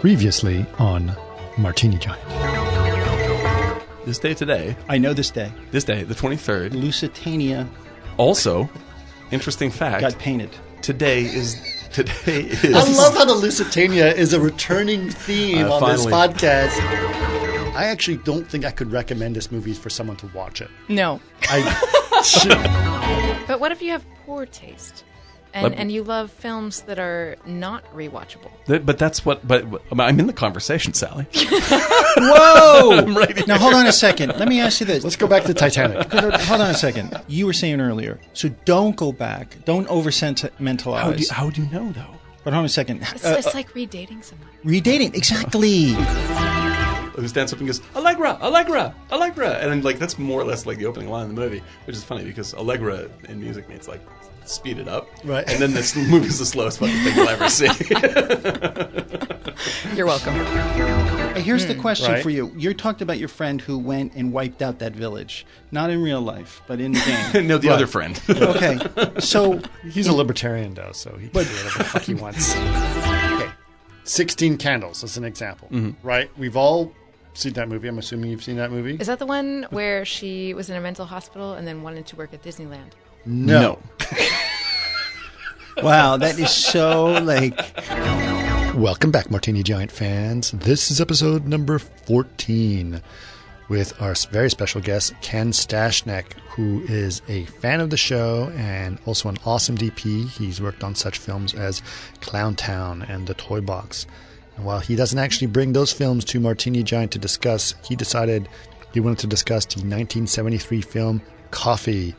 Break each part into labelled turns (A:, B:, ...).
A: Previously on Martini Giant.
B: This day today,
C: I know this day.
B: this day, the 23rd.
C: Lusitania
B: Also, interesting fact,
C: got painted.
B: today is today is
D: I love how the Lusitania is a returning theme
B: Uh,
D: on this
B: finally.
D: podcast. I actually don't think I could recommend this movie for someone to watch it.
E: No.
D: I,
E: But what if you have poor taste? And,
B: Let-
E: and you love films that are not rewatchable.
B: Th- but that's what but I'm in the conversation, Sally.
C: Whoa!
B: I'm right here.
C: now hold on a second. Let me ask you this.
D: let's go back to Titanic.
C: Hold on- hold on a second. You were saying earlier, so don't go back. Don't over sentimentalize.
B: How do, you, how do you know though?
C: but hold on a second.
E: It's,
C: Uh,
E: it's like redating someone.
C: redating exactly.
B: Who stands up and goes Allegra, Allegra, Allegra, and then, like that's more or less like the opening line of the movie, which is funny because Allegra in music means like speed it up,
D: Right.
B: And then this movie is the slowest fucking thing you'll ever see.
E: You're welcome.
C: Hey, Here's the question
D: Right.
C: for you. You talked about your friend who went and wiped out that village, not in real life, but in the game.
B: no, the other friend.
C: okay, so
D: He's a libertarian, though, so he can do whatever the fuck he wants. Okay. 16 Candles as an example, right? We've all seen that movie. I'm assuming you've seen that movie.
E: Is that the one where she was in a mental hospital and then wanted to work at Disneyland?
B: no.
C: wow, that is so like
D: Welcome back, Martini Giant fans. This is episode number 14 with our very special guest, Ken Stashnek, who is a fan of the show and also an awesome DP. He's worked on such films as Clowntown and The Toy Box. And while he doesn't actually bring those films to Martini Giant to discuss, he decided he wanted to discuss the 1973 film Coffee,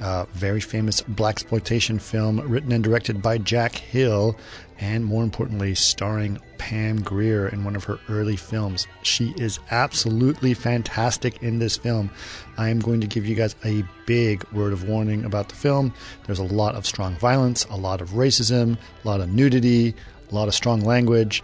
D: a very famous black exploitation film written and directed by Jack Hill, and more importantly, starring Pam Greer in one of her early films. She is absolutely fantastic in this film. I am going to give you guys a big word of warning about the film. There's a lot of strong violence, a lot of racism, a lot of nudity, a lot of strong language.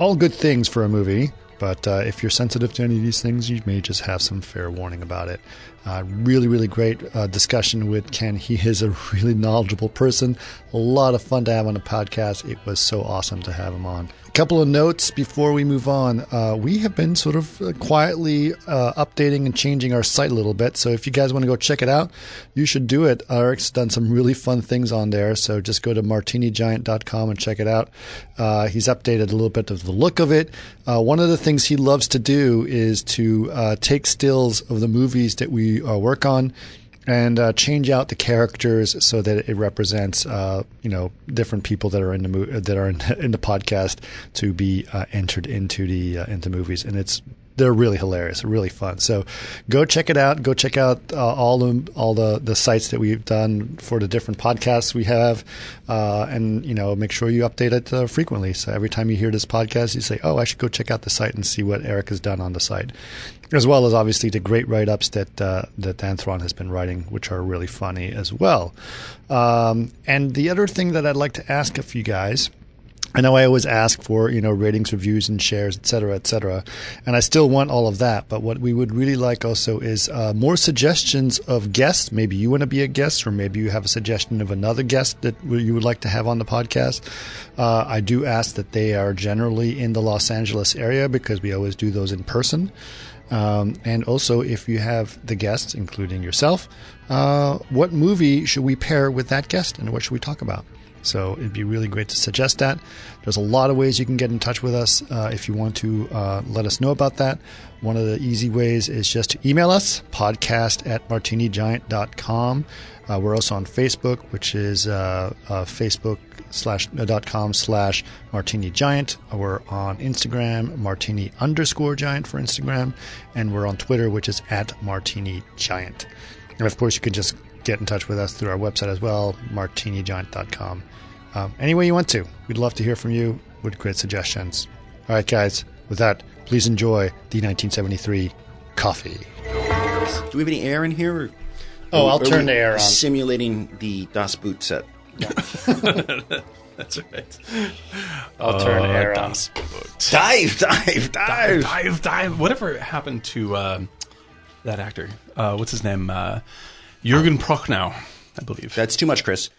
D: All good things for a movie, but uh, if you're sensitive to any of these things, you may just have some fair warning about it. Uh, really, really great uh, discussion with Ken. He is a really knowledgeable person. A lot of fun to have on a podcast. It was so awesome to have him on. A couple of notes before we move on. Uh, we have been sort of uh, quietly uh, updating and changing our site a little bit. So if you guys want to go check it out, you should do it. Eric's done some really fun things on there. So just go to martinigiant.com and check it out. Uh, he's updated a little bit of the look of it. Uh, one of the things he loves to do is to uh, take stills of the movies that we uh, work on and uh, change out the characters so that it represents uh, you know different people that are in the mo- that are in, in the podcast to be uh, entered into the uh, into movies and it's they're really hilarious, really fun. So go check it out. Go check out uh, all the all the, the sites that we've done for the different podcasts we have, uh, and you know make sure you update it uh, frequently. So every time you hear this podcast, you say, "Oh, I should go check out the site and see what Eric has done on the site," as well as obviously the great write ups that uh, that Anthron has been writing, which are really funny as well. Um, and the other thing that I'd like to ask of you guys. I know I always ask for you know ratings, reviews, and shares, et cetera, et cetera, and I still want all of that. But what we would really like also is uh, more suggestions of guests. Maybe you want to be a guest, or maybe you have a suggestion of another guest that you would like to have on the podcast. Uh, I do ask that they are generally in the Los Angeles area because we always do those in person. Um, and also, if you have the guests, including yourself, uh, what movie should we pair with that guest, and what should we talk about? So it'd be really great to suggest that. There's a lot of ways you can get in touch with us uh, if you want to uh, let us know about that. One of the easy ways is just to email us, podcast at martinigiant.com. Uh, we're also on Facebook, which is uh, uh, Facebook slash uh, dot com slash martini giant. We're on Instagram, martini underscore giant for Instagram, and we're on Twitter, which is at martini giant. And of course, you can just get in touch with us through our website as well, martinigiant.com. Um, any way you want to. We'd love to hear from you with great suggestions. All right, guys, with that, please enjoy the 1973 coffee.
F: Do we have any air in here? Or
D: Oh, I'll
F: are
D: turn
F: we
D: the air on.
F: Simulating the Das Boot set.
B: That's right. Oh,
D: I'll turn the air on.
B: Das Boot.
F: Dive, dive,
B: dive,
F: dive.
B: dive, dive. Whatever happened to um that actor? Uh, what's his name? Uh, Jürgen Prochnow, I believe.
F: That's too much, Chris.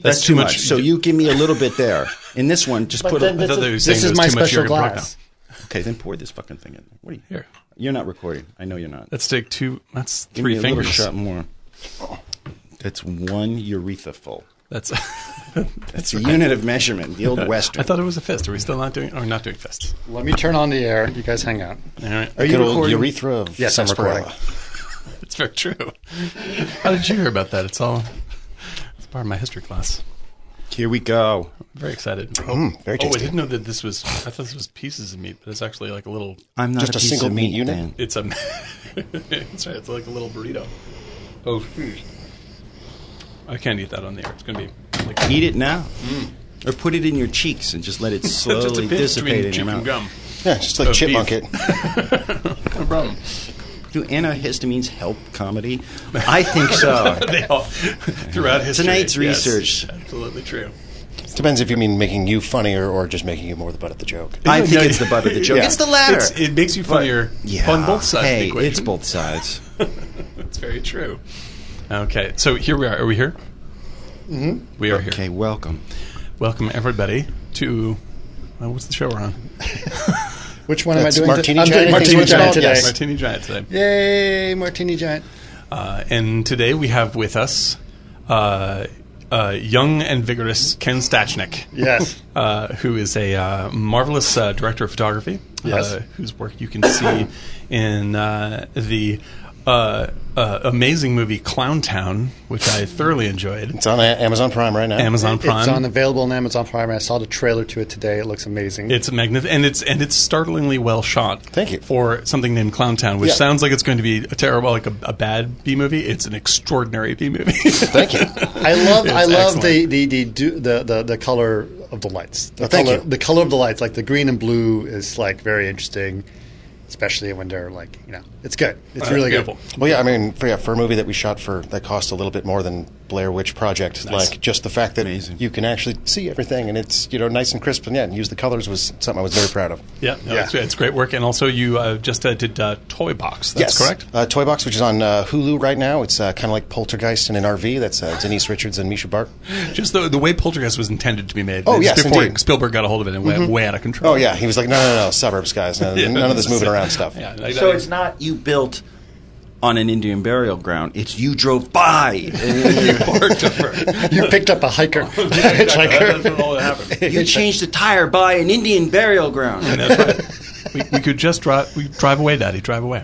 F: That's,
B: too much.
F: So you give me a little bit there. In this one, just put
D: then
F: a.
B: I thought they were
D: This
B: saying
D: is
B: it was
D: my
B: too much
D: special
B: Jürgen
D: glass.
B: Prochnow.
F: Okay, then pour this fucking thing in. What are you?
B: Here.
F: You're not recording. I know you're not.
B: Let's take two. That's
F: Give
B: three
F: me a
B: fingers.
F: Little shot more. That's one urethra full.
B: That's.
F: That's a unit of measurement. The old western.
B: I thought it was a fist. Are we still not doing? Or not doing fists?
D: Let me turn on the air. You guys hang out.
B: All right.
F: Are
D: Good old
F: urethra of
D: Yes, I'm
F: sarsaparilla.
D: recording.
B: It's very true. How did you hear about that? It's all. It's part of my history class.
F: Here we go.
B: I'm very excited. Oh,
F: Hmm,
G: very
B: oh, I
G: tasty.
B: didn't know that this was. I thought this was pieces of meat, but it's actually like a little.
F: I'm not
G: Just a
F: piece
G: single
F: of
G: meat unit?
F: man.
B: It's a. it's right. It's like a little burrito. Oh. shoot. I can't eat that on the air. It's gonna be like
F: Eat it now, or put it in your cheeks and just let it slowly
B: pinch
F: dissipate in
B: between
F: your
B: cheek and
F: mouth.
B: gum. Oh,
G: Yeah, just like
B: Of
G: chipmunk
B: beef.
G: it.
B: No problem.
F: Do antihistamines help comedy? I think so.
B: they all throughout history.
F: Tonight's
B: yes,
F: research.
B: Absolutely true.
G: Depends if you mean making you funnier or just making you more the butt of the joke.
F: I
B: No,
F: think
B: no,
F: it's the butt of the joke.
G: yeah.
F: It's the latter.
B: It's, it makes you funnier
F: yeah.
B: on both sides of the
F: Hey,
B: equation.
F: it's both sides.
B: It's very true. Okay, so here we are. Are we here? Mm-hmm. We are
F: Okay,
B: here.
F: welcome.
B: Welcome everybody to uh, what's the show we're on?
D: Which one
G: That's
D: am I doing?
G: Martini
D: I'm
G: Giant.
D: doing
G: Martini
D: Martini Giant
G: Giant,
D: today.
G: yes.
B: Martini Giant today.
D: Yay, Martini Giant.
B: Uh, and today we have with us uh, uh, young and vigorous Ken Stachnik.
D: Yes.
B: uh, who is a uh, marvelous uh, director of photography,
D: Yes.
B: uh, whose work you can see in uh, the uh, uh, amazing movie Clowntown, which I thoroughly enjoyed.
G: It's on A- Amazon Prime right now.
B: Amazon Prime.
D: It's on available on Amazon Prime. I saw the trailer to it today. It looks amazing.
B: It's magnificent, and it's and it's startlingly well shot.
G: Thank you.
B: for something named Clowntown, which
G: Yeah.
B: sounds like it's going to be a terrible, like a, a bad B movie. It's an extraordinary B movie.
G: Thank you.
D: I love I
B: It's
D: love the
B: excellent.
D: the the, do, the the the color of the lights. The
G: Oh, thank
D: color,
G: you.
D: The color of the lights, like the green and blue, is like very interesting, especially when they're like you know it's good. It's really
B: beautiful.
D: good.
G: Well, yeah, I mean, for, yeah, for a movie that we shot for that cost a little bit more than Blair Witch Project, like just the fact that
F: Amazing.
G: you can actually see everything and it's you know nice and crisp and yeah, and use the colors was something I was very proud of.
B: Yeah, no,
D: Yeah.
B: It's, it's great work, and also you uh, just uh, did uh, Toy Box. That's
G: yes,
B: correct.
G: Uh, Toy Box, which is on uh, Hulu right now, it's uh, kind of like Poltergeist in an RV. That's uh, Denise Richards and Misha Bart.
B: Just the, the way Poltergeist was intended to be made.
G: Oh,
B: Just
G: yes,
B: before
G: indeed.
B: Spielberg got a hold of it and went way out of control.
G: Oh yeah, he was like, no, no, no, suburbs guys, no,
B: Yeah,
G: none of this moving around stuff.
B: Yeah, like
F: So
B: that.
F: it's not you built on an Indian burial ground. It's you drove by.
B: you barked over.
D: You picked up a hiker,
B: That's
D: hitchhiker.
B: what all that happened.
F: you changed the tire by an Indian burial ground.
B: That's right. we, we could just drive. We drive away, Daddy. Drive away.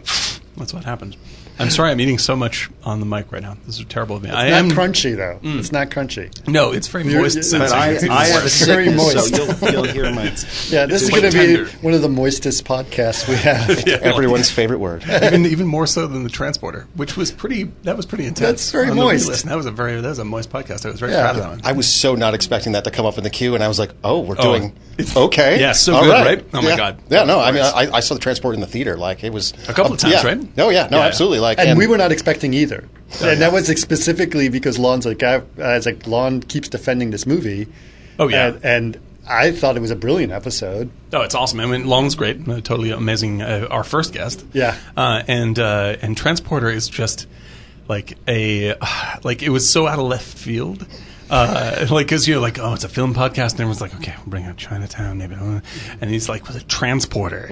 B: That's what happened. I'm sorry. I'm eating so much on the mic right now. This is terrible of me. I
D: Not
B: am
D: crunchy though. It's not crunchy.
B: No, Mm. it's very
D: You're-
B: moist.
D: but
F: But
B: sensation.
F: I,
B: It's
F: I have a
B: worse.
D: Very
F: sickness, so
D: moist.
F: you'll, you'll hear my.
D: Yeah, this
B: It's
D: is
B: like
D: going to be
B: tender.
D: one of the moistest podcasts we have.
B: Yeah, well,
G: Everyone's favorite word.
B: even even more so than the transporter, which was pretty. That was pretty intense.
D: That's very
B: on the
D: moist.
B: re-listen. That was a very that was a moist podcast. I was very proud of that one.
G: I was so not expecting that to come up in the queue, and I was like, "Oh, we're doing
B: It's-
G: okay."
B: yeah, so
G: all
B: good, right? Oh my
G: Yeah.
B: God.
G: Yeah, no, I mean, I, I saw the transport in the theater. Like it was
B: A couple of times,
G: yeah.
B: right?
G: No, yeah, no,
B: Yeah.
G: absolutely. Like,
D: And we were not expecting either. And that was specifically because Lon's like, I, I was like, Lon keeps defending this movie.
B: Oh, yeah.
D: And, and I thought it was a brilliant episode.
B: Oh, it's awesome! I mean, Long's great, uh, totally amazing. Uh, our first guest,
D: Yeah.
B: uh, and uh, and Transporter is just like a like it was so out of left field, uh, like because you're like, oh, it's a film podcast, and everyone's like, okay, we'll bring out Chinatown, maybe, uh, and he's like, with a Transporter,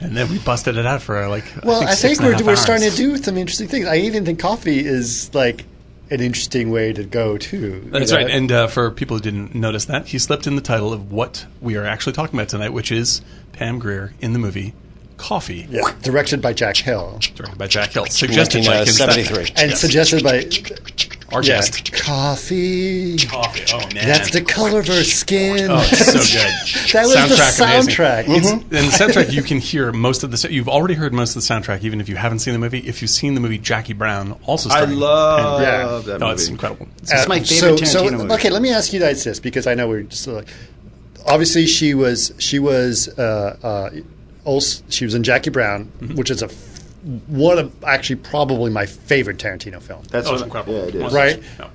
B: and then we busted it out for like,
D: Well, I think,
B: six and a half
D: we're, we're
B: hours.
D: starting to do some interesting things. I even think coffee is like an interesting way to go too.
B: That's
D: You know?
B: right. And uh, for people who didn't notice that, he slipped in the title of what we are actually talking about tonight, which is Pam Greer in the movie Coffee,
D: Yeah. directed by Jack Hill
B: directed by Jack Hill, suggested by Kim Steinberg.
G: 1973.
D: and suggested by
B: Our
D: yeah,
B: guest.
D: coffee.
B: Coffee. Oh man,
D: That's the color of her skin.
B: Oh, it's so good.
D: That was the
B: amazing.
D: soundtrack. Mm-hmm.
B: It's- And the soundtrack, you can hear most of the. You've already heard most of the soundtrack, even if you haven't seen the movie. If you've seen the movie Jackie Brown, also
F: I
B: starring
F: love
B: Pam Grier.
D: Yeah.
F: that
B: No,
F: movie.
B: it's incredible. It's
F: It's
B: just-
F: my favorite
D: so,
F: Tarantino movie.
D: Okay, let me ask you guys this because I know we're just like, obviously she was she was uh, uh, also, she was in Jackie Brown,
B: Mm-hmm.
D: which is a f- one of actually probably my favorite Tarantino film.
F: That's
B: oh, it's
F: what-
B: incredible.
F: Yeah, it is.
D: Right.
B: No.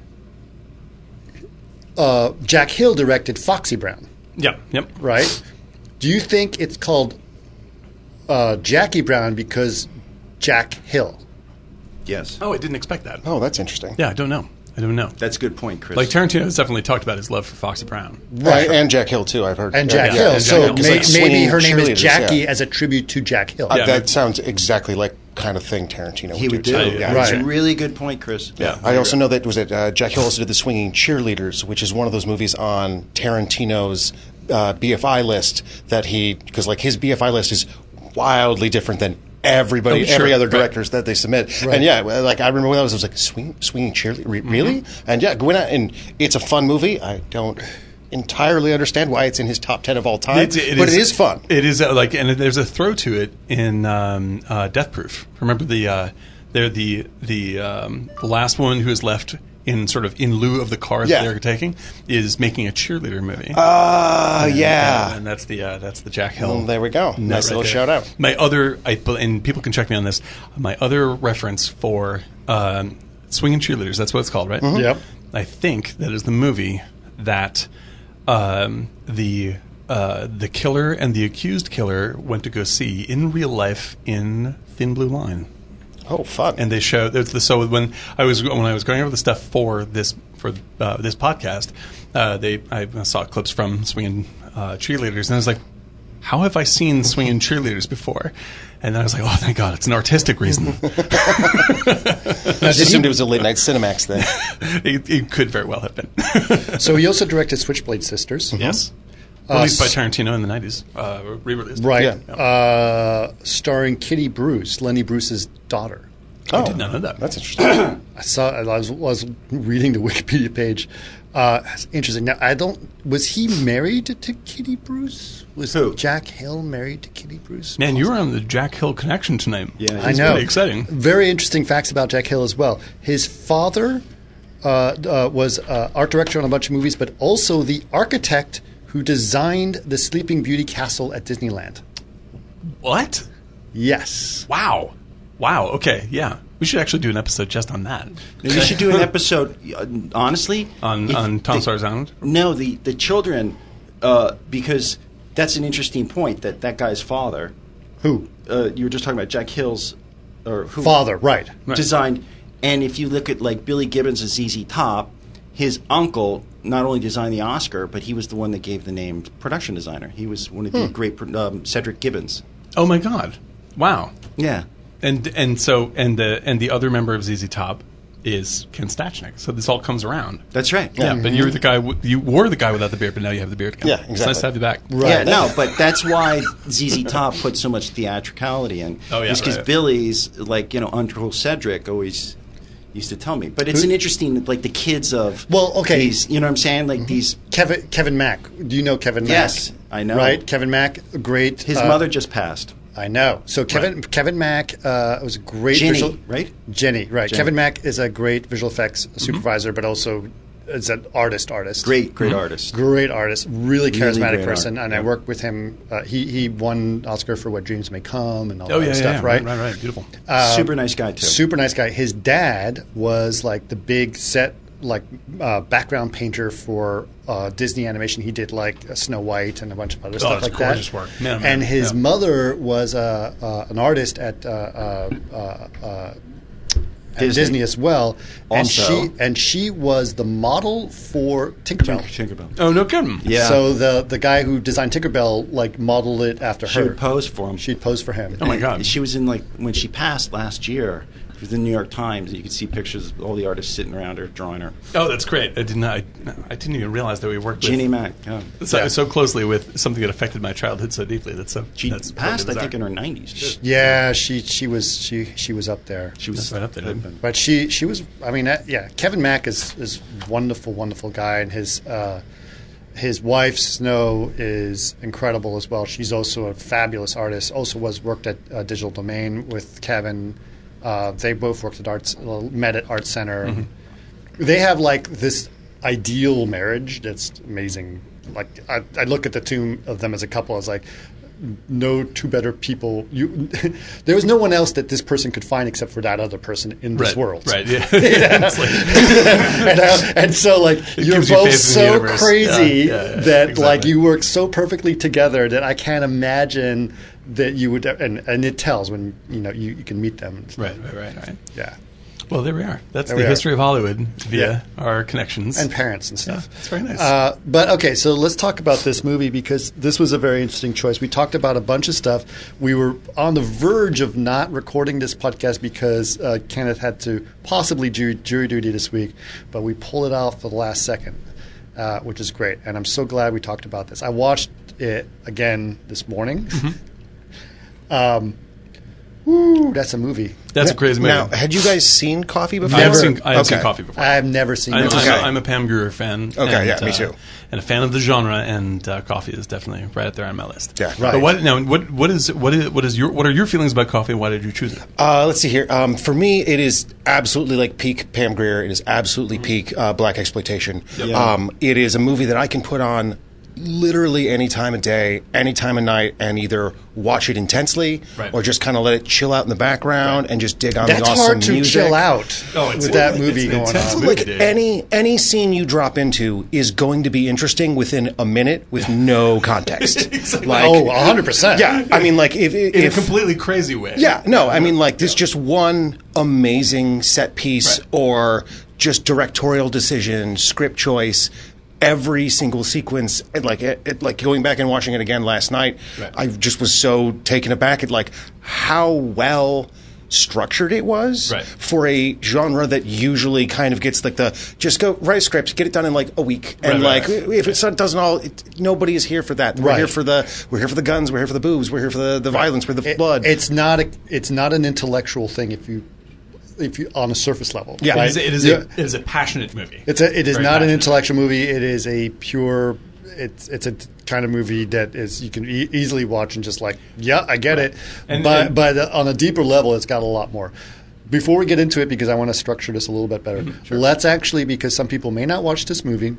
D: Uh, Jack Hill directed Foxy Brown,
B: Yep. Yep.
D: right? Do you think it's called uh, Jackie Brown because Jack Hill?
F: Yes.
B: Oh, I didn't expect that.
G: oh, that's interesting.
B: Yeah, I don't know. I don't know.
F: That's a good point, Chris.
B: Like Tarantino has definitely talked about his love for Foxy Brown.
G: Right, and Jack Hill too. I've heard
D: and Jack
G: Yeah,
D: Hill.
G: and Jack
D: so
G: Hill. It's
D: may-
G: like
D: maybe
G: swinging
D: her name is
G: cheerleaders,
D: Jackie
G: yeah.
D: as a tribute to Jack Hill.
G: Uh,
B: Yeah.
G: that sounds exactly like kind of thing Tarantino would
F: he would do.
G: do. too.
F: Yeah,
D: Right.
F: It's a really good point, Chris.
B: Yeah.
G: I also know that was it. Uh, Jack Hill also did the Swinging Cheerleaders, which is one of those movies on Tarantino's uh, BFI list that he because like his BFI list is wildly different than everybody,
B: Oh, sure.
G: every other
B: Right.
G: directors that they submit. And yeah, well, like I remember when that was, I was like Swing, Swinging Cheerleader, re-
B: Mm-hmm.
G: really? And yeah, Gwen, and it's a fun movie. I don't entirely understand why it's in his top ten of all time, but it is fun.
B: It is uh, like, and there's a throw to it in um, uh, Death Proof. Remember the uh, they're the the um, the last woman who is left in sort of in lieu of the car
G: Yeah.
B: that they're taking is making a cheerleader movie.
G: Ah,
B: Uh,
G: yeah.
B: and that's the uh, that's the Jack Hill.
G: Well, there we go. Nice
B: right
G: little
B: there.
G: shout out.
B: My other, I, and people can check me on this. My other reference for um, swinging cheerleaders. That's what it's called, right?
D: Yep.
B: I think that is the movie that um, the uh, the killer and the accused killer went to go see in real life in Thin Blue Line
G: Oh, fun.
B: and they show there's the so when I was when I was going over the stuff for this for uh, this podcast, uh, they I saw clips from swinging uh, cheerleaders, and I was like, how have I seen swinging cheerleaders before? And then I was like, oh, thank God, it's an artistic reason.
G: I just assumed it was a late night Cinemax thing.
B: it, it could very well have been.
D: So he also directed Switchblade Sisters.
B: yes. Released by Tarantino in the 90s, uh, re released.
D: Right.
G: Yeah.
D: Uh, starring Kitty Bruce, Lenny Bruce's daughter.
G: Oh,
B: did not know that.
G: That's interesting.
D: I saw. I was, was reading the Wikipedia page. Uh, that's interesting. Now, I don't. Was he married to Kitty Bruce? Was
F: Who?
D: Jack Hill married to Kitty Bruce?
B: Man, you were on the Jack Hill connection tonight.
F: Yeah,
B: It's
D: I know.
B: Pretty exciting.
D: Very interesting facts about Jack Hill as well. His father uh, uh, was uh, art director on a bunch of movies, but also the architect who designed the Sleeping Beauty castle at Disneyland.
B: What?
D: Yes.
B: Wow. Wow. Okay. Yeah. We should actually do an episode just on that.
F: We should do an episode, uh, honestly.
B: On,
F: if
B: on Tom
F: the-
B: Sawyer's Island?
F: No, the the children, uh, because that's an interesting point that that guy's father,
D: Who?
F: uh, you were just talking about Jack Hill's, or who
D: Father, right.
F: designed, and if you look at like Billy Gibbons and ZZ Top, his uncle not only designed the Oscar, but he was the one that gave the name production designer. He was one of the great pro- um, Cedric Gibbons.
B: Oh, my God. Wow.
F: Yeah,
B: And and so and the and the other member of ZZ Top is Ken Stachnik. So this all comes around.
F: that's right.
B: yeah, but you were the guy. w- You were the guy without the beard, but now you have the beard. Again.
G: Yeah,
B: It's nice
G: exactly.
B: to have you back.
F: Yeah, no, but that's why ZZ Top put so much theatricality in.
B: Oh, yeah,
F: because
B: right.
F: Billy's like you know Uncle Cedric always used to tell me. But it's an interesting like the kids of
D: Well, okay.
F: these, you know what I'm saying? Like these.
D: Kevin Kevin Mack. Do you know Kevin Mack?
F: Yes, I know.
D: Right, Kevin Mack, a great.
F: His
D: uh,
F: mother just passed.
D: I know. So Kevin Kevin Mack uh, was a great
F: Jenny,
D: visual,
F: right?
D: Jenny, right?
F: Jenny. Mm-hmm.
D: Kevin Mack is a great visual effects supervisor, but also is an artist. Artist,
F: Great, great
D: mm-hmm.
F: artist.
D: great artist, really charismatic
F: great
D: person,
F: art,
D: and I
F: yeah.
D: worked with him. Uh, he he won Oscar for What Dreams May Come and all
B: Oh
D: that
B: yeah,
D: stuff,
B: yeah,
D: right?
B: right, right, Beautiful. Uh,
F: Super nice guy too.
D: um, Super nice guy. His dad was like the big set, like uh, background painter for uh, Disney animation. He did like uh, Snow White and a bunch of other stuff
B: it's
D: like
B: Oh, gorgeous
D: that.
B: work. Man, man,
D: and his
B: yeah.
D: mother was uh, uh, an artist at. Uh, uh, uh, uh, at Disney.
F: Disney.
D: as well, and
F: Also-
D: she and she was the model for Tinkerbell.
B: Oh no, kidding.
F: Yeah.
D: So the the guy who designed Tinkerbell like modeled it after
F: She
D: her.
F: would pose for him.
D: She'd pose for him.
B: Oh my God.
F: She was in like when she passed last year. It was in the New York Times. You could see pictures of all the artists sitting around her, drawing her.
B: Oh, that's great. I did not. I, no, I didn't even realize that we worked
F: Ginny
B: with
F: Mac. Yeah.
B: so, so closely with something that affected my childhood so deeply. That's so.
F: She
B: that's
F: passed, I
B: totally
F: think, in
B: bizarre.
F: her 90s. Too.
D: Yeah, she she was she she was up there.
F: She was
B: That's right up there, dude.
D: But she she was. I mean, uh, yeah. Kevin Mack is is wonderful, wonderful guy, and his uh, his wife Snow is incredible as well. She's also a fabulous artist. Also was worked at uh, Digital Domain with Kevin. Uh, they both worked at Arts uh, met at Art Center. They have like this ideal marriage that's amazing. Like I, I look at the two of them as a couple. I was like. No two better people. You, there was no one else that this person could find except for that other person in this
B: Right,
D: world
B: Right. Yeah. It's like-
D: and, uh, and so like you're
B: gives you
D: both
B: faith in the
D: so
B: universe.
D: crazy
B: Yeah, yeah, yeah,
D: that like
B: exactly.
D: you work so perfectly together that I can't imagine that you would and, and it tells when you know you, you can meet them
B: right. Right. Right. Right.
D: yeah
B: Well, there we are. That's
D: There we
B: the
D: are.
B: history of Hollywood via our connections.
D: and parents and stuff.
B: that's very nice.
D: Uh, but okay, so let's talk about this movie because this was a very interesting choice. We talked about a bunch of stuff. We were on the verge of not recording this podcast because uh, Kenneth had to possibly do jury duty this week, but we pulled it out for the last second, uh, which is great. And I'm so glad we talked about this. I watched it again this morning.
B: Mm-hmm.
D: um, woo, that's a movie.
B: That's a crazy movie.
G: Now, had you guys seen Coffee before?
B: I have seen, I have seen
G: Okay.
B: coffee before.
D: I've never seen
B: I'm,
D: it.
B: I'm-
G: Okay.
B: I'm a Pam Grier fan.
G: Okay, yeah, me too.
B: And a fan of the genre, and uh, coffee is definitely right up there on my list.
G: Yeah,
D: right.
B: But what now? What what is what is what is your what are your feelings about coffee? Why did you choose it?
G: Uh, let's see here. Um, for me, it is absolutely like peak Pam Grier. It is absolutely peak uh, black exploitation. Um, it is a movie that I can put on literally any time of day, any time of night, and either watch it intensely
B: Right.
G: or just kind of let it chill out in the background and just dig on
D: That's
G: the awesome
D: hard to
G: music.
D: chill out
B: Oh, it's-
D: with that
B: it's
D: movie
B: an
D: going
B: intense
D: on.
B: movie.
G: Like
B: dude.
G: any any scene you drop into is going to be interesting within a minute with no context. Like
D: Oh, 100%.
G: yeah, I mean like if
B: In
G: if
B: a completely crazy way.
G: Yeah, no, I mean, like, there's just one amazing set piece
B: Right.
G: or just directorial decision, script choice. Every single sequence, and like it, it- like going back and watching it again last night,
B: Right.
G: I just was so taken aback at like how well structured it was
B: Right.
G: for a genre that usually kind of gets like the just go write a script, get it done in like a week, and
B: Right, right,
G: like if it's not doesn't all, it, nobody is here for that. We're
D: Right.
G: here for the we're here for the guns, we're here for the boobs, we're here for the, the violence, we're the
D: It-
G: blood.
D: It's not a, it's not an intellectual thing if you if you on a surface level.
G: Yeah.
B: It
D: right?
B: is, it, is
D: Yeah.
B: a, it is a passionate movie.
D: it's a, it is
B: Very
D: not an
B: passionate.
D: intellectual movie. It is a pure. It's it's a t- kind of movie that is you can e- easily watch and just like yeah I get it,
B: And-
D: but
B: and-
D: but on a deeper level it's got a lot more. Before we get into it, because I want to structure this a little bit better,
B: Mm-hmm.
D: let's actually because some people may not watch this movie,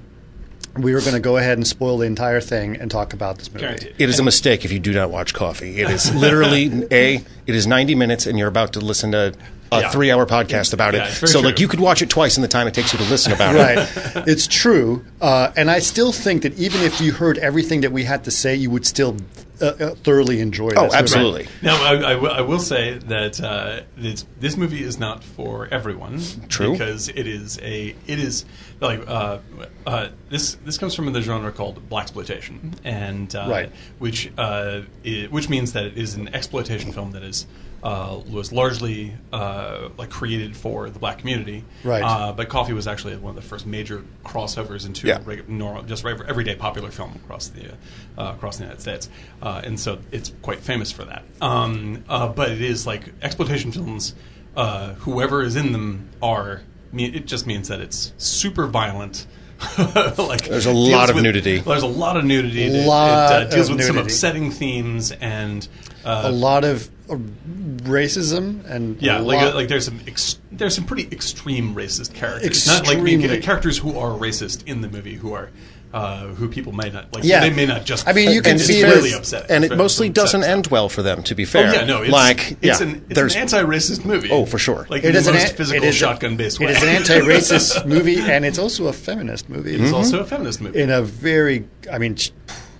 D: we are going to go ahead and spoil the entire thing and talk about this movie.
B: Guaranteed.
G: It is a mistake if you do not watch coffee. It is literally a. It is ninety minutes, and you're about to listen to a
B: Yeah.
G: three-hour podcast about
B: Yeah,
G: it.
B: it's
G: So,
B: very
G: like,
B: true.
G: you could watch it twice in the time it takes you to listen about it.
D: right. It's true. Uh, and I still think that even if you heard everything that we had to say, you would still uh, uh, thoroughly enjoy
G: Oh,
D: this.
G: absolutely.
B: Now, I, I will- I will say that uh, this, this movie is not for everyone.
G: True.
B: because it is a it is like uh, uh, this this comes from the genre called black exploitation, and uh,
D: Right.
B: which uh, i which means that it is an exploitation film that is. Uh, was largely uh, like created for the black community,
D: Right.
B: Uh, but coffee was actually one of the first major crossovers into
G: Yeah.
B: reg- normal, just rev- everyday popular film across the uh, across the United States, uh, and so it's quite famous for that. Um, uh, but it is like exploitation films. Uh, whoever is in them are. I mean, it just means that it's super violent. like
G: There's a
B: deals
G: lot of
B: with-
G: nudity.
B: There's a lot of nudity. It- it,
D: Lot
B: uh, deals
D: of
B: with some
D: nudity.
B: upsetting themes and
D: A
B: uh,
D: lot of uh, racism and
B: yeah,
D: a
B: like, uh,
D: lot-
B: like there's some ex- there's some pretty extreme racist characters. Not like
D: Extremely.
B: being- characters who are racist in the movie who are uh, who people may not like.
D: Yeah.
B: they may not just.
D: I mean, you can
B: it's
D: see
B: really
D: this-
B: upsetting.
G: And
B: It's
G: it
B: very-
G: mostly
B: it's upsetting
G: doesn't
B: stuff.
G: end well for them. To be
B: Oh
G: fair,
B: yeah, no, it's,
G: like
B: it's
G: yeah,
B: an it's
G: there's
B: an anti-racist movie.
G: Oh, for sure.
B: Like
D: It
B: in
D: is
B: the
D: an
B: most
D: an-
B: physical
D: it is a-
B: shotgun-based way.
D: It is an anti-racist movie, and it's also a feminist movie.
B: It's
G: Mm-hmm.
B: also a feminist movie.
D: in a very, I mean, sh-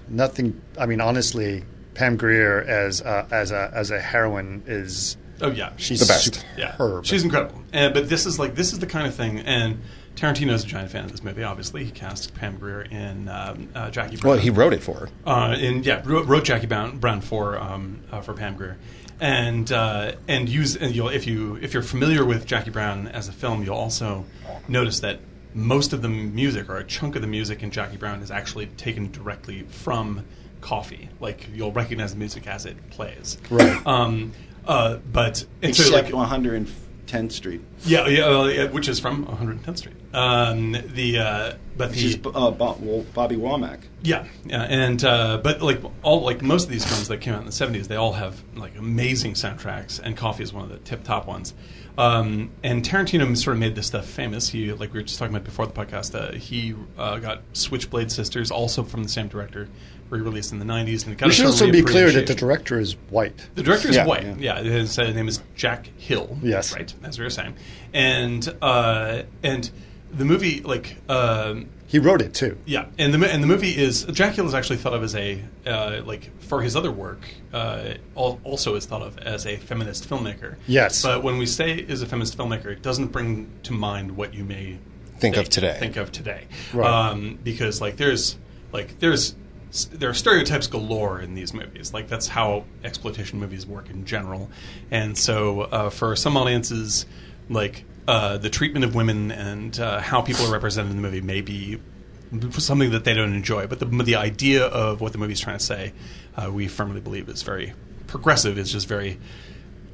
D: nothing. I mean, honestly, Pam Grier as uh, as a as a heroine is
B: oh yeah,
D: she's
G: The best.
B: yeah,
D: superb.
B: she's incredible. And, but this is like this is the kind of thing. And Tarantino's a giant fan of this movie. Obviously, he cast Pam Grier in um, uh, Jackie. Brown.
G: well, he wrote it for her.
B: uh, and yeah, wrote, wrote Jackie Brown, Brown for um, uh, for Pam Grier, and uh, and use and you'll if you if you're familiar with Jackie Brown as a film, you'll also notice that most of the music or a chunk of the music in Jackie Brown is actually taken directly from Coffee. Like you'll recognize the music as it plays. Right. Um, uh, but and so, like-
F: Except 110th Street,
B: yeah, yeah, uh, yeah, which is from 110th Street. Um, the uh, but
F: which
B: the
F: is uh, Bo- Wo- Bobby Womack.
B: yeah, yeah, and uh, but like all like most of these films that came out in the '70s, they all have like amazing soundtracks, and Coffee is one of the tip top ones. Um, and Tarantino sort of made this stuff famous. He like we were just talking about before the podcast. Uh, he uh, got Switchblade Sisters, also from the same director, re-released in the '90s, and it got
D: We
B: us
D: should
B: to
D: also be clear that the
B: reappreciate-
D: director is white.
B: the director is
D: Yeah,
B: white. Yeah, his uh, name is Jack Hill.
D: Yes.
B: right, as we were saying, and uh, and the movie like um
D: He wrote it too.
B: yeah, and the mo- and the movie is Dracula is actually thought of as a uh, like for his other work, uh, al- also is thought of as a feminist filmmaker.
D: Yes.
B: but when we say is a feminist filmmaker, it doesn't bring to mind what you may
G: Think of today.
B: Think of today,
D: Right.
B: um, because like there's like there's s- there are stereotypes galore in these movies. Like that's how exploitation movies work in general, and so uh, for some audiences, like. Uh, the treatment of women and uh, how people are represented in the movie may be something that they don't enjoy. But the, the idea of what the movie's trying to say, uh, we firmly believe is very progressive. It's just very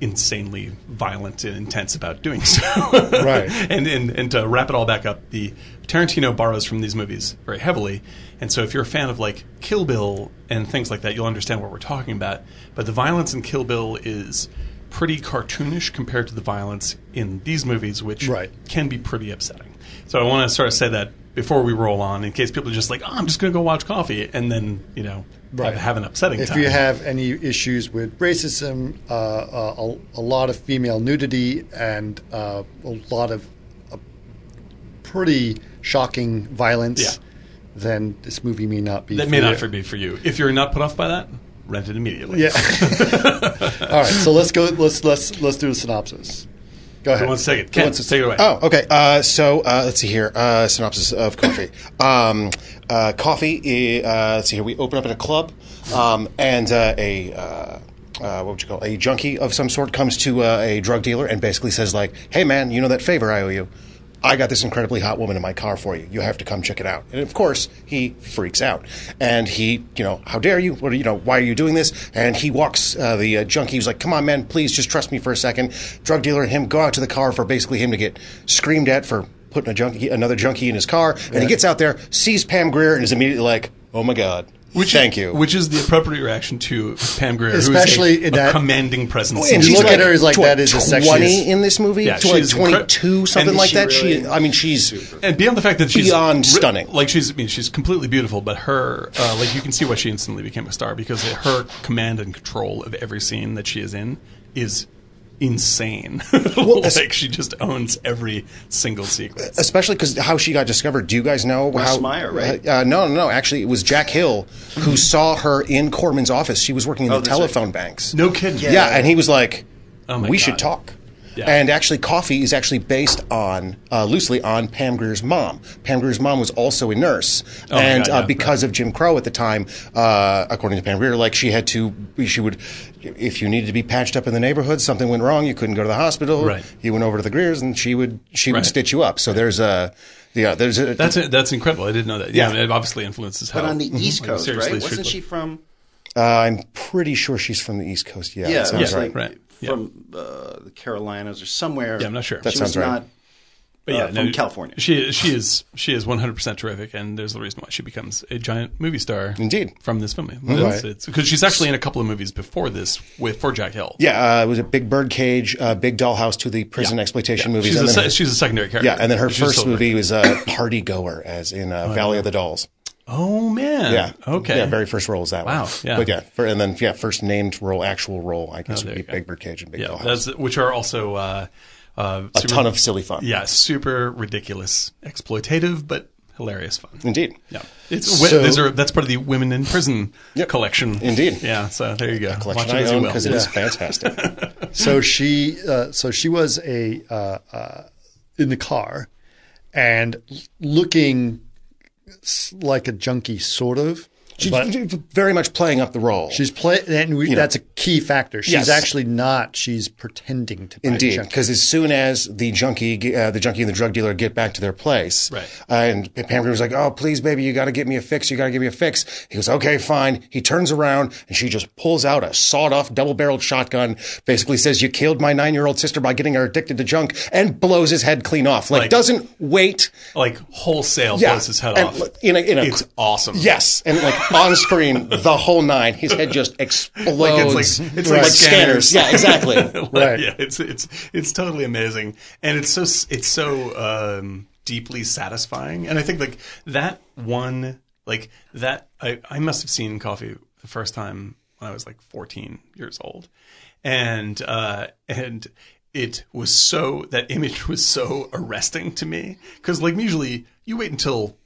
B: insanely violent and intense about doing so.
D: Right.
B: and, and, and to wrap it all back up, the Tarantino borrows from these movies very heavily. And so if you're a fan of like Kill Bill and things like that, you'll understand what we're talking about. But the violence in Kill Bill is pretty cartoonish compared to the violence in these movies, which
D: Right.
B: can be pretty upsetting. So I want to sort of say that before we roll on, in case people are just like, oh, I'm just going to go watch coffee, and then you know
D: Right.
B: have, have an upsetting
D: If
B: time.
D: you have any issues with racism, uh, uh, a, a lot of female nudity, and uh, a lot of uh, pretty shocking violence,
B: Yeah.
D: then this movie may not be.
B: that may
D: for
B: not
D: you.
B: be for you. If you're not put off by that, rent it immediately.
D: Yeah. All right, so let's go. Let's let's let's do a synopsis. Go ahead.
B: One second, Ken,
D: wants to-
B: take it away.
G: Oh, okay. Uh, so uh, let's see here. Uh, synopsis of coffee. um, uh, coffee. Uh, let's see here. We open up at a club, um, and uh, a uh, uh, what would you call it? a junkie of some sort comes to uh, a drug dealer and basically says like, "Hey, man, you know that favor I owe you." I got this incredibly hot woman in my car for you. You have to come check it out. And of course, he freaks out. And he, you know, how dare you? What are, you know, why are you doing this? And he walks uh, the uh, junkie. He's like, come on, man, please just trust me for a second. Drug dealer and him go out to the car for basically him to get screamed at for putting a junkie, another junkie in his car. And he gets out there, sees Pam Greer, and is immediately like, oh my God. Thank you.
B: Which is the appropriate reaction to Pam Grier,
D: Especially
B: who is a,
D: in
B: a
D: that-
B: commanding presence.
G: Well,
D: and
B: in
D: you
B: this
D: look at
B: movie.
D: her as like,
G: tw-
D: that is the sexiest-
G: twenty in this movie.
B: Yeah,
G: to like
B: she's incre-
G: twenty two, something
B: and
G: like
B: she
G: that. she,
B: really-
G: I mean, she's
B: and beyond the fact that she's
G: Beyond
B: ri-
G: stunning.
B: Like she's, I mean, she's completely beautiful, but her, uh, like you can see why she instantly became a star because her command and control of every scene that she is in is insane.
G: that's-
B: like she just owns every single sequence.
G: especially because how she got discovered. Do you guys know how?
F: Meyer, right?
G: Uh, no, no, no. Actually, it was Jack Hill who saw her in Corman's office. She was working in the
F: Oh, that's right.
G: telephone banks.
B: No kidding.
G: Yeah. and he was like,
B: Oh my
G: "We
B: God.
G: should talk."
B: Yeah.
G: And actually, Coffee is actually based on uh, loosely on Pam Greer's mom. Pam Greer's mom was also a nurse,
B: Oh my
G: and
B: God,
G: uh,
B: yeah,
G: because of Jim Crow at the time, uh, according to Pam Greer, like she had to, she would, if you needed to be patched up in the neighborhood, something went wrong, you couldn't go to the hospital.
B: Right.
G: You went over to the Greers, and she would she
B: Right.
G: would stitch you up. So there's a yeah, there's a
B: That's it. That's incredible. I didn't know that. Yeah,
G: Yeah.
B: it obviously influences how.
F: But on the East
B: like,
F: Coast, right?
B: Mm-hmm. seriously,
F: Wasn't
B: should
F: she
B: look.
F: from?
G: uh, I'm pretty sure she's from the East Coast. Yeah, that sounds
B: yeah.
G: right.
B: right. Yeah.
F: From uh, the Carolinas or somewhere.
B: Yeah, I'm not sure.
F: That
B: That
F: she
G: sounds
F: was
G: right.
F: not
B: But
F: uh,
B: yeah,
F: from California.
B: She she is she is 100 percent terrific, and there's the reason why she becomes a giant movie star.
G: Indeed. Mm-hmm.
B: from this film, because she's actually in a couple of movies before this with for Jack Hill.
G: Yeah, uh, it was a Big Birdcage, uh, Big Dollhouse to the prison exploitation movies.
B: she's a,
G: and then
B: se-
G: her-
B: she's a secondary character.
G: yeah, and then her
B: She's
G: first
B: totally-
G: movie was uh, Party Goer, as in uh, Valley of the Dolls.
B: Oh man.
G: Yeah.
B: Okay.
G: Yeah, very first role is that
B: Wow,
G: one.
B: yeah. Oh,
G: But yeah, for, and then yeah, first named role, actual role, I guess
B: there
G: would be
B: you go.
G: Big Birdcage and Big
B: Yeah,
G: Dollhouse.
B: that's which are also uh, uh,
G: a ton of silly fun.
B: yeah, super ridiculous, exploitative, but hilarious fun.
G: indeed.
B: Yeah, it's
D: So-
B: these are, that's part of the women in prison
G: Yep.
B: collection.
G: Indeed.
B: Yeah. So there you go.
G: Collection
B: Watch it
G: I
B: as you
G: own
B: will.
G: because it is fantastic.
D: so she uh, so she was a uh, uh, in the car and l- looking s- like a junkie sort of
G: She's
D: but
G: very much playing up the role.
D: she's play and we,
G: know.
D: that's a key factor she's
G: Yes.
D: actually not she's pretending to E. be a
G: Indeed,
D: junkie.
G: because as soon as the junkie, uh, the junkie and the drug dealer get back to their place,
B: Right.
G: uh, and Pam Grier was like, "Oh, please, baby, you got to give me a fix. You got to give me a fix." He goes, "Okay, fine." He turns around and she just pulls out a sawed-off double-barreled shotgun. Basically, says, "You killed my nine-year-old sister by getting her addicted to junk," and blows his head clean off. Like,
B: Like-
G: doesn't wait.
B: like wholesale
G: Yeah,
B: blows his head
G: and
B: off.
G: look, in a- in a-
B: it's awesome.
G: Yes, and like on screen, the whole nine. His head just explodes.
B: it's like- it's like scanners.
G: Yeah, exactly.
B: Like,
D: Right.
B: Yeah, it's it's it's totally amazing, and it's so s- it's so um, deeply satisfying. And I think like that one, like that, I I must have seen Coffee the first time when I was like 14 years old, and uh, and it was so that image was so arresting to me because like usually you wait until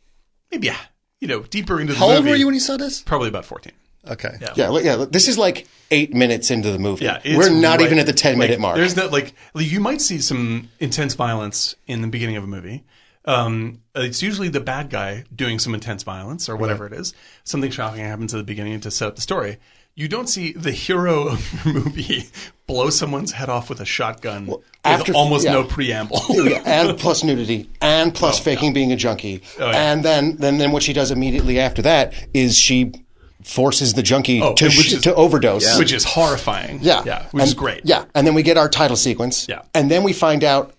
B: maybe yeah you know deeper into the
G: How
B: movie.
G: old were you when you saw this?
B: Probably about fourteen.
D: Okay.
G: Yeah, li- yeah. li- This is like eight minutes into the movie.
B: Yeah, it's
G: we're not
B: right-
G: even at the ten
B: like,
G: minute mark.
B: There's no like like, you might see some intense violence in the beginning of a movie. Um, it's usually the bad guy doing some intense violence or whatever it is. Something shocking happens at the beginning to set up the story. You don't see the hero of your movie blow someone's head off with a shotgun with
G: after-
B: almost
G: yeah.
B: no preamble.
G: Yeah, and plus nudity, and plus faking being a junkie,
B: Oh, yeah.
G: and then, then then what she does immediately after that is she forces the junkie
B: Oh,
G: to
B: and which
G: sh-
B: is-
G: to overdose.
B: Which is horrifying.
G: yeah,
B: Yeah. Which is
G: And-
B: great.
G: Yeah, and then we get our title sequence.
B: Yeah.
G: and then we find out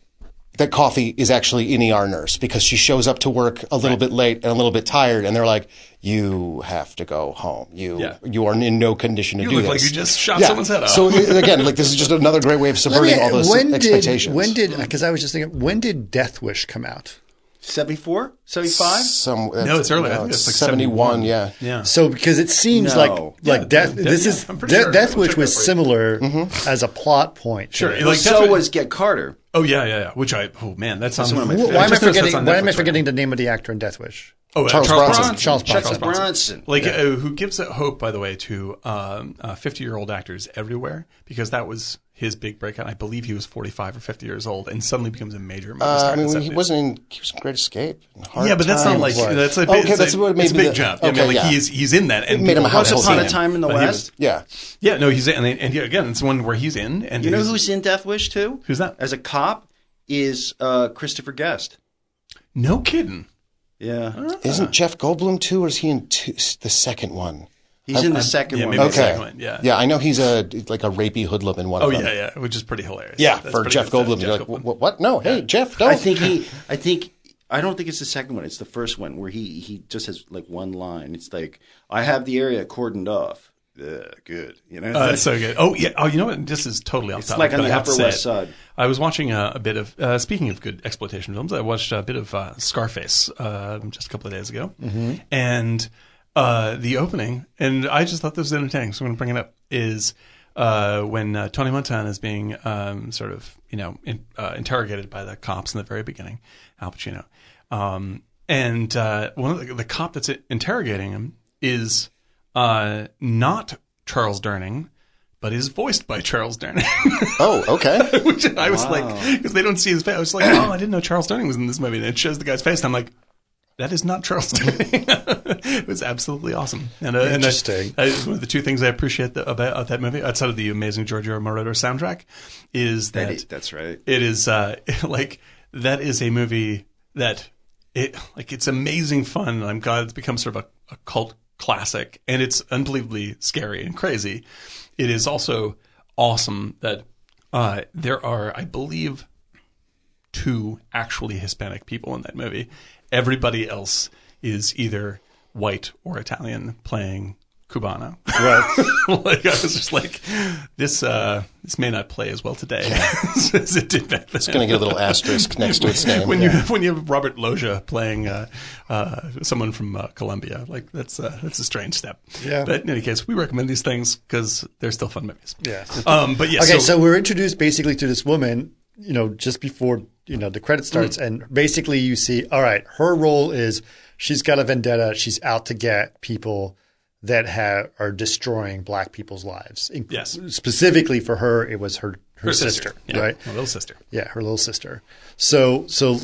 G: that Coffee is actually an ER nurse because she shows up to work a little bit late and a little bit tired, and they're like, "You have to go home. You
B: Yeah.
G: you are in no condition to
B: You
G: do
B: look
G: this."
B: like you just shot
G: Yeah.
B: someone's head off.
G: So again, like this is just another great way of
D: Let me-
G: subverting all those
D: when
G: expectations.
D: did when did because I was just thinking when did Death Wish come out?
F: 74? 75?
G: some
B: No, it's early. I think it's like
G: 71,
B: 71.
G: yeah.
B: Yeah.
D: So because it seems
F: No.
D: like
F: Yeah,
D: like Death
B: yeah,
D: this
B: yeah,
D: is
B: I'm
D: De-
B: pretty sure.
D: Death
B: I'll
D: Wish
B: check
D: was
B: that for you.
D: similar as a plot point. to
B: Sure.
D: this.
B: Like,
F: so
B: that's what-
F: was Get Carter.
B: Oh yeah, yeah, yeah. Which I oh man, that's on
F: one of my
D: Wh-
F: favorite.
D: Why
B: It
D: am I
B: just says that's
D: forgetting?
B: on
D: Why am I
B: Netflix,
D: forgetting
B: right?
D: the name of the actor in Death Wish?
B: Oh, uh,
G: Charles
B: Charles,
G: Bronson.
B: Bronson.
D: Charles
F: E.
D: Bronson.
F: Bronson.
B: Like uh, who gives a hope, by the way, to um, uh, fifty-year-old actors everywhere because that was his big breakout. I believe he was forty-five or fifty years old and suddenly becomes a major movie
G: Uh,
B: star.
G: I
B: in the
G: mean, he
B: 70s.
G: wasn't in he was in Great Escape. and Hard
B: Yeah, but that's not
G: Times.
B: like
G: What?
B: that's a big,
G: okay. That's what made
B: it's a
G: me
B: big
G: the-
B: jump.
G: Okay,
B: I mean, like
G: yeah.
B: he's he's in that and
G: It made him a
B: people
G: hot
B: haven't
G: Once
F: Upon
B: seen
F: a
B: him,
F: Time in the
B: but he was-
F: West.
G: yeah.
B: yeah, no, he's in, and, and yeah, again, it's one where he's in. And
F: You know
B: he's-
F: who's in Death Wish too?
B: Who's that?
F: As a cop is uh, Christopher Guest.
B: no kidding.
F: Yeah,
B: Uh-huh.
G: Isn't Jeff Goldblum too, or is he in two, s- the second one?
F: he's in the second
B: yeah,
F: one.
B: maybe
G: okay.
B: the second one, yeah.
G: Yeah, I know he's a like a rapey hoodlum in one
B: Oh
G: of them.
B: yeah, yeah, which is pretty hilarious.
G: Yeah,
B: That's
G: for
B: pretty
G: Jeff
B: good stuff.
G: Goldblum,
B: Jeff
G: you're like,
B: Goldblum.
G: "Wh- what? No, hey, Jeff,
B: Oh,
G: don't.
F: I think he. I think. I don't think it's the second one. It's the first one where he he just has like one line. It's like I have the area cordoned off. Yeah, good. You know,
B: Uh, it's so good. Oh yeah. Oh, you know what? This is totally off
F: It's
B: topic.
F: like on
B: but
F: the
B: I have to
F: Upper
B: say
F: West
B: it.
F: Side.
B: I was watching uh, a bit of. Uh, speaking of good exploitation films, I watched a bit of uh, Scarface uh, just a couple of days ago,
F: Mm-hmm.
B: and uh, the opening, and I just thought this was entertaining, so I'm going to bring it up. Is uh, when uh, Tony Montana is being um, sort of you know in, uh, interrogated by the cops in the very beginning, Al Pacino, um, and uh, one of the, the cop that's interrogating him is uh, not Charles Durning, but is voiced by Charles Durning.
G: oh, okay.
B: Which I was like, because they don't see his face. I was like, oh, I didn't know Charles Durning was in this movie. And it shows the guy's face. And I'm like, that is not Charles Durning. it was absolutely awesome. And, uh,
D: Interesting.
B: And I, I, one of the two things I appreciate the, about, of that movie, outside of the amazing Giorgio Moroder soundtrack, is that
F: That- that's right.
B: it is uh, like that is a movie that it like it's amazing fun and i'm glad it's become sort of a, a cult classic and it's unbelievably scary and crazy it is also awesome that uh, there are i believe two actually hispanic people in that movie everybody else is either white or italian playing cubano
D: Right.
B: like I was just like, this uh, this may not play as well today as it did back then. It's
G: Gonna get a little asterisk next to its name.
B: when you have, when you have Robert Loggia playing uh, uh, someone from uh, Colombia, like that's uh, that's a strange step.
D: Yeah.
B: But in any case, we recommend these things because they're still fun movies.
D: Yeah.
B: Um. But yeah.
D: Okay, so,
B: so
D: we're introduced basically to this woman, you know, just before you know the credit starts,
B: Mm.
D: and basically you see, all right, her role is she's got a vendetta, she's out to get people that have are destroying black people's lives. In-
B: Yes.
D: specifically for her, it was her her,
B: her
D: sister,
B: yeah,
D: right?
B: my little sister.
D: Yeah, her little sister. So so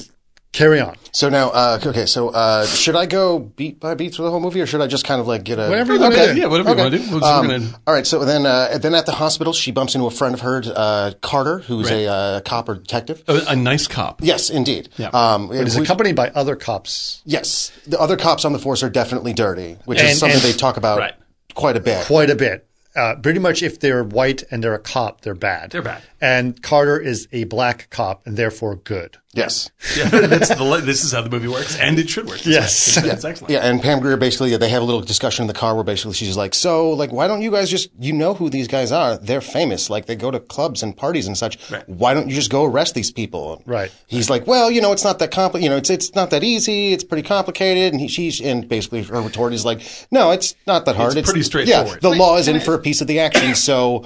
D: carry on.
G: So now, uh, okay, so uh, should I go beat by beat through the whole movie, or should I just kind of like get a
D: Whatever you wanna
G: Okay.
D: do.
B: Yeah, whatever you want to do. We'll just-
G: Um,
B: we're gonna-
G: all right, so then uh, then at the hospital, she bumps into a friend of hers, uh, Carter, who's
B: Right. Oh.
G: a uh, cop or detective.
B: a, a nice cop.
G: Yes, indeed. Yeah. Um,
D: It is
G: we-
D: accompanied by other cops
G: yes, the other cops on the force are definitely dirty, which
D: And-
G: is something
D: and-
G: they talk about
B: Right.
G: quite a bit.
D: quite a bit. Uh, pretty much, if they're white and they're a cop, they're bad. They're
B: bad.
D: And Carter is a black cop and therefore good.
G: Yes.
B: Yeah, that's the, le- this is how the movie works, and it should work.
D: Yes.
B: It's, it's excellent.
G: Yeah, and Pam Greer basically they have a little discussion in the car where basically she's like, "So, like, why don't you guys just you know who these guys are? They're famous. Like, they go to clubs and parties and such. Why don't you just go arrest these people?"
D: Right.
G: He's like, "Well, you know, it's not that compli You know, it's it's not that easy. It's pretty complicated." And he, she's and basically her retort is like, "No, it's not that hard.
B: It's pretty straightforward.
G: Yeah, the law is in for a piece of the action. So."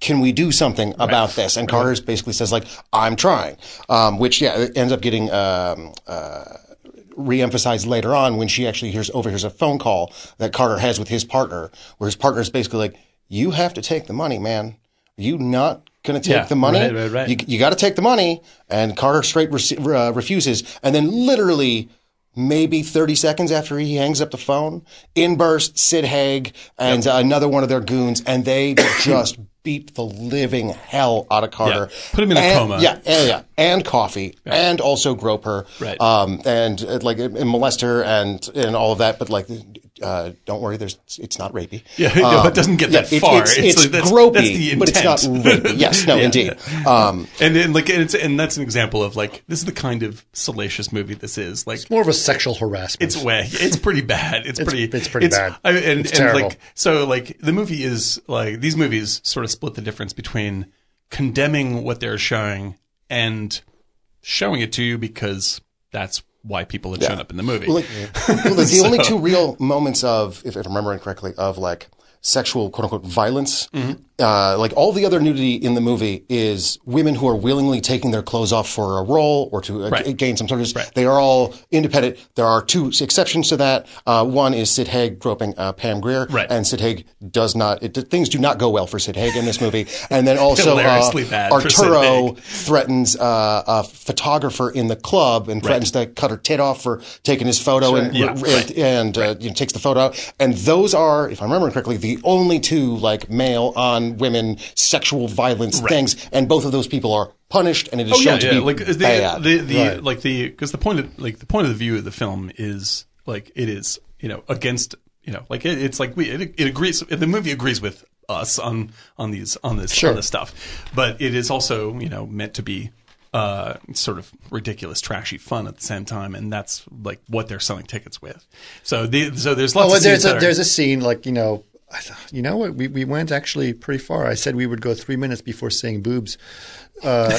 G: can we do something about this? And Carter's basically says like, I'm trying, um, which yeah, it ends up getting um, uh, re-emphasized later on when she actually hears overhears a phone call that Carter has with his partner, where his partner is basically like, "You have to take the money, man. You not." Going to take
B: Yeah,
G: the money.
B: right, right, right.
G: You, you got to take the money. And Carter straight re- uh, refuses. And then literally maybe 30 seconds after he hangs up the phone, in burst Sid Haig and uh, another one of their goons. And they just beat the living hell out of Carter.
B: Yeah. Put him in a
G: And-
B: coma.
G: Yeah. And, yeah. And coffee and also grope her.
B: Right.
G: Um, and uh, like and molest her and, and all of that. But like, uh, don't worry. There's, it's not rapey. Um,
B: Yeah, no, it doesn't get that
G: it-
B: far.
G: It's,
B: It's
G: it's,
B: like- that's-
G: gropey,
B: that's the
G: but it's not
B: intent.
G: rapey. Yes, no,
B: Yeah.
G: indeed. Um,
B: And then like and it's and that's an example of like this is the kind of salacious movie this is. Like
D: More of a sexual harassment.
B: it's way it's pretty bad. It's, pretty
D: it's pretty bad.
B: I, and,
D: It's
B: and,
D: terrible.
B: like so like the movie is like these movies sort of split the difference between condemning what they're showing and showing it to you because that's why people had shown up in the movie.
G: Well, like, well, like, the only two real moments of, if, if I'm remembering correctly, of like sexual quote unquote violence,
B: Mm-hmm.
G: uh, like all the other nudity in the movie is women who are willingly taking their clothes off for a role or to uh,
B: Right.
G: g- gain some sort of.
B: Right.
G: They are all independent. There are two exceptions to that. Uh, one is Sid Haig groping uh, Pam Greer,
B: Right.
G: and Sid Haig does not. It, things do not go well for Sid Haig in this movie, and then also uh,
B: Hilariously bad for Sid
G: Arturo
B: Haig.
G: threatens uh, a photographer in the club and threatens to cut her tit off for taking his photo and,
B: Yeah,
G: and,
B: right.
G: and, uh, you know, takes the photo. And those are, if I remember correctly, the only two like male on women sexual violence things. And both of those people are punished, and it is
B: Oh
G: shown
B: yeah,
G: to
B: yeah.
G: be
B: Like the
G: bad.
B: the, the like the because the point of like the point of the view of the film is like it is you know against you know like it, it's like we it, it agrees the movie agrees with us on on these on this on this stuff, but it is also you know meant to be uh sort of ridiculous trashy fun at the same time and that's like what they're selling tickets with so the so there's lots
D: Oh, well,
B: of scenes
D: there's a
B: that are-
D: there's a scene like you know, I thought, you know what? We we went actually pretty far. I said we would go three minutes before seeing boobs.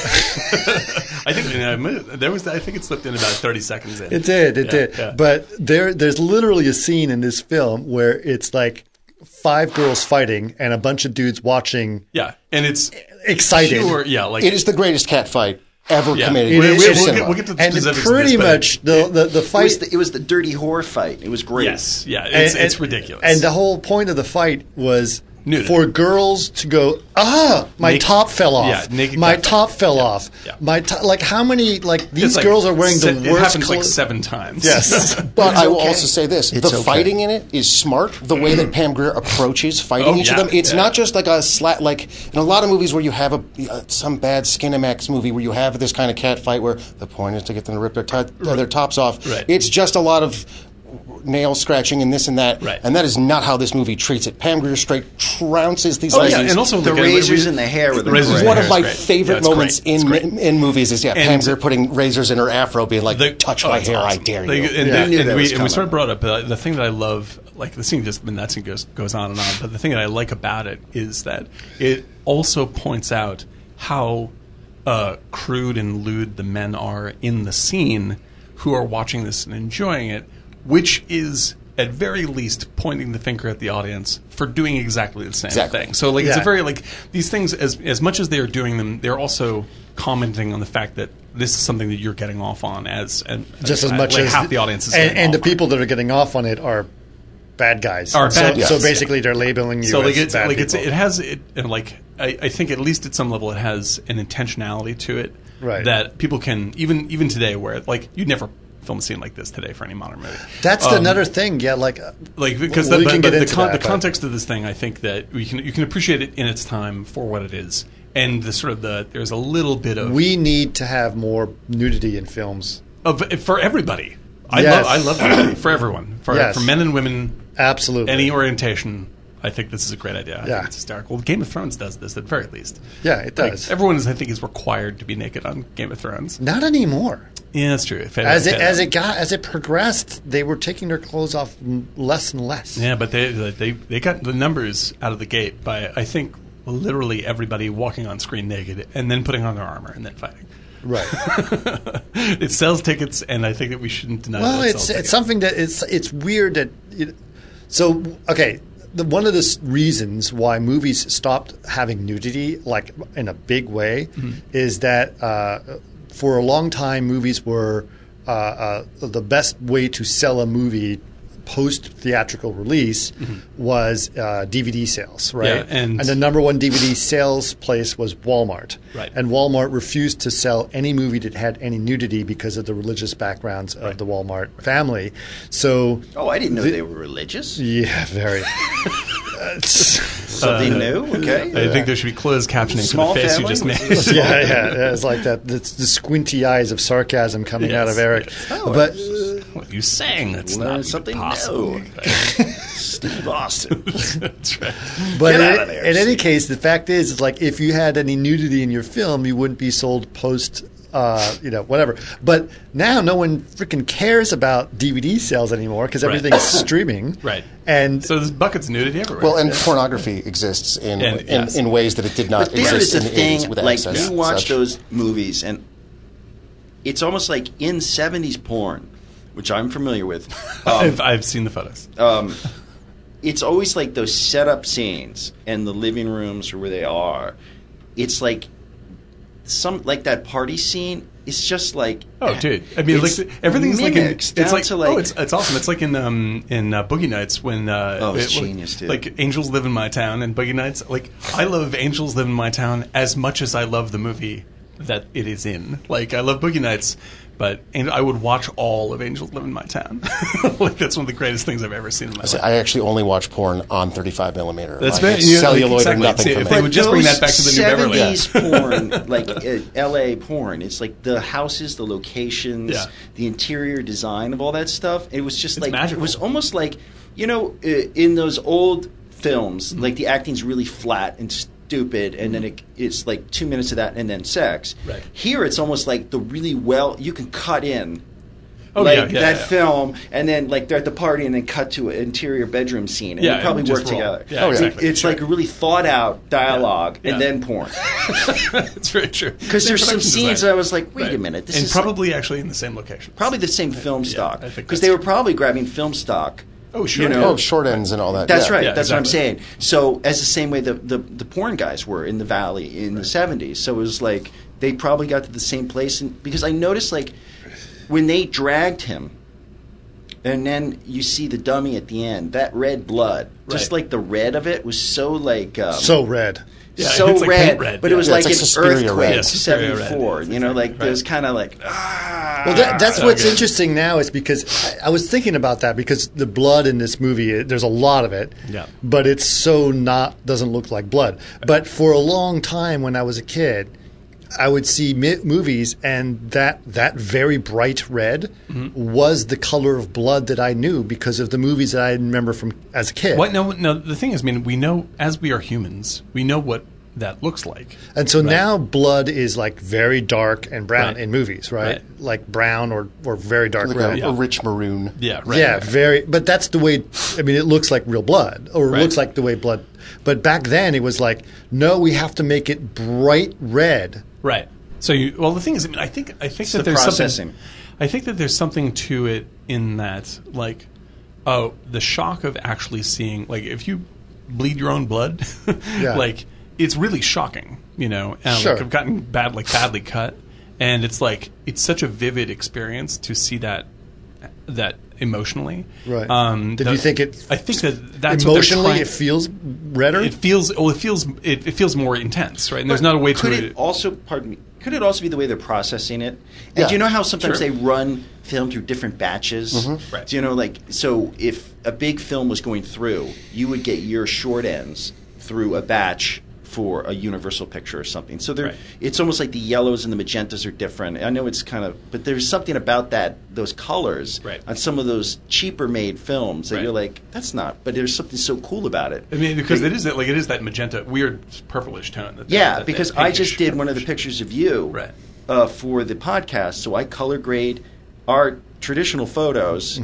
B: I think you know, there was I think it slipped in about 30 seconds in
D: It did, it
B: Yeah,
D: did.
B: yeah.
D: But there there's literally a scene in this film where it's like five girls fighting and a bunch of dudes watching,
B: yeah and it's
D: excited.
B: pure yeah like
G: it is the greatest cat fight ever
B: Yeah.
G: committed.
B: It
G: in
B: is- we'll-
G: cinema.
B: we'll get to the
D: and
B: specifics of
D: pretty
B: this, but-
D: much the the, the
F: It was,
D: fight
F: the, it was the dirty whore fight. It was great.
B: Yes, yeah, it's,
D: and-
B: it's
D: and-
B: ridiculous.
D: And the whole point of the fight was
B: Nudity.
D: for girls to go, ah, my
B: Naked-
D: top fell off.
B: yeah, naked
D: my
B: top
D: top fell off.
B: yeah.
D: My to- like how many like
B: It's
D: these
B: like
D: girls are wearing
B: se-
D: the
B: It
D: worst
B: happens like
D: clothes-
B: seven times.
D: Yes,
G: But I will
D: okay.
G: also say this:
D: It's
G: the
D: okay.
G: fighting in it is smart. The way that Pam Grier approaches fighting
B: Oh,
G: each
B: yeah,
G: of them, it's
B: yeah.
G: not just like a slat. Like in a lot of movies where you have a uh, some bad Skinamax movie where you have this kind of cat fight where the point is to get them to rip their, to- their tops off.
B: Right.
G: It's just a lot of nail scratching and this and that.
B: Right.
G: And that is not how this movie treats it. Pam Grier straight trounces these
B: Oh,
G: ladies.
B: yeah, and also
F: The
B: like, I-
F: razors
B: we-
F: in the hair were the
B: razors in
F: great.
B: the
G: one
B: hair
G: of
B: is
G: my
B: great.
G: favorite
B: Yeah, it's
G: moments
B: great. It's
G: in
B: great.
G: in movies is yeah, Pam
B: And-
G: Grier putting razors in her afro, being like,
B: The-
G: "Touch
B: oh,
G: my
B: it's
G: hair,
B: awesome.
G: I dare
B: Like,
G: you."
B: and,
F: Yeah.
B: then-
F: Knew
B: and
F: that
B: we,
F: was
B: and we sort
F: coming.
B: of brought up uh, the thing that I love, like the scene just, and that scene goes, goes on and on, but the thing that I like about it is that it also points out how uh, crude and lewd the men are in the scene who are watching this and enjoying it, which is at very least pointing the finger at the audience for doing exactly the same
G: Exactly.
B: thing. So like it's a
D: Yeah.
B: very like these things as as much as they are doing them, they're also commenting on the fact that this is something that you're getting off on as and
D: just as
B: uh,
D: much
B: like
D: as
B: half the audience is
D: and,
B: getting
D: and the
B: off on it.
D: people that are getting off on it are bad guys.
B: Are
D: so,
B: bad
D: so
B: guys,
D: basically, they're labeling you
B: So like
D: as
B: it's
D: bad
B: like it's
D: people.
B: it has it and like I, I think at least at some level it has an intentionality to it
D: Right.
B: that people can even even today where like you'd never film a scene like this today for any modern movie.
D: That's
B: Um,
D: another thing. Yeah, like uh,
B: like because
D: we
B: the,
D: can get
B: but- but the,
D: into
B: con-
D: that,
B: the
D: but-
B: context of this thing, I think that we can you can appreciate it in its time for what it is, and the sort of the there's a little bit of
D: we need to have more nudity in films.
B: of for everybody. I
D: Yes.
B: love I love it for everyone for
D: Yes.
B: for men and women,
D: Absolutely.
B: any orientation. I think this is a great idea. I
D: Yeah.
B: think it's hysterical. Game of Thrones does this at the very least.
D: yeah, it
B: Like,
D: does.
B: everyone is I think is required to be naked on Game of Thrones.
D: Not anymore.
B: Yeah, that's true. If
D: as it
B: if
D: as it got as it progressed, they were taking their clothes off m- less and less.
B: Yeah, but they they they got the numbers out of the gate by I think literally everybody walking on screen naked and then putting on their armor and then fighting.
D: Right.
B: it sells tickets, and I think that we shouldn't deny.
D: well,
B: that it
D: it's
B: sells
D: it's
B: tickets.
D: something that it's it's weird that it, so okay. the, one of the s- reasons why movies stopped having nudity, like in a big way,
B: Mm-hmm.
D: is that uh, for a long time movies were uh, uh, the best way to sell a movie post theatrical release was uh, DVD sales, right?
B: Mm-hmm. Yeah, and-
D: the number one DVD sales place was Walmart,
B: Right.
D: and Walmart refused to sell any movie that had any nudity because of the religious backgrounds of the Walmart family. So.
F: Oh, I didn't know they were religious.
D: Yeah, very. It's-
F: Something new. Okay.
B: Uh, I think there should be closed captioning
F: Small
B: for the face you
F: family?
B: just made.
D: yeah, yeah, yeah, it's like that. The, the squinty eyes of sarcasm coming out
B: Yes, Oh,
D: of Eric. but
B: What you sang? That's
F: Learn
B: not
F: something
B: possible.
F: new. Steve Austin.
B: That's right.
D: but
F: Get
D: in,
F: out of there,
D: in any
F: Steve.
D: case, the fact is, it's like if you had any nudity in your film, you wouldn't be sold post. Uh, you know, whatever. But now no one freaking cares about DVD sales anymore because everything's streaming.
B: Right.
D: And
B: So there's buckets nudity everywhere.
G: Well, and pornography exists in
B: And-
G: in,
B: yes.
G: in ways that it did not
F: But there is
G: exist
F: a
G: in the
F: thing.
G: 80s with
F: Like
G: access.
F: you
G: and
F: watch
G: such.
F: those movies, and it's almost like in '70s porn, which I'm familiar with. Um,
B: Oh, I've, I've seen the photos.
F: um, it's always like those setup scenes and the living rooms or where they are. It's like some like that party scene. It's just like
B: Oh, dude! I mean,
F: it's
B: like everything's like in,
F: mimics
B: it's
F: down
B: like,
F: to like
B: oh, it's, it's awesome. It's like in um in uh, Boogie Nights when uh,
F: Oh, it's
B: it-
F: genius, dude.
B: Like Angels Live in My Town and Boogie Nights. Like I love Angels Live in My Town as much as I love the movie that it is in. Like I love Boogie Nights, but and I would watch all of Angels Live in My Town. like that's one of the greatest things I've ever seen in my life.
G: I actually only watch porn on 35 millimeter.
B: That's
G: like,
B: very-
G: it's
B: yeah, like,
G: celluloid
B: exactly.
G: or nothing
B: See,
G: for
B: if
G: me.
B: they would just bring that back to the New Beverly.
F: 70s porn, like uh, L.A. porn. It's like the houses, the locations,
B: Yeah.
F: the interior design of all that stuff. It was just
B: It's
F: like
B: magical.
F: it was almost like you know uh, in those old films,
B: Mm-hmm.
F: like the acting's really flat and stupid, and then it, it's like two minutes of that, and then sex.
B: Right.
F: Here, it's almost like the really well you can cut in.
B: Oh,
F: like
B: yeah, yeah,
F: that
B: yeah.
F: film, and then like they're at the party, and then cut to an interior bedroom scene, and
B: Yeah,
F: they probably
B: and just
F: work
B: roll.
F: together.
B: Yeah, Oh, yeah. exactly.
F: It's like really thought out dialogue,
B: Yeah.
F: and then porn.
B: it's very true.
F: Because there's some
B: Production
F: scenes
B: design.
F: that I was like, wait a
B: Right.
F: minute, this
B: and
F: is
B: probably actually in the same location.
F: probably the same film stock.
B: I think
F: Because
B: that's
F: they were
B: true.
F: probably grabbing film stock.
B: Oh, sure.
F: You know,
G: Oh, short ends and all that.
F: That's
G: yeah.
F: right.
B: Yeah,
F: That's what I'm saying.
B: exactly.
F: So, as the same way the, the, the porn guys were in the valley in the 70s. So, it was like they probably got to the same place. And, because I noticed, like, when they dragged him, and then you see the dummy at the end, that red blood, just
B: Right.
F: like the red of it was so, like, um,
D: so red.
B: Yeah,
F: so
B: it's like
F: red,
B: paint red,
F: But it
B: yeah.
F: was
G: Yeah,
F: like,
G: it's like
F: an
G: Suspiria red.
F: earthquake,
B: Yeah, Suspiria red,
F: 74.
B: yes,
F: you know, like,
B: exactly.
F: it was kind of like,
D: Well, that, that's
B: so
D: what's
B: good.
D: interesting now is because I, I was thinking about that because the blood in this movie, it, there's a lot of it,
B: Yeah.
D: but it's so not doesn't look like blood. But for a long time when I was a kid, I would see mi- movies and that that very bright red
B: Mm-hmm.
D: was the color of blood that I knew because of the movies that I remember from as a kid.
B: What? No, no. The thing is, I mean, we know as we are humans, we know what that looks like.
D: And so now blood is like very dark and brown
B: Right.
D: in movies, right?
B: Right.
D: Like brown or, or very dark
G: Like
D: red.
G: a, a rich maroon.
B: Yeah, right.
D: yeah, very. But that's the way. I mean, it looks like real blood, or it
B: Right.
D: looks like the way blood. But back then, it was like, no, we have to make it bright red.
B: Right. So, you, well, the thing is, I mean, I think I think that
F: the
B: there's
F: processing.
B: something. I think that there's something to it in that, like, oh, the shock of actually seeing, like, if you bleed your own blood,
D: Yeah.
B: like, it's really shocking, you know. And,
D: Sure.
B: Like, I've gotten bad, like, badly cut, and it's like it's such a vivid experience to see that that emotionally.
D: Right.
B: Um,
D: Did
B: that-
D: you think it-
B: I think that that's what they're
D: Emotionally,
B: trying-
D: it feels redder.
B: It feels well. It feels it, it feels more intense, right? And there's not a way
F: could
B: to
F: it also pardon me could it also be the way they're processing it and
G: Yeah.
F: do you know how sometimes
B: Sure.
F: they run film through different batches
B: Right.
F: do you know like so if a big film was going through you would get your short ends through a batch for a universal picture or something so they're
B: Right.
F: it's almost like the yellows and the magentas are different i know it's kind of but there's something about that those colors
B: Right.
F: on some of those cheaper made films that
B: Right.
F: you're like that's not but there's something so cool about it
B: I mean, because it is that like it is that magenta, weird purplish tone. That
F: Yeah,
B: that- that
F: because I just
B: pinkish
F: did one of the
B: purplish.
F: pictures of you
B: Right.
F: uh, for the podcast. So I color grade our traditional photos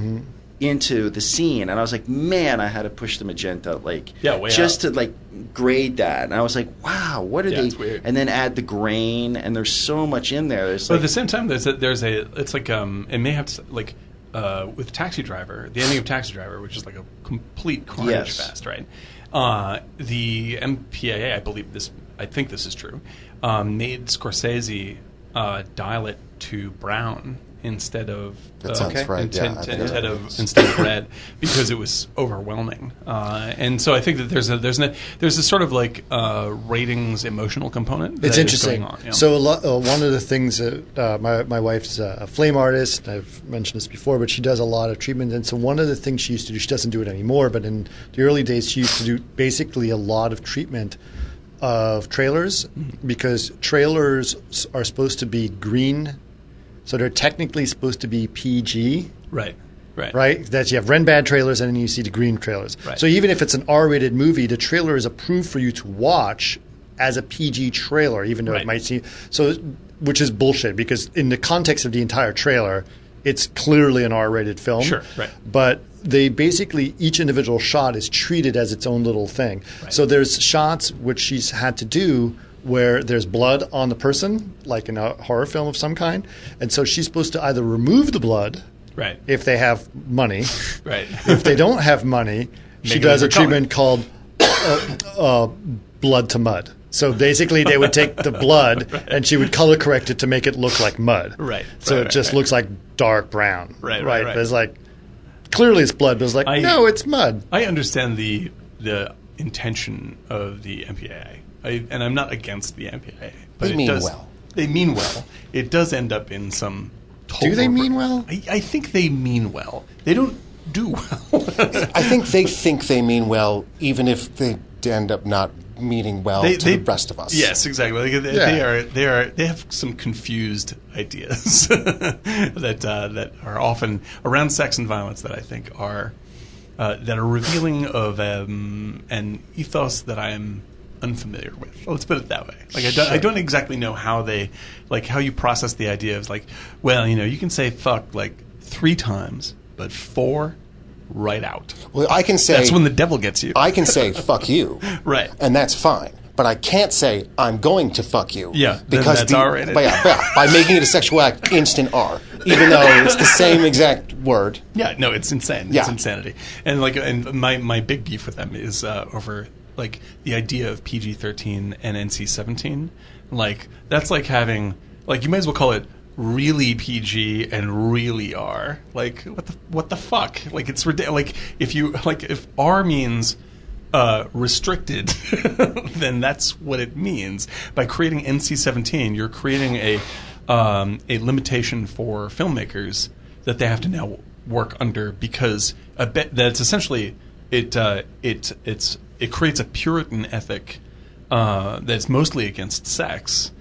F: into the scene, and I was like, man, I had to push the magenta like
B: Yeah, way
F: just
B: out.
F: to like grade that. And I was like, wow, what are
B: Yeah,
F: they?
B: it's weird.
F: And then add the grain, and there's so much in there. There's
B: But
F: like,
B: at the same time, there's a, there's a it's like um it may have to, like uh, with Taxi Driver, the ending of Taxi Driver, which is like a complete carnage
F: Yes.
B: fest, right? Uh, the MPAA, I believe this, I think this is true, um, made Scorsese uh, dial it to brown instead of
H: That sounds
B: okay.
H: right, yeah,
B: instead,
H: I think
B: instead
H: that
B: of
H: makes-
B: instead of red because it was overwhelming. Uh, and so I think that there's a there's a there's a sort of like uh, ratings emotional component.
D: It's
B: that is
D: interesting.
B: going on, yeah.
D: So a lo- uh, one of the things that uh, my my wife's uh, a flame artist. I've mentioned this before, but she does a lot of treatment. And so one of the things she used to do, she doesn't do it anymore, but in the early days, she used to do basically a lot of treatment of trailers
B: Mm-hmm.
D: because trailers s- are supposed to be green, so they're technically supposed to be PG
B: right, right,
D: right? That you have red bad trailers and then you see the green trailers.
B: Right.
D: So even if it's an R-rated movie, the trailer is approved for you to watch as a PG trailer, even though
B: Right.
D: it might seem so, which is bullshit because in the context of the entire trailer, it's clearly an R-rated film.
B: Sure, right.
D: But they basically each individual shot is treated as its own little thing. So there's shots which she's had to do where there's blood on the person, like in a horror film of some kind, and so she's supposed to either remove the blood
B: right,
D: if they have money.
B: right.
D: if they don't have money, she
B: Make it
D: does a
B: with your
D: treatment called uh, uh, blood to mud. So basically, they would take the blood and she would color correct it to make it look like mud.
B: Right,
D: So
B: right,
D: it
B: right,
D: just
B: right.
D: looks like dark brown.
B: Right, right, right.
D: But it's like clearly it's blood, but it's like
B: I-
D: no, it's mud.
B: I understand the the intention of the MPAA, I, and I'm not against the MPAA. But
G: They
B: it
G: mean
B: does-
G: well.
B: They mean well. It does end up in some.
D: Do they
B: total-
D: mean well?
B: I, I think they mean well. They don't do well.
G: I think they think they mean well, even if they end up not meaning well to the rest of us.
B: Yes, exactly. Like, they,
D: Yeah.
B: they are they are they have some confused ideas that uh, that are often around sex and violence that I think are uh, that are revealing of um, an ethos that I am unfamiliar with. Let's put it that way. Like I don't, I don't exactly know how they like how you process the idea of like well you know you can say fuck like three times but four right out.
G: Well, I can say
B: That's when the devil gets you.
G: I can say fuck you.
B: Right.
G: And that's fine. But I can't say I'm going to fuck you.
B: Yeah, then that's
G: the-
B: R-rated.
G: But yeah, yeah, by making it a sexual act, instant R, even though it's the same exact word.
B: Yeah, no, it's insane. It's
G: Yeah.
B: insanity. And like, and my my big beef with them is uh, over like the idea of PG thirteen and NC seventeen. Like that's like having like you might as well call it really PG and really R. Like what the what the fuck? Like it's ridiculous. Like if you like if R means uh, restricted, then that's what it means. By creating NC-17, you're creating a um, a limitation for filmmakers that they have to now work under because a bit, that's essentially it. Uh, it it's it creates a Puritan ethic uh, that's mostly against sex,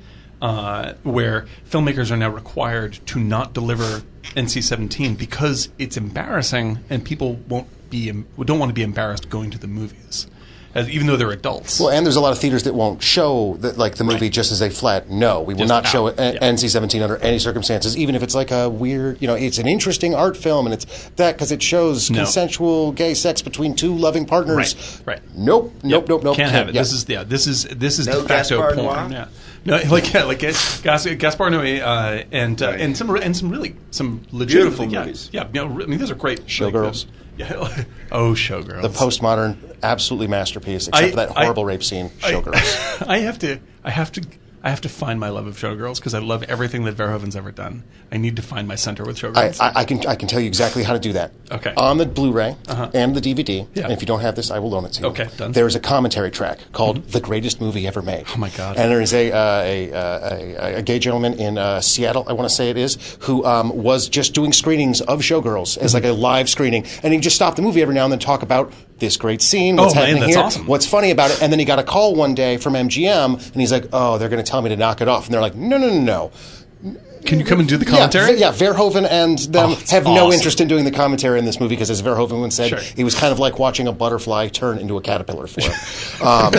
B: uh, where filmmakers are now required to not deliver NC-17 because it's embarrassing and people won't be em- don't want to be embarrassed going to the movies, as, even though they're adults.
G: Well, and there's a lot of theaters that won't show the, like the movie just as a flat no. We will
B: Just
G: not show
B: out.
G: it uh, a-
B: Yeah.
G: NC-17 under any circumstances, even if it's like a weird, you know, it's an interesting art film, and it's that because it shows
B: No.
G: consensual gay sex between two loving partners.
B: Right, right.
G: Nope. Nope. Nope. Nope.
B: Can't have it.
G: yeah.
B: This is yeah. This is this is
F: No
B: de facto
F: Gaspar
B: porn.
F: Noé?
B: Yeah. No, like yeah, like Gas, Gas, Gaspar Noé uh, and uh,
F: Right.
B: and some re- and some really some
F: Beautiful
B: legitimate yeah,
F: movies.
B: Yeah, no, re- I mean those are great.
G: Showgirls.
B: Like, those- yeah. oh, showgirls.
G: the postmodern absolutely masterpiece, except
B: I-
G: for that
B: I-
G: horrible rape scene, Showgirls.
B: I, I have to. I have to. I have to find my love of showgirls because I love everything that Verhoeven's ever done. I need to find my center with
G: I,
B: showgirls.
G: I, I can I can tell you exactly how to do that.
B: Okay. Uh-huh.
G: On the Blu-ray and the DVD,
B: Yeah.
G: and if you don't have this, I will loan it to you.
B: Okay, done. Mm-hmm.
G: There is a commentary track called "The Greatest Movie Ever Made." Oh
B: my God.
G: And there is a uh, a, uh, a, a gay gentleman in uh, Seattle, I want to say it is, who um, was just doing screenings of Showgirls as like a
B: Mm-hmm.
G: live screening, and he just stopped the movie every now and then to talk about this great scene, what's
B: Oh, man,
G: happening
B: that's
G: here,
B: awesome.
G: what's funny about it, and then he got a call one day from MGM, and he's like, "Oh, they're going to tell me to knock it off," and they're like, "No, no, no, no."
B: Can you come and do the commentary?
G: Yeah, Ver- yeah Verhoeven and them
B: Oh, it's
G: have no
B: awesome.
G: interest in doing the commentary in this movie because, as Verhoeven once said,
B: Sure.
G: it was kind of like watching a butterfly turn into a caterpillar for him. um,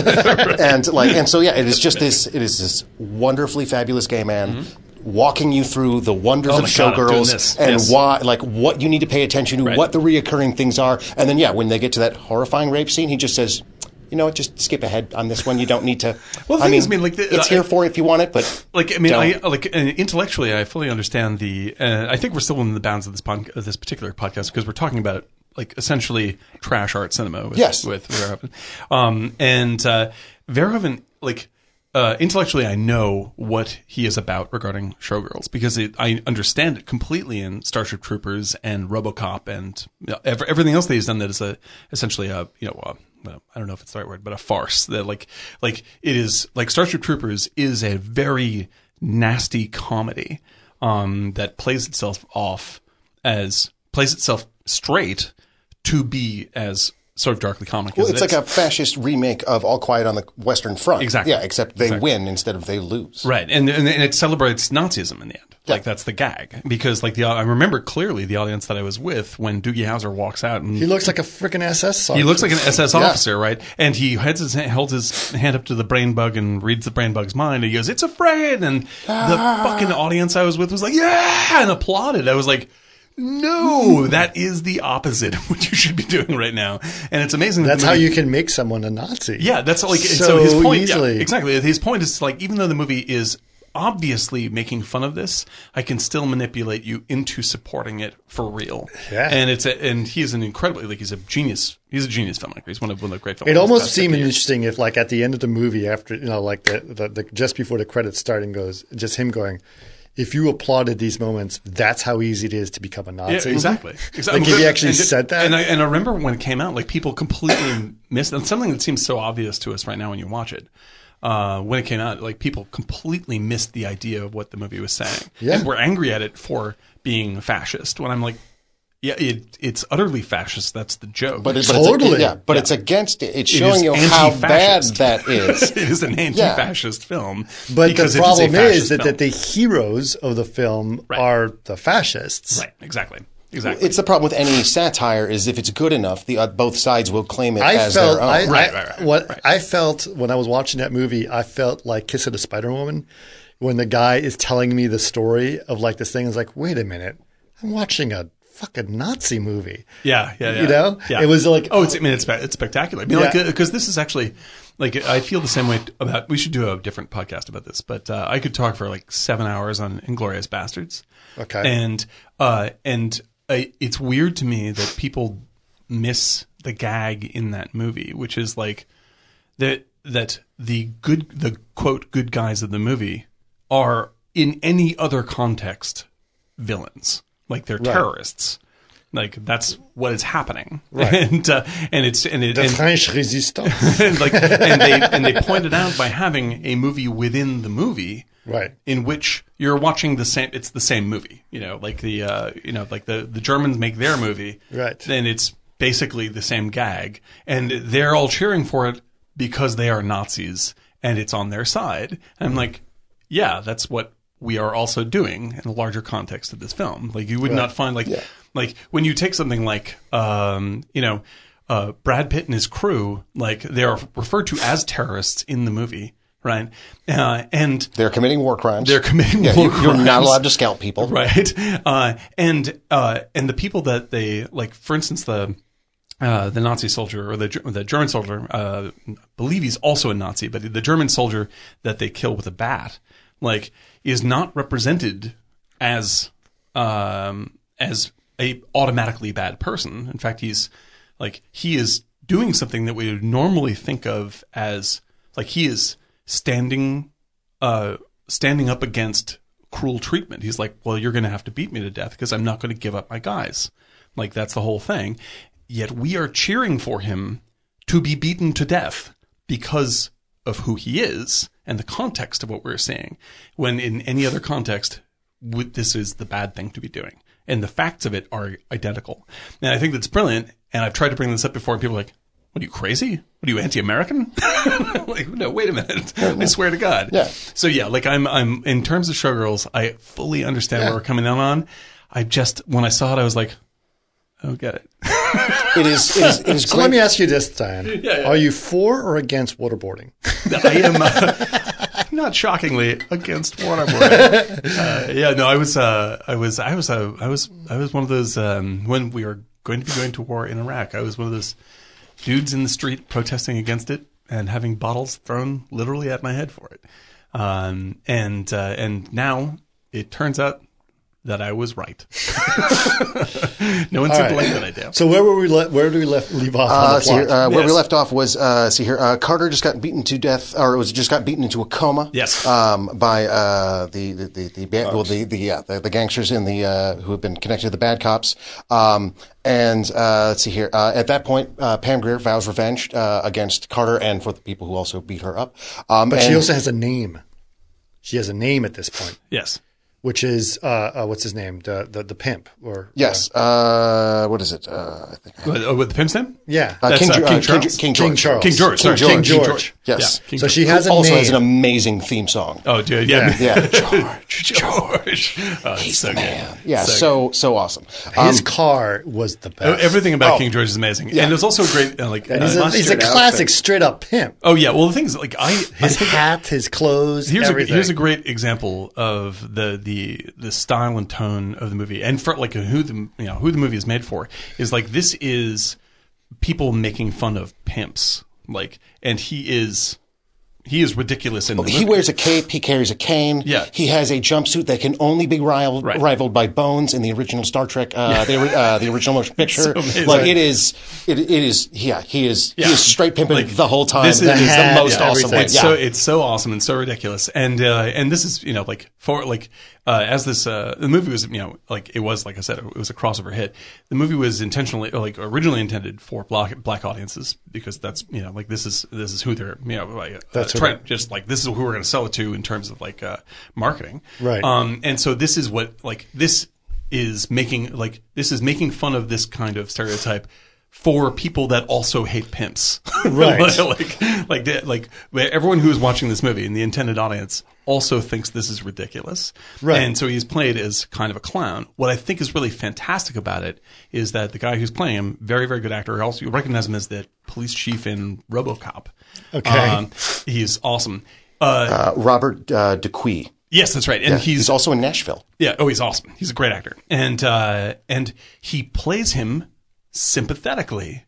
G: and like, and so yeah, it is just this. It is this wonderfully fabulous gay man. Walking you through the wonders of
B: Mm-hmm. Oh my God, I'm doing this.
G: showgirls and
B: Yes.
G: why, like what you need to pay attention to, what the reoccurring things are, and then yeah, when they get to that horrifying rape scene, he just says, you know what, just skip ahead on this one. You don't need to.
B: Well, the
G: I
B: thing
G: mean,
B: is, I mean, like, the-
G: it's
B: I-
G: here for you if you want it, but
B: like I mean,
G: don't.
B: I, like uh, intellectually, I fully understand the. Uh, I think we're still in the bounds of this pod, of this particular podcast because we're talking about like essentially trash art cinema. With,
G: Yes.
B: with Verhoeven, um, and uh, Verhoeven, like uh, intellectually, I know what he is about regarding Showgirls because it, I understand it completely in Starship Troopers and RoboCop and you know, ev- everything else that he's done that is a essentially a you know. A, well, I don't know if it's the right word, but a farce that like like it is like Starship Troopers is a very nasty comedy um, that plays itself off as plays itself straight to be as sort of darkly comic
G: Well,
B: as
G: it's
B: it
G: like
B: is.
G: a fascist remake of All Quiet on the Western Front.
B: Exactly.
G: Yeah, except they
B: Exactly.
G: win instead of they lose.
B: Right, and, and and it celebrates Nazism in the end.
G: Yeah.
B: Like that's the gag because like the I remember clearly the audience that I was with when Doogie Howser walks out and
D: He looks like a freaking SS
B: he
D: officer.
B: looks like an SS officer, right? And he heads his, holds his hand up to the brain bug and reads the brain bug's mind. And he goes, "It's afraid!" And
G: Ah.
B: the fucking audience I was with was like, "Yeah!" and applauded. I was like,
G: Hmm.
B: "No, that is the opposite of what you should be doing right now." And it's amazing. that
D: That's
B: the
D: how
B: movie-
D: you can make someone a Nazi.
B: yeah, that's like so, his point. yeah, exactly. His point is like even though the movie is obviously making fun of this, I can still manipulate you into supporting it for real.
D: Yeah.
B: And it's a, and he is an incredibly like he's a genius. He's a genius filmmaker. He's one of one of the great filmmakers.
D: It
B: of the
D: almost
B: past 50
D: seemed
B: years.
D: interesting if, like, at the end of the movie, after you know, like the, the, the just before the credits start and goes, just him going, "If you applauded these moments, that's how easy it is to become a Nazi."
B: Yeah, exactly. exactly.
D: Like, if he actually said that?
B: And I, and I remember when it came out, like people completely missed and something that seems so obvious to us right now when you watch it. Uh, when it came out, like people completely missed the idea of what the movie was saying,
D: Yeah.
B: and were angry at it for being fascist. When I'm like, yeah, it, it's utterly fascist. That's the joke.
G: But, it, but It's,
D: Totally.
G: yeah, but it's against it. It's
B: It
G: showing
B: is
G: you how bad
B: anti-fascist.
G: that is.
B: it is an anti-fascist film.
D: But the
B: because it is a
D: problem is,
B: fascist
D: that,
B: film.
D: that the heroes of the film are the fascists.
B: right exactly exactly.
G: it's the problem with any satire is if it's good enough, the uh, both sides will claim it
D: I
G: as
D: felt
G: their own.
D: I,
B: Right,
D: I-
B: right, right,
D: what I felt when I was watching that movie, I felt like Kiss of the Spider Woman when the guy is telling me the story of like this thing is like, wait a minute, I'm watching a fucking Nazi movie.
B: Yeah, yeah, yeah.
D: You know?
B: yeah.
D: It was like-
B: oh, it's I mean, it's spe- it's spectacular. I mean, like
D: Yeah.
B: because this is actually like I feel the same way about. We should do a different podcast about this, but uh, I could talk for like seven hours on Inglorious Bastards.
D: Okay.
B: and uh, and I, it's weird to me that people miss the gag in that movie, which is like that that the good the quote good guys of the movie are in any other context villains like they're terrorists like that's what is happening and uh, and it's and it
D: The
B: and,
D: French Resistance.
B: and like and they and they pointed out by having a movie within the movie
D: Right.
B: in which you're watching the same it's the same movie you know like the uh, you know like the the Germans make their movie
D: Right.
B: then it's basically the same gag and they're all cheering for it because they are Nazis and it's on their side and I'm like yeah that's what we are also doing in the larger context of this film like you would not find like like when you take something like um you know uh, Brad Pitt and his crew, like they are referred to as terrorists in the movie, right? Uh, and
G: They're committing war crimes.
B: they're committing
G: yeah,
B: war
G: you- You're not
B: crimes.
G: allowed to scalp people.
B: right uh, and uh, and the people that they like for instance the uh, the Nazi soldier or the Ger- the German soldier uh, I believe he's also a Nazi but the German soldier that they kill with a bat like is not represented as um, as a automatically bad person in fact he's like he is doing something that we would normally think of as like he is standing uh, standing up against cruel treatment. He's like, well, you're going to have to beat me to death because I'm not going to give up my guys. Like, that's the whole thing. Yet we are cheering for him to be beaten to death because of who he is and the context of what we're seeing. When in any other context, w- this is the bad thing to be doing. And the facts of it are identical. And I think that's brilliant. And I've tried to bring this up before, and people are like, what are you crazy? What are you anti-American? like, no, wait a minute. I swear to God.
G: Yeah.
B: So yeah, like I'm, I'm in terms of showgirls, I fully understand where we're coming down on. I just when I saw it, I was like, oh, get it.
G: It is. It is, it is
D: So
G: great.
D: let me ask you this, Diane. Are you for or against waterboarding?
B: I am uh, not shockingly against waterboarding. Uh, yeah, no, I was, uh, I was, I was, uh, I was, I was one of those um, when we were going to be going to war in Iraq. I was one of those dudes in the street protesting against it and having bottles thrown literally at my head for it. Um, and uh, and now it turns out that I was right. no one's to
D: right.
B: blame that I do.
D: So where were we? Le- where do we left leave off on
G: Uh,
D: the
G: see,
D: plot?
G: uh, Where we
B: Yes.
G: left off was uh, see here. Uh, Carter just got beaten to death, or was just got beaten into a coma.
B: Yes.
G: Um, by uh, the the the the, ba- well, the, the, yeah, the the gangsters in the uh, who have been connected to the bad cops. Um, and uh, let's see here. Uh, at that point, uh, Pam Greer vows revenge uh, against Carter and for the people who also beat her up. Um,
D: but she
G: and-
D: also has a name. She has a name at this point,
B: Yes.
D: which is uh, uh, what's his name? The the, the pimp or
G: yes. Uh, what is it? Uh, I think.
B: With, oh, with the Pimp Stamp?
D: yeah.
G: Uh,
B: That's,
G: King,
B: uh,
G: Ju-
B: King
G: uh, King, Ju-
B: Charles.
G: King
D: King
G: George.
D: Charles.
B: King George.
G: King
B: sorry,
G: George.
D: King George.
G: Yes.
B: Yeah, King
D: so
B: George.
D: she has a
G: also
D: name.
G: has an amazing theme song.
B: Oh, dude. Yeah.
G: Yeah.
B: George. George. Oh, it's so
G: Man,
B: good.
G: yeah, so so awesome. Um,
D: His car was the
B: Oh,
D: best.
B: Everything about
G: Oh.
B: King George is amazing, and there's also a great uh, like.
D: And he's
B: uh,
D: a, he's a
F: mustard outfit.
D: classic, straight up pimp.
B: oh yeah, well the thing is like I I
D: His
B: think-
D: hat, his clothes,
B: here's
D: everything.
B: a here's a great example of the the the style and tone of the movie, and for like who the you know who the movie is made for is like this is people making fun of pimps, like, and he is he is ridiculous in the
G: he
B: movie.
G: wears a cape. He carries a cane.
B: Yeah.
G: He has a jumpsuit that can only be rival,
B: Right.
G: rivaled by Bones in the original Star Trek, uh, the, ori- uh, the original motion picture.
B: amazing.
G: like it is, it, it is. Yeah, he is.
B: Yeah.
G: He is straight pimping
B: Like,
G: the whole time.
B: this
G: That
B: is-
G: is
D: Yeah,
G: the most
D: yeah,
G: awesome.
D: everything.
G: one.
B: It's
G: Yeah.
B: so it's so awesome and so ridiculous, and uh, and this is you know like for like uh, as this uh, the movie was you know like it was like I said it was a crossover hit. The movie was intentionally or like originally intended for black black audiences because that's you know like this is this is who they're you know like, uh,
D: That's
B: trying-
D: right.
B: just like this is who we're going to sell it to in terms of like uh, marketing,
D: Right.
B: Um, and so this is what like this is making like this is making fun of this kind of stereotype. For people that also hate pimps,
D: Right.
B: like like the- like where everyone who is watching this movie in the intended audience also thinks this is ridiculous
D: Right.
B: and so he's played as kind of a clown what i think is really fantastic about it is that the guy who's playing him very very good actor also you recognize him as the police chief in robocop Um,
D: Okay.
B: he's awesome uh,
G: Uh, Robert uh, DeQuee.
B: yes that's right and he's
G: He's also in Nashville.
B: yeah. Oh, he's awesome. He's a great actor, and uh, and he plays him sympathetically.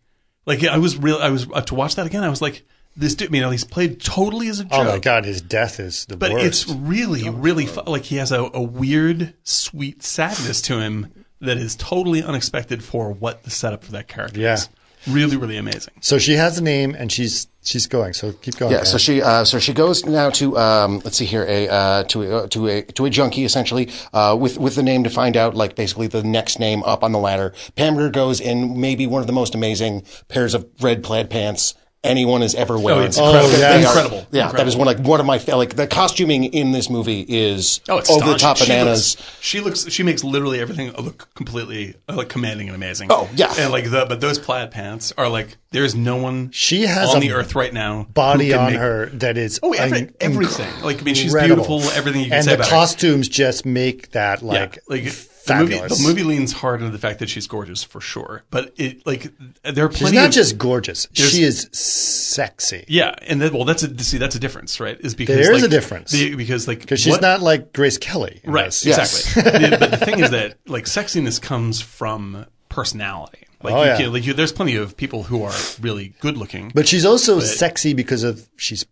B: Like I was real. I was uh, to watch that again. I was like, this dude. You know, he's played totally as a joke.
D: oh my god, his death is the
B: But
D: worst. Oh,
B: it's really, really fu- like he has a, a weird, sweet sadness to him that is totally unexpected for what the setup for that character
D: Yeah.
B: is. Really, really amazing.
D: so she has a name, and she's she's going. So keep going.
G: Yeah, so she uh, so she goes now to um, let's see here a uh, to a, to a to a junkie essentially uh, with with the name to find out like basically the next name up on the ladder. Pam Grier goes in maybe one of the most amazing pairs of red plaid pants anyone has ever worn.
B: it's incredible.
D: Oh, yeah.
G: They are-
B: Incredible.
G: Yeah, that
B: Incredible.
G: is one like one of my fa- like the costuming in this movie is
B: Oh, it's
G: over the
B: astonishing.
G: top bananas.
B: She looks, she looks. She makes literally everything look completely uh, like commanding and amazing.
G: Oh, yeah.
B: And like the, but those plaid pants are like there's no one
D: She has
B: on
D: a
B: the earth right now who
D: body
B: can
D: on
B: make-
D: her that is
B: Oh, every-
D: un-
B: everything. Like, I mean, she's
D: incredible.
B: beautiful, everything you can
D: and
B: say
D: the
B: about her.
D: costumes just make that like,
B: the movie,
D: fabulous.
B: the movie leans hard into the fact that she's gorgeous for sure, but it like there are plenty.
D: She's not
B: of,
D: just gorgeous;
B: There's-
D: she is sexy.
B: yeah, and then well, that's a see that's a difference, right? Is because
D: There is
B: like,
D: a difference.
B: the- because like
D: Because she's
B: what-
D: not like Grace Kelly. in
B: Right,
D: this.
B: exactly. The- but the thing is that like sexiness comes from personality. Like,
D: Oh,
B: you
D: yeah.
B: can, like you, there's plenty of people who are really good looking.
D: But she's also sexy because of she's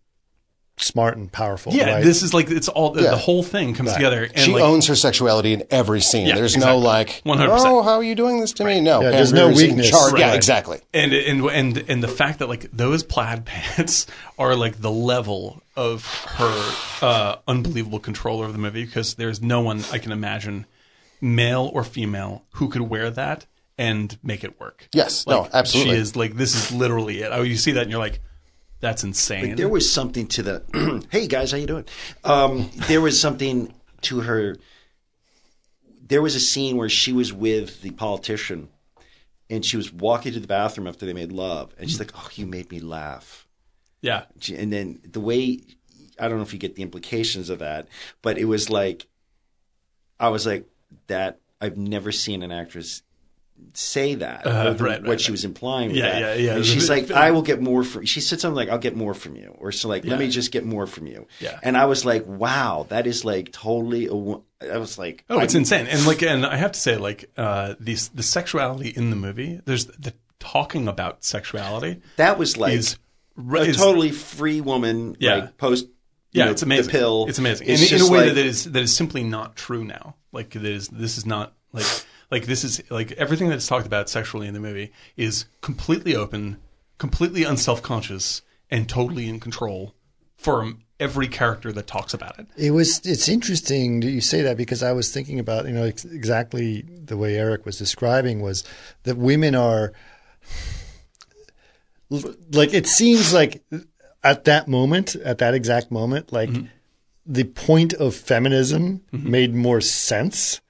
D: smart and powerful.
B: yeah,
D: right?
B: this is like it's all the, the whole thing comes together. And
G: She
B: like,
G: owns her sexuality in every scene.
B: Yeah,
G: There's no
B: exactly.
G: like,
B: 100%.
G: oh, how are you doing this to me? No, Pam
D: there's no
G: Grier is in
D: weakness.
G: charge. Yeah,
D: Right.
G: exactly.
B: and and and and the fact that like those plaid pants are like the level of her uh, unbelievable control over the movie because there's no one I can imagine, male or female, who could wear that and make it work.
G: Yes, no,
B: like,
G: absolutely.
B: She is like this is literally it. Oh, you see that and you're like, that's insane.
F: There was something to the. hey guys, how you doing? Um, there was something to her. There was a scene where she was with the politician, and she was walking to the bathroom after they made love, and she's like, "Oh, you made me laugh."
B: yeah,
F: She- And then the way I don't know if you get the implications of that, but it was like I was like that. I've never seen an actress say that. or the-
B: Uh-huh. right, right,
F: what she was implying. with
B: Yeah,
F: that.
B: yeah, yeah.
F: And she's like, I will get more from. She said something like, "I'll get more from you," or so like, "Let me just get more from you."
B: Yeah.
F: And I was like, "Wow, that is like totally." A, wo- I was like,
B: Oh, it's
F: I-
B: insane. And like, and I have to say, like, uh, the the sexuality in the movie, there's the talking about sexuality
F: That was like
B: is,
F: a
B: is-
F: totally free woman.
B: Yeah.
F: like, post. you
B: yeah,
F: know,
B: it's amazing.
F: The pill.
B: It's amazing
F: It's
B: in, in
F: just
B: a way
F: like-
B: that is that is simply not true now. Like that is this is not like like this is like everything that's talked about sexually in the movie is completely open, completely unself conscious, and totally in control for every character that talks about it.
D: It was. It's interesting that you say that because I was thinking about you know ex- exactly the way Eric was describing was that women are l- like it seems like at that moment, at that exact moment, like
B: Mm-hmm.
D: the point of feminism made more sense.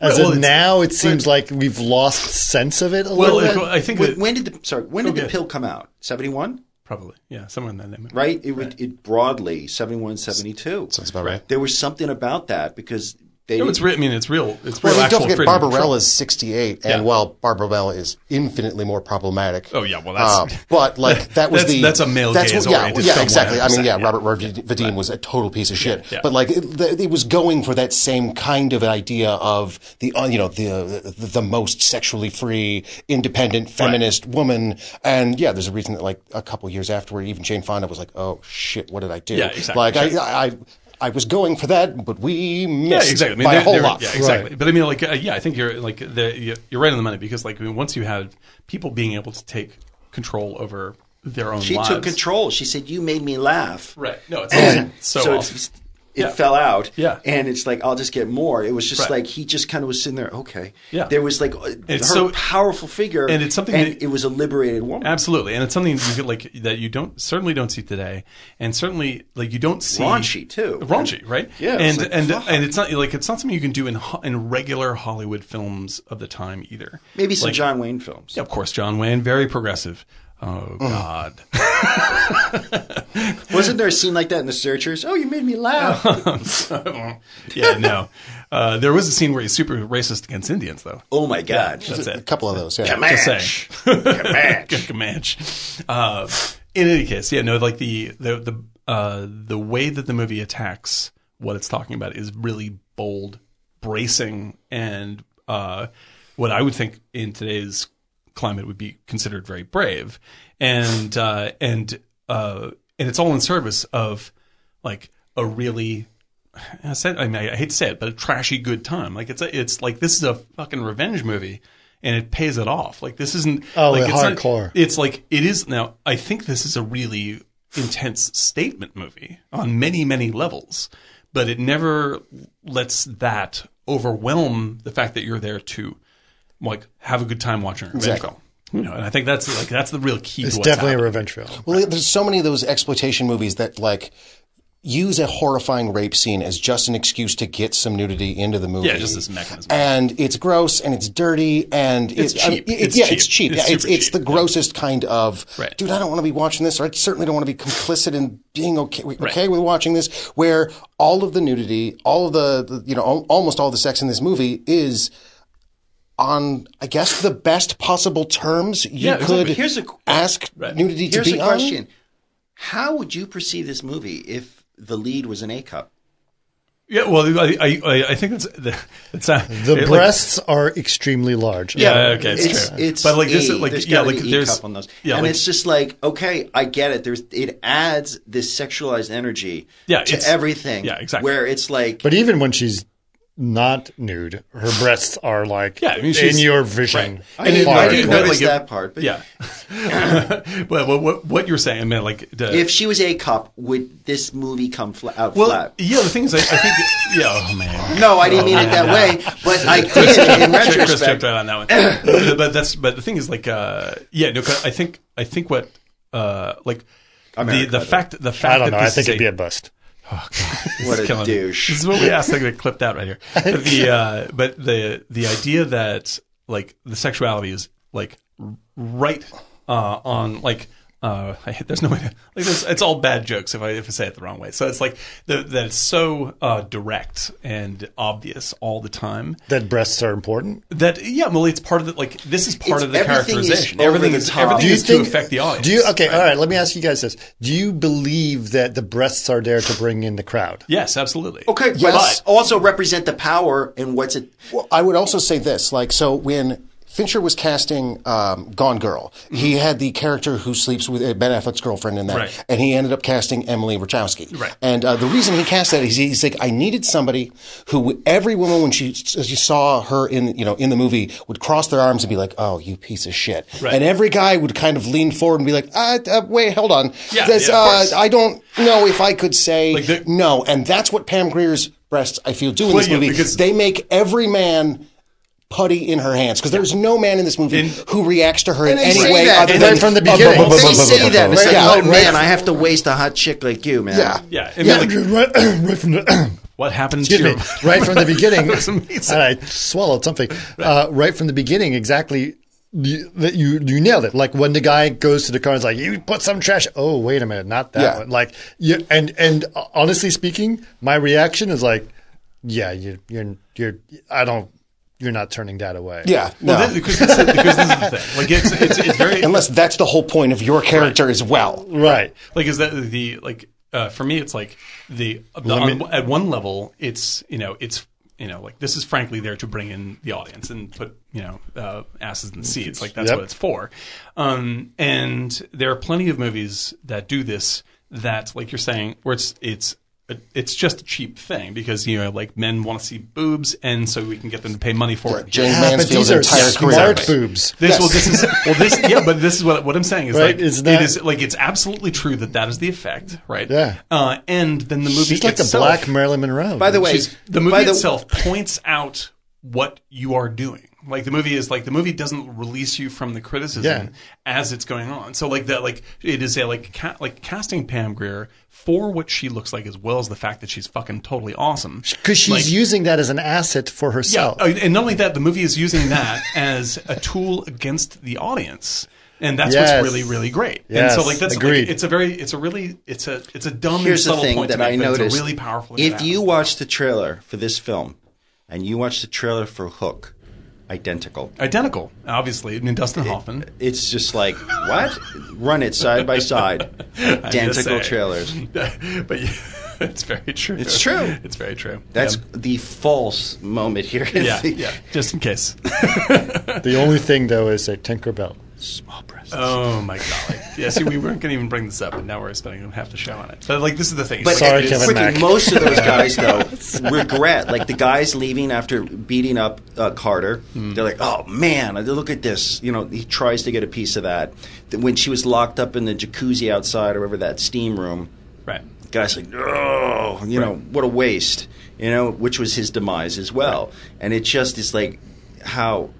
D: As
B: Right, well,
D: in
B: it's-
D: now, it seems like we've lost sense of it a
B: Well,
D: little bit.
B: it- I think
F: when,
B: that,
F: when did the sorry? When did the
B: Okay.
F: pill come out? Seventy one.
B: probably yeah, somewhere in that neighborhood.
F: Right? It would it broadly 71, 72.
G: Sounds about right.
F: There was something about that because they
B: No, it's
F: didn't-
B: real. I mean, it's real. It's real.
G: Well, like,
B: actual
G: don't forget
B: freedom.
G: Barbarella is 68,
B: Yeah.
G: and while Barbarella is infinitely more problematic. Uh,
B: Oh, yeah, well, that's-
G: but like that was
B: That's-
G: the
B: that's a male gaze
G: yeah,
B: oriented
G: yeah,
B: film,
G: exactly. I mean, yeah,
B: 100%,
G: Robert Vadim was a total piece of shit.
B: yeah.
G: But like it, th- it was going for that same kind of idea of the uh, you know the, the the most sexually free, independent feminist woman. And yeah, there's a reason that like a couple years afterward, even Jane Fonda was like, oh shit, what did I do?
B: Yeah, exactly,
G: Like I. I, I I was going for that, but we missed
B: Yeah, exactly. I mean,
G: by a
B: they're-
G: whole
B: they're-
G: lot.
B: Yeah, exactly. But I mean, like, uh, yeah, I think you're like the, you- you're right on the money because, like, I mean, once you have people being able to take control over their own,
F: She
B: lives,
F: took control. She said, "You made me laugh."
B: Right? No, it's
F: And
B: so,
F: so,
B: awesome.
F: it's, it fell out.
B: Yeah.
F: And it's like I'll just get more. It was just
B: Right.
F: like he just kind of was sitting there. Okay.
B: Yeah.
F: There was like a- her
B: It's so-
F: powerful figure,
B: and it's something
F: and
B: that-
F: it was a liberated woman.
B: absolutely, and it's something you could, like that you don't certainly don't see today, and certainly like you don't see
F: Raunchy, too.
B: raunchy, right?
F: Yeah,
B: and
F: it's like,
B: and
F: fuck.
B: and it's not like it's not something you can do in ho- in regular Hollywood films of the time either.
F: Maybe some
B: Like,
F: John Wayne films.
B: Yeah, of course, John Wayne, very progressive.
F: Mm.
B: Oh God.
F: Wasn't there a scene like that in The Searchers? Oh, you made me laugh.
B: yeah, no. Uh, there was a scene where he's super racist against Indians, though.
F: oh my God.
B: That's
G: A
B: it.
G: couple of those, yeah.
B: Just saying.
F: Match. Match.
B: Comanche. Uh, in any case, yeah, no, like the the the uh, the way that the movie attacks what it's talking about is really bold, bracing, and uh, what I would think in today's climate would be considered very brave, and uh, and uh, and it's all in service of like a really I said, I mean, I hate to say it, but a trashy good time. Like it's a, it's like this is a fucking revenge movie, and it pays it off. Like this isn't
D: Oh,
B: like,
D: the
B: it's not-
D: hardcore.
B: it's like it is now. I think this is a really intense statement movie on many many levels, but it never lets that overwhelm the fact that you're there to like have a good time watching a revenge
G: Exactly.
B: film. You know, and I think that's like that's the real key.
D: it's
B: to what's
D: definitely a
B: happening.
D: revenge film.
G: Well, there's so many of those exploitation movies that like use a horrifying rape scene as just an excuse to get some nudity into the movie.
B: yeah, just this mechanism.
G: And it's gross and it's dirty and it-
B: It's
G: I mean,
B: cheap.
G: it-
B: It's
G: yeah,
B: cheap.
G: it's cheap.
B: It's
G: yeah, it's,
B: super
G: it's the
B: cheap.
G: grossest kind of,
B: Right.
G: dude, I don't want to be watching this or I certainly don't want to be complicit in being okay, okay
B: Right.
G: with watching this where all of the nudity, all of the, the you know, al- almost all the sex in this movie is on, I guess, the best possible terms you
B: Yeah, exactly.
G: could
F: Here's a-
G: ask nudity
F: Here's
G: to be
F: a
G: on.
F: question: How would you perceive this movie if the lead was an A cup?
B: yeah, well, I I, I- I think that's that's a,
D: The
B: it, like,
D: breasts are extremely large.
B: Yeah, okay, it's, true.
F: It's
B: but like this,
F: A.
B: is like
F: There's
B: yeah,
F: gotta
B: like
F: be E
B: there's
F: cup on those.
B: yeah,
F: and
B: like,
F: it's just like okay, I get it. There's it adds this sexualized energy
B: Yeah,
F: to
B: it's-
F: everything.
B: yeah, exactly.
F: Where it's like
D: But even when she's not nude, her breasts are like
B: Yeah, I mean,
D: in
B: she's-
D: your vision.
F: I didn't,
D: far.
F: I didn't
B: But, like,
F: notice
B: if-
F: that part. But
B: yeah. but what, what what you're saying, man, like the,
F: if she was A cup, would this movie come fla- out
B: well,
F: flat?
B: yeah, the thing is, I, I think yeah, oh man,
F: No, I didn't mean it that way, but I did in
B: Chris- Chris
F: retrospect.
B: jumped right on that one. but that's but the thing is, like uh, yeah, no, 'cause I think I think what uh, like
F: America,
B: the the fact the fact
D: I don't
B: that
D: know. I
B: this
D: think
B: is
D: it'd be a bust.
F: What
B: It's
F: a
B: killing me.
F: douche.
B: This is what we asked. I'm going to clip that right here. But the uh, but the the idea that like the sexuality is like r- right uh, on like. Uh, I, there's no way. To, like, there's, it's all bad jokes if I if I say it the wrong way. So it's like the, that it's so uh, direct and obvious all the time
D: That breasts are important.
B: that yeah, well, it's part of the like this is part
F: It's-
B: of the
F: everything is
B: characterization.
F: over
B: everything
F: the
B: is
F: top.
B: everything
F: Do you
B: is to affect the audience.
D: Do you? Okay, all right. Let me ask you guys this: Do you believe that the breasts are there to bring in the crowd?
B: Yes, absolutely.
F: Okay,
G: Yes.
F: but also represent the power and what's it.
G: Well, I would also say this, like, so when Fincher was casting um, Gone Girl. He had the character who sleeps with uh, Ben Affleck's girlfriend in that,
B: Mm-hmm. Right.
G: and he ended up casting Emily Ratajkowski.
B: Right.
G: And uh, the reason he cast that is he's like, I needed somebody who every woman when she, she saw her in you know in the movie would cross their arms and be like, Oh, you piece of shit.
B: Right.
G: And every guy would kind of lean forward and be like, uh, uh, Wait, hold on.
B: Yeah,
G: That's,
B: yeah, of course.
G: I don't know if I could say
B: Like the-
G: no. And that's what Pam Greer's breasts, I feel, do in
B: Well,
G: this
B: yeah,
G: movie.
B: because-
G: they make every man putty in her hands because there's no man in this movie
B: And-
G: who reacts to her in
F: And they
G: any
F: say
G: way
F: that.
G: other
F: And
G: than
F: right
D: from the
G: "Oh,
D: beginning.
G: blah, blah, blah,
F: They
G: blah,
F: say
G: blah,
F: that.
G: blah,
F: It's
G: blah."
F: like,
G: Yeah.
F: oh, man, I have to waste a hot chick like you, man.
G: Yeah.
B: Yeah, and
D: Yeah,
B: then, like,
D: right, right from the
B: what happened to
D: excuse me,
B: your-
D: right from the beginning.
B: That was amazing.
D: and I swallowed something. Uh, right from the beginning, exactly. You, that you you nailed it. Like when the guy goes to the car, and is like, "You put some trash." Oh, wait a minute, not that
G: Yeah.
D: one. Like, you, and and uh, honestly speaking, my reaction is like, "Yeah, you, you're you're I don't you're not turning that away."
G: Yeah, no.
B: Well, that- because, this is, because this is the thing. Like it's it's, it's very
G: Unless that's the whole point of your character as well.
D: right.
B: like is that the like uh, for me it's like the, the on, at one level it's you know it's you know like this is frankly there to bring in the audience and put you know uh, asses in the seats like that's
D: Yep.
B: what it's for um, and there are plenty of movies that do this that like you're saying where it's it's it's just a cheap thing because you know like men want to see boobs and so we can get them to pay money for it
G: Jane
D: Ah, but
G: Mansfield's
D: these are
G: entire career.
D: smart boobs.
B: this well, this is well, this yeah, but this is what what I'm saying is
D: Right,
B: like
D: is that-
B: it is like it's absolutely true that that is the effect, right?
D: Yeah.
B: Uh, and then the movie
D: She's like the
B: itself-
D: black Marilyn Monroe.
F: By the way,
B: she's- the movie
F: by the-
B: itself points out what you are doing. Like the movie is like the movie doesn't release you from the criticism
D: Yeah.
B: as it's going on. So like that like it is a like ca- like casting Pam Grier for what she looks like as well as the fact that she's fucking totally awesome
D: because she's
B: like-
D: using that as an asset for herself.
B: yeah, uh, and not only that, the movie is using that as a tool against the audience, and that's
D: Yes.
B: what's really, really great.
D: Yes,
B: and so, like, that's like,
D: agreed.
B: it's a very, it's a really, it's a, it's a dumb, and
F: Here's the
B: subtle
F: thing
B: point
F: that
B: to make,
F: I
B: but
F: noticed.
B: It's a really powerful.
F: If you watch the trailer for this film and you watch the trailer for Hook, identical.
B: identical, obviously, I mean Dustin Hoffman.
F: It's just like what? Run it side by side.
B: I'm just
F: Identical
B: saying.
F: trailers.
B: but yeah, it's very true.
F: It's true.
B: It's very true.
F: That's
B: yeah.
F: the false moment here.
B: Yeah, yeah, just in case.
D: The only thing though is a Tinkerbell. Small breasts.
B: Oh my golly! Yeah, see, we weren't going to even bring this up, but now we're spending half the show on it. But like, this is the thing.
F: But
B: It's like-
D: Sorry,
F: it-
D: Kevin
F: freaking
D: Mack.
F: most of those guys though regret, like the guys leaving after beating up uh, Carter.
D: Hmm.
F: They're like, "Oh man, look at this!" You know, he tries to get a piece of that. Th- When she was locked up in the jacuzzi outside or whatever that steam room,
B: right?
F: the guy's like, "No, you know what a waste," you know, which was his demise as well. And it just is like how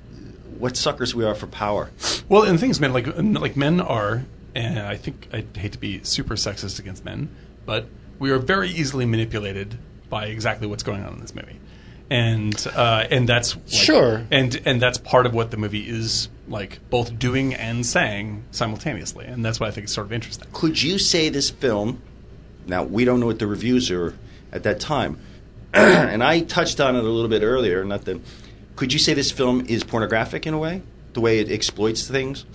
F: what suckers we are for power.
B: Well, and the thing is, men like like men are, and I think I hate to be super sexist against men, but we are very easily manipulated by exactly what's going on in this movie, and uh, and that's like-
D: Sure.
B: and and that's part of what the movie is like, both doing and saying simultaneously, and that's why I think it's sort of interesting.
F: could you say this film now we don't know what the reviews are at that time and i touched on it a little bit earlier not that could you say this film is pornographic in a way the way it exploits things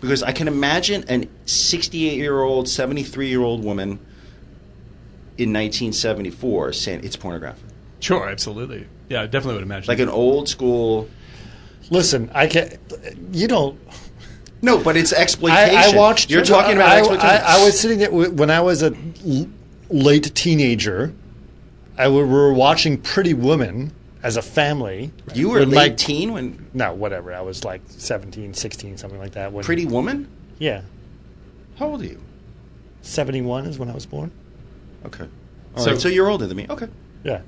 F: because i can imagine an 68 year old 73 year old woman in 1974 saying it's pornographic
B: Sure, absolutely, yeah, I definitely would imagine.
F: like an old school
D: Listen, I can. You don't.
F: no but it's exploitation
D: I, I watched.
F: you're talking about
D: I,
F: exploitation
D: I, I was sitting there w- when I was a l- late teenager. I w- we were watching Pretty Woman as a family.
F: you were
D: When
F: late
D: my-
F: teen when
D: No, whatever. I was like 17, 16, something like that. When,
F: pretty woman
D: Yeah,
F: how old are you
D: seventy-one is when I was born.
F: okay All
B: So-
F: right, so you're older than me okay
D: Yeah,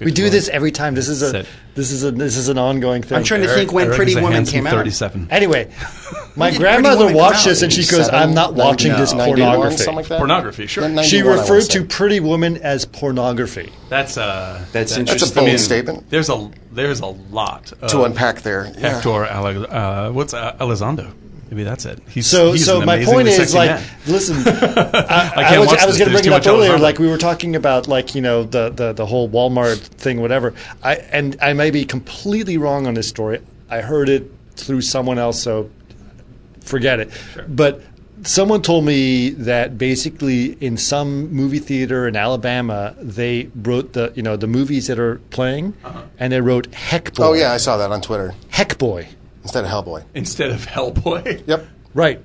D: we do this every time. This is a
B: Sit.
D: this is a this is an ongoing thing.
F: I'm trying to think when Pretty Woman came out.
B: Thirty-seven.
D: Anyway, my
F: did Pretty
D: grandmother
F: Woman come
D: watched
F: out?
D: this and she goes, "I'm not watching this
G: 91,
D: pornography."
G: something like that.
B: Pornography, sure.
G: Yeah,
D: She
G: 91, I
D: referred
G: wanna
D: to
G: say.
D: Pretty Woman as pornography.
B: That's uh,
F: That's
B: that-
F: interesting.
G: That's a bold statement
B: There's a there's a lot of
G: to unpack there. Yeah.
B: Hector Ale- uh, what's uh, Elizondo? Maybe that's it. He's
D: So,
B: he's
D: so
B: an
D: my
B: amazingly
D: point is,
B: sexy
D: like,
B: man.
D: listen, I, I
B: can't
D: was,
B: watch
D: I was going
B: this.
D: to bring
B: There's
D: it
B: too
D: up
B: much Alexander.
D: earlier. Like we were talking about, like you know, the the, the whole Walmart thing, whatever. I and I may be completely wrong on this story. I heard it through someone else, so forget it. But someone told me that basically in some movie theater in Alabama,
B: Uh-huh.
D: they wrote the you know the movies that are playing, and they wrote Heck Boy.
G: Oh yeah, I saw that on Twitter.
D: Heck Boy.
G: instead of Hellboy.
B: instead of Hellboy.
G: Yep,
D: Right.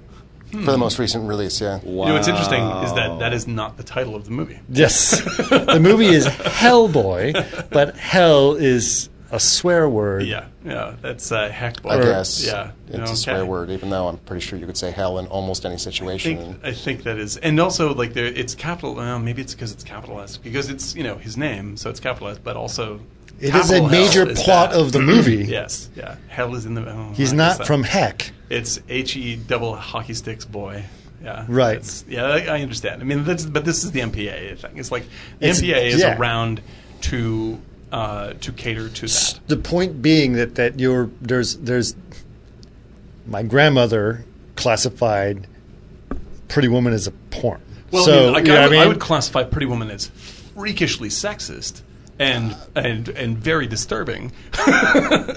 G: for the
B: Hmm.
G: most recent release. Yeah,
B: You know what's interesting is that that is not the title of the movie.
D: Yes. the movie is Hellboy, but hell is a swear word.
B: Yeah, yeah, that's uh, Heckboy.
G: I guess.
B: Yeah,
G: it's
B: okay.
G: a swear word. Even though I'm pretty sure you could say hell in almost any situation.
B: think I think that is, and also like there, it's capital. Well, maybe it's because it's capitalized because it's you know his name, so it's capitalized. But also,
D: It is a
B: capital
D: major
B: hell is
D: plot
B: bad.
D: of the movie.
B: Yes, yeah, hell is in the. oh,
D: He's
B: I guess
D: not
B: that-
D: from Heck.
B: It's H E double hockey sticks boy. Yeah,
D: Right.
B: It's- yeah, I, I understand. I mean, that's, but this is the MPAA thing. It's like the
D: It's-
B: MPAA is
D: yeah.
B: around to uh, to cater to that.
D: The point being that that you're there's there's my grandmother classified Pretty Woman as a porn.
B: Well,
D: so
B: I, mean, like,
D: you know
B: I,
D: what
B: would,
D: I
B: I
D: mean?
B: would classify Pretty Woman as freakishly sexist and and and very disturbing.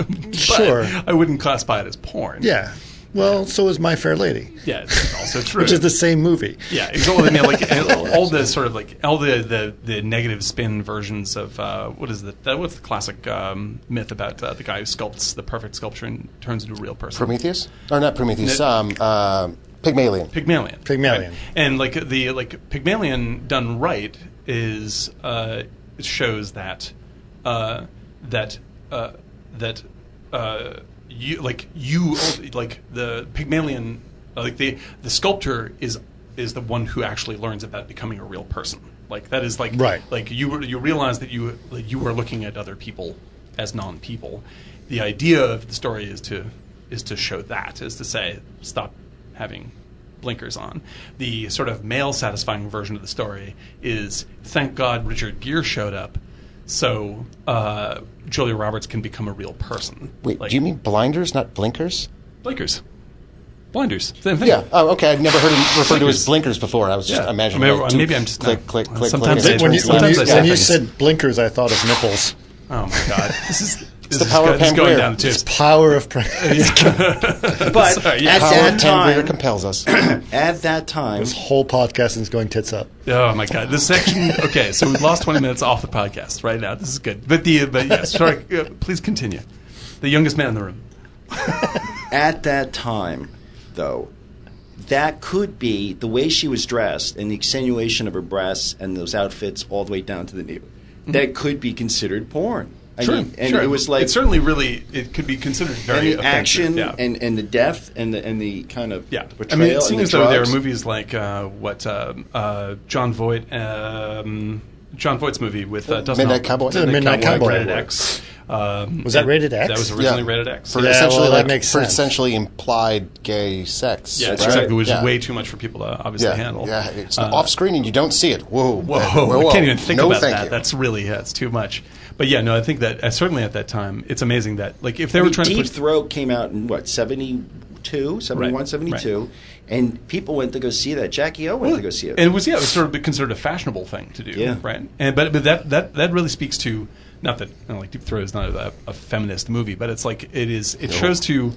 B: But
D: Sure.
B: I wouldn't classify it as porn.
D: yeah. Well, so is My Fair Lady,
B: yeah, it's also true.
D: which is the same movie.
B: yeah, it's all, I mean, like and all the sort of like all the the, the negative spin versions of uh, what is the that what's the classic um, myth about uh, the guy who sculpts the perfect sculpture and turns into a real person.
G: Prometheus? Or not Prometheus? Um, uh, Pygmalion.
B: Pygmalion.
D: Pygmalion.
B: And like the like Pygmalion done right is uh, it shows that uh, that uh, that uh, you like you like the Pygmalion like the the sculptor is is the one who actually learns about becoming a real person. Like that is like
D: Right.
B: like you you realize that you that you are looking at other people as non-people. The idea of the story is to is to show that is to say stop having blinkers on. The sort of male satisfying version of the story is thank God Richard Gere showed up, so uh, Julia Roberts can become a real person.
G: Wait,
B: Like-
G: do you mean blinders, not blinkers?
B: blinkers? Blinders, same thing.
G: Yeah. Oh, okay. I'd never heard him referred to as
B: Blinkers.
G: blinkers before. I was just
B: Yeah.
G: imagining.
B: Maybe-
G: like, two-
B: maybe I'm just-
G: click,
B: no.
G: click, click,
B: Sometimes I-
G: click. and it
D: When you,
G: turns
D: when
G: left.
B: Sometimes
D: you,
B: I
G: Yeah.
D: when you
B: things.
D: said blinkers, I thought of nipples.
B: Oh my God, this is this
G: the
B: is
G: power
B: go-
G: of
B: this is going
G: Pangea.
B: down the tubes.
D: It's power of pre-
F: But at
G: Power
F: that
G: of Tangier
F: time,
G: compels us.
F: at that time,
D: this whole podcast is going tits up.
B: Oh my god, this section. Okay, so we lost twenty minutes off the podcast right now. This is good, but the but yes, sorry. uh, Please continue. The youngest man in the room.
F: at that time, though, that could be the way she was dressed and the extenuation of her breasts and those outfits all the way down to the knee.
B: Mm-hmm.
F: That could be considered porn. I mean, and it was like
B: it certainly really it could be considered
F: and
B: very
F: the action
B: offensive, yeah.
F: and, and the depth and the and the kind of
B: yeah. I
F: portrayal
B: mean, it
F: and the
B: seems as though there were
F: drugs.
B: movies like uh, what um, uh, John Voight, um, John Voight's movie with uh, Dustin
G: Midnight
B: Hoffman.
G: Cowboy? The
D: Midnight Cowboy.
B: rated X. Um,
D: Was that
B: and
D: rated X?
B: That was originally
G: Yeah.
B: rated X.
G: For
D: Yeah,
G: essentially,
D: well, that
G: like,
D: makes
G: for
D: sense.
G: essentially implied gay sex.
B: yeah,
G: right?
B: except it was
G: Yeah.
B: way too much for people to obviously
G: yeah.
B: handle. Uh,
G: Yeah, it's off screen and you don't see it. Whoa.
B: Whoa,
G: Whoa,
B: I can't even think
G: no,
B: about
G: thank
B: that.
G: You.
B: That's really yeah, it's too much. But yeah, no, I think that uh, certainly at that time, it's amazing that like if they were
F: Deep
B: trying to put
F: Throat came out in what 72, 71,
B: Right,
F: 72,
B: right.
F: and people went to go see that. Jackie O went to go see it.
B: And it was yeah, it was sort of considered a fashionable thing to do,
F: Yeah.
B: right? And but but that that that really speaks to not that you know, like Deep Throat is not a, a feminist movie, but it's like it is it shows to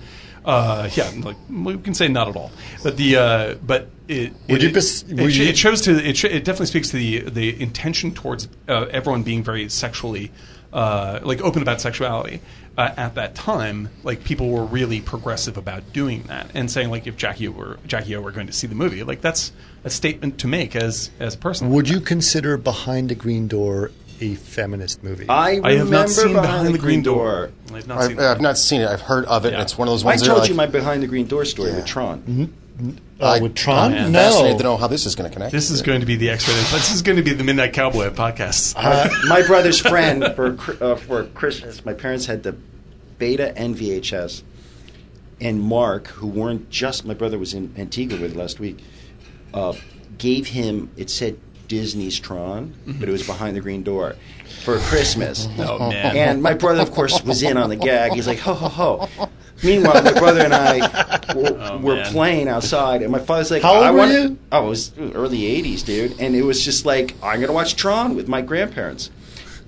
B: uh, yeah, like we can say not at all, but the uh, but it
D: Would
B: it,
D: you pers-
B: it,
D: would
B: sh-
D: you-
B: it shows to it, sh- it definitely speaks to the the intention towards uh, everyone being very sexually uh, like open about sexuality uh, at that time like people were really progressive about doing that and saying like if Jackie were Jackie O were going to see the movie like that's a statement to make as as a person
D: Would you consider Behind the Green Door a feminist movie?
F: I,
B: I have
F: remember
B: not seen behind,
F: Behind
B: the green door, I've not seen
G: I've,
B: that.
G: I've not seen it. I've heard of it.
B: Yeah.
G: And it's one of those
F: I
G: ones. that
F: told
G: like,
F: you my Behind the Green Door story with Tron.
B: Mm-hmm.
D: uh, with Tron?
G: I'm fascinated to
D: no.
G: know how this is going to connect.
B: this is going to be the X-rated this is going to be the midnight cowboy of podcasts
F: Uh, my brother's friend for Chri- uh, for Christmas. My parents had the Beta and VHS, and Mark, who weren't just my brother was in Antigua with last week, uh, gave him. It said Disney's Tron, but it was behind the green door for Christmas.
B: Mm-hmm. oh man
F: And my brother, of course, was in on the gag. He's like, ho, ho, ho. Meanwhile, my brother and I were, were
B: Oh, man.
F: playing outside, and my father's like,
D: How old
F: I
D: were
F: wanna-
D: you?
F: Oh, it was early 80s, dude. And it was just like, I'm going to watch Tron with my grandparents.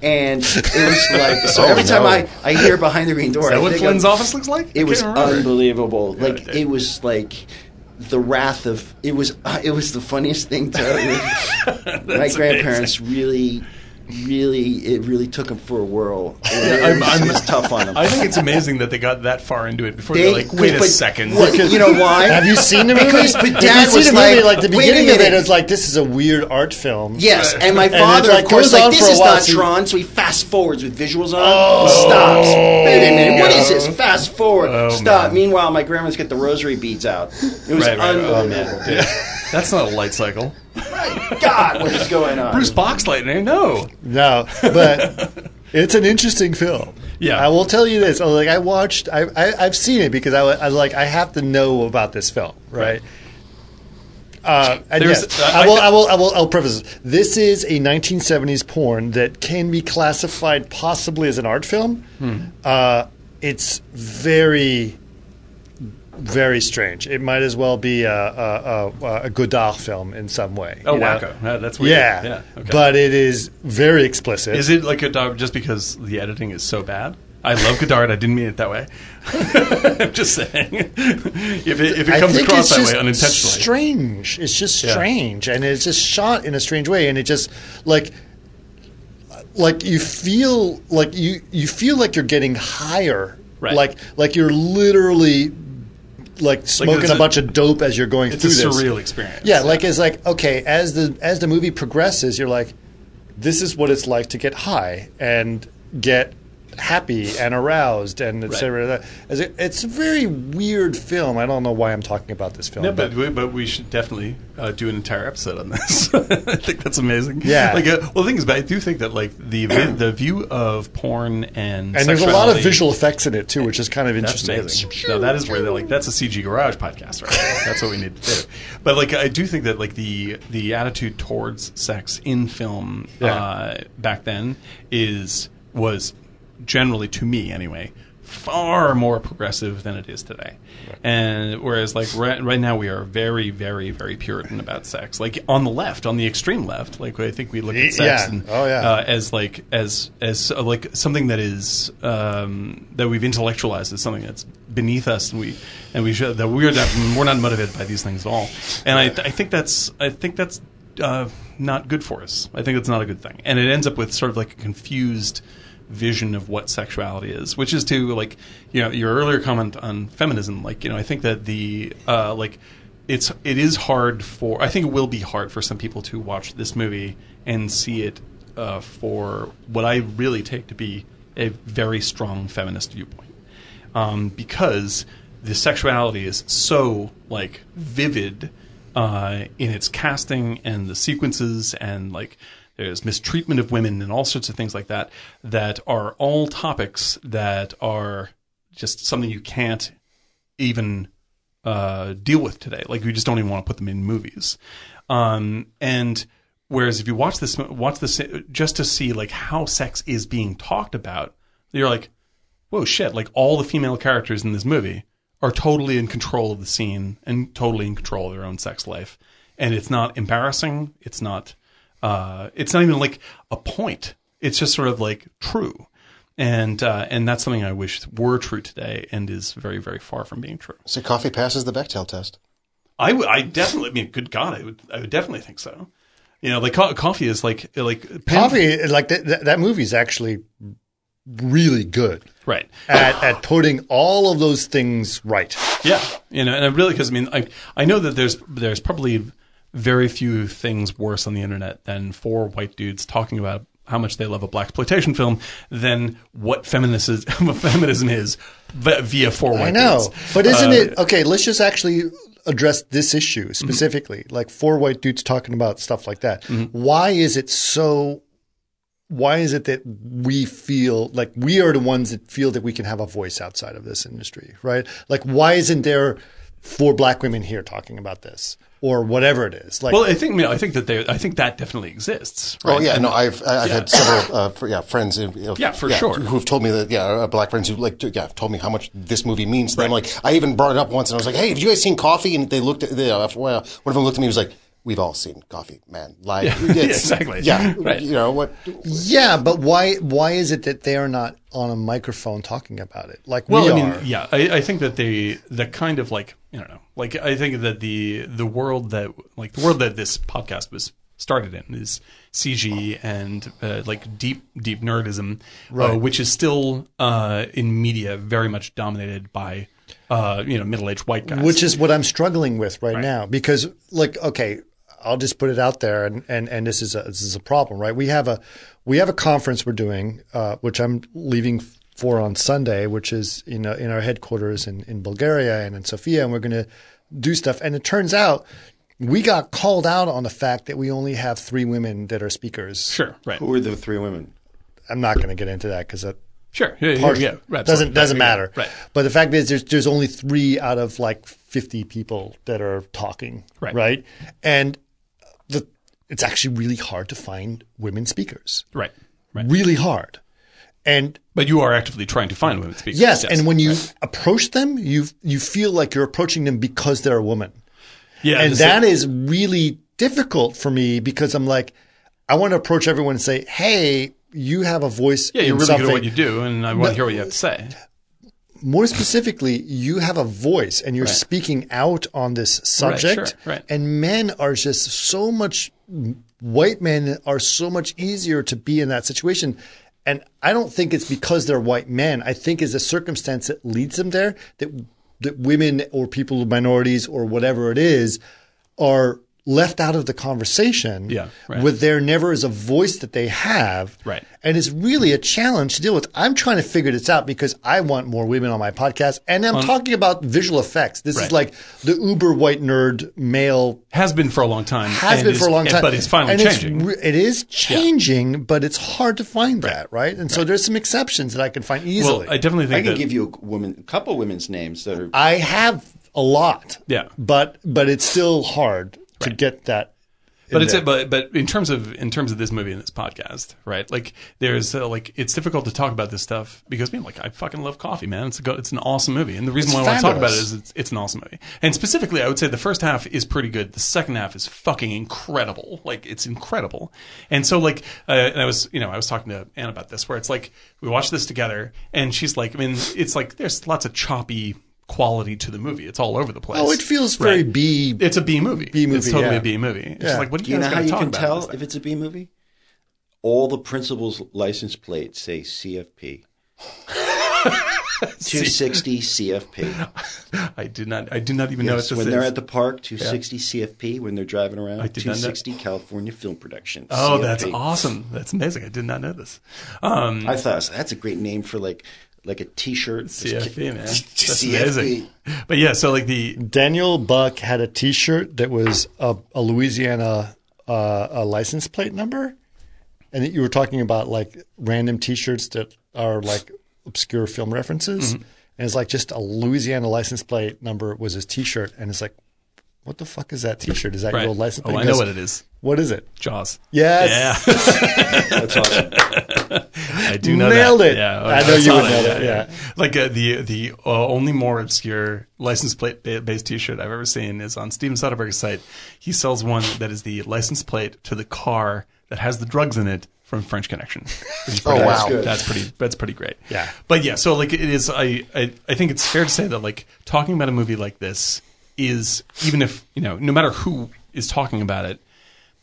F: And it was like, so
G: Oh,
F: every time
G: no.
F: I, I hear Behind the Green Door,
B: is that
F: I
B: what
F: think
B: Flynn's
F: of-
B: office looks like I
F: It was
B: can't remember.
F: unbelievable. like,
B: dude.
F: it was like the wrath of, it was, uh, it was the funniest thing to my grandparents really really it really took him for a whirl. It,
B: I'm-
F: was-
B: I'm-
F: it was tough on him.
B: I think it's amazing that they got that far into it before they, are like,
F: but-
B: wait a
F: but-
B: second.
F: well, you know why?
D: Have you seen the movie?
F: Because, but
D: Have
F: Dad
D: you seen
F: was
D: the movie?
F: like,
D: Like the
F: "Wait a
D: beginning of it,
F: minute."
D: it's like this is a weird art film.
F: Yes, and my
D: And it,
F: father,
D: like,
F: of course,
D: goes on
F: like this
D: for a
F: is
D: while,
F: not
D: so you-
F: Tron, so he fast forwards with visuals on.
B: Oh.
F: stops. Wait a minute, what is this? Fast forward.
B: Oh,
F: Stop. Meanwhile, my grandma's get the rosary beads out. It was
B: Right, Oh, right, right.
F: unbelievable.
B: That's not a light cycle.
F: God, what is going on?
B: Bruce Boxleitner, no.
D: No, but it's an interesting film.
B: Yeah.
D: I will tell you this. I was Like I watched, I, I I've seen it because I, wa- I was like I have to know about this film, right? Uh, and
B: There's-
D: yes,
B: uh,
D: I, will,
B: I-
D: I will. I will. I'll preface this. This is a 1970s porn that can be classified possibly as an art film.
B: Hmm.
D: Uh, it's very, very strange. It might as well be a, a, a, a Godard film in some way.
B: Oh,
D: you know?
B: wacko. Uh, that's weird.
D: Yeah,
B: Yeah, okay.
D: but it is very explicit.
B: Is it like Godard just because the editing is so bad? I love Godard. I didn't mean it that way. I'm just saying. If it, if it comes across that way unintentionally.
D: Strange. It's just strange, and it's just shot in a strange way, and it just like like you feel like you you feel like you're getting higher,
B: Right.
D: like like you're literally like smoking
B: it's
D: a,
B: a-
D: bunch of dope as you're going
B: it's a
D: through this
B: surreal experience.
D: Yeah, like it's like okay, as the as the movie progresses, you're like, this is what it's like to get high and get happy and aroused and et
B: Right.
D: cetera. As it- It's a very weird film. I don't know why I'm talking about this film.
B: No, but we, but we should definitely uh, do an entire episode on this. I think that's amazing.
D: Yeah.
B: Like, uh, well, the thing is, but I do think that like the vi- the view of porn and
D: and there's a lot of
B: sexuality-
D: visual effects in it too, which is kind of
B: That's
D: interesting.
B: amazing. No, that is where they're like, that's a CG Garage podcast, right? there. that's what we need to do. But like, I do think that like the the attitude towards sex in film uh,
D: Yeah.
B: back then is was generally to me anyway far more progressive than it is today. And whereas like right, right now we are very very very puritan about sex. Like on the left, on the extreme left, like I think we look at sex
D: yeah.
B: and
D: Oh, yeah.
B: uh, as like as as uh, like something that is um, that we've intellectualized as something that's beneath us and we and we should, that we're not we're not motivated by these things at all and I, I think that's I think that's uh, not good for us I think that's not a good thing and it ends up with sort of like a confused vision of what sexuality is which is to like you know your earlier comment on feminism like you know I think that the uh, like it's it is hard for I think it will be hard for some people to watch this movie and see it uh, for what I really take to be a very strong feminist viewpoint, um, because the sexuality is so like vivid uh, in its casting and the sequences and like there's mistreatment of women and all sorts of things like that that are all topics that are just something you can't even uh, deal with today. Like we just don't even want to put them in movies. Um, and whereas if you watch this, watch this just to see like how sex is being talked about, you're like, whoa, shit! Like all the female characters in this movie are totally in control of the scene and totally in control of their own sex life, and it's not embarrassing. It's not. Uh, it's not even like a point. It's just sort of like true. And uh, and that's something I wish were true today, and is very very far from being true.
G: So coffee passes the Bechtel test.
B: I would. I definitely. I mean, good God, I would. I would definitely think so. You know, like co- coffee is like like pen-
D: Coffee, like th- th- that movie's actually really good
B: right?
D: at, at putting all of those things right.
B: Yeah, you know, and I really because I mean, I I know that there's there's probably very few things worse on the internet than four white dudes talking about how much they love a black exploitation film than what feminism is, what feminism is vi- via four white
D: I know,
B: dudes.
D: but isn't
B: Uh,
D: it okay? Let's just actually address this issue specifically,
B: Mm-hmm.
D: like four white dudes talking about stuff like that. Why is it so? Why is it that we feel like we are the ones that feel that we can have a voice outside of this industry, right? Like, why isn't there four black women here talking about this or whatever it is? Like,
B: Well, I think you know, I think that they I think that definitely exists. Right?
G: Oh yeah, no, I've I- I've had several uh, fr- yeah friends, uh, uh,
B: Yeah, for sure.
G: who've told me that yeah, uh, black friends who like to, yeah told me how much this movie means to them. Like I even brought it up once, and I was like, hey, have you guys seen Coffee? And they looked at they, uh, well, one of them looked at me and was like. We've all seen Coffee, man. Like, it's-
B: exactly.
G: Yeah,
B: Right.
G: You know what?
D: yeah, but why? Why is it that they are not on a microphone talking about it? Like,
B: Well,
D: we
B: I mean,
D: are.
B: yeah, I, I think that they the kind of like I don't know, like I think that the the world that like the world that this podcast was started in is CG and uh, like deep deep nerdism, uh, which is still uh, in media very much dominated by uh, you know middle aged white guys.
D: which is what I'm struggling with right, now because like okay I'll just put it out there and and and this is a this is a problem right we have a we have a conference we're doing uh, which I'm leaving for on Sunday which is you know in our headquarters in in Bulgaria and in Sofia and we're going to do stuff and it turns out we got called out on the fact that we only have three women that are speakers
B: sure right
F: Who are the three women?
D: I'm not going to get into that because that
B: sure yeah, yeah,
D: partial.
B: yeah, right,
D: doesn't
B: absolutely.
D: doesn't matter.
B: Right.
D: But the fact is, there's there's only three out of like 50 people that are talking.
B: Right.
D: Right. And the it's actually really hard to find women speakers.
B: right right.
D: Really hard. And
B: But you are actively trying to find women speakers.
D: yes, and when you approach them, you you feel like you're approaching them because they're a woman,
B: yeah,
D: and
B: this-
D: that is really difficult for me because I'm like, I want to approach everyone and say, "Hey, you have a voice."
B: yeah,
D: in
B: you're really
D: something.
B: good at what you do, and I want to hear what you have to say.
D: more specifically, you have a voice and you're speaking out on this subject.
B: sure, right.
D: And men are just so much, white men are so much easier to be in that situation. And I don't think it's because they're white men. I think it's a circumstance that leads them there that, that women or people of minorities or whatever it is are left out of the conversation
B: Yeah, right.
D: with there never is a voice that they have
B: Right.
D: and it's really a challenge to deal with. I'm trying to figure this out because I want more women on my podcast, and I'm talking about visual effects. This is
B: Right.
D: like the uber white nerd male
B: Has been for a long time.
D: has
B: and
D: been
B: is-
D: for a long
B: and-
D: time,
B: but it's finally
D: And
B: changing.
D: re- it is changing, but it's hard to find that, right? And so there's some exceptions that I can find easily.
B: well, I definitely
F: I
B: think
F: can
B: that
F: give you a woman, a couple women's names that are.
D: I have a lot,
B: Yeah.
D: but but it's still hard to get that.
B: but it's but but in terms of in terms of this movie and this podcast, right? Like there's uh, like it's difficult to talk about this stuff because man, like I fucking love coffee, man. It's a go, it's an awesome movie, and the reason
D: It's
B: why I want to talk about it
D: fabulous.
B: is it's, it's an awesome movie. And specifically, I would say the first half is pretty good. The second half is fucking incredible. Like it's incredible. And so like uh, and I was you know I was talking to Anne about this where it's like we watched this together, and she's like, I mean, it's like there's lots of choppy quality to the movie. It's all over the place.
D: Oh, it feels very
B: Right.
D: B.
B: It's a B movie.
D: B movie,
B: It's totally
D: yeah.
B: a B movie. It's just like, what are
F: Do
B: you,
F: you know
B: guys
F: how
B: going to
F: you
B: talk
F: can
B: about?
F: tell
B: It's like-
F: if it's a B movie? All the principal's license plates say CFP. 260 CFP.
B: I did not. I did not even know what
F: Yes,
B: this
F: when
B: is.
F: they're at the park, 260 CFP. When they're driving around,
B: I did not know-
F: 260 California Film Production.
B: oh, that's
F: CFP.
B: awesome. That's amazing. I did not know this. Um,
F: I thought so that's a great name for like like a T-shirt.
B: CFP, man. That's
F: CFP.
B: amazing. But yeah, so like the
D: Daniel Buck had a T-shirt that was a, a Louisiana uh, a license plate number, and that you were talking about like random T-shirts that are like obscure film references,
B: Mm-hmm.
D: and it's like just a Louisiana license plate number was his T-shirt, and it's like, what the fuck is that T-shirt? Is that
B: right.
D: your license plate?
B: Oh, I
D: He
B: know
D: goes,
B: what it is.
D: What is it?
B: Jaws.
D: Yes.
B: Yeah,
F: That's awesome.
B: I do know.
D: Nailed
B: that.
D: it.
B: Yeah,
D: I know you
B: saw
D: would know that, yeah.
B: Like uh, the the uh, only more obscure license plate ba- based T-shirt I've ever seen is on Steven Soderbergh's site. He sells one that is the license plate to the car that has the drugs in it from French Connection.
G: Oh, wow.
F: good.
B: that's pretty that's pretty great.
D: Yeah.
B: But yeah, so like it is I, I I think it's fair to say that like talking about a movie like this is even if, you know, no matter who is talking about it,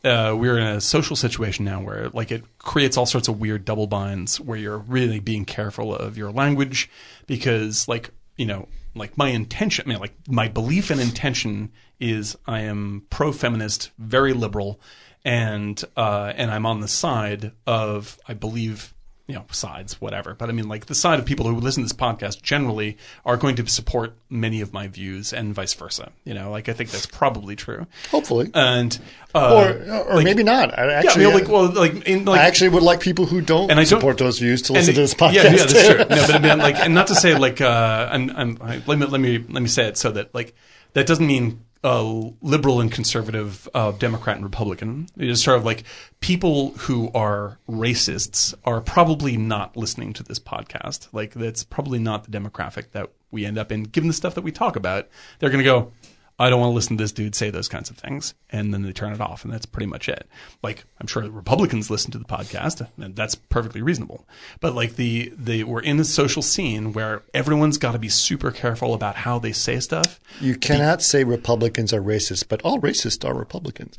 B: uh, we're in a social situation now where like it creates all sorts of weird double binds where you're really being careful of your language because like, you know, like my intention, I mean, like my belief and intention is I am pro feminist, very liberal, and uh, and I'm on the side of I believe you know sides whatever but i mean like the side of people who listen to this podcast generally are going to support many of my views and vice versa you know like i think that's probably true
D: Hopefully.
B: and uh,
D: or or maybe not. I
B: yeah, I
D: actually,
B: mean, like well like in like
D: I actually would like people who don't
B: and I don't-
D: support those views to
B: and-
D: listen to this podcast.
B: Yeah, yeah, that's true. No, but I mean, like, and not to say like, uh, I'm, I'm, I, let me let me let me say it so that like that doesn't mean uh, liberal and conservative, uh, Democrat and Republican. It is sort of like people who are racists are probably not listening to this podcast. Like, that's probably not the demographic that we end up in. Given the stuff that we talk about, they're going to go. I don't want to listen to this dude say those kinds of things. And then they turn it off, and that's pretty much it. Like, I'm sure the Republicans listen to the podcast, and that's perfectly reasonable. But like the the we're in a social scene where everyone's got to be super careful about how they say stuff.
D: You cannot say Republicans are racist, but all racists are Republicans.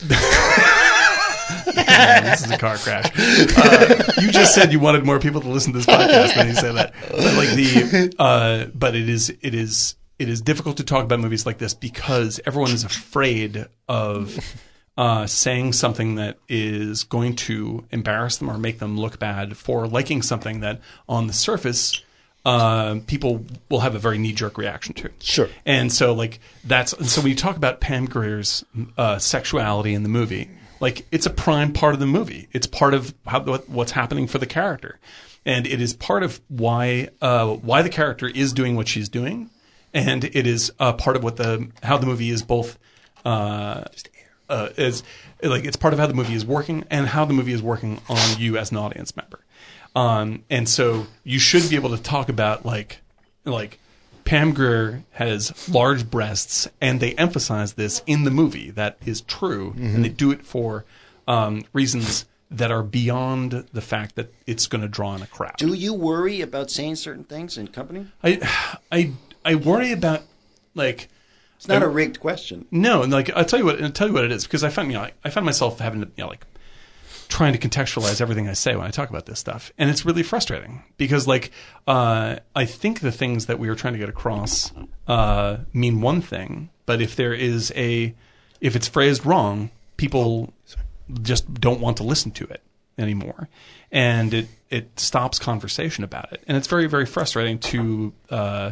B: Yeah, this is a car crash. Uh, you just said you wanted more people to listen to this podcast than you said that. But like the, uh, but it is it is it is difficult to talk about movies like this because everyone is afraid of uh, saying something that is going to embarrass them or make them look bad for liking something that on the surface. Uh, people will have a very knee-jerk reaction to
G: Sure.
B: and so like that's and so when you talk about Pam Greer's uh, sexuality in the movie, like it's a prime part of the movie. It's part of how, what, what's happening for the character, and it is part of why uh, why the character is doing what she's doing, and it is uh, part of what the how the movie is both uh, uh, is like it's part of how the movie is working and how the movie is working on you as an audience member. Um, and so you should be able to talk about like like Pam Grier has large breasts, and they emphasize this in the movie. That is true, and they do it for um, reasons that are beyond the fact that it's going to draw in a crowd.
F: Do you worry about saying certain things in company?
B: I, I, I worry about like
F: It's not a rigged question.
B: no, and like I'll tell you what I'll tell you what it is because I found you know like, I found myself having to you know like trying to contextualize everything I say when I talk about this stuff, and it's really frustrating because like uh, I think the things that we are trying to get across uh, mean one thing, but if there is a if it's phrased wrong, people just don't want to listen to it anymore, and it it stops conversation about it, and it's very very frustrating to. Uh,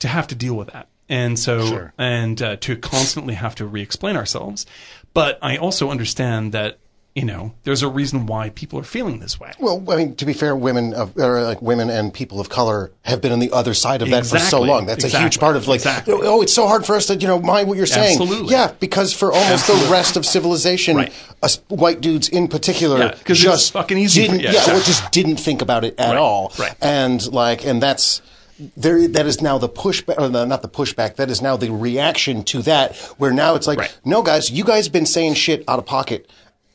B: to have to deal with that. And so, and uh, to constantly have to re explain ourselves. But I also understand that, you know, there's a reason why people are feeling this way.
G: Well, I mean, to be fair, women of or like women and people of color have been on the other side of that for so
B: Exactly.
G: long. That's a huge
B: Exactly.
G: part of like,
B: Exactly.
G: oh, it's so hard for us to you know mind what you're saying.
B: Absolutely.
G: Yeah, because for almost the rest of civilization,
B: Right.
G: us white dudes in particular
B: Yeah, 'cause it's
G: just
B: fucking easy for-
G: Didn't,
B: yeah,
G: yeah, or
B: exactly.
G: just didn't think about it at
B: Right,
G: all.
B: right.
G: And like, and that's. There, that is now the pushback, or the, not the pushback. That is now the reaction to that, where now it's like,
B: Right.
G: no, guys, you guys been saying shit out of pocket,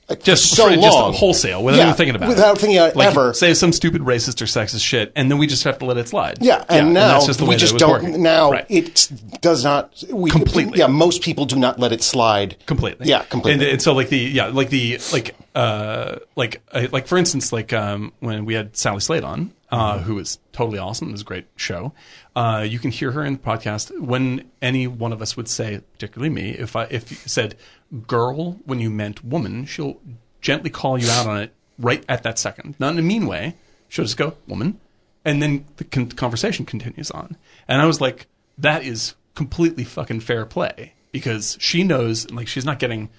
G: like,
B: Just
G: for so
B: straight-
G: long,
B: just wholesale without
G: Yeah,
B: even thinking about
G: without
B: it.
G: thinking about it
B: like,
G: ever.
B: Say some stupid racist or sexist shit, and then we just have to let it slide.
G: Yeah, and now
B: that's just the way
G: we
B: that it
G: just
B: was
G: don't.
B: working.
G: Now
B: Right.
G: it does not we,
B: Completely.
G: Yeah, most people do not let it slide
B: completely.
G: Yeah, completely.
B: And, and so like the yeah like the like uh like I, like for instance like um when we had Sally Slade on uh who was totally awesome it was a great show uh you can hear her in the podcast when any one of us would say particularly me if I if you said girl when you meant woman she'll gently call you out on it right at that second not in a mean way she'll just go woman and then the con- conversation continues on. And I was like, that is completely fucking fair play because she knows, like, she's not getting,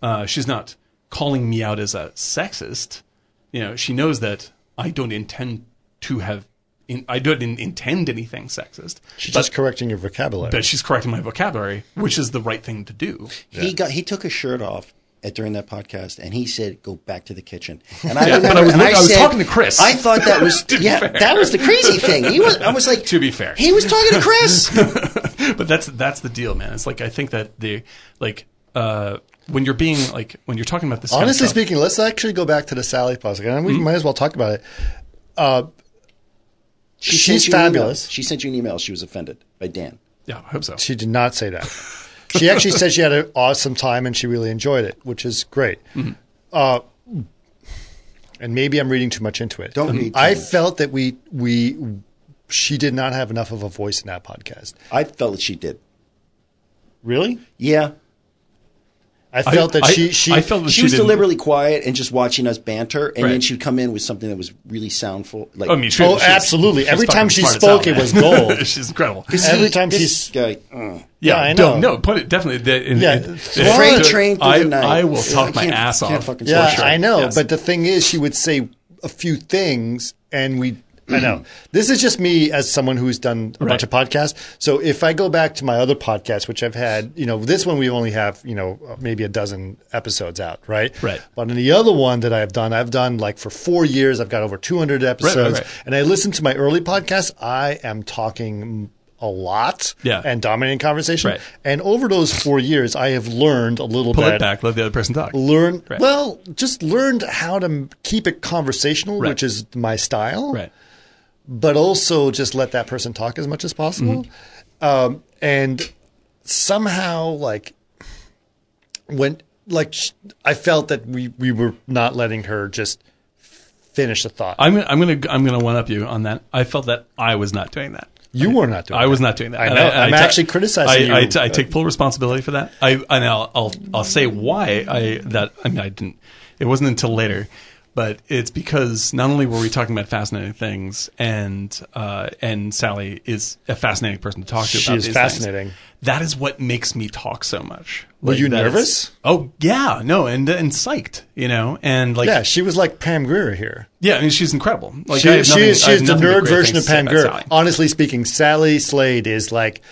B: uh, she's not calling me out as a sexist. You know, she knows that I don't intend to have, in, I don't in, intend anything sexist.
D: She's
B: but,
D: just correcting your vocabulary.
B: but she's correcting my vocabulary, which is the right thing to do.
F: He got he took his shirt off at during that podcast, and he said, "Go back to the kitchen." And I
B: Yeah, but
F: remember,
B: I was
F: and
B: look- I was
F: said-
B: talking to Chris.
F: I thought that was
B: To be
F: yeah,
B: fair.
F: that was the crazy thing. He was, I was like,
B: To be fair.
F: he was talking to Chris.
B: but that's that's the deal, man. It's like I think that the like uh, when you're being like when you're talking about this. kind of
D: Honestly
B: stuff-
D: speaking, let's actually go back to the Sally pause again.
B: Hmm?
D: We might as well talk about it. Uh,
F: She
D: she's
F: sent you an email.
D: fabulous.
F: She sent you an email. She was offended by Dan.
B: yeah, I hope so.
D: She did not say that. She actually said she had an awesome time and she really enjoyed it, which is great.
B: Hmm.
D: Uh, and maybe I'm reading too much into it.
F: Don't read too
D: I
F: much.
D: felt that we we she did not have enough of a voice in that podcast.
F: I felt that she did.
D: Really?
F: Yeah,
D: I felt that
B: I-
D: she she
B: I felt that
F: she,
B: she,
F: was
B: didn't-
F: deliberately quiet and just watching us banter, and then
B: Right.
F: she'd come in with something that was really soundful. Like,
B: I mean, she,
D: Oh,
B: she's-
D: absolutely.
B: she's
D: Every
B: fucking
D: time she
B: smart as hell,
D: spoke, it
B: man.
D: was gold.
B: she's incredible.
D: every time
F: this
D: she's
F: guy. mm.
B: Yeah,
D: I
B: don't-
D: know.
B: No, put it definitely. The, in,
D: Yeah,
B: in-
D: it's
B: in-
D: Freight
B: in-
F: train through
B: I,
F: the night.
B: I will
F: Yeah,
B: talk
F: I
B: my
F: can't-
B: ass
F: can't
B: off.
F: fucking
D: yeah,
F: sure.
D: I know.
B: Yes.
D: But the thing is, she would say a few things, and we. I know. This is just me as someone who's done a bunch
B: Right.
D: of podcasts. So if I go back to my other podcasts, which I've had, you know, this one we only have, you know, maybe a dozen episodes out, right?
B: Right.
D: But in the other one that I've done, I've done like for four years, I've got over 200 episodes.
B: right.
D: And I listen to my early podcasts, I am talking a lot
B: Yeah.
D: and dominating conversation.
B: Right.
D: And over those four years, I have learned a little
B: Pull
D: bit
B: it back. Let the other person talk.
D: learned
B: Right.
D: well just learned how to m- keep it conversational
B: Right.
D: which is my style
B: Right.
D: but also just let that person talk as much as possible
B: Mm-hmm.
D: um, and somehow like when like sh- I felt that we we were not letting her just finish the thought.
B: I'm I'm gonna I'm gonna one up you on that. I felt that I was not doing that.
D: you were not doing.
B: I
D: it.
B: was not doing that.
D: I
B: And
D: know.
B: and
D: I'm
B: ta-
D: actually criticizing
B: I,
D: you.
B: I, ta- I take full responsibility for that. I and I'll, I'll I'll say why I that I mean I didn't. It wasn't until later, but it's because not only were we talking about fascinating things, and uh, and Sally is a fascinating person to talk to.
D: She
B: about
D: is
B: these things.
D: fascinating.
B: That is what makes me talk so much.
D: Were you
B: that is-
D: nervous?
B: Oh yeah, no, and and psyched, you know, and like
D: Yeah, she was like Pam Grier here.
B: yeah, I mean, she's incredible. Like
D: She,
B: I have
D: she
B: nothing-
D: is,
B: I
D: she
B: have
D: is the
B: nothing but
D: nerd
B: great
D: version of
B: things to say
D: Pam
B: about
D: Grier.
B: Sally.
D: Honestly speaking, Sally Slade is like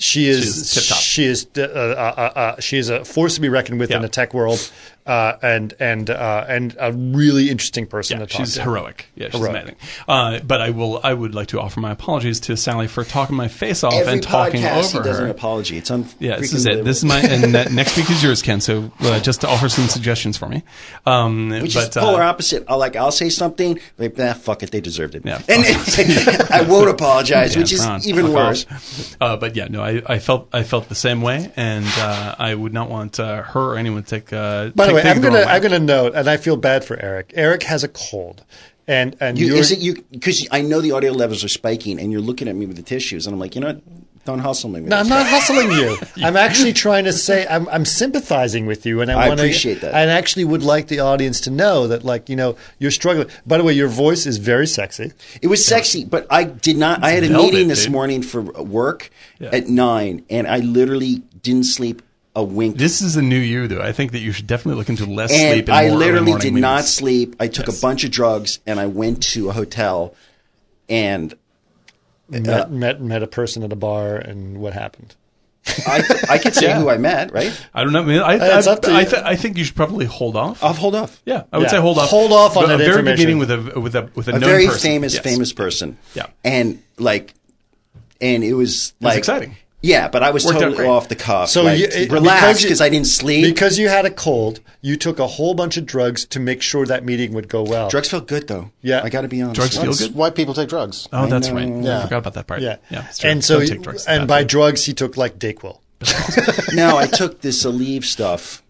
D: she is
B: She's tip-top.
D: she is uh, uh, uh, uh, she is a force to be reckoned with in
B: Yeah.
D: the tech world, uh, and and uh, and a really interesting person to talk
B: she's
D: to.
B: heroic. Yeah, she's
D: Heroic.
B: amazing. Uh, but I will. I would like to offer my apologies to Sally for talking my face off
F: Every
B: and talking
F: podcast, he
B: over
F: does an
B: her.
F: apology. It's un-
B: Yeah, this
F: freaking
B: is it. This is my and that, next week is yours, Ken. So uh, just to offer some suggestions for me, um,
F: Which
B: but,
F: is polar
B: uh,
F: opposite. I'll like I'll say something, like nah, fuck it, they deserved it.
B: Yeah,
F: and I won't apologize,
B: yeah,
F: which is
B: Ron,
F: even
B: fuck
F: worse.
B: off. Uh, but yeah, no, I, I felt I felt the same way, and uh, I would not want uh, her or anyone to take. Uh,
D: By the
B: take-
D: way,
B: take
D: I'm
B: it the
D: gonna
B: wrong way.
D: I'm gonna note, and I feel bad for Eric. Eric has a cold, and and
F: You,
D: you're-
F: is it you? Because I know the audio levels are spiking, and you're looking at me with the tissues, and I'm like, you know what? Don't hustle me. With
D: No,
F: this.
D: I'm not hustling you. I'm actually trying to say I'm, I'm sympathizing with you, and I,
F: I
D: want
F: appreciate that.
D: And actually, would like the audience to know that, like, you know, you're struggling. By the way, your voice is very sexy.
F: It was sexy, but I did not. I had a
B: Velvet,
F: meeting this
B: dude.
F: morning for work at nine, and I literally didn't sleep a wink.
B: This is a new you, though. I think that you should definitely look into less sleep. And
F: and I
B: more early
F: literally
B: morning
F: did not
B: meetings.
F: sleep. I took a bunch of drugs, and I went to a hotel, and
D: Met, met met a person at a bar, and what happened?
F: I, I could say who I met, right?
B: I don't know. I, mean, I,
D: It's
B: I-
D: up to
B: I
D: you.
B: th- I think you should probably Oh, hold off.
F: I'll hold off.
B: Yeah, I would
D: Yeah.
B: say hold off.
D: Hold off on
B: But
D: that
B: a very good
D: information.
B: meeting with a with a with a,
F: a
B: known
F: very
B: person.
F: famous,
B: Yes.
F: famous person.
B: Yeah.
F: and like, and it was like
B: exciting.
F: Yeah, but I was
B: Worked out
F: totally
B: great.
F: off the cuff.
D: So
F: So like,
D: you- it-
F: relax
D: because you-
F: because I didn't sleep.
D: Because you had a cold, you took a whole bunch of drugs to make sure that meeting would go well.
F: drugs felt good though.
D: Yeah.
F: I got to be honest.
B: Drugs feel
G: That's
B: good.
G: why people take drugs.
B: Oh, that's right. I
G: Yeah.
B: forgot about that part.
D: yeah,
B: yeah. it's true.
D: and so
B: Don't take drugs.
D: and
B: Bad
D: by
B: for you.
D: drugs he took like Dayquil.
F: no, I took this Aleve stuff.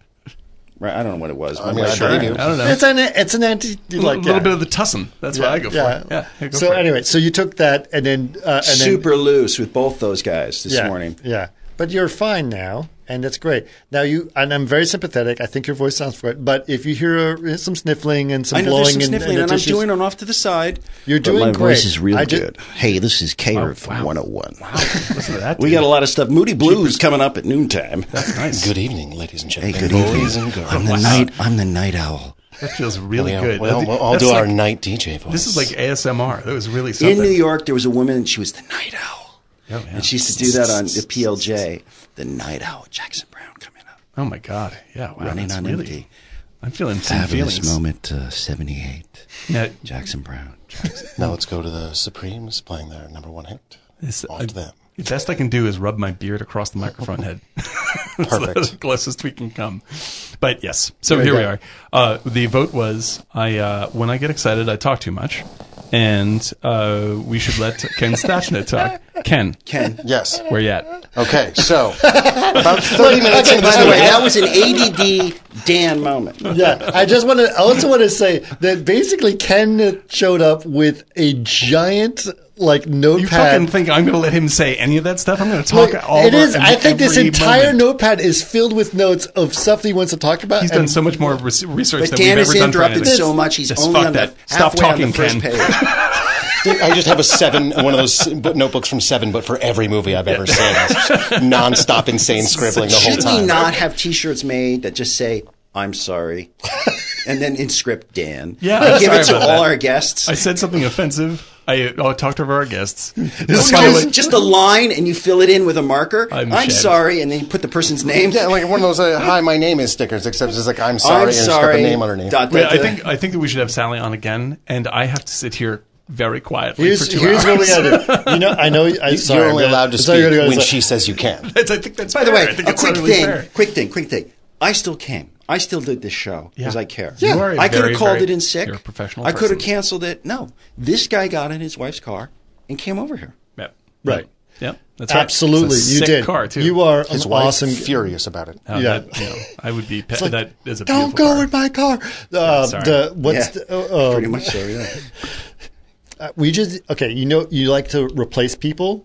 F: Right, I don't know what it was.
G: I mean, I
F: sure.
G: believe you.
B: I don't know.
D: It's an it's an anti
B: a little,
D: like
B: little
D: yeah.
B: bit of the tussin. That's what I go for. Yeah. yeah go
D: so
B: for it.
D: anyway, so you took that and then uh, and then,
F: Super loose with both those guys this
D: yeah,
F: morning.
D: Yeah, but you're fine now, and that's great. Now you and I'm very sympathetic. I think your voice sounds great, but if you hear uh, some sniffling and some
F: I know
D: blowing
F: there's some sniffling,
D: and,
F: and,
D: the
F: I'm
D: tissues-
F: doing it off to the side.
D: You're
F: but
D: doing
F: my
D: great.
F: voice is real
D: I ju-
F: good. Hey, this is Cater
B: Oh,
F: from 101.
B: Listen to that.
F: We
B: dude.
F: got a lot of stuff. Moody Blues coming up at noontime.
B: nice.
G: Good evening, ladies and
F: Hey,
G: gentlemen.
F: good
G: boys
F: evening.
G: and girls.
F: I'm the night. I'm the night owl.
B: That feels really
G: Yeah,
B: good.
G: Well,
B: That-
G: we'll all
B: that's
G: do
B: like-
G: our night DJ voice.
B: This is like ASMR. That was really something.
F: In New York, there was a woman, and she was the night
B: Oh,
F: owl,
B: yeah.
F: and she used to do that on the PLJ. The night owl, Jackson Brown, coming up,
B: oh my god. Yeah. Wow.
F: running
B: that's
F: on
B: really,
F: empty.
B: I'm feeling some
F: Fabulous
B: feelings.
F: moment, uh, seventy-eight.
B: Now,
F: Jackson Brown.
G: now let's go to the Supremes playing their number one hit.
B: this-
G: Off
B: I-
G: to them.
B: The best I can do is rub my beard across the microphone head. That's the
G: Perfect.
B: closest we can come. But yes, so here we
D: go.
B: are. Uh, the vote was: I uh, when I get excited, I talk too much, and uh, we should let Ken Stachna talk. Ken,
F: Ken.
G: Yes.
B: where you at?
G: Okay, so about 30 minutes into this
F: By the way,
G: meeting-
F: that was an ADD Dan moment.
D: yeah, I just want to. I also want to say that basically Ken showed up with a giant like notepad.
B: You fucking think I'm going to let him say any of that stuff? I'm going to talk
D: Look,
B: all.
D: it is.
B: over
D: I think this
B: every
D: entire
B: moment.
D: notepad is filled with notes of stuff that he wants to talk about.
B: He's done so much more res- research
F: But
B: than
F: Dan
B: we've ever done
F: has
B: for
F: interrupted
B: anything.
F: so much. He's
B: Just
F: only
B: fuck
F: on
B: that.
F: the
B: Stop
F: halfway on
B: talking,
F: the first
B: Ken.
F: page.
G: I just have a seven, one of those notebooks from seven, but for every movie I've ever seen. It's just nonstop insane scribbling the whole
F: Should we
G: time.
F: not have T-shirts made that just say "I'm sorry," and then in script Dan?
B: Yeah,
F: I
B: I'm
F: give
B: sorry
F: it to
B: about
F: all
B: that.
F: our guests.
B: I said something offensive. I, oh, I talked over our guests.
F: Just,
B: By the way-
F: just, just a line, and you fill it in with a marker.
B: I'm
F: I'm,
B: ashamed.
F: sorry, and then you put the person's name.
G: Yeah, like one of those uh, "Hi, my name is" stickers, except it's like "I'm sorry"
F: I'm
G: and it's got
F: sorry.
G: the name underneath.
F: dot,
B: Wait,
F: dot,
B: I
F: dot.
B: think I think that we should have Sally on again, and I have to sit here very quietly
D: Here's,
B: for two
D: here's
B: hours.
D: what we gotta do. You know, I know. I, sorry,
G: You're only
D: but-
G: allowed to
D: sorry,
G: speak
D: I gotta go-
G: when
D: sorry.
G: she says you can.
B: That's- I think that's
F: By the
B: fair.
F: way,
B: I think
F: a
B: it's
F: quick
B: totally
F: thing,
B: fair.
F: quick thing, quick thing. I still came. I still did this show because
B: Yeah.
F: I care.
B: You are a
F: I could
B: very,
F: have called
B: very-
F: it in sick.
B: you're a professional
F: I could
B: person.
F: have canceled it. No, this guy got in his wife's car and came over here.
B: Yep.
D: Right.
B: Yep, that's right.
D: Absolutely,
B: It's a
D: you
B: sick
D: did.
B: Car too.
D: You are an
G: His wife
D: awesome.
G: furious about it.
B: Oh,
D: yeah.
B: that, you know, I would be. Pe-
D: like,
B: that is a
D: Don't
B: beautiful
D: go
B: car.
D: in my car. Uh,
B: sorry.
D: the what's
F: Yeah.
D: the, uh,
F: Pretty much so, yeah.
D: we just okay you know you like to replace people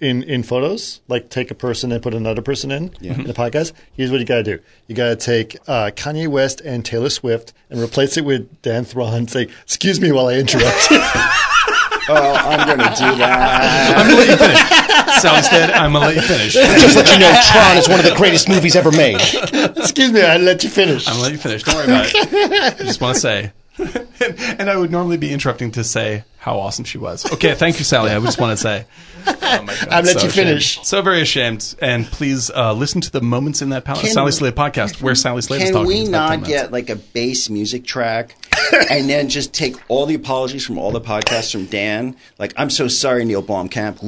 D: in in photos like take a person and put another person in in the podcast here's what you gotta do you gotta take uh, kanye west and taylor swift and replace it with dan thron and say excuse me while i interrupt you."
F: Oh, I'm going to do that.
B: I'm gonna let you finish. Sounds dead. I'm gonna let you finish. I'm
G: Just let you know, Tron is one of the greatest movies ever made.
D: excuse me i let you finish
B: gonna let you finish. Don't worry about it. I just want to say. and, and I would normally be interrupting to say how awesome she was. Okay, thank you, Sally. I just want to say. Oh my God,
D: I'll let
B: so
D: you finish.
B: ashamed. So very ashamed. And please uh, listen to the moments in that pal-
F: Can-
B: Sally Slade podcast where Sally Slade is
F: Can
B: talking.
F: we
B: It's about
F: not
B: 10 minutes.
F: get like a bass music track and then just take all the apologies from all the podcasts from Dan? Like, I'm so sorry, Neil Blomkamp.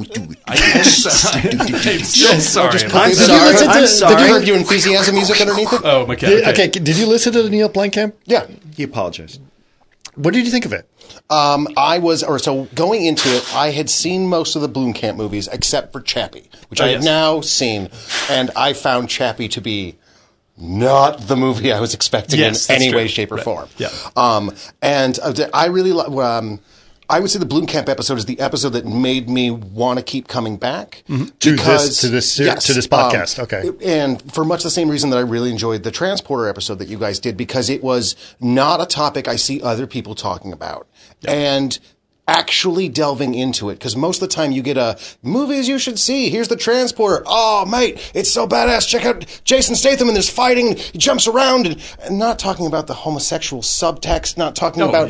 B: I am so, I'm so sorry. about
F: I'm
B: that.
G: Did you
F: sorry.
G: listen to-
F: I'm
G: Did you
F: sorry.
G: hear your enthusiasm music underneath it?
B: Oh, okay.
D: Did-
B: okay.
D: okay. did you listen to the neil blomkamp
G: Yeah.
F: He apologized.
D: what did you think of it
G: Um, I was, or so going into it, I had seen most of the Bloomkamp movies except for Chappie, which
D: Oh,
G: I have
B: yes.
G: now seen, and I found Chappie to be not the movie I was expecting
B: Yes,
G: in
B: that's
G: any
B: true.
G: way, shape, or
B: Right.
G: form.
B: Yeah.
G: Um, and uh, th- I really, li- um, I would say the Bloomkamp episode is the episode that made me want to keep coming back
D: Mm-hmm.
G: Um,
D: To this- to this ser- to this podcast. Okay.
G: and for much the same reason that I really enjoyed the transporter episode that you guys did because it was not a topic I see other people talking about and actually delving into it because most of the time you get a movies you should see here's the transporter oh mate it's so badass check out jason statham and there's fighting he jumps around and, and not talking about the homosexual subtext not talking
B: Oh,
G: about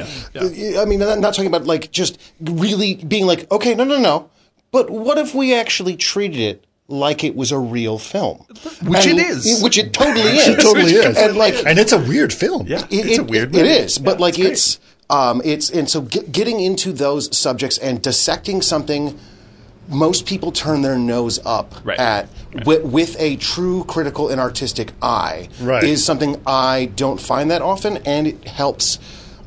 B: yeah,
G: i mean not not talking about like just really being like okay no no no but what if we actually treated it like it was a real film?
B: Which it is.
G: Which it totally is.
D: it totally is
G: And like
D: and it's a weird film
B: Yeah.
G: it-
B: it's a
G: it-
B: weird
G: It
B: movie.
G: is, but like it's um, it's and so get, getting into those subjects and dissecting something. Most people turn their nose up
B: Right.
G: at With, with a true critical and artistic eye
D: Right.
G: is something I don't find that often, and it helps.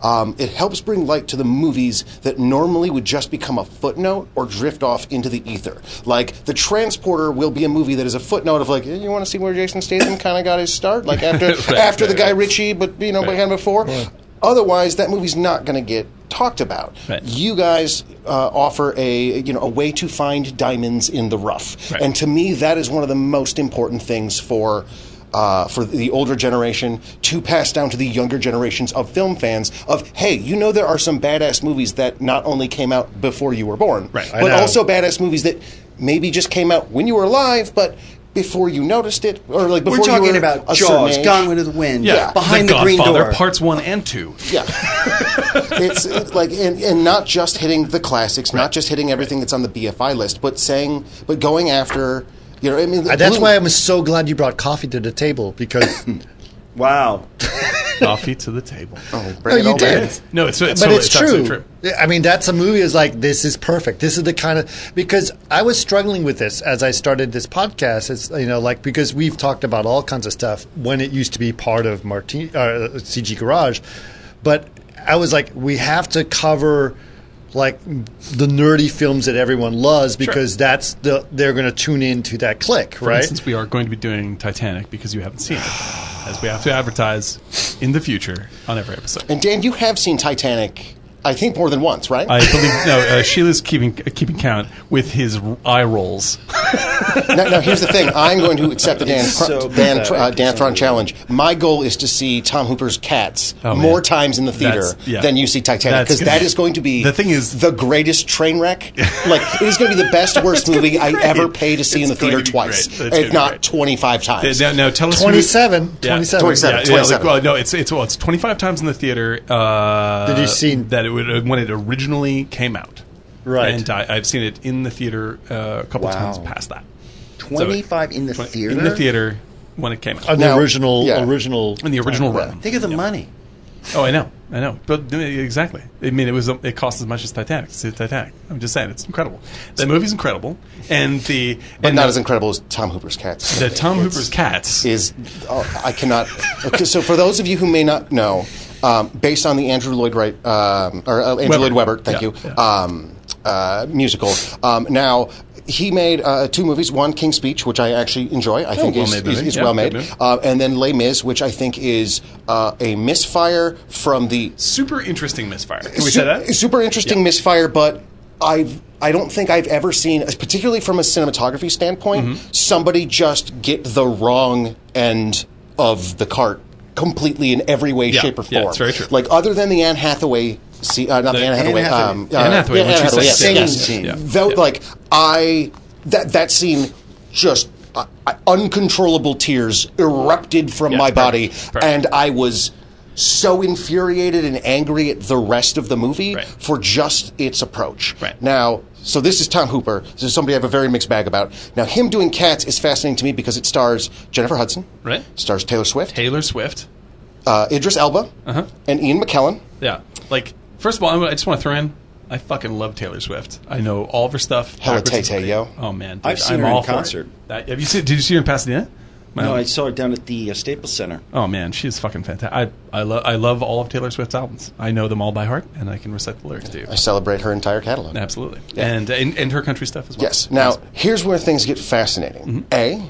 G: Um, it helps bring light to the movies that normally would just become a footnote or drift off into the ether. Like The Transporter will be a movie that is a footnote of like, "Eh, you want to see where Jason Statham kind of got his start, like after
B: Right,
G: after the
B: right,
G: guy
B: right.
G: Richie, but you know, behind before. Otherwise, that movie's not going to get talked about.
B: Right.
G: You guys uh, offer a you know a way to find diamonds in the rough,
B: Right.
G: and to me, that is one of the most important things for. Uh, for the older generation to pass down to the younger generations of film fans of hey you know there are some badass movies that not only came out before you were born
B: Right. I
G: but
D: know.
G: also badass movies that maybe just came out when you were alive but before you noticed it or like before
F: We're
G: you
F: talking
G: were
F: about
G: a certain
F: Jaws,
G: age.
F: Gone with the Wind,
B: Yeah,
F: Behind the, Green
B: Godfather,
F: Door.
B: parts one and two.
G: Yeah. it's it, like and, and not just hitting the classics, not just hitting everything that's on the BFI list, but saying but going after you know I mean
D: And Uh, that's
G: Bloom-
D: why i was so glad you brought coffee to the table because
F: wow.
B: Coffee to the table.
G: bring
D: No,
G: it
D: Oh, you
G: all back.
D: did.
B: No, it's, it's
D: but
B: totally,
D: it's,
B: absolutely
D: true. I mean, that's a movie is like this is perfect. This is the kind of because I was struggling with this as I started this podcast. It's you know like because we've talked about all kinds of stuff when it used to be part of Martin uh, CG Garage, but I was like, we have to cover like the nerdy films that everyone loves because that's the they're going to tune into that click,
B: For
D: right?
B: instance, we are going to be doing Titanic because you haven't seen it, as we have to advertise in the future on every episode.
G: And Dan, you have seen Titanic I think more than once, right?
B: I believe no. Uh, Sheila's keeping uh, keeping count with his r- eye rolls.
G: no, no, here's the thing. I'm going to accept the Dan,
F: It's
G: Cr-
F: so
G: Dan,
F: pathetic.
G: Tr- uh,
F: It's
G: Dan Thron
F: unbelievable.
G: challenge. My goal is to see Tom Hooper's Cats
B: Oh, man.
G: more times in the theater
B: That's- yeah.
G: than you see Titanic
B: That's
G: because
B: gonna-
G: that is going to be
B: The thing is-
G: the greatest train wreck. like it is going to be the best worst movie I ever pay to see in the
B: It's going
G: theater
B: to be
G: twice,
B: great. It's gonna
G: if
B: be
G: not
B: great.
G: 25
B: Uh,
G: times.
B: Now, now tell us who-
D: 27,
B: Yeah.
D: 27.
G: 27.
B: Yeah, yeah, like, well, no, it's it's well, it's twenty five times in the theater. Uh,
D: Did you see-
B: that it would, uh, when it originally came out?
D: Right.
B: and I, I've seen it in the theater uh, a couple
F: Wow.
B: times past that. So-
F: 25 in the theater?
B: in the theater when it came out.
D: On
G: Now-
D: the original
G: yeah.
D: original
B: in the original run.
F: Think of the money.
B: Oh, I know, I know. But uh, exactly, I mean, it was it cost as much as Titanic. It's Titanic. I'm just saying, it's incredible. That movie's incredible, and the
G: but
B: and
G: not
B: the,
G: as incredible as Tom Hooper's Cats.
B: the Tom Hooper's cats.
G: is oh, I cannot. okay, so for those of you who may not know, um, based on the Andrew Lloyd Wright um, or uh, Andrew
B: Webber.
G: Lloyd Webber, thank
B: Yeah,
G: you, Um, uh, musical. Um, now he made uh, two movies. One, King's Speech, which I actually enjoy. I think is,
B: Oh, well-made
G: is,
B: movie.
G: is
B: Yeah,
G: well
B: good
G: made.
B: movie.
G: Uh, and then Les Mis, which I think is uh, a misfire from the
B: Super interesting misfire. Can we
G: Su-
B: say that?
G: Super interesting misfire, but I've I don't think I've ever seen, particularly from a cinematography standpoint,
B: Mm-hmm.
G: somebody just get the wrong end of the cart completely in every way,
B: Yeah.
G: shape, or
B: Yeah,
G: form.
B: it's very true.
G: Like other than the Anne Hathaway. See, uh, not the,
B: The-
G: Anne Hathaway.
F: Anne Hathaway.
G: Um,
B: Anne
G: uh,
B: Hathaway,
G: yeah,
B: when
G: Anne
B: she
G: Hathaway,
B: says
G: yes,
B: sing
G: yes.
F: scene. Yeah.
G: Tho- Like I, that that scene just. Uh, uncontrollable tears erupted from my
B: perfect,
G: body,
B: perfect.
G: and I was so infuriated and angry at the rest of the movie
B: Right.
G: for just its approach.
B: Right.
G: Now, so this is Tom Hooper. This is somebody I have a very mixed bag about. Now, him doing Cats is fascinating to me because it stars Jennifer Hudson,
B: Right.
G: stars Taylor Swift,
B: Taylor Swift.
G: uh, Idris Elba,
B: Uh-huh.
G: and Ian McKellen.
B: Yeah. Like, first of all, I'm- I just want to throw in. I fucking love Taylor Swift. I know all of her stuff.
G: Hella
B: backwards and
G: Tay-Tay,
B: forwards.
G: yo.
B: Oh man, dude,
F: I've seen
B: I'm
F: her in
B: all for it.
F: concert.
B: That- have you seen? Did you see her in Pasadena? My
F: No,
B: own-
F: I saw it down at the uh, Staples Center.
D: Mm-hmm.
B: Oh man, she's fucking fantastic. I I love I love all of Taylor Swift's albums. I know them all by heart, and I can recite the lyrics to you.
G: I celebrate her entire catalog.
B: Absolutely, and, and and her country stuff as well.
G: Yes. Now, here's where things get fascinating. A,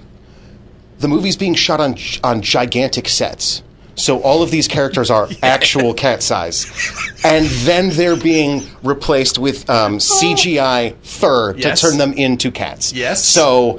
G: the movie's being shot on on gigantic sets. So all of these characters are actual cat size, and then they're being replaced with um, CGI fur
B: Yes.
G: to turn them into cats.
B: Yes.
G: So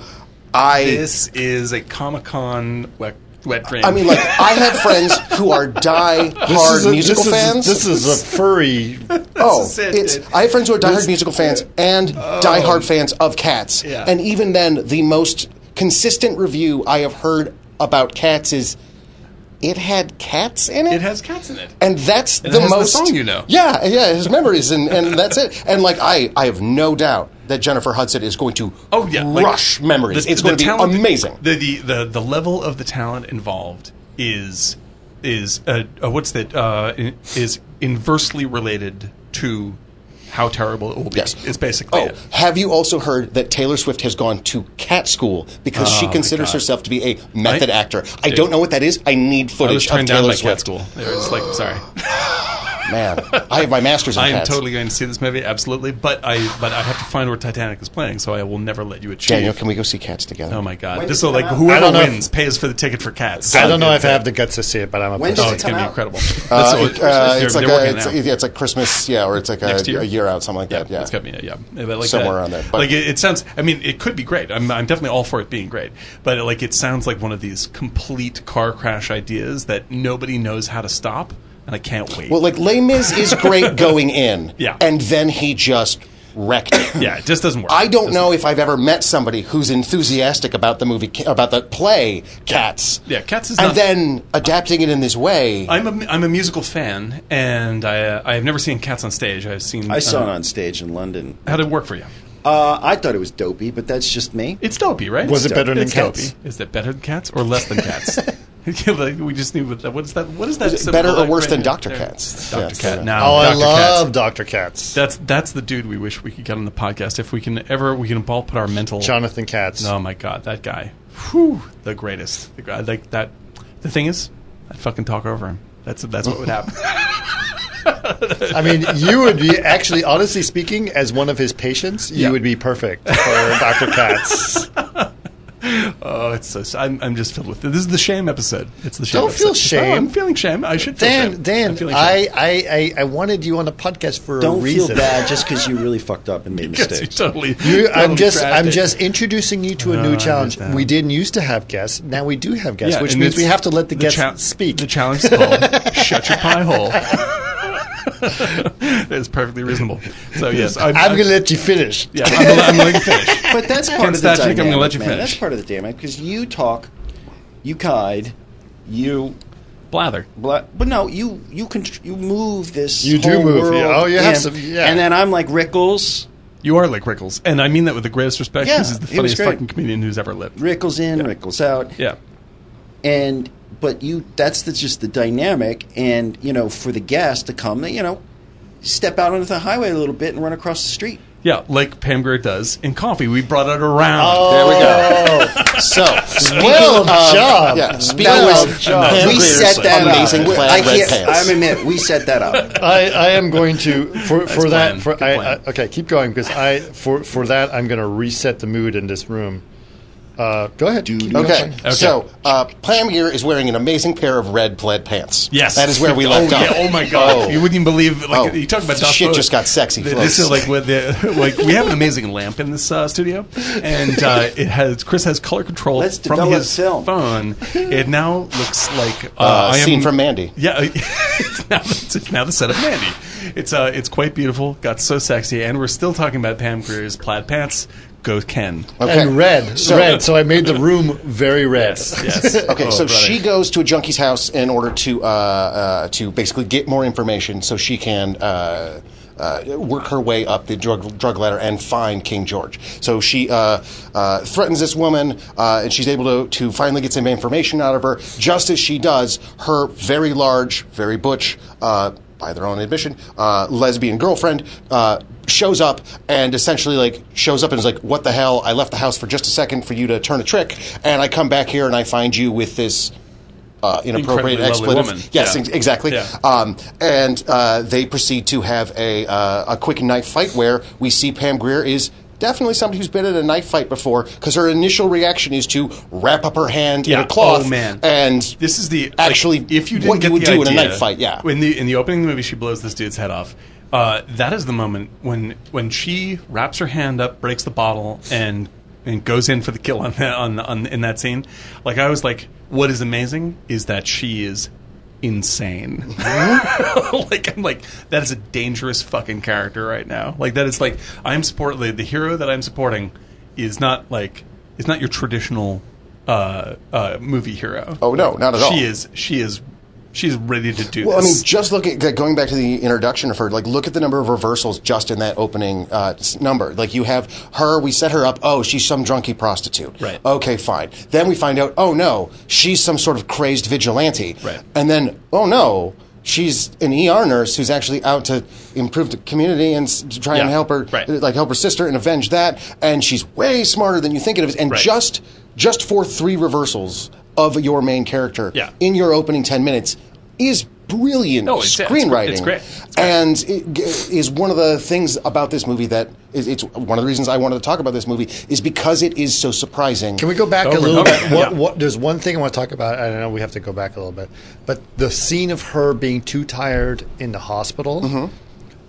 G: I
B: this is a Comic Con wet, wet dream.
G: I mean, like I have friends who are die hard
D: a-
G: musical
D: this is-
G: fans.
D: this is a furry.
G: Oh,
B: is it,
G: it's.
B: dude. Oh.
G: I have friends who are diehard musical fans and diehard fans of Cats,
B: Yeah.
G: and even then, the most consistent review I have heard about Cats is it had cats in it.
B: it has cats in it.
G: and that's
B: And it
G: the
B: has the
G: most
B: song you know.
G: Yeah, yeah, his memories, and, and that's it. And like I, I have no doubt that Jennifer Hudson is going to
B: oh yeah, like,
G: rush memories.
B: the-
G: it's
B: the
G: going to be
B: talent-
G: amazing.
B: The, the the the level of the talent involved is is uh, uh, what's that uh, in, is inversely related to how terrible it will be.
G: Yes.
B: It's basically
G: Oh,
B: it.
G: have you also heard that Taylor Swift has gone to cat school because she considers herself to be a method
B: Oh, I-
G: actor? I don't know what that is. I
B: I
G: need
B: was
G: footage of
B: turned down
G: Taylor
B: by
G: Swift.
B: cat school. They were just like, sorry.
G: Man, I have my master's in
B: I am
G: cats.
B: totally going to see this movie, absolutely. But I but I have to find where Titanic is playing, so I will never let you achieve.
G: Daniel, can we go see cats together?
B: Oh my god!
F: When
B: This
F: did
B: will
F: it
B: like
F: come out?
D: I
B: whoever
D: don't know if-
B: wins pays for the ticket for cats.
D: I don't know if I have the guts to see it, but I'm
F: When
D: a
B: Oh,
F: does
B: it's
F: Come
B: going to be
F: out.
B: incredible.
G: Uh,
B: That's-
G: it- uh,
B: they're-
G: it's like
B: they're
G: a,
B: working
G: it's,
B: now.
G: yeah, it's like Christmas, yeah, or it's like a,
B: Next year?
G: a year out, something like
B: yeah,
G: that. Yeah,
B: it's gotta be yeah, yeah. But like
G: Somewhere
B: that-
G: around there, but-
B: like it, it sounds. I mean, it could be great. I'm, I'm definitely all for it being great. But like, it sounds like one of these complete car crash ideas that nobody knows how to stop, and I can't wait.
G: Well, like Les Mis is great going in,
B: Yeah.
G: and then he just wrecked it.
B: yeah, it just doesn't work.
G: I don't know if I've ever met somebody who's enthusiastic about the movie, about the play Cats.
B: Yeah, Cats is
G: and
B: not-
G: then adapting it in this way.
B: I'm a, I'm a musical fan, and I uh, I have never seen Cats on stage. I've seen
F: I saw
B: uh,
F: it on stage in London.
B: How did it work for you?
F: Uh, I thought it was dopey, but that's just me.
B: It's dopey, right?
D: Was
B: It's
D: it better
B: dope.
D: than
B: It's
D: Cats?
B: dopey. Is that better than cats or less than cats? Yeah, like, we just knew what that. What is that? What is that?
G: it better or
B: symbolic
G: worse
B: right
G: than
B: there?
G: Dr. Katz?
B: Dr.
G: Yeah, it's
B: Cat.
G: better.
B: No,
D: Oh, I
B: Dr.
D: love
B: Katz.
D: Dr. Katz.
B: That's that's the dude we wish we could get on the podcast. If we can ever, we can all put our mental.
D: Jonathan Katz.
B: Oh my god, that guy. Whew, the greatest. The guy, like that. The thing is, I'd fucking talk over him. That's that's what would happen.
D: I mean, you would be actually, honestly speaking, as one of his patients, you
B: Yeah.
D: would be perfect for Dr. Katz.
B: oh, it's so. I'm, I'm just filled with this is the shame episode. It's the shame.
D: Don't feel
B: episode. Oh, I'm
D: shame.
B: feeling shame. I should. Feel
D: Dan,
B: shame.
D: Dan,
B: I'm feeling
D: I,
B: shame.
D: I, I, I wanted you on the podcast for a
F: Don't
D: reason.
F: feel bad just because you really fucked up and made
B: Yes, you
F: mistakes.
B: totally.
D: You, I'm
B: totally
D: just
B: trashed
D: I'm
B: it.
D: just introducing you to a new
B: I
D: challenge.
B: understand.
D: We didn't used to have guests. Now we do have guests, which
B: and
D: means
B: it's-
D: we have to let the, guests
B: cha-
D: speak.
B: The challenge is called "Shut Your Pie Hole." It's perfectly reasonable. So yes, I'm,
D: I'm going to let you finish.
B: Yeah, I'm gonna, I'm gonna finish.
F: But that's part
B: Can't
F: of the
B: stop you, I'm
F: dynamic,
B: gonna let you
F: man.
B: finish.
F: That's part of the dynamic because you talk, you kide, you.
B: Blather.
F: But, but no, you you can you move this.
D: You do
F: whole
D: move,
F: world
D: yeah. Oh, you have
F: in,
D: some- yeah.
F: And then I'm like Rickles,
B: You are like Rickles, and I mean that with the greatest respect.
F: Yeah,
B: this is the
F: he was
B: funniest
F: great.
B: fucking comedian who's ever lived.
F: Rickles in, Rickles out.
B: Yeah,
F: and but you that's the, just the dynamic and you know for the guest to come you know step out onto the highway a little bit and run across the street
B: Yeah, like Pam Grier does in Coffee. We brought it around.
F: There we go.
G: So, speaking
D: Well
G: of,
D: job.
G: yeah, speaking
F: Oh. That
G: of,
F: was
G: Pam
F: we
G: Greer's
F: set that
G: amazing
F: up.
G: plaid
F: I
G: red
F: can't.
G: pants.
F: I'm admit we set that up.
D: I, I am going to for, for
B: plan.
D: that for
B: Good
D: I,
B: plan.
D: I- okay keep going because I for for that I'm going to reset the mood in this room. Uh, go ahead. Keep going.
G: Okay. So, uh, Pam here is wearing an amazing pair of red plaid pants.
B: Yes,
G: That is where we left
B: oh,
G: off.
B: Yeah. Oh my god,
G: Oh.
B: you wouldn't even believe. Like,
G: Oh.
B: You talk about
G: The
B: Doc
G: shit
B: Post.
G: just got sexy,
B: Th-
G: folks.
B: This is like with the like we have an amazing lamp in this uh, studio, and uh, it has Chris has color control
F: Let's
B: from
F: develop
B: his
F: film.
B: phone. It now looks like uh,
G: Uh,
B: I am-
G: scene from Mandy.
B: Yeah, it's now, it's now the set of Mandy. It's uh, it's quite beautiful. Got so sexy, and we're still talking about Pam Greer's plaid pants. Go Ken.
G: Okay.
D: And red,
G: So-
D: red. So I made the room very red.
B: Yes, yes.
G: Okay,
B: Oh,
G: so
B: brother.
G: she goes to a junkie's house in order to uh, uh, to basically get more information so she can uh, uh, work her way up the drug drug ladder and find King George. So she uh, uh, threatens this woman, uh, and she's able to to finally get some information out of her. Just as she does, her very large, very butch. Uh, by their own admission, uh, lesbian girlfriend uh, shows up and essentially like shows up and is like, "What the hell? I left the house for just a second for you to turn a trick, and I come back here and I find you with this." Uh,
B: Incredibly
G: inappropriate
B: lovely
G: expletive.
B: woman.
G: Yes,
B: Yeah.
G: ex- exactly.
B: Yeah.
G: Um, and uh, they proceed to have a uh, a quick knife fight where we see Pam Greer is definitely somebody who's been in a knife fight before because her initial reaction is to wrap up her hand
B: Yeah.
G: in a cloth.
B: Oh, man.
G: And
B: This is the like,
G: actually
B: if you didn't
G: what
B: get
G: you would
B: the
G: do
B: idea,
G: in a knife fight. Yeah.
B: In the in the opening of the movie, she blows this dude's head off. Uh, that is the moment when when she wraps her hand up, breaks the bottle, and and goes in for the kill on that on, on in that scene. Like I was like, what is amazing is that she is insane. like I'm like that is a dangerous fucking character right now. Like that is like I'm support the, the hero that I'm supporting is not like is not your traditional uh, uh, movie hero.
G: Oh, no, not at all.
B: She is she is she is ready to do
G: Well, I mean,
B: this.
G: just look at like, going back to the introduction of her. Like, look at the number of reversals just in that opening uh, s- number. Like, you have her. We set her up. Oh, she's some drunky prostitute.
B: Right.
G: Okay, fine. Then we find out. Oh no, she's some sort of crazed vigilante.
B: Right.
G: And then, oh no, she's an ER nurse who's actually out to improve the community and s- to try and
B: Yeah.
G: help her,
B: Right.
G: like help her sister and avenge that. And she's way smarter than you think it is. And
B: Right.
G: just just for three reversals of your main character
B: Yeah.
G: in your opening 10 minutes is brilliant
B: No, it's- it's great.
G: screenwriting.
B: It's great. It's great.
G: And it g- is one of the things about this movie that is it's one of the reasons I wanted to talk about this movie is because it is so surprising.
D: Can we go back
B: Over
D: a
B: and
D: little
B: over.
D: bit? What,
B: Yeah.
D: what, there's one thing I want to talk about. I know we have to go back a little bit, but the scene of her being too tired in the hospital
B: Mm-hmm.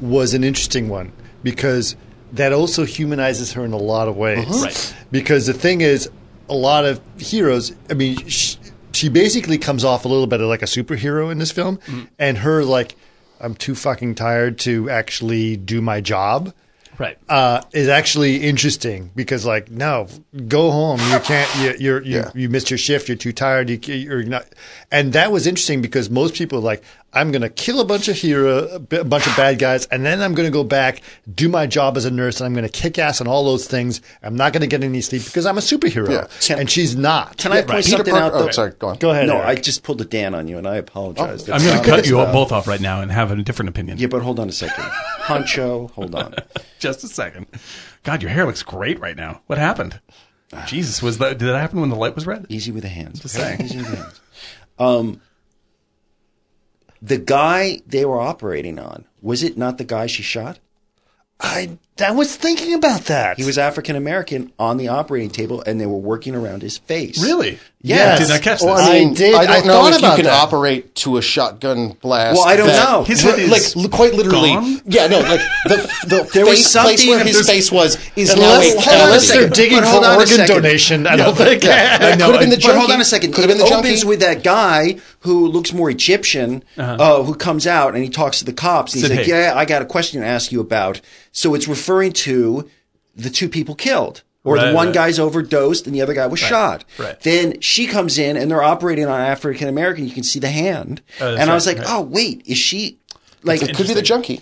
D: was an interesting one because that also humanizes her in a lot of ways.
B: Mm-hmm. Right.
D: Because the thing is, a lot of heroes. I mean, she, she basically comes off a little bit of like a superhero in this film,
B: Mm-hmm.
D: and her like, I'm too fucking tired to actually do my job
B: right.
D: uh, is actually interesting because, like, no, go home. You can't. You you're, you
G: Yeah.
D: you missed your shift. You're too tired. You, ca- you're not. And that was interesting because most people are like, I'm gonna kill a bunch of hero, a b- a bunch of bad guys, and then I'm gonna go back, do my job as a nurse, and I'm gonna kick ass on all those things. I'm not gonna get any sleep because I'm a superhero.
G: Yeah.
F: Can-
D: and she's not.
F: Can I point something out?
G: Oh,
F: Though?
G: sorry, go on.
D: go ahead?
F: No,
D: Eric.
F: I just pulled a Dan on you, and I apologize.
B: Oh, I'm
F: That's
B: going
F: not
B: to cut
F: nice
B: you
F: though.
B: both off right now and have a different opinion.
F: Yeah, but hold on a second, Honcho. Hold on.
B: Just a second. God, your hair looks great right now. What happened? Jesus, was that did that happen when the light was red?
F: Easy with the hands.
B: Just saying.
F: Easy with the hands. Um, the guy they were operating on was it not the guy she shot?
D: I I was thinking about that.
F: He was African American on the operating table, and they were working around his face.
B: Really?
F: Yes.
B: I did not catch this.
G: Well,
D: I did.
G: I don't
D: I
G: know
D: thought
G: if
D: about
G: you can
D: that.
G: operate to a shotgun blast.
F: Well, I don't
G: that-
F: know.
B: His head is
G: like li- quite literally.
B: gone?
G: Yeah, no, like the, the
F: There was
G: face, place
F: something-
G: where his
F: there's-
G: face was is now
F: Unless-
G: a-
F: hold on a
D: Unless they're
F: second.
D: digging
F: But
D: for
F: hold on a
D: organ
F: second.
D: donation, I don't think.
G: Yeah. That
F: No,
G: could have been the
F: but
G: junkie.
F: hold on a second.
G: Could have been the
F: it
G: junkie.
F: opens with that guy who looks more Egyptian, uh who comes out and he talks to the cops. And he's
B: Uh-huh. Said,
F: like,
B: "Hey."
F: "Yeah, I got a question to ask you about." So it's referring to the two people killed, or
B: Right,
F: the one
B: right.
F: guy's overdosed and the other guy was shot.
B: right.
F: Then she comes in and they're operating on African American. You can see the hand, and
B: right,
F: I was like,
B: right.
F: "Oh, wait, is she like?"
G: It could be the junkie.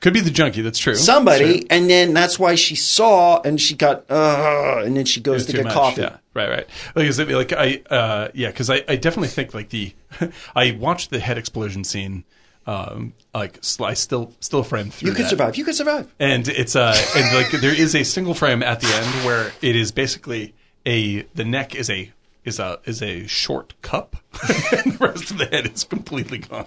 B: Could be the junkie, that's true.
F: Somebody, and then that's why she saw, and she got, uh, and then she goes
B: It's
F: to
B: too
F: get
B: much,
F: coffee.
B: Yeah, right, right. Like, is it, like I, uh, yeah, because I, I definitely think like the, I watched the head explosion scene um, like sl- I still still frame through.
F: You could
B: that.
F: survive. You could survive.
B: and it's uh and like there is a single frame at the end where it is basically a the neck is a is a is a short cup and the rest of the head is completely gone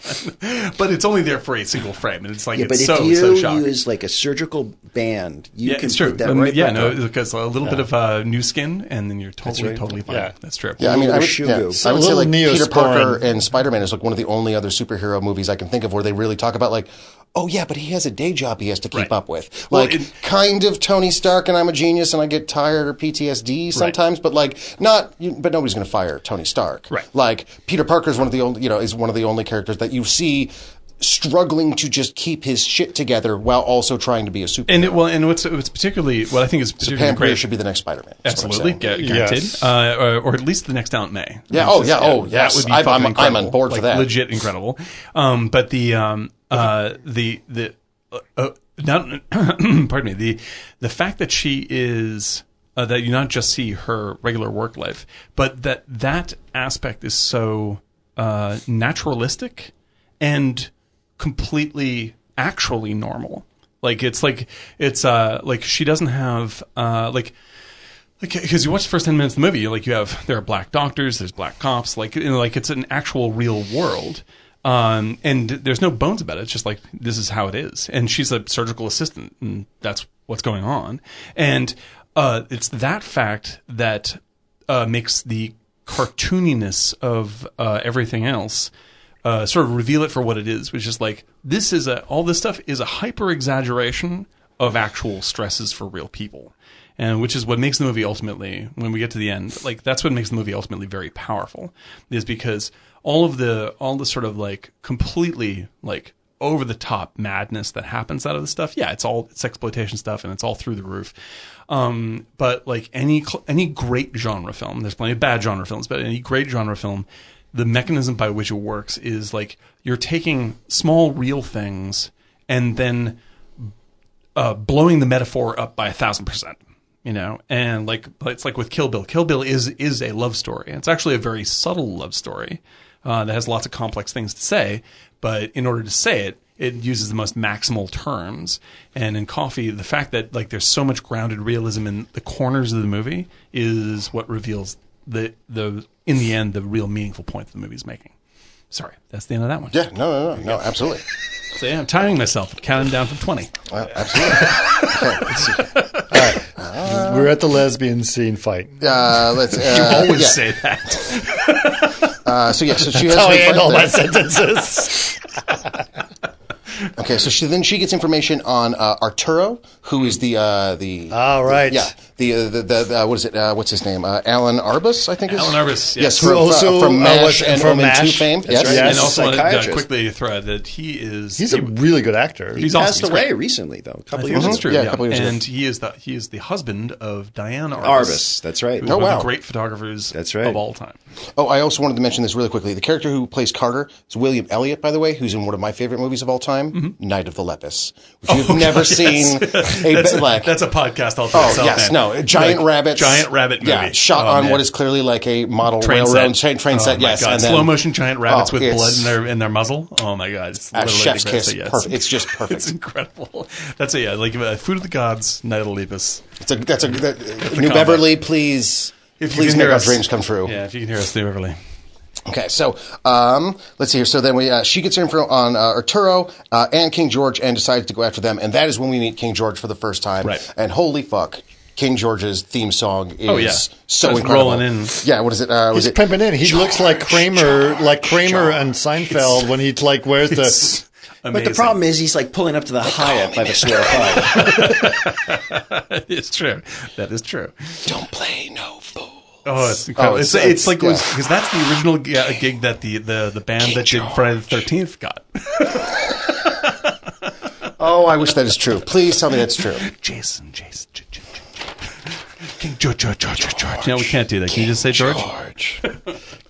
B: but it's only there for a single frame and it's like
F: Yeah, but
B: it's so
F: if you
B: so shocking
F: use like a surgical band, you
B: yeah
F: can
B: it's true
F: put that
B: Um,
F: right
B: yeah
F: back
B: no
F: up.
B: because a little bit of uh, new skin and then you're totally
G: right.
B: totally fine
G: Yeah.
B: that's true
G: Yeah, I mean, I would,
F: Little
G: yeah.
F: Shugo.
G: I would say like
D: Little
G: Peter
D: Neosporin.
G: Parker and Spider Man is like one of the only other superhero movies I can think of where they really talk about like, oh yeah, but he has a day job he has to keep
B: Right.
G: up with.
B: Well,
G: Like
B: it-
G: kind of Tony Stark and I'm a genius and I get tired or PTSD sometimes, but like not. you- But nobody's going to fire Tony Stark.
B: Right.
G: Like Peter Parker is one of the only you know is one of the only characters that you see struggling to just keep his shit together while also trying to be a superhero.
B: and it, well and what's what's particularly what I think is particularly
G: Pam Grier
B: great
G: should be the next Spider Man.
B: Absolutely, gu- guaranteed,
D: Yes.
B: uh, or, or at least the next Aunt May.
G: Yeah,
B: Which uh,
G: oh, yeah, oh, yes.
B: That would be
G: I'm-
B: fucking
G: I'm- I'm
B: incredible.
G: on board for
B: Like,
G: that.
B: Legit incredible. Um, but the um, uh, the the uh, uh, not pardon me the the fact that she is uh, that you not just see her regular work life, but that that aspect is so uh, naturalistic and completely actually normal. Like it's like it's uh like she doesn't have uh like because you watch the first ten minutes of the movie, you're like you have there are black doctors, there's black cops, like you know, like it's an actual real world, um, and there's no bones about it. It's just like this is how it is, and she's a surgical assistant, and that's what's going on, and uh, it's that fact that uh, makes the cartooniness of uh, everything else uh, sort of reveal it for what it is, which is like this is a all this stuff is a hyper exaggeration of actual stresses for real people, and which is what makes the movie ultimately when we get to the end, like that's what makes the movie ultimately very powerful, is because all of the all the sort of like completely like over the top madness that happens out of this stuff. Yeah, it's all it's exploitation stuff and it's all through the roof. Um, but like any cl- any great genre film, there's plenty of bad genre films, but any great genre film, the mechanism by which it works is like you're taking small real things and then uh, blowing the metaphor up by a thousand percent. You know, and like it's like with Kill Bill. Kill Bill is is a love story. It's actually a very subtle love story uh, that has lots of complex things to say. But in order to say it, it uses the most maximal terms. And in Coffee, the fact that like there's so much grounded realism in the corners of the movie is what reveals the the in the end the real meaningful point the movie's making. Sorry, that's the end of that one.
G: Yeah, no, no, no, no, absolutely.
B: So yeah, I'm timing myself, counting down from twenty.
G: Well, absolutely. Okay, let's see.
D: We're at the lesbian scene fight.
G: Uh, let's. Uh,
B: You always
G: yeah.
B: say that.
G: Uh, so yeah, so she has
D: That's how I
G: her
D: end all Oh, my
G: friend there.
D: sentences.
G: Okay, so she then she gets information on uh, Arturo, who is the uh, the.
D: all right.
G: yeah, the, uh, the the the uh, what is it? Uh, what's his name? Uh, Alan Arbus, I think. Is?
B: Alan Arbus, yes.
G: yes,
B: Who
G: from,
D: also,
G: also, from
D: uh,
G: Mash
D: was-
G: and
D: from
G: Omen Two
D: MASH.
G: fame.
D: That's
G: Yes,
D: right.
G: yes.
B: and also wanted to
F: psychiatrist.
B: quickly throw out that he is
D: He's
B: he,
D: a really good actor.
B: he's
F: Passed
B: awesome. He's
F: away
B: great.
F: recently though, a
B: I
F: couple
B: think
F: years
B: that's
F: ago.
B: true.
G: Yeah,
B: Yeah,
G: a couple years ago.
B: and he is the he is the husband of Diane Arbus.
F: Arbus, that's right.
B: who's
F: Oh,
B: one of
G: wow.
B: the great photographers.
F: That's right.
B: of all time.
G: Oh, I also wanted to mention this really quickly. The character who plays Carter is William Elliott, by the way, who's in one of my favorite movies of all time, Night of the Lepus, which you've never seen. A
B: that's,
G: bit like
B: that's a podcast all to
G: Oh
B: itself.
G: yes,
B: man.
G: no, a giant
B: Like,
G: rabbits,
B: giant rabbit movie.
G: Yeah, shot
B: Oh,
G: on
B: man.
G: what is clearly like a model
B: Train
G: railroad
B: set.
G: train, train
B: Oh,
G: set.
B: my
G: Yes,
B: God.
G: and then
B: slow motion giant rabbits
G: Oh,
B: with
G: it's-
B: blood in their in their muzzle. Oh my god, it's
G: a
B: literally
G: chef's
B: the
G: kiss.
B: best. Yes.
G: Perfect. It's just perfect.
B: It's incredible. That's a yeah, like uh, food of the gods, night of the lepus.
G: It's a, that's a that, New
B: combo.
G: Beverly. Please,
B: If you
G: please
B: can
G: make
B: hear
G: our
B: us.
G: dreams come true.
B: Yeah, if you can hear us, Dave Everly.
G: Okay, so um, let's see here. So then we uh, she gets her info on uh, Arturo uh, and King George and decides to go after them, and that is when we meet King George for the first time.
B: Right. Oh,
G: And holy fuck. King George's theme song is
B: yeah.
G: so
B: Just
G: incredible.
B: rolling in.
G: Yeah, what is it? Uh, was
D: He's
G: it
D: pimping in. He looks like
G: George,
D: Kramer, like Kramer
G: George.
D: and Seinfeld when he like wears the.
B: It's
F: But the
B: amazing.
F: problem is he's like pulling up to the Hyatt by the square five.
B: it's true. That is true.
G: Don't play no fool.
B: Oh, it's incredible!
G: Oh,
B: it's,
G: it's-
B: it's, like
G: yeah.
B: because that's the original g- uh, gig that the the, the band that did Friday the Thirteenth got.
G: Oh, I wish that is true. Please tell me that's true.
B: Jason, Jason, J- J- J- J- King George, George, George, George, George. No, we can't do that. Can you just say George?
G: George.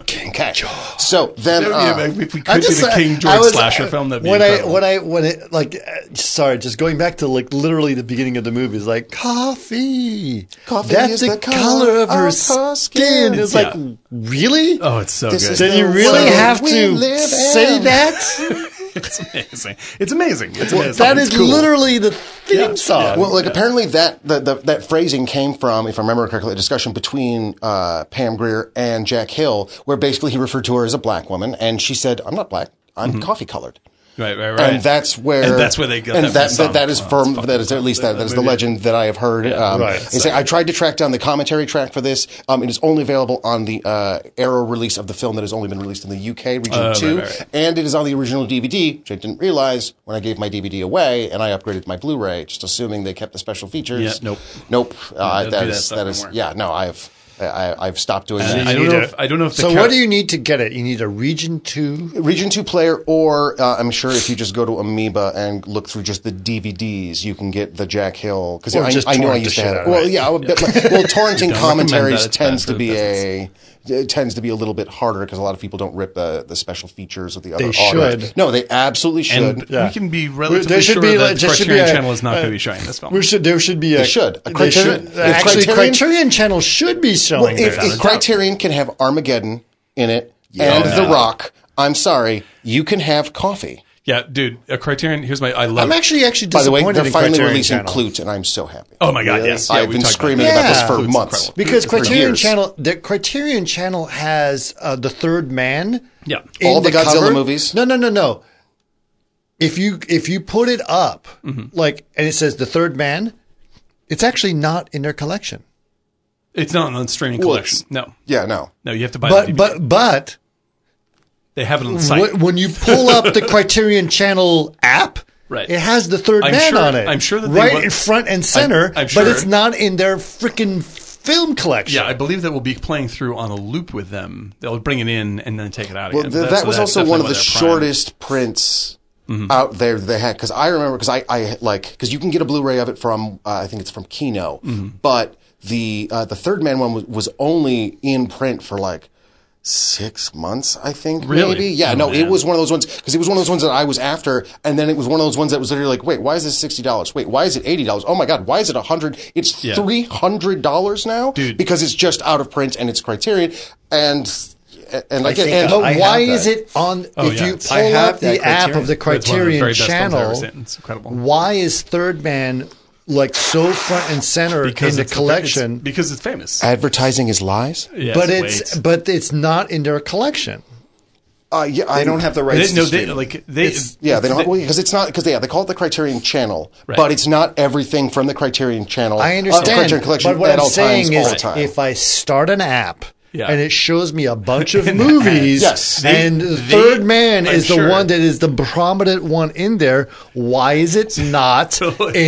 G: King George. So then,
B: That
G: uh,
B: would be- if we could do the King George
D: I was-
B: slasher film, that'd be
D: when I
B: incredible.
D: when I when it like uh, sorry, just going back to like literally the beginning of the movie is like coffee.
G: Coffee
D: That's
G: is
D: the,
G: the
D: color,
G: color
D: of her
G: of her
D: skin.
G: skin.
D: It's
B: Yeah.
D: like really.
B: oh, it's so
G: This
B: good.
G: is
D: Then
G: the
D: you really
G: world
D: have
G: we
D: to
G: live
D: say
G: in.
D: that.
B: it's amazing. It's amazing. It's amazing.
D: that is
B: It's cool.
D: literally the theme song.
G: Well, like apparently that the, the, that phrasing came from, if I remember correctly, a discussion between uh, Pam Greer and Jack Hill, where basically he referred to her as a black woman, and she said, "I'm not black. I'm coffee colored."
B: Right, right, right.
G: And that's where
B: And that's where they got
G: and
B: that from Oh,
G: that,
B: the
G: that, that
B: song.
G: is
B: Wow,
G: firm.
B: that's
G: that is at least that, that is the
B: Maybe.
G: legend that I have heard. um,
D: right.
G: they say, I tried to track down the commentary track for this. Um, it is only available on the uh, Arrow release of the film that has only been released in the UK region
B: Oh, right,
G: two,
B: right, right.
G: and it is on the original DVD, which I didn't realize when I gave my DVD away and I upgraded my Blu-ray, just assuming they kept the special features.
B: Yeah, nope.
G: nope. Uh,
B: don't do
G: that
B: that
G: is
B: stuff
G: that is
B: anymore.
G: yeah. No, I've I, I've stopped doing that.
B: I don't
D: You
B: know.
D: need
B: If,
D: a-
B: I don't know if the
D: so.
B: car-
D: what do you need to get it? You need a region two.
G: Region 2 player, or uh, I'm sure if you just go to Amoeba and look through just the DVDs, you can get the Jack Hill. Because
D: Or
G: I,
D: just
G: I know I
D: torrent the
G: used to
D: shit
G: have
D: out
G: it.
D: of
G: Well,
D: it.
G: yeah. a bit like- well, torrenting
B: that.
G: commentaries
B: It's bad
G: tends
B: for
G: to
B: the
G: be a. It tends to be a little bit harder because a lot of people don't rip the, the special features of the
D: They
G: other audio.
D: should.
G: No, they absolutely should.
B: and
D: Yeah.
B: we can be relatively
D: There should
B: sure
D: be,
B: that
D: like, there should be
B: Criterion
D: a-
B: Channel is not
D: uh,
B: going to be showing this film.
D: We should. There should be a.
G: They should. A
D: they
G: Criterion-
D: should-
G: if
D: actually,
G: Criterion-
D: Criterion, Channel should be
G: Well,
D: showing
G: if,
D: this.
G: if Criterion can have Armageddon in it and
D: Oh,
B: Yeah.
G: The Rock, I'm sorry, you can have coffee.
B: yeah, dude. A Criterion. Here's my. I love.
D: I'm
B: it.
D: actually actually
G: By the way,
D: disappointed
G: they're
D: in
G: finally
D: Criterion
G: releasing
D: Channel.
G: Clute, and I'm so happy.
B: Oh my god! Yes. Yeah,
G: I've
B: we
G: been
B: talked
G: screaming
B: about,
G: about,
D: Yeah.
G: this for
B: Clute's
G: months.
B: incredible.
D: Because
G: For
D: Criterion
G: years.
D: Channel, the Criterion Channel has uh, the Third Man.
B: Yeah.
D: in
G: All the Godzilla
D: cover.
G: movies?
D: No, no, no, no. If you if you put it up,
B: Mm-hmm.
D: like, and it says the Third Man, it's actually not in their collection.
B: It's not on the streaming
G: Well,
B: collection. No,
G: Yeah, no.
B: no. Uh, You have to buy. the
D: But
B: DVD.
D: but but
B: they have it on the site.
D: wh- when you pull up the Criterion Channel app.
B: Right.
D: It has the 3rd
B: I'm
D: man
B: sure-
D: on it.
B: I'm sure that they
D: right
B: want-
D: in front and center,
B: I'm
D: but
B: sure.
D: it's not in their freaking film collection.
B: Yeah, I believe that we'll be playing through on a loop with them. They'll bring it in and then take it out
G: Well,
B: again.
G: th-
B: That's-
G: that was
B: that's
G: also one of
B: definitely
G: the
B: why they're prime. Mm-hmm.
G: shortest prints out there they had. Because I remember, because I, I like, because you can get a Blu-ray of it from, uh, I think it's from Kino,
B: Mm-hmm.
G: but the uh, the Third Man one was, was only in print for like six months, I think.
B: Really?
G: Maybe. Yeah.
B: Oh,
G: no, it
B: man.
G: was one of those ones because it was one of those ones that I was after, and then it was one of those ones that was literally like, wait, why is this sixty dollars? Wait, why is it eighty dollars? Oh my god, why is it a hundred? It's
B: Yeah.
G: three hundred dollars now
B: Dude.
G: because it's just out of print and it's Criterion and. And I, get,
D: think
G: and
D: but
G: I have
D: why
G: that.
D: is it on? if
B: Oh, yeah,
D: you
B: it's-
D: pull
B: I
C: have
D: up the
C: that
D: app
C: Criterion.
D: of the
B: It's one of the
D: Criterion
B: very best films I've ever
D: Channel,
B: seen. It's incredible.
D: why is Third Man like so front and center in the
B: it's
D: collection?
B: it's- because it's famous.
G: advertising is lies?
B: Yes,
D: but it's
B: wait.
D: but it's not in their collection.
G: Uh, yeah, I
F: They don't have the
B: They
F: rights
B: didn't- no,
F: to
B: they,
F: stream.
B: like they.
G: Yeah, they don't because it's not because yeah they call it the Criterion Channel,
B: Right.
G: but it's not everything from the Criterion Channel.
D: I
G: uh,
D: understand.
G: the Criterion collection
D: but what I'm
G: at all
D: saying
G: times,
D: is,
G: all the time.
D: if I start an app.
B: Yeah.
D: And it shows me a bunch of movies.
G: Yes.
B: They-
D: and the
B: they-
D: Third Man
B: I'm
D: is the
B: sure.
D: one that is the prominent one in there. Why is it not
B: Totally.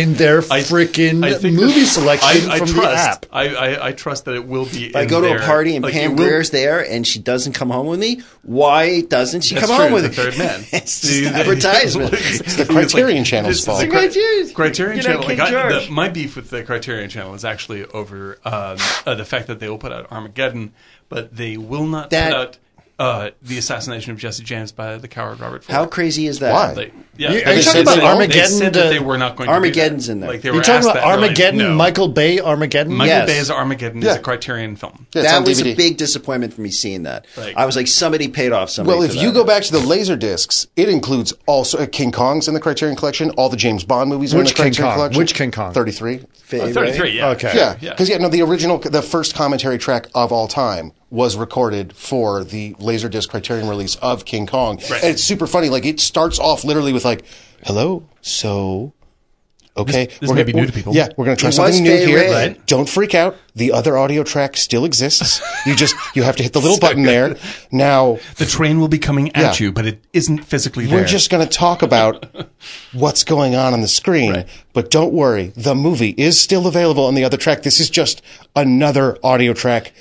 D: in their
B: I-
D: freaking
B: I think
D: movie
B: that-
D: selection
B: I, I
D: from
B: trust,
D: the app?
B: I, I, I trust that it will be.
F: If I go to a party and Pam
B: Greer's
F: Greer's there and she doesn't come home with me, why doesn't she
B: That's
F: come
B: true,
F: home with
B: the
F: me?
B: third man.
F: it's
B: Do you-
F: just advertisement.
B: It's
G: the Criterion Channel's
B: this is
G: fault.
B: a
G: The
B: cri-
F: Criterion-
B: Criterion
F: you know,
B: Channel.
F: King
B: like, I- the-
F: George.
B: my beef with the Criterion Channel is actually over um, uh, the fact that they will put out Armageddon, but they will not
F: That-
B: put out uh, the assassination of Jesse James by the coward Robert Ford.
F: How crazy is that?
G: Why?
B: They, yeah,
D: You-
B: they
D: are you
B: said
D: talking about
B: that-
D: Armageddon,
B: They said that
D: uh,
B: they were not going. to do that.
F: Armageddon's in there.
B: Like, they were
D: You're talking
B: asked
D: about
B: that, and they're like,
D: Armageddon,
B: no.
D: Michael Bay Armageddon.
B: Michael
F: Yes.
B: Bay's Armageddon
G: Yeah.
B: is a Criterion film.
G: Yeah, it's
F: that
G: on
F: was
G: DVD.
F: a big disappointment for me seeing that.
B: Like-
F: I was like, somebody paid off somebody.
G: Well, if
F: for
G: you
F: that.
G: go back to the laser discs, it includes also uh, King Kong's in the Criterion collection, all the James Bond movies are in
D: Which
G: the
D: King
G: Criterion
D: Kong?
G: collection.
D: Which King Kong?
G: Thirty-three.
F: Fade, right?
B: Thirty-three. Yeah.
D: Okay.
G: Yeah,
B: Yeah.
G: because yeah. no, the original, the first commentary track of all time was recorded for the Laserdisc Criterion release of King Kong, and it's super funny. Like it starts off literally with like, "Hello, so." Okay,
B: this
G: we're
B: may
G: gonna-
B: be new
G: we're-
B: to people.
G: Yeah, we're going to try
F: It was
G: something new
F: Fay
G: here.
F: Wray. Right.
G: Don't freak out. The other audio track still exists. You just you have to hit the little button there. Now
B: The train will be coming at
G: Yeah.
B: you, but it isn't physically there.
G: we're just going to talk about what's going on on the screen. But don't worry, the movie is still available on the other track. This is just another audio track.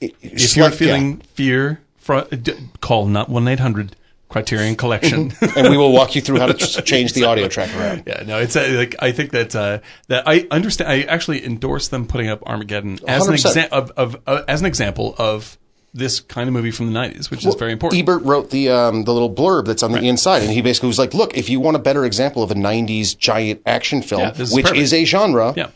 B: if you're feeling fear, fr- d- call not one eight hundred Criterion Collection.
G: and we will walk you through how to ch- change the audio track around.
B: yeah, no, it's uh, like I think that uh, that I understand. I actually endorse them putting up Armageddon as an
G: 100%.
B: exa- of, of uh, as an example of this kind of movie from the nineties, which is very important.
G: Ebert wrote the um, the little blurb that's on the inside, and he basically was like, "Look, if you want a better example of a '90s giant action film,
B: Yeah, this is
G: which
B: perfect.
G: is a genre,
B: yeah.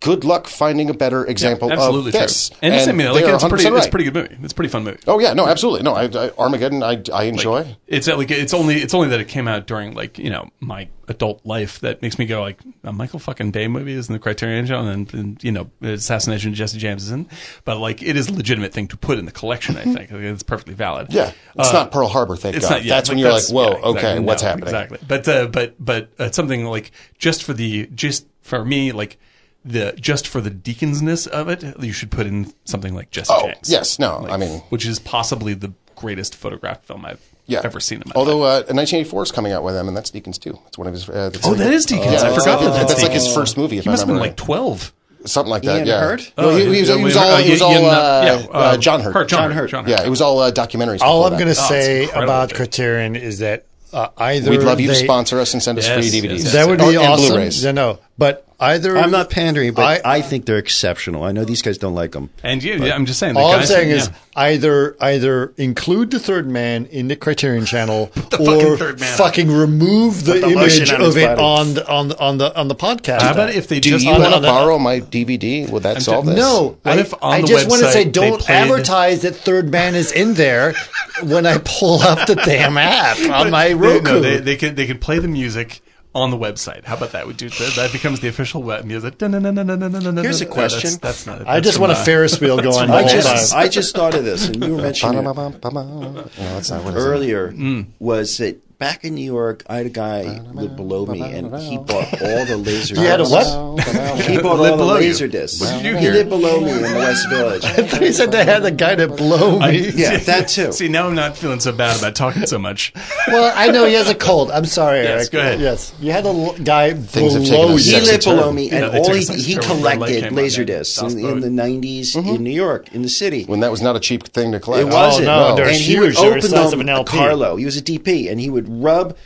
G: good luck finding a better example
B: Absolutely
G: of this.
B: true. And, just, I mean, like,
G: they are
B: it's pretty, it's
G: 100% right.
B: a pretty good movie. It's a pretty fun movie.
G: Oh yeah, no, absolutely, no. I, I, Armageddon, I, I enjoy.
B: It's uh, like it's only it's only that it came out during like you know my adult life that makes me go like a Michael fucking Bay movie is in the Criterion Channel and, and you know Assassination of Jesse James is in, but like it is a legitimate thing to put in the collection. I think Like, it's perfectly valid.
G: Mm-hmm. yeah, it's
B: Uh,
G: not Pearl Harbor. Thank
B: it's
G: God.
B: not. Yeah,
G: that's when
B: but
G: you're like, whoa,
B: yeah, exactly.
G: okay, what's
B: No,
G: happening?
B: Exactly. But uh, but but uh, something like just for the just for me like the just for the deaconsness of it, you should put in something like Jesse
G: Oh,
B: James.
G: yes, no,
B: Like,
G: I mean-
B: which is possibly the greatest photograph film I've
G: Yeah,
B: ever seen in my life.
G: Although uh, 1984 is coming out with him, and that's Deacons too. It's one of his. Uh, that's
B: Oh,
G: like-
B: that is Deacons.
G: Yeah,
B: I forgot
G: like,
B: that that's
G: That's like his
B: Deacons.
G: first movie. If
B: He
G: I
B: must have
G: remember
B: been
G: right.
B: like twelve.
G: something like that.
I: Ian
G: yeah,
I: Hurt?
G: No, he, he was, he was all, he was
B: Oh,
G: all uh, uh, John Hurt.
B: Hurt. John Hurt.
G: Yeah, it was all uh, documentaries.
D: All
G: before
D: I'm
G: that.
D: going to say
B: Oh, incredible,
D: about
B: dude.
D: Criterion is that uh, either
G: We'd love you to
D: they-
G: sponsor us and send us
B: Yes,
G: free
B: yes,
G: DVDs.
B: yes.
D: That would be
G: and
D: awesome.
G: Blu-rays.
D: Yeah, no, but either
F: I'm not pandering, but
D: I-
F: I, think they're exceptional. I know these guys don't like them.
B: And you, yeah, I'm just saying. the
D: All I'm
B: guys-
D: saying is
B: yeah.
D: either either include the third man in the Criterion Channel
B: fucking
D: or
B: third man on.
D: fucking remove the,
F: the lotion
D: image
F: on
D: of
F: his
D: it
F: body.
D: on the, on the, on the on the podcast.
B: How about if they
G: Do
B: just
G: you
D: on
G: want to
D: the-
G: borrow my DVD? Would that solve this?
D: no,
B: What
D: I,
B: if on
D: I
B: the
D: just want to
B: website
D: say
B: they
D: don't
B: played-
D: advertise that third man is in there when I pull up the damn app on my
B: They,
D: Roku.
B: no, they, they can they can play the music on the website. How about that? We do that, that becomes the official web music. Here's
J: Here's a question.
B: That's, that's not. It.
D: I
B: That's
D: just
B: from,
D: want a
B: uh,
D: Ferris wheel going the
F: I
D: whole
F: just
D: time.
F: I just thought of this, and you were mentioning it
G: Ba-da-ba-bum, ba-bum. No, that's not what it is.
F: earlier
B: Mm.
F: was that back in New York, I had a guy lived below me, and he bought all the laser.
D: You had a what?
F: He bought
B: Lived
F: all the
B: below you.
F: laser discs.
B: What did you
F: He
B: hear?
F: lived below me in the West Village.
D: they said they had the guy to blow me.
F: Yeah, that too.
B: See, now I'm not feeling so bad about talking so much.
D: Well, I know he has a cold. I'm sorry,
B: Yes,
D: Eric.
B: go ahead.
D: Yes, you had a l- guy
G: Things have taken
D: below
G: a
D: you.
F: He
G: Sexy
F: lived
G: term.
F: below me,
B: Yeah,
F: and
B: they
F: all
B: took
F: he,
B: sex
F: he
B: term when Red Light
F: collected
B: came out,
F: laser
B: yeah.
F: discs
B: Dust
F: in, in the
B: Bowl.
F: 90s
D: Mm-hmm.
F: in New York, in the city.
G: When that was not a cheap thing to collect. Oh,
F: It wasn't.
D: Oh, no, they're
F: and he would
D: huge. They were
F: open
D: size of
F: them
D: an LP.
F: Carlo. He was a DP, and he would rub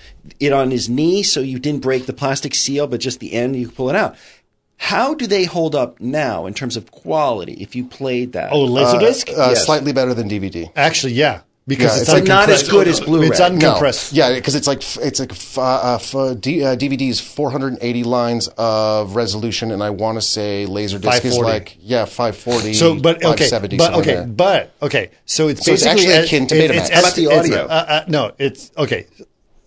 F: it on his knee so you didn't break the plastic seal, but just the end you could pull it out. How do they hold up now in terms of quality? If you played that,
D: Oh, Laserdisc?
G: Uh,
F: Yes.
G: Slightly better than DVD.
D: Actually, yeah, because
G: Yeah,
D: it's,
F: but not as
D: uncompressed.
F: good as Blu-ray.
D: It's
G: No.
D: uncompressed.
G: Yeah, because it's like it's like f- uh, uh, f- uh, D, uh, DVD's 480 lines of resolution, and I want to say Laserdisc is
D: 540.
G: like yeah 540.
D: So, but okay,
G: 570,
D: but
G: Mm, somewhere
D: okay,
G: there.
D: but okay. So it's
G: So it's
D: basically
G: actually
D: a-
G: akin to
D: it-
G: Betamax.
D: it's
G: How
F: about the
D: it's-
F: audio?
D: uh, uh, no, it's okay.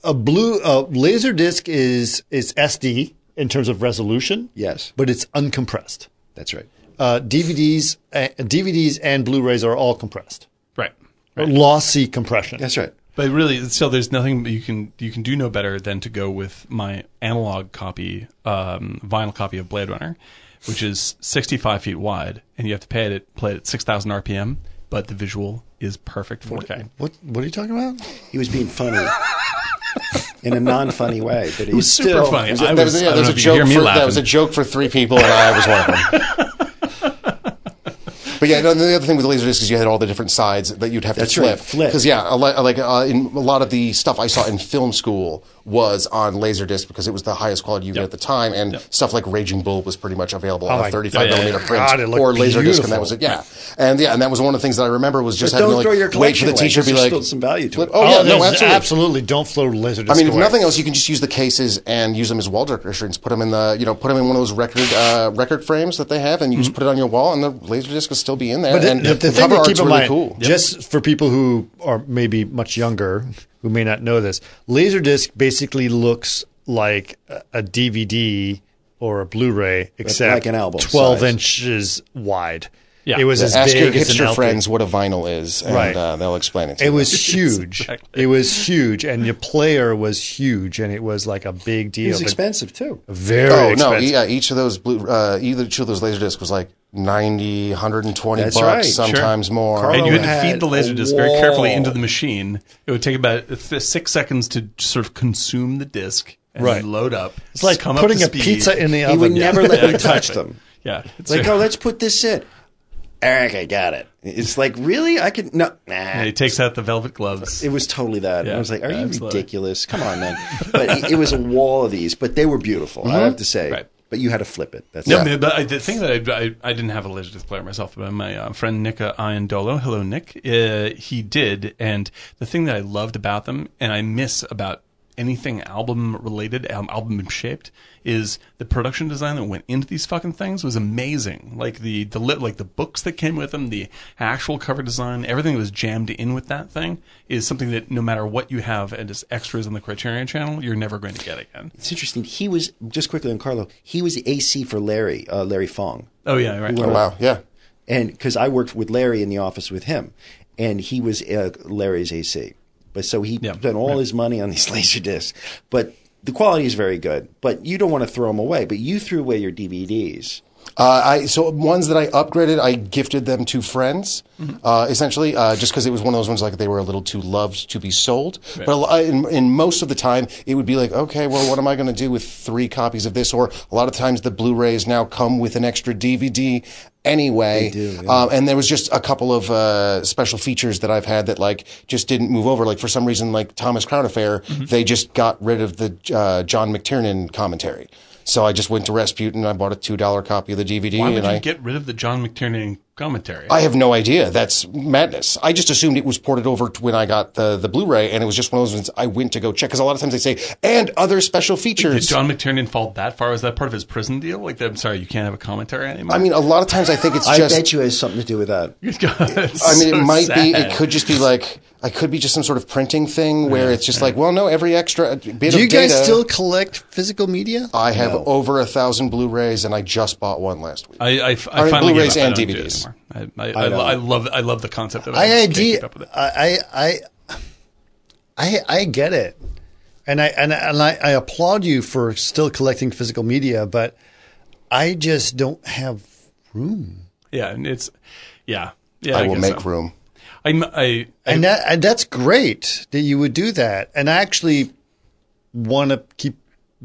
D: A blue uh, laser disc is is SD in terms of resolution.
F: Yes.
D: but it's uncompressed.
F: that's right.
D: Uh, DVDs, uh, DVDs, and Blu-rays are all compressed.
B: Right.
D: Lossy compression.
F: That's right.
B: But really, still, there's nothing you can you can do no better than to go with my analog copy, um, vinyl copy of Blade Runner, which is 65 feet wide, and you have to pay it at, play it at 6,000 RPM, but the visual is perfect 4K.
D: What What are you talking about?
F: He was being funny in a non-funny way, but he
B: It was super
F: still,
B: funny. I
G: That
B: was,
G: was-
B: I
G: yeah,
B: don't
G: that
B: know if
G: was a
B: you could hear
G: joke
B: me
G: for-
B: laughing.
G: that was a joke for three people, and I was one of them. But yeah, no, the other thing with Laserdisc is you had all the different sides that you'd have
F: That's
G: to
F: right,
G: flip.
F: flip.
G: Because yeah, a li- like uh, in a lot of the stuff I saw in film school was on Laserdisc because it was the highest quality you could get at the time, and stuff like Raging Bull was pretty much available on
D: my
G: a 35
B: God.
G: millimeter print
D: God, it looked
G: or Laserdisc, and that
D: beautiful.
G: was it. Yeah, and yeah, and that was one of the things that I remember was just
F: But
G: having
F: don't
G: to
F: throw your
G: like, wait
F: collection
G: for the
F: away,
G: teacher to be
F: there's
G: like,
F: still some value to
G: flip-
F: it.
G: Oh, yeah, no,
D: there's-
G: absolutely.
D: absolutely. Don't flow laser disc.
G: I mean, if
D: away.
G: nothing else, you can just use the cases and use them as wall decorations. Put them in the, you know, put them in one of those record uh, record frames that they have, and you just put it on your wall, and the laser disc will still be in
D: Mm-hmm.
G: there.
D: But the,
G: and
D: the, the thing
G: cover
D: to keep
G: art's
D: in
G: really
D: mind,
G: cool.
D: just for people who are maybe much younger, who may not know this, Laserdisc basically looks like a- a DVD or a Blu-ray, except
F: like an album
D: twelve
F: size.
D: inches wide.
B: Yeah.
D: it was
B: Yeah,
D: as
G: Ask your
D: big as an
G: hipster
D: LP.
G: friends what a vinyl is, and
D: Right.
G: uh, they'll explain it. To
D: It
G: you.
D: was huge.
B: Exactly.
D: It was huge, and your player was huge, and it was like a big deal.
F: He was
D: but
F: expensive too.
D: Very
G: Oh no!
D: expensive.
G: Yeah, each of those blue, uh, either each of those laser discs was like 90, 120
F: That's
G: bucks,
F: right, sure.
G: sometimes more.
F: Carl-
B: and you had to
F: had
B: feed the laser
F: a
B: disc very carefully
F: wall.
B: into the machine. It would take about th- six seconds to sort of consume the disc and
D: Right.
B: load up.
D: it's like
B: come up
D: putting
B: to
D: a
B: speed.
D: pizza in the
F: He
D: oven.
F: would never let me touch
B: exactly.
F: them.
B: Yeah, it's
F: Like, oh, let's put this in. Eric, I got it. It's like, really? I could no.
D: oh,
F: Nah.
B: and he takes out the velvet gloves.
F: It was totally that.
B: Yeah,
F: I was like, "Are
B: yeah,
F: you
B: absolutely.
F: ridiculous? Come on, man!" But it, it was a wall of these, but they were beautiful. I have to say.
B: Mm-hmm. Right.
F: But you had to flip it. That's
B: No,
F: it.
B: but I, the thing that I, I, I didn't have a Laserdisc player myself, but my uh, friend Nick uh, Iandolo, hello Nick, uh, he did. And the thing that I loved about them, and I miss about anything album related, um, album shaped, is the production design that went into these fucking things was amazing. Like the the lit, like the books that came with them, the actual cover design, everything that was jammed in with that thing is something that no matter what you have and as extras on the Criterion Channel, you're never going to get again.
F: It's interesting. He was just quickly on Carlo. He was the AC for Larry, uh, Larry Fong,
B: Oh yeah, right.
G: Oh, wow. Yeah.
F: and because I worked with Larry in the office with him, and he was uh, Larry's AC. But so he
B: Yeah.
F: spent all his money on these laser discs. But the quality is very good. But you don't want to throw them away. But you threw away your DVDs.
G: Uh, I so ones that I upgraded, I gifted them to friends, uh, essentially, uh, just because it was one of those ones like they were a little too loved to be sold. But a lo- uh, in, in most of the time, it would be like, okay, well, what am I going to do with three copies of this? Or a lot of times, the Blu-rays now come with an extra DVD anyway. um, and there was just a couple of uh, special features that I've had that like just didn't move over. Like for some reason, like Thomas Crown Affair, they just got rid of the uh, John McTiernan commentary. So I just went to Rasputin and I bought a two dollar copy of the DVD.
B: Why would
G: and
B: you
G: I,
B: get rid of the John McTiernan commentary?
G: I have no idea. That's madness. I just assumed it was ported over to when I got the, the Blu-ray, and it was just one of those ones I went to go check. Because a lot of times they say and other special
B: Did
G: features.
B: John McTiernan fall that far? Was that part of his prison deal? Like, I'm sorry, you can't have a commentary anymore.
G: I mean, a lot of times I think it's
F: I
G: just.
F: bet you it has something to do with that.
G: I mean, it might be. It could just be like. I could be just some sort of printing thing where it's just like, well, no, every extra bit of
D: Do you guys
G: data-
D: still collect physical media?
G: I have over a thousand Blu-rays, and I just bought one last week.
B: I, I, I
G: mean,
B: finally
G: Blu-rays
B: gave up. I don't
G: and
B: do it
G: DVDs.
B: anymore. I, I, I, lo- I love I love the concept of it. I
D: I
B: just can't
D: idea,
B: keep up with it.
D: I, I, I, I, I get it, and I and I, and I, I applaud you for still collecting physical media, but I just don't have room,
B: Yeah, and it's yeah yeah.
G: I will
B: guess
G: make
B: so.
G: room.
B: I'm I, I
D: and that and that's great that you would do that, and I actually want to keep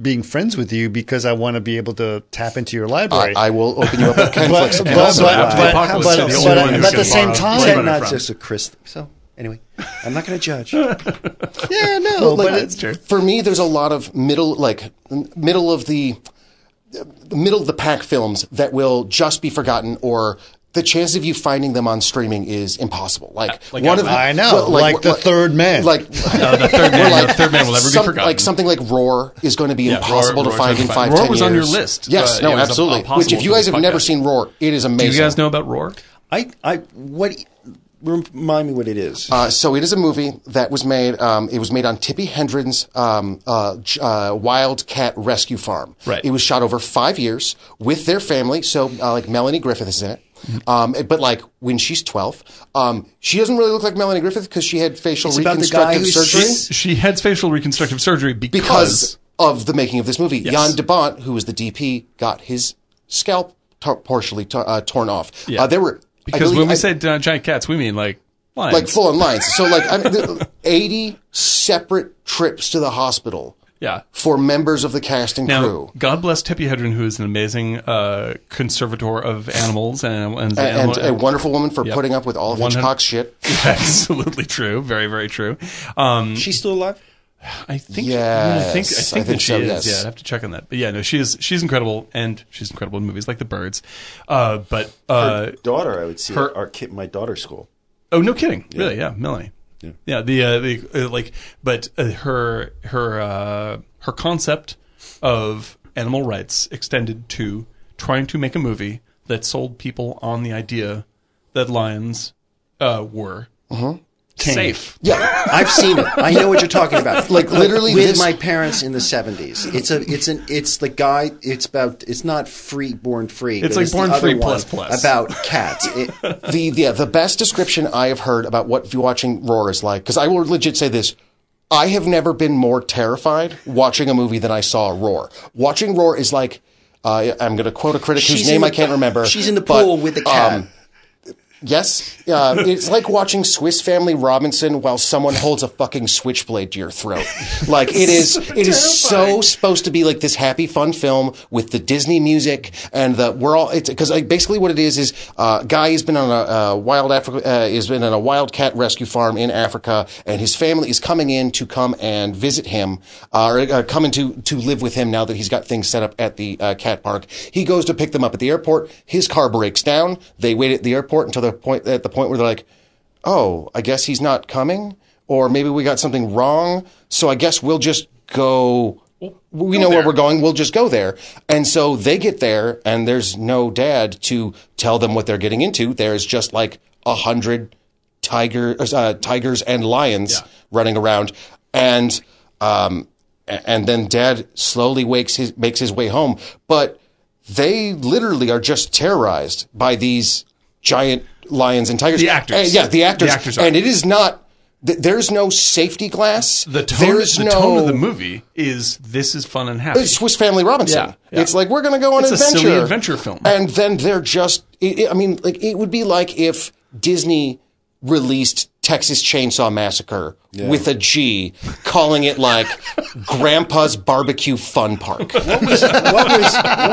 D: being friends with you because I want to be able to tap into your
G: I,
D: library.
G: I will open you up a Ken
D: but,
G: Flex.
D: but,
G: And
D: but,
G: also-
B: after the
D: but,
B: apocalypse,
D: but-
B: you're the only
D: but-
B: one who
D: but at
B: can
D: the same
B: borrow-
D: time,
B: Is
H: Is
B: that
H: that
B: not
H: not
B: just
H: just a Chris? So anyway, I'm not going to judge.
D: yeah, no, but
B: that's
D: it's,
B: true.
G: for me, there's a lot of middle, like m- middle of the the middle of the pack films that will just be forgotten or. The chance of you finding them on streaming is impossible. Like,
B: Uh, like
G: one
B: I-
G: of the-
D: I know, like The Third Man.
G: Like
B: the third man,
G: Or
B: the third man will never
G: some-
B: be forgotten.
G: Like something like Roar is going to be
B: Yeah,
G: impossible
B: Roar- Roar's
G: to find
B: gonna
G: in
B: be
G: five,
B: fine. Roar
G: ten
B: was on your
G: years.
B: list,
G: Yes,
B: but it
G: no,
B: was
G: absolutely.
B: impossible
G: Which, if you
B: for
G: guys
B: the
G: have never
B: podcast.
G: seen Roar, it is
B: do
G: amazing.
B: you guys know about Roar?
F: I, I, what? Remind me what it is.
G: Uh, so it is a movie that was made. Um, it was made on Tippi Hendren's um, uh, j- uh, Wildcat Rescue Farm.
B: Right.
G: It was shot over five years with their family. So uh, like Melanie Griffith is in it. Um, but like when she's twelve, um, she doesn't really look like Melanie Griffith because she had facial
F: It's about the guy
G: reconstructive
F: who's-
G: surgery
F: she's-
B: She had facial reconstructive surgery because,
G: because of the making of this movie. Jan DeBont, who was the DP, got his scalp tor- partially to- uh, torn off.
B: Yeah.
G: Uh, there were I
B: because
G: believe-
B: when we
G: I-
B: said uh, giant cats, we mean like lions.
G: like full on lines. So like I mean, the- eighty separate trips to the hospital.
B: Yeah.
G: For members of the cast and
B: now,
G: crew.
B: God bless Tippi Hedren, who is an amazing uh, conservator of animals and and,
G: And a wonderful woman for
B: Yep.
G: putting up with all of
B: 100
G: Hitchcock's shit.
B: Absolutely true. Very very true. Um,
F: She's still alive.
B: I think.
G: Yes,
B: I think. I
G: I
B: think, that
G: think
B: she
G: so,
B: is.
G: yes.
B: Yeah, I'd have to check on that. But yeah, no, she is. She's incredible, and she's incredible in movies like The Birds. Uh, but uh,
H: daughter, I would see
B: Her-
H: at our kid, my daughter's school.
B: oh, no kidding. Really? Yeah, Melanie. Yeah. the uh, the uh, like, but uh, her her uh, her concept of animal rights extended to trying to make a movie that sold people on the idea that lions uh, were safe.
G: Uh-huh. Yeah.
F: I've seen it. I know what you're talking about.
G: Like, literally
F: with
G: this-
F: my parents in the 70s. It's a it's an it's the guy. It's about it's not free born free.
B: It's
F: but
B: like
F: the
B: Born
F: other
B: Free
F: one
B: plus plus.
F: about cats. It,
G: the, the the best description I have heard about what watching Roar is like, because I will legit say this. I have never been more terrified watching a movie than I saw Roar. Watching Roar is like, uh, I'm going to quote a critic
F: She's
G: whose
F: in
G: name
F: the-
G: I can't remember.
F: she's in the
G: but, um,
F: pool with the cat.
G: Yes, uh, it's like watching Swiss Family Robinson while someone holds a fucking switchblade to your throat. Like it is, it is so supposed to be like this happy, fun film with the Disney music and the we're all it's because like basically what it is is uh, guy has been on a uh, wild Africa, uh, has been on a wildcat rescue farm in Africa, and his family is coming in to come and visit him uh, or uh, coming to to live with him now that he's got things set up at the uh, cat park. He goes to pick them up at the airport. His car breaks down. They wait at the airport until the point at the point where they're like, "Oh, I guess he's not coming, or maybe we got something wrong. So I guess we'll just go. We know where we're going. We'll just go there. And so they get there, and there's no dad to tell them what they're getting into. There's just like a hundred tiger, uh, tigers and lions running around, and um, a- and then dad slowly wakes his makes his way home. But they literally are just terrorized by these giant lions and tigers.
B: The actors.
G: And, yeah, the actors.
B: The actors are.
G: and it is not. th- There's no safety glass.
B: The tone,
G: There's
B: the
G: no,
B: tone of the movie is this is fun and happy.
G: It's Swiss Family Robinson.
B: Yeah, yeah.
G: It's like we're going to go on
B: It's a
G: adventure.
B: silly adventure film.
G: And then they're just. It, it- I mean, like it would be like if Disney released Texas Chainsaw Massacre with a G, calling it like Grandpa's Barbecue Fun Park.
F: what was what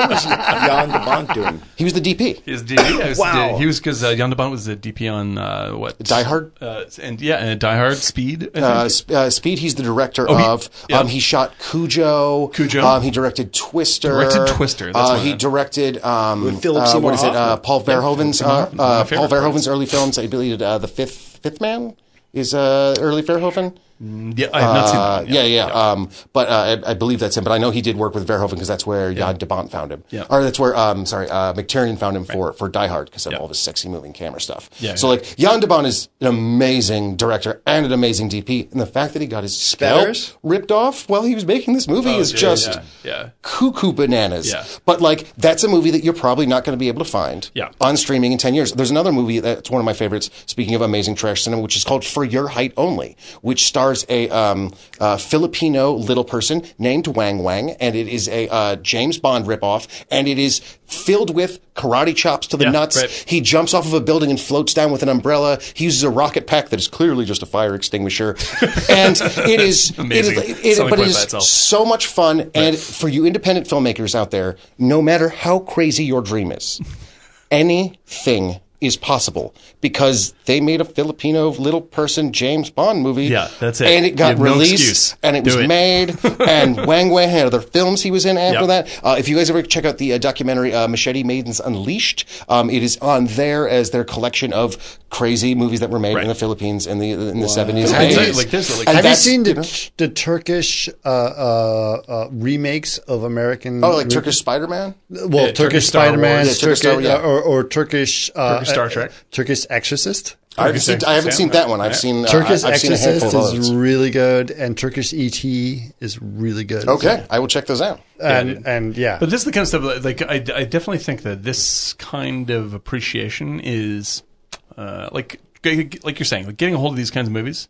F: was Jan de Bont doing?
G: He was the DP.
B: His DP, yeah, his
F: Wow.
B: DP. He was because uh, Jan de Bont was the DP on uh, what
G: Die Hard?
B: uh, and yeah, and Die Hard, Speed. I
G: Uh,
B: think.
G: Sp- uh, Speed, he's the director
B: Oh, he-
G: of.
B: yeah.
G: Um, he shot Cujo.
B: Cujo.
G: Um, he directed Twister.
B: Directed Twister, that's
G: uh,
B: what I
G: he
B: meant.
G: directed. Um,
F: With Philip
G: uh,
F: Seymour
G: what is it? Uh,
F: Hoffman.
G: Paul Verhoeven's. Uh,
B: Hoffman,
G: uh,
B: my
G: Paul
B: favorite
G: Verhoeven's early films. I believe uh, the Fifth Fifth Man is uh, early Verhoeven.
B: yeah, I have not seen
G: Uh,
B: that.
G: yeah, yeah. Um, but uh, I, I believe that's him. But I know he did work with Verhoeven because that's where Jan de Bont found him.
B: Yeah.
G: Or that's where, um, sorry, uh, McTiernan found him for, for Die Hard because of
B: Yeah.
G: all the sexy moving camera stuff.
B: Yeah,
G: so,
B: yeah.
G: like, Jan de Bont is an amazing director and an amazing DP. And the fact that he got his scalp
F: Spatters?
G: ripped off while he was making this movie is
B: Oh, yeah,
G: just
B: yeah, yeah.
G: cuckoo bananas.
B: Yeah.
G: But, like, that's a movie that you're probably not going to be able to find
B: Yeah.
G: on streaming in 10 years. There's another movie that's one of my favorites, speaking of amazing trash cinema, which is called For Your Height Only, which stars a um, uh, Filipino little person named Wang Wang, and it is a uh, James Bond ripoff, and it is filled with karate chops to the
B: Yeah,
G: nuts.
B: right.
G: He jumps off of a building and floats down with an umbrella. He uses a rocket pack that is clearly just a fire extinguisher. and it is it is-
B: Amazing.
G: It is,
B: Selling
G: but
B: point
G: it
B: by
G: is
B: itself.
G: so much fun. And for you independent filmmakers out there, no matter how crazy your dream is, anything is possible because they made a Filipino little person James Bond movie.
B: Yeah, that's it.
G: And it got
B: You have no
G: released
B: excuse.
G: and it
B: Do
G: was
B: it.
G: made. And Wang Wang had other films he was in
B: Yep.
G: after that. Uh, if you guys ever check out the uh, documentary uh, Machete Maidens Unleashed, um, it is on there as their collection of crazy movies that were made in the Philippines in the in the 70s. and
B: Exactly,
G: 80s.
B: like this, like-
G: And
D: Have you
G: that's-
D: seen the, the Turkish uh, uh, uh, remakes of American?
G: Oh, like Turkish Spider Man?
D: Well, Turkish,
B: Turkish Star
D: Spider Man,
G: Wars. Yeah, Turkish
D: Turkish,
G: Star- yeah.
D: uh, or, or Turkish, uh,
B: Turkish Star
D: uh,
B: Trek.
D: Turkish Exorcist.
G: I've seen, I haven't seen that one. I've seen uh,
D: Turkish
G: I've seen a handful
D: Exorcist
G: of those.
D: is really good, and Turkish ET is really good.
G: Okay, I will check those out.
D: and and yeah,
B: But this is the kind of stuff that, like I, I definitely think that this kind of appreciation is uh, like g- like you're saying like getting a hold of these kinds of movies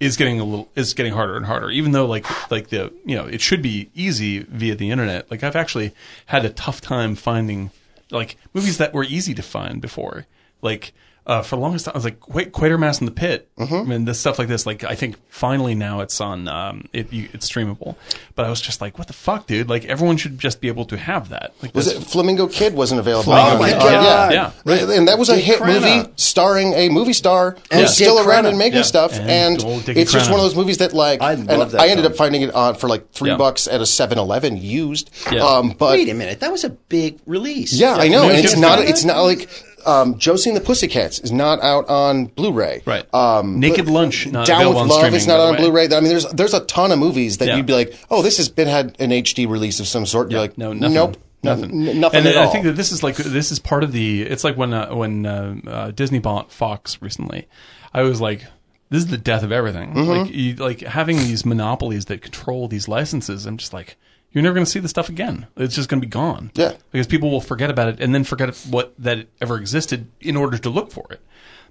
B: is getting a little is getting harder and harder even though like like the you know it should be easy via the internet like I've actually had a tough time finding like movies that were easy to find before like uh, for the longest time I was like Quai- Quatermass in the Pit
G: Mm-hmm.
B: I mean this stuff like this like I think finally now it's on um, it you, it's streamable but I was just like what the fuck dude like everyone should just be able to have that like
G: Was
B: that's-
G: it Flamingo Kid wasn't available?
B: Flamingo
G: on-
B: Kid,
G: on-
B: yeah,
G: yeah.
B: yeah.
G: Right, And that was a
F: Dick
G: hit
F: Crenna.
G: movie starring a movie star
F: Yeah.
G: who's still
F: Dick
G: around
F: Crenna.
G: and making
B: Yeah.
G: stuff.
B: And
G: And,
B: old Dick
G: it's just
B: Crenna.
G: one of those movies that like
F: I
G: and
F: love that
G: I ended
F: film.
G: up finding it on for like three
B: Yeah.
G: bucks at a 7-Eleven used.
B: Yeah.
G: Um, but
F: Wait a minute, that was a big release.
G: Yeah, I know.
B: No,
G: And
B: it's
G: it's
B: good
G: not.
B: stuff.
G: It's not like um, Josie and the Pussycats is not out on Blu-ray.
B: Right.
G: Um,
B: Naked
G: but
B: Lunch, not
G: Down with
B: available on
G: Love
B: streaming,
G: is not
B: by the
G: on
B: way.
G: Blu-ray. I mean, there's there's a ton of movies that
B: Yeah.
G: you'd be like, oh, this has been had an HD release of some sort. You're like,
B: no, nothing.
G: nope, no-
B: Nothing.
G: n- nothing
B: and
G: at
B: I
G: all.
B: think that this is like this is part of the. It's like when uh, when uh, uh, Disney bought Fox recently. I was like, this is the death of everything.
G: Mm-hmm.
B: Like you, like having these monopolies that control these licenses. I'm just like, you're never going to see this stuff again. It's just going to be gone.
G: Yeah.
B: because people will forget about it and then forget what that it ever existed in order to look for it.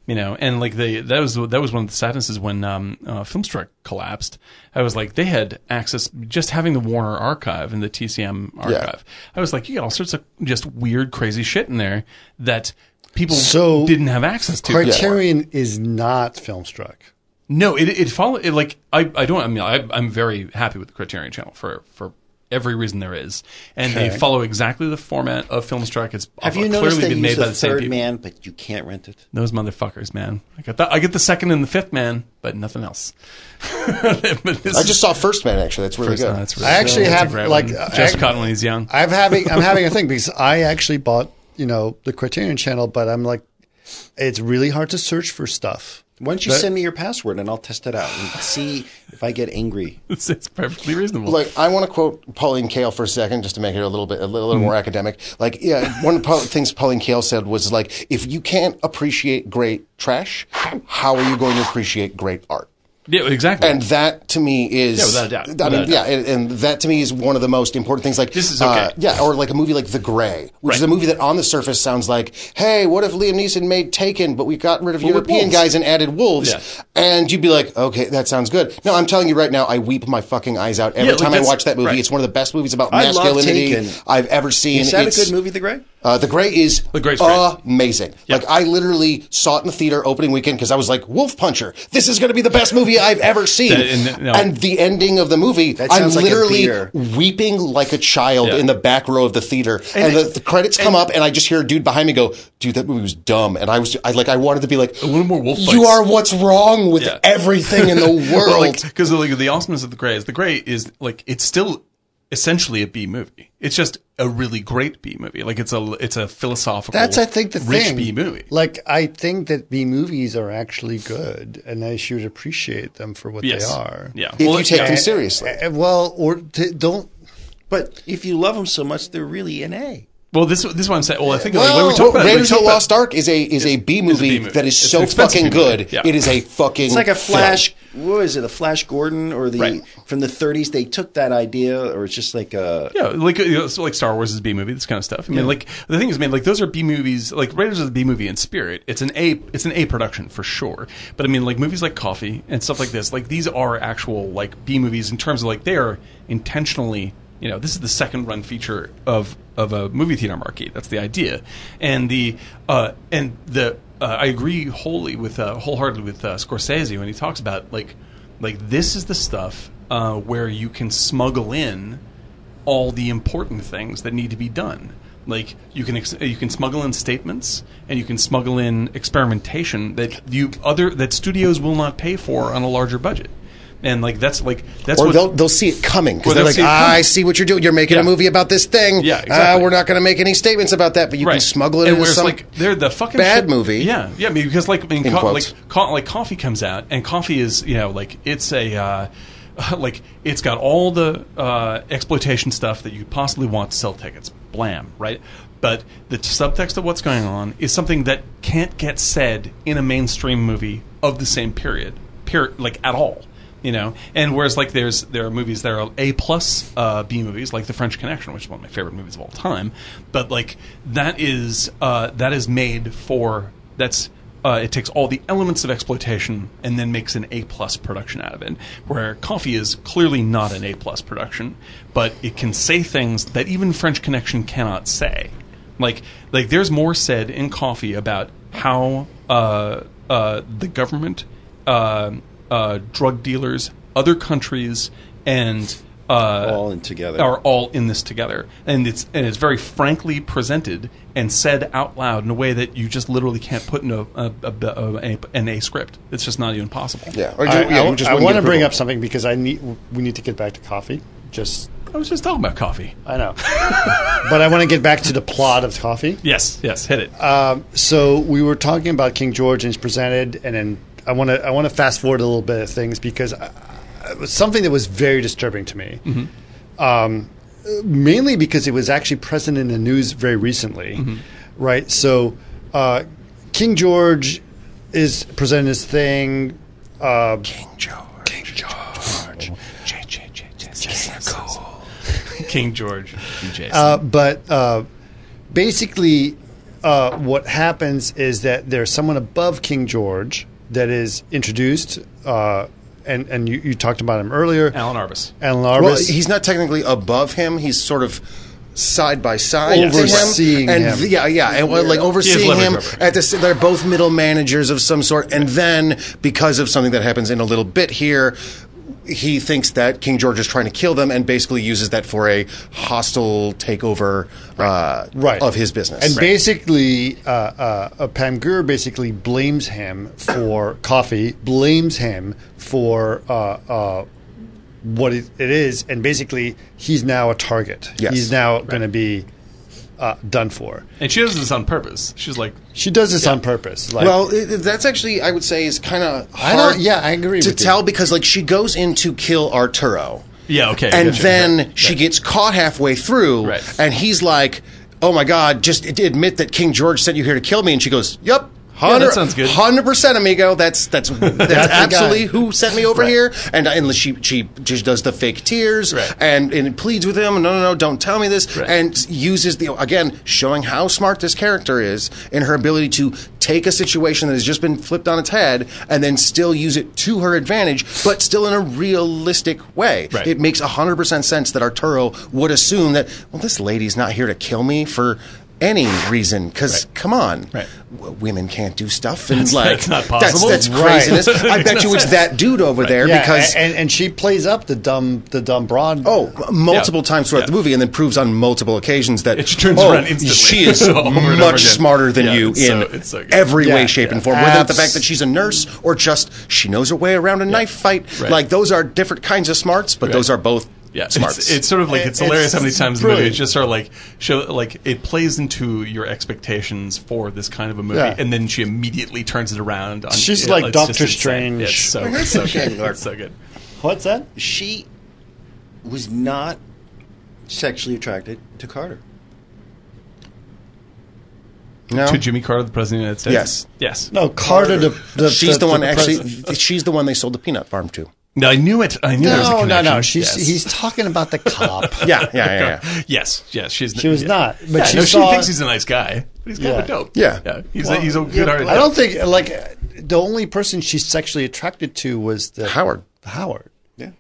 B: You know, and like they that was that was one of the sadnesses when um, uh, Filmstruck collapsed. I was like, they had access just having the Warner archive and the TCM archive. I was like, you got all sorts of just weird, crazy shit in there that people
D: So-
B: didn't have access to. before.
D: Criterion is not Filmstruck.
B: No, it it follow it, like I I don't I mean I I'm very happy with the Criterion Channel for for every reason there is, and they follow exactly the format of Filmstruck. It's
F: Have you
B: clearly
F: noticed they
B: been made
F: use
B: by
F: a
B: the same
F: third
B: people.
F: man, but you can't rent it?
B: Those motherfuckers, man. I got the, I get the second and the fifth man, but nothing else. But this
G: I
B: is-
G: just saw First Man. Actually, that's really
B: First
G: good.
B: time, that's
D: I actually
B: that's a
D: have,
B: great
D: like,
B: one.
D: uh,
B: just
D: I-
B: caught when he's young.
D: I'm having I'm having a thing because I actually bought you know the Criterion Channel, but I'm like, it's really hard to search for stuff.
H: Why don't you
B: That-
H: send me your password and I'll test it out and see if I get angry?
B: It's, it's perfectly reasonable.
G: Like I want to quote Pauline Kael for a second, just to make it a little bit a little, little
B: Mm-hmm.
G: more academic. Like yeah, one of the things Pauline Kael said was like, if you can't appreciate great trash, how are you going to appreciate great art?
B: yeah, exactly.
G: And that to me is
B: Yeah, without a doubt.
G: I mean,
B: Without a doubt.
G: yeah, and, and that to me is one of the most important things. Like uh,
B: This is okay.
G: yeah, or like a movie like The Gray, which is a movie that on the surface sounds like, hey, what if Liam Neeson made Taken, but we got rid of European
B: wolves.
G: guys and added wolves,
B: Yeah.
G: and you'd be like, okay, that sounds good. No, I'm telling you right now, I weep my fucking eyes out every
B: like,
G: time I
B: that's-
G: watch that movie.
B: right.
G: It's one of the best movies about
H: I love
G: masculinity
H: Taken.
G: I've ever seen.
H: Is that a
G: It's-
H: good movie, The Gray?
G: uh, the Gray is
B: The Gray's great.
G: amazing. Like I literally saw it in the theater opening weekend because I was like, Wolf Puncher, this is going to be the best movie I've ever seen.
B: That- and- no.
G: the ending of the movie, I'm
H: sounds like a
G: literally
H: beer.
G: weeping like a child
B: Yeah.
G: in the back row of the theater, and, the, the credits come up, and I just hear a dude behind me go, "Dude, that movie was dumb," and I was I, like, I wanted to be like,
B: wanted more wolf
G: You
B: fights."
G: are what's wrong with
B: Yeah.
G: everything in the world."
B: because like the awesomeness of the gray is the gray is like it's still essentially a B movie. It's just a really great B movie. Like it's a it's a philosophical.
D: That's I think the
B: rich
D: thing.
B: B movie.
D: Like I think that B movies are actually good, and I should appreciate them for what
B: yes,
D: they are.
B: yeah.
G: if you take
B: yeah.
G: them seriously,
D: Uh, well, or t- don't.
H: But if you love them so much, they're really an A.
B: well, this this one said. Well, I think
G: Well,
B: like, when we talk about
G: Raiders
B: we
G: of
B: talk
G: the
B: about-
G: Lost Ark is a is a B movie
B: B-movie.
G: that is
B: It's
G: so
B: an expensive
G: fucking
B: B-movie.
G: good.
B: Yeah.
G: It is a fucking.
H: It's like a Flash. What is it? A Flash Gordon or the
B: Right.
H: from the 30s? They took that idea, or it's just like uh, a
B: Yeah, like you know, so, like Star Wars is a B movie, this kind of stuff. I mean, like the thing is, man, like those are B movies. Like Raiders is a B movie in spirit. It's an A, it's an A production for sure. But I mean, like movies like Coffee and stuff like this, like these are actual like B movies in terms of like they are intentionally. You know, this is the second run feature of of a movie theater marquee. That's the idea, and the uh, and the uh, I agree wholly with uh, wholeheartedly with uh, Scorsese when he talks about like like this is the stuff uh, where you can smuggle in all the important things that need to be done. Like you can ex- you can smuggle in statements and you can smuggle in experimentation that you other that studios will not pay for on a larger budget, and like that's like that's
G: Or
B: what
G: they'll, they'll see it coming because
B: Well, they'll
G: they're like,
B: see it
G: ah,
B: coming."
G: I see what you're doing. You're making a
B: Yeah.
G: movie about this thing.
B: Yeah,
G: Ah,
B: exactly.
G: we're not going to make any statements about that, but you can smuggle it
B: And
G: into
B: whereas,
G: some
B: like they're the fucking
G: bad
B: shit-
G: movie.
B: Yeah, yeah, I mean, because like I mean,
G: In
B: co-
G: quotes.
B: like co- like coffee comes out, and coffee is you know like it's a uh, like it's got all the uh, exploitation stuff that you possibly want to sell tickets. Blam, right? But the subtext of what's going on is something that can't get said in a mainstream movie of the same period, per- like at all. You know, and whereas like there's there are movies that are A plus uh, B movies like The French Connection, which is one of my favorite movies of all time, but like that is uh, that is made for that's uh, it takes all the elements of exploitation and then makes an A plus production out of it. Where Coffee is clearly not an A plus production, but it can say things that even French Connection cannot say. Like like there's more said in Coffee about how uh, uh, the government, uh, uh, drug dealers, other countries, and uh,
H: all in together.
B: are all in this together, and it's and it's very frankly presented and said out loud in a way that you just literally can't put in a, a, a, a, a an A script. It's just not even possible.
G: yeah. Or
D: I,
G: you- yeah, you just wouldn't
D: want to
G: get
D: bring up
G: approval.
D: something because I need. We need to get back to coffee. Just
B: I was just talking about coffee.
D: I know, but I want to get back to the plot of coffee.
B: Yes, yes, hit it.
G: Uh,
D: so we were talking about King George and he's presented, and then I want to I want to fast forward a little bit of things because I, it was something that was very disturbing to me, um, mainly because it was actually present in the news very recently, right? So uh, King George is presenting this thing. Uh, King George. King George.
B: King George. and Jason.
D: Uh, but uh, basically, uh, what happens is that there's someone above King George that is introduced, uh, and and you, you talked about him earlier,
B: Alan Arbus.
D: Alan
G: Well,
D: Arbus.
G: he's not technically above him. He's sort of side by side to
D: Overseeing
G: him, and
D: him.
G: th- yeah, yeah, and, well, like overseeing
B: leverage
G: him.
B: over him.
G: At the, s- they're both middle managers of some sort, and then because of something that happens in a little bit here. He thinks that King George is trying to kill them, and basically uses that for a hostile takeover uh,
D: right.
G: of his business.
D: And basically, uh, uh, uh, Pam Grier basically blames him for coffee, blames him for uh, uh, what it, it is, and basically he's now a target.
G: Yes.
D: He's now going to be uh, done for.
B: And she does this on purpose. She's like,
D: She does this on purpose. Like,
G: well, it, it- that's actually I would say is kind of
D: I
G: hard.
D: don't- yeah, I agree
G: to
D: with you.
G: tell because like she goes in to kill Arturo.
B: Yeah, okay,
G: And
B: gotcha.
G: then
B: Right,
G: she
B: right.
G: gets caught halfway through,
B: Right.
G: and he's like, "Oh my god, just ad- admit that King George sent you here to kill me." And she goes, "Yep."
B: that sounds good.
G: Hundred percent, amigo. That's that's that's, absolutely who sent me over
B: Right.
G: here. And and she she just does the fake tears
B: Right.
G: and and pleads with him. No, no, no, don't tell me this.
B: Right.
G: And uses the again showing how smart this character is in her ability to take a situation that has just been flipped on its head and then still use it to her advantage, but still in a realistic way.
B: Right.
G: It makes hundred percent sense that Arturo would assume that well, this lady's not here to kill me for. Any reason? Because come on,
B: Right.
G: w- women can't do stuff, and like
B: that's not
G: that's-
B: possible.
G: That's,
B: Right.
G: craziness. I bet you it's that dude over there
D: yeah,
G: because
D: and, and she plays up the dumb the dumb broad.
G: Oh, multiple
B: Yeah.
G: times throughout the
B: Yeah.
G: movie, and then proves on multiple occasions that
B: It turns
G: oh,
B: around instantly.
G: She is
B: Over and over
G: much
B: again.
G: smarter than
B: Yeah,
G: you
B: it's so-
G: in
B: it's so good.
G: every
D: Yeah,
G: way, shape, and
D: yeah.
G: form. Without the
D: Abs-
G: fact that she's a nurse or just she knows her way around a knife fight.
B: Right.
G: Like those are different kinds of smarts, but those are both
B: yeah,
G: smarts.
B: It's, it's sort of like
D: It-
B: it's, hilarious
D: it's
B: how many times the
D: brilliant.
B: movie it's just sort of like show like it plays into your expectations for this kind of a movie,
D: Yeah.
B: and then she immediately turns it around. On,
D: She's
B: it-
D: like
B: it's
D: Doctor
B: just insane.
D: Strange.
B: It's so, it's so good. It's so good.
D: What's that?
F: She was not sexually attracted to Carter.
G: no?
B: To Jimmy Carter, the president of the United States.
G: Yes.
B: Yes.
D: No, Carter. The, the
G: she's the, one actually.
D: president.
G: she's the one they sold the peanut farm to.
B: No, I knew it. I knew there was a
D: No, no,
B: connection.
D: no. She's
B: Yes.
D: he's talking about the cop.
G: Yeah, yeah, yeah. yeah.
B: Yes, yes, she's.
D: She was
B: yeah.
D: not, but
B: yeah,
D: she
B: no,
D: saw-
B: she thinks he's a nice guy, but he's kind of
D: Yeah.
B: a dope.
G: Yeah.
B: yeah. He's a, he's a good-hearted.
D: I
B: dope.
D: don't think like the only person she's sexually attracted to was the
G: Howard.
D: Howard. Yeah.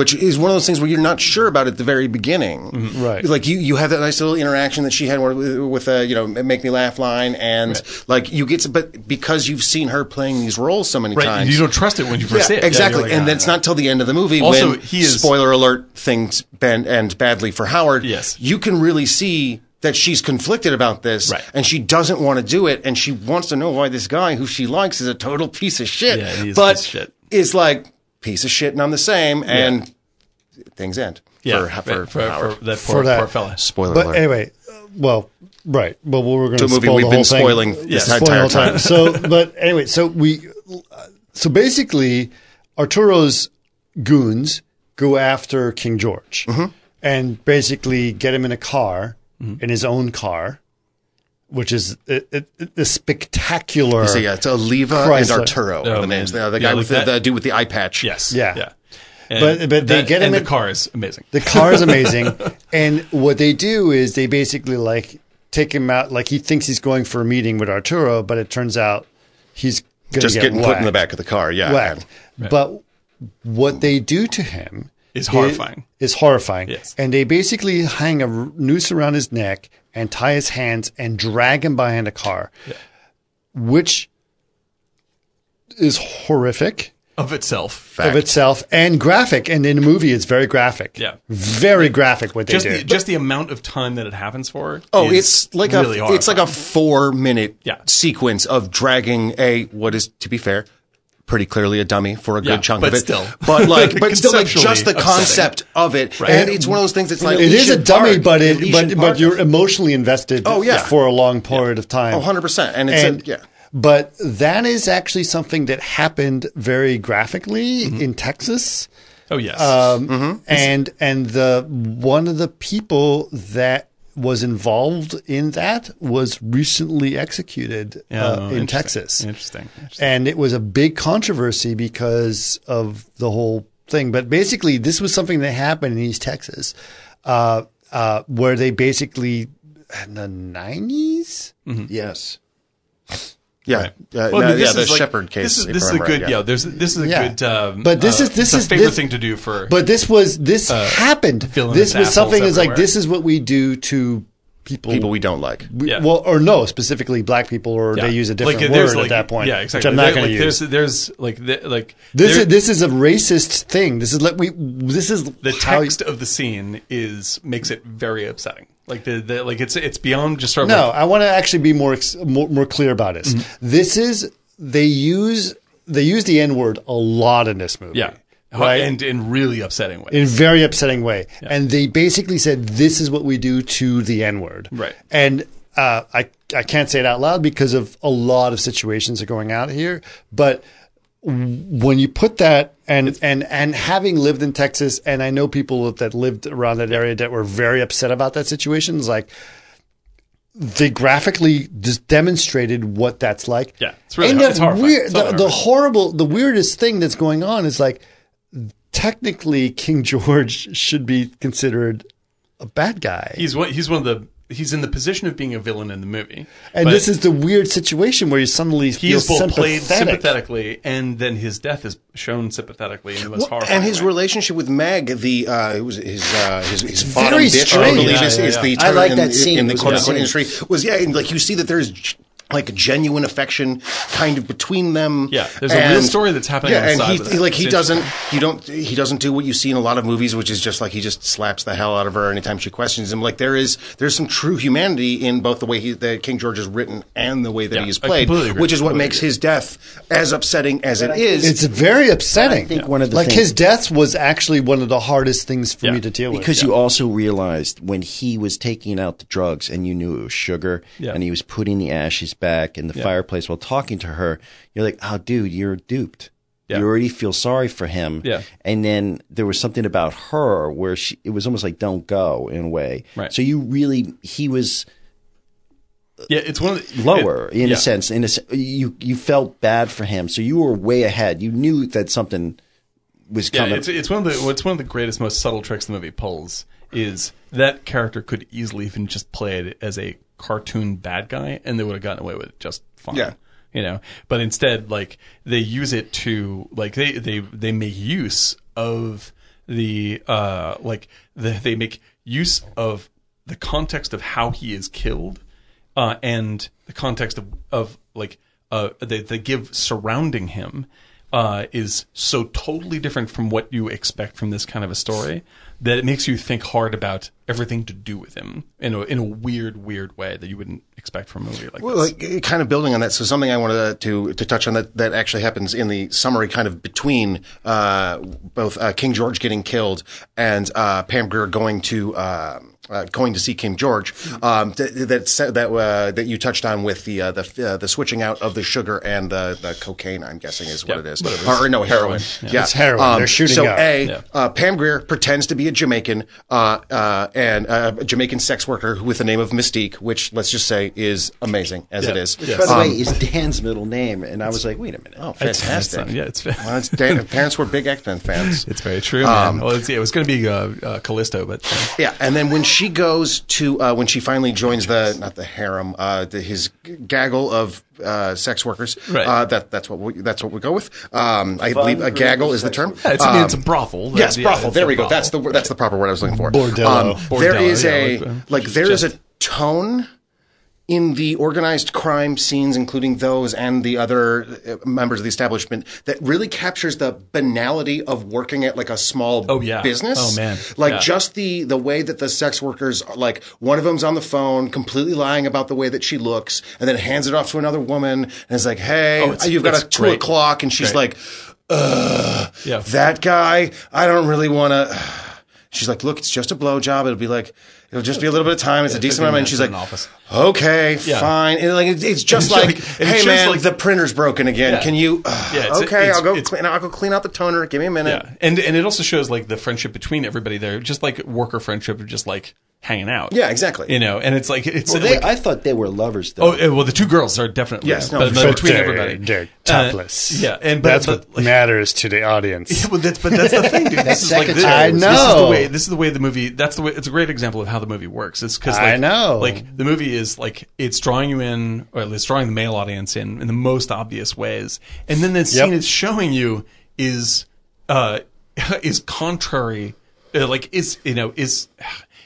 G: which is one of those things where you're not sure about at the very beginning,
B: Mm-hmm.
D: Right.
G: Like you, you have that nice little interaction that she had with, with a you know make me laugh line, and like you get, to, but because you've seen her playing these roles so many
B: Right,
G: times,
B: you don't trust it when you first
G: yeah,
B: see it. Yeah,
G: exactly.
B: you're like,
G: and
B: "Ah,
G: then it's not till the end of the movie
B: Also,
G: when
B: he is-
G: spoiler alert things bend end badly for Howard.
B: Yes.
G: you can really see. That she's conflicted about this,
B: Right.
G: and she doesn't want to do it, and she wants to know why this guy who she likes is a total piece of shit.
B: Yeah, he is a
G: but
B: piece of shit.
G: is like piece of shit, and I'm the same, and things end.
B: yeah,
G: for,
B: for,
G: for, for Howard.
B: that
D: For
B: poor,
D: that.
B: poor fella.
G: Spoiler
D: But
G: alert.
D: anyway, uh, well, right. Well, we're going
G: The
D: to
G: movie
D: spoil
G: we've
D: the
G: been
D: whole thing.
G: spoiling this
D: Spoil
G: entire
D: the whole
G: time.
D: so, but anyway, so we, so basically, Arturo's goons go after King George
G: Mm-hmm.
D: and basically get him in a car, in his own car, which is a, a, a spectacular.
G: So yeah, it's Oliva
D: Chrysler.
G: and Arturo are
B: Oh,
G: the names.
B: man.
G: The, the
B: Yeah,
G: guy
B: like
G: with the,
B: that-
G: the dude with the eye patch.
B: Yes.
D: Yeah.
B: Yeah.
D: But- but they get him
B: and
D: in-
B: the car is amazing.
D: The car is amazing, and what they do is they basically like take him out. Like he thinks he's going for a meeting with Arturo, but it turns out he's gonna
G: just
D: get
G: getting put in the
D: whacked.
G: back of the car. Yeah,
D: whacked. But what they do to him
B: Is
D: i-
B: horrifying.
D: Is horrifying.
B: Yes.
D: And they basically hang a r- noose around his neck and tie his hands and drag him behind a car, which is horrific
B: of itself.
G: Fact.
D: of itself and graphic. And in the movie, it's very graphic.
B: Yeah.
D: Very graphic what they
B: Just
D: do.
B: the, just the amount of time that it happens for.
G: Oh,
B: is
G: it's like
B: really
G: a it's like a
B: horrifying.
G: four minute
B: Yeah.
G: sequence of dragging a what is to be fair, pretty clearly a dummy for a good
B: Yeah,
G: chunk
B: but
G: of it.
B: still.
G: but like, but still, like just the
B: Conceptually upsetting.
G: concept of it,
B: Right.
G: and it's one of those things. that's like
D: it is a
G: Leisure
D: dummy,
G: Park.
D: but it
G: Leisure
D: but
G: Park.
D: but you're emotionally invested.
G: Oh, yeah.
D: for a long period of time.
G: Oh, 100%. And it's a- yeah.
D: But that is actually something that happened very graphically
B: Mm-hmm.
D: in Texas,
B: oh yes.
D: um, and and the one of the people that was involved in that was recently executed
B: Yeah,
D: uh,
B: oh,
D: in
B: interesting.
D: Texas.
B: Interesting. Interesting.
D: And it was a big controversy because of the whole thing. But basically, this was something that happened in East Texas, uh, uh, where they basically in the 90s.
F: Yes.
G: Yeah. Uh,
B: Well, I mean,
G: no, yeah,
B: this
G: the
B: is like-
G: Shepherd case.
B: This is,
G: if
B: this
G: I
B: is a
G: remember
B: good.
G: right,
B: Yeah. There's this is a
D: Yeah.
B: good. Um,
D: But this
B: uh,
D: is- this
B: it's a
D: is-
B: favorite
D: this-
B: thing to do for.
D: But this was this
B: Uh,
D: happened.
B: villainous
D: This was
B: assholes
D: something that's like
B: everywhere.
D: this is what we do to people.
G: people we don't like.
D: we-
B: Yeah.
D: Well, or no, specifically black people, or
B: Yeah.
D: they use a different
B: Like, there's
D: word
B: like-
D: at that point.
B: Yeah, exactly.
D: Which I'm not
B: There-
D: going
B: like,
D: to use.
B: There's, there's like, the, like
D: This
B: there-
D: is this is a racist thing. This is like we. This is
B: the
D: how you-
B: text of the scene is makes it very upsetting. Like the, the like it's it's beyond just sort of
D: No,
B: like,
D: I want to actually be more ex- more, more clear about this.
B: Mm-hmm.
D: This is they use they use the N word a lot in this movie.
B: Yeah.
D: Right.
B: and in really upsetting way.
D: in a very upsetting way. And they basically said, "This is what we do to the N word."
B: Right.
D: And uh, I I can't say it out loud because of a lot of situations that are going out here. But w- when you put that and and and having lived in Texas, and I know people that lived around that area that were very upset about that situation, it's like. They graphically just demonstrated what that's like.
B: Yeah, it's really
D: and
B: hard. It's
D: the,
B: horrifying.
D: weird,
B: It's
D: the,
B: totally
D: the
B: horrifying.
D: horrible, the weirdest thing that's going on is like technically King George should be considered a bad guy.
B: he's one, he's one of the he's in the position of being a villain in the movie.
D: and
B: but
D: this is the weird situation where you suddenly
B: he
D: feel
B: is both played
D: sympathetic.
B: sympathetically, and then his death is shown sympathetically in the most
G: Well,
B: horrifying.
G: and his
B: way.
G: relationship with Meg, the uh, it was his uh, his, his bottom
D: very
G: bitch, I
D: strange.
G: believe,
D: Yeah,
G: is,
B: yeah,
G: is
B: yeah.
G: the
H: I
G: term
H: like
G: in,
H: that
G: in-
H: scene.
G: in the
H: It was
G: quote
H: a
G: unquote
H: good
G: industry. Was yeah, and like you see that there's g- like genuine affection kind of between them.
B: Yeah, there's a real story that's happening on
G: Yeah,
B: the
G: and
B: side
G: he,
B: of that.
G: he- like he
B: It's
G: doesn't you don't he doesn't do what you see in a lot of movies, which is just like he just slaps the hell out of her anytime she questions him. Like there is there's some true humanity in both the way he, that King George is written and the way that
B: Yeah,
G: he is
B: I
G: played,
B: completely agree.
G: which is what
B: Completely
G: makes his death as upsetting as it is.
D: It's very upsetting.
H: I think one of the
D: like
H: things-
D: his death was actually one of the hardest things for
B: Yeah.
D: me to deal with.
H: Because you also realized when he was taking out the drugs and you knew it was sugar
B: Yeah.
H: and he was putting the ashes back in the fireplace while talking to her, you're like, oh, dude, you're duped.
B: Yeah.
H: You already feel sorry for him.
B: Yeah.
H: And then there was something about her where she, it was almost like, don't go in a way.
B: Right.
H: So you really, he was
B: yeah, it's one of the,
H: lower
B: it-
H: in
B: yeah.
H: a sense. In a, se- you, you felt bad for him. So you were way ahead. You knew that something was
B: Yeah,
H: coming.
B: it's, it's one of the it's one of the greatest, most subtle tricks the movie pulls is that character could easily have been just played as a cartoon bad guy, and they would have gotten away with it just fine.
G: Yeah.
B: you know. But instead, like they use it to like they they they make use of the uh like the, they make use of the context of how he is killed, uh, and the context of of like uh they they give surrounding him uh, is so totally different from what you expect from this kind of a story that it makes you think hard about everything to do with him in a, in a weird, weird way that you wouldn't expect from a movie like
G: Well,
B: this.
G: like, uh, kind of building on that, so something I wanted to to touch on that that actually happens in the summary, kind of between uh, both uh, King George getting killed and uh, Pam Grier going to. Uh, uh, going to see King George, um, th- th- that sa- that uh, that you touched on with the uh, the f- uh, the switching out of the sugar and the, the cocaine, I'm guessing is what
B: Yeah,
G: it is,
B: whatever.
G: or no heroin. Yeah. Um,
D: It's heroin. They're shooting
G: So
D: out.
G: a
B: Yeah.
G: uh, Pam Grier pretends to be a Jamaican uh, uh, and uh, a Jamaican sex worker with the name of Mystique, which let's just say is amazing as it is. Um,
H: By the
B: um,
H: way, is Dan's middle name, and I was like, "Wait a minute!"
G: Oh,
B: It's
G: fantastic!
B: not- yeah, it's-
G: well, it's Dan- parents were big X Men fans.
B: it's very true. Man.
G: Um,
B: well, it's, yeah, it was going to be uh, uh, Callisto, but uh,
G: Yeah, and then when she goes to uh, when she finally joins the not the harem, uh, the, his g- gaggle of uh, sex workers.
B: Right.
G: Uh, that that's what we, that's what we go with. Um, I believe a gaggle is the term. Um,
B: yeah, it's, I mean, it's a brothel.
G: Yes,
B: Yeah,
G: brothel.
B: it's
G: There
B: a
G: we go.
B: brothel.
G: That's the that's the proper word I was looking for. Um,
D: Bordello.
G: there
B: Bordello,
G: is
B: yeah,
G: a
B: like,
G: like,
B: uh,
G: there is
B: just-
G: a tone in the organized crime scenes, including those and the other uh, members of the establishment, that really captures the banality of working at like a small
B: Oh, yeah.
G: business.
B: Oh, man.
G: Like
B: Yeah.
G: just the the way that the sex workers are, like one of them's on the phone, completely lying about the way that she looks, and then hands it off to another woman and is like, "Hey,
B: Oh, it's-
G: you've got
B: it's
G: a two
B: great.
G: o'clock," and she's
B: Great.
G: like. Ugh,
B: Yeah.
G: that guy, I don't really want to. She's like, look, it's just a blowjob. It'll be like, it'll just be a little bit of time. It's a decent
B: 15
G: amount. And she's
B: minutes
G: like,
B: in an office.
G: okay,
B: Yeah.
G: fine. And like, it's, it's just
B: It's
G: like,
B: like- it's
G: hey
B: just
G: man,
B: like-
G: the printer's broken again.
B: Yeah.
G: Can you? ugh,
B: Yeah, it's-
G: okay,
B: it's-
G: I'll go.
B: it's-
G: Clean, I'll go clean out the toner. Give me a minute.
B: Yeah, and and it also shows like the friendship between everybody there, just like worker friendship, of just like hanging out.
G: Yeah, exactly.
B: You know, and it's like it's
H: Well, they,
B: like,
H: I thought they were lovers, though.
B: Oh eh, well, the two girls are definitely
G: Yes, no,
B: but
G: for sure.
B: between
D: they're,
B: everybody,
D: they're
B: Uh,
D: topless.
B: yeah, and but,
D: that's
B: but,
D: what matters to the audience.
B: Yeah, well, that's, but that's the thing, dude. This is like this,
D: I
B: this is the
D: know.
B: way. This is the way the movie. That's the way. It's a great example of how the movie works. It's because
D: I know.
B: like the movie is like it's drawing you in, or it's drawing the male audience in in the most obvious ways, and then the scene
D: Yep.
B: it's showing you is uh is contrary, uh, like is you know is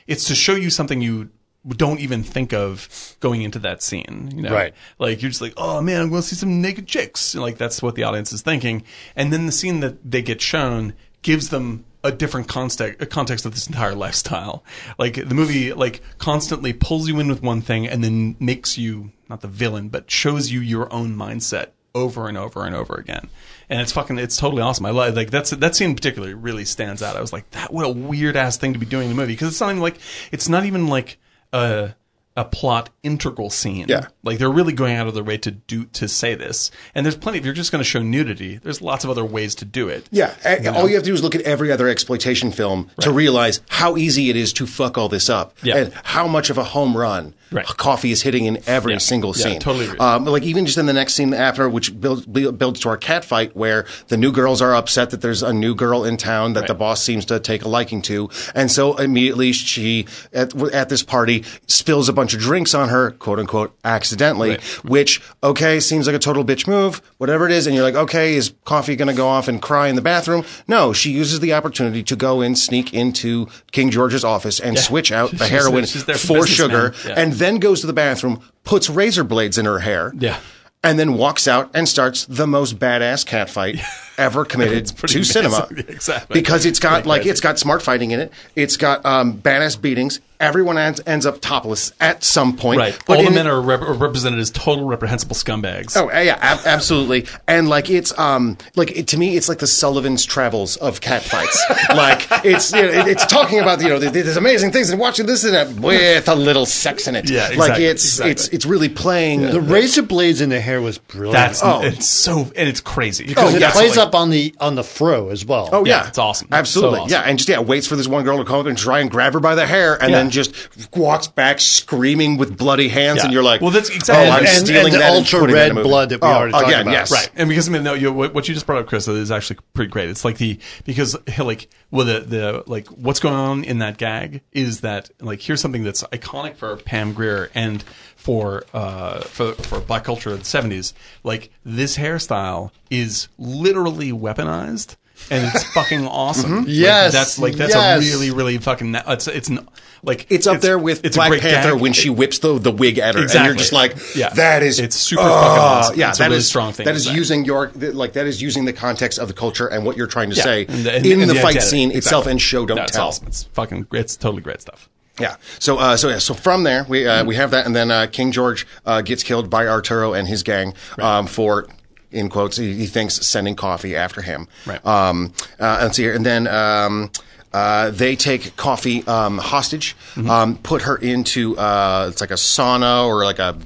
B: it's to show you something you don't even think of going into that scene, you know.
D: Right.
B: Like you're just like, oh man, I'm going to see some naked chicks. And, like that's what the audience is thinking. And then the scene that they get shown gives them a different context, a context of this entire lifestyle. Like the movie, like constantly pulls you in with one thing and then makes you not the villain, but shows you your own mindset over and over and over again. And it's fucking, it's totally awesome. I love, like, that's, that scene particularly really stands out. I was like, that, what a weird ass thing to be doing in the movie. Cause it's not even like, it's not even like a, a plot integral scene.
G: Yeah.
B: Like they're really going out of their way to do, to say this. And there's plenty, if you're just going to show nudity, there's lots of other ways to do it.
G: Yeah, a- all you have to do is look at every other exploitation film to realize how easy it is to fuck all this up,
B: Yeah.
G: and how much of a home run
B: Right.
G: coffee is hitting in every single
B: Yeah,
G: scene.
B: totally agree.
G: Um, like even just in the next scene after, which builds bu- builds to our cat fight, where the new girls are upset that there's a new girl in town that the boss seems to take a liking to, and so immediately she at at this party spills a bunch of drinks on her, quote unquote, accidentally, which okay seems like a total bitch move, whatever it is, and you're like, okay, is coffee going to go off and cry in the bathroom? No, she uses the opportunity to go and sneak into King George's office and switch out the heroin
B: she's there for
G: for
B: business,
G: sugar,
B: man. Yeah.
G: and then goes to the bathroom, puts razor blades in her hair.
B: Yeah.
G: And then walks out and starts the most badass cat fight ever committed to
B: pretty
G: cinema.
B: amazing. Exactly.
G: Because it's got like it's got smart fighting in it. It's got um, badass beatings. Everyone ends, ends up topless at some point.
B: Right.
G: But
B: All the
G: in-
B: men are, rep- are represented as total reprehensible scumbags.
G: Oh yeah, ab- absolutely. And like it's um like it, to me it's like the Sullivan's Travels of cat fights. like it's you know, it- it's talking about you know th- th- these amazing things and watching this and that with a little sex in it.
B: Yeah,
G: Like
B: exactly,
G: it's
B: exactly.
G: it's it's really playing
D: The razor blades in the hair was brilliant.
B: That's
G: Oh.
B: it's so and it's crazy.
G: Oh,
D: because it
G: yeah.
D: plays
B: Like-
D: up on the on the fro as well.
G: Oh yeah.
B: Yeah, it's awesome.
G: Absolutely,
B: So awesome.
G: yeah, and just yeah, waits for this one girl to come up and try and grab her by the hair, and then just walks back screaming with bloody hands,
B: Yeah.
G: and you're like,
B: Well, that's exactly-
G: Oh, I'm
B: And- and
G: stealing
D: the
G: that and
D: ultra
G: putting that in
D: red
G: a movie."
D: blood that we
G: oh,
D: already talked
G: again,
D: about.
G: Yes,
B: Right, and because I mean, no, you, what, what you just brought up, Chris, is actually pretty great. It's like the because like well, the the like what's going on in that gag is that like here's something that's iconic for Pam Grier and for uh for for black culture in the '70s. Like this hairstyle is literally weaponized. And it's fucking awesome.
G: Mm-hmm.
B: Like,
D: Yes,
B: that's like that's
D: yes.
B: a really, really fucking. It's it's n- like
G: It's up there with
B: it's a
G: Black
B: great
G: Panther
B: gag.
G: when she whips the, the wig at her, and you're
B: Exactly.
G: just like,
B: Yeah.
G: "That is
B: It's super fucking awesome.
G: Yeah,
B: It's a
G: that
B: really
G: is-
B: strong thing
G: That
B: to
G: is
B: say.
G: using your th- like that is using the context of the culture and what you're trying to
B: Yeah.
G: say
B: And the- and-
G: in
B: and
G: the,
B: the
G: fight
B: identity.
G: scene itself
B: Exactly.
G: and show don't
B: No, it's
G: tell.
B: awesome. It's fucking. It's totally great stuff.
G: Yeah. So uh, so yeah. So from there we uh, we have that, and then uh, King George uh, gets killed by Arturo and his gang um, for. In quotes, he, he thinks sending coffee after him.
B: Right.
G: Um, uh, let's see here, and then um, uh, they take coffee um, hostage,
B: Mm-hmm.
G: um, put her into uh, it's like a sauna or like a,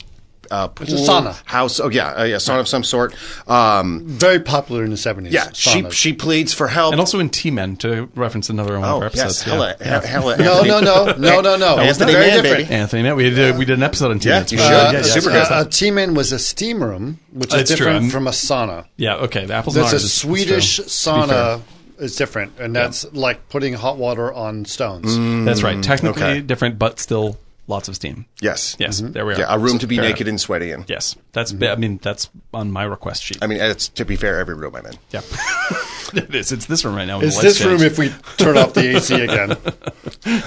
G: uh pool
D: a sauna.
G: house. Oh yeah, uh, yeah, sauna of some sort. Um,
D: Very popular in the seventies.
G: yeah, she she pleads for help.
B: And also in T Men, to reference another one of
G: oh
B: our episodes.
G: yes,
B: yeah.
G: hella,
B: Yeah.
G: he- hella.
D: No, no, no, no, no, no.
G: Anthony
D: Very
G: Mann,
D: different.
G: baby.
B: Anthony Mann. We did, we did an episode on T Men.
G: Yeah, you should. Yeah,
D: yes.
G: super
D: Uh,
G: good.
D: a T-man was a steam room, which is
B: It's true.
D: different
B: I'm-
D: from a sauna.
B: yeah, okay. The apples and
D: That's a
B: oranges is true.
D: Swedish
B: To be fair.
D: sauna is different, and that's like putting hot water on stones.
B: That's right. Technically
G: Mm, okay.
B: different, but still lots of steam.
G: Yes.
B: Yes, there we are.
G: Mm-hmm. Yeah, a room to be
B: Fair
G: naked Mm-hmm.
B: enough.
G: and sweaty in.
B: Yes, that's. I mean, that's on my request sheet.
G: I mean, it's to be fair, every room I'm in.
B: yeah, it is. It's this room right now. with
D: Is
B: the lights
D: this room
B: changed.
D: if we turn off the AC again?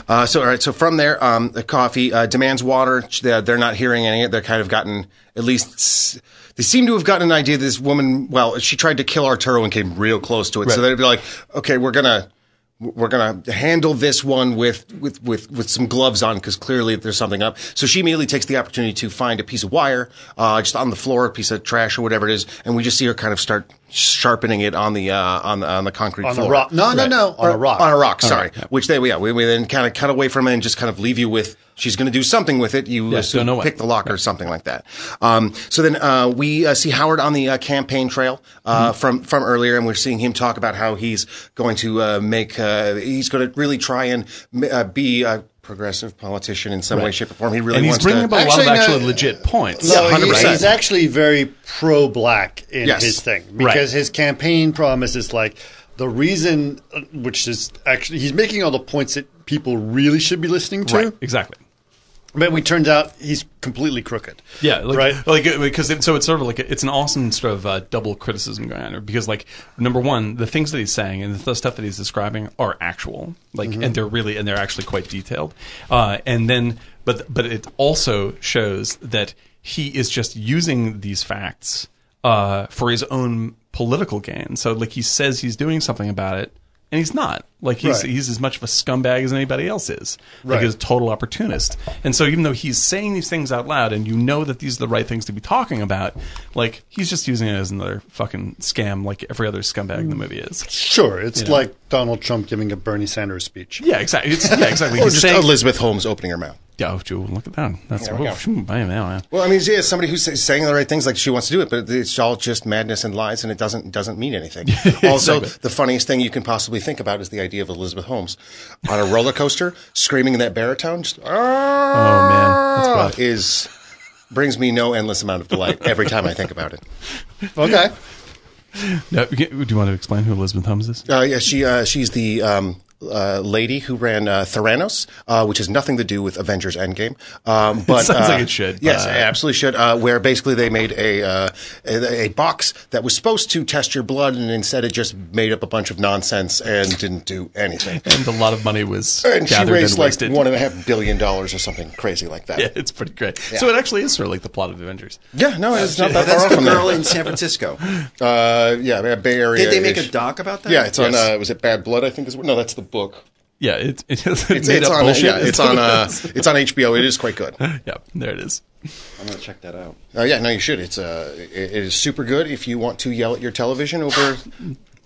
G: Uh, so, all right. So from there, um, the coffee uh, demands water. They're, they're not hearing any. They're kind of gotten at least. s- They seem to have gotten an idea. This woman, well, she tried to kill Arturo and came real close to it. So
B: Right.
G: they'd be like, okay, we're gonna. We're gonna handle this one with with with, with some gloves on because clearly there's something up. So she immediately takes the opportunity to find a piece of wire, uh, just on the floor, a piece of trash or whatever it is, and we just see her kind of start sharpening it on the uh, on the on the concrete
D: On the
G: floor.
D: rock. No, no, no. On a rock.
G: On a rock. Sorry. Which they yeah we, we then kind of cut away from it and just kind of leave you with she's going to do something with it. You assume,
B: don't know what.
G: pick the lock or something like that. Um, so then uh, we uh, see Howard on the uh, campaign trail uh,
B: Mm-hmm.
G: from from earlier, and we're seeing him talk about how he's going to uh, make uh, he's going to really try and uh, be a progressive politician in some way, shape, or form. He really
B: and he's
G: wants
B: bringing up
G: to.
B: a lot
D: Actually,
B: of
D: no,
B: actually
D: uh,
B: legit points.
D: No, he-
G: 100%.
D: he's actually very pro black in
G: Yes.
D: his thing
B: Right.
D: because his campaign promise is like the reason, uh, which is actually, he's making all the points that people really should be listening to.
B: right, exactly.
D: But we turns out he's completely crooked.
B: Yeah, like,
D: right.
B: Like uh, because it, so it's sort of like a, it's an awesome sort of uh, double criticism going on there because like number one, the things that he's saying and the stuff that he's describing are actual, like, and they're really and they're actually quite detailed. Uh, and then, but but it also shows that he is just using these facts uh, for his own political gain. So like he says he's doing something about it. and he's not. Like he's
D: Right.
B: he's as much of a scumbag as anybody else is. Like
D: Right.
B: he's a total opportunist. And so even though he's saying these things out loud, and you know that these are the right things to be talking about, like he's just using it as another fucking scam, like every other scumbag
G: Mm.
B: in the movie is.
D: Sure, it's like Donald Trump giving a Bernie Sanders speech.
B: Yeah, exactly. It's, yeah, exactly.
G: Or
B: he's
G: just
B: saying,
G: Elizabeth Holmes opening her mouth.
B: yeah, oh, Joe, look at that. That's
G: we go.
B: oh, phew, bam, now, yeah.
G: Well, I mean, yeah, somebody who's sa- saying the right things, like she wants to do it, but it's all just madness and lies, and it doesn't doesn't mean anything. Also, the funniest thing you can possibly think about is the idea of Elizabeth Holmes on a roller coaster screaming in that baritone. Just, oh
B: that's rough.
G: is brings me no endless amount of delight every time I think about it.
D: Okay.
B: No, do you want to explain who Elizabeth Holmes is?
G: Uh, yeah, she uh, she's the um, uh, lady who ran uh, Theranos, uh, which has nothing to do with Avengers Endgame. Um, but
B: Sounds
G: uh,
B: like it should,
G: Yes,
B: but-
G: it absolutely should. Uh, where basically they made a, uh, a a box that was supposed to test your blood, and instead it just made up a bunch of nonsense and didn't do anything.
B: And a lot of money was
G: And she
B: gathered
G: raised
B: and
G: like
B: wasted.
G: one and a half billion dollars or something crazy like that.
B: yeah, it's pretty great. So it actually is sort of like the plot of Avengers.
G: Yeah, no, it's not that
F: That's
G: far off
F: the
G: from
F: girl
G: there.
F: in San Francisco.
G: Uh, yeah, Bay Area.
F: Did they make a doc about that?
G: Yeah, it's on.
F: Yes.
G: Uh, was it Bad Blood? I think is no, that's the book.
B: Yeah, it, it, it's,
G: It's, it's on.
B: bullshit.
G: Yeah, it's on. Uh, it's on HBO. It is quite good.
B: yeah, there it is.
F: I'm gonna check that out.
G: Uh, yeah, no, you should. It's uh, it, it is super good if you want to yell at your television over.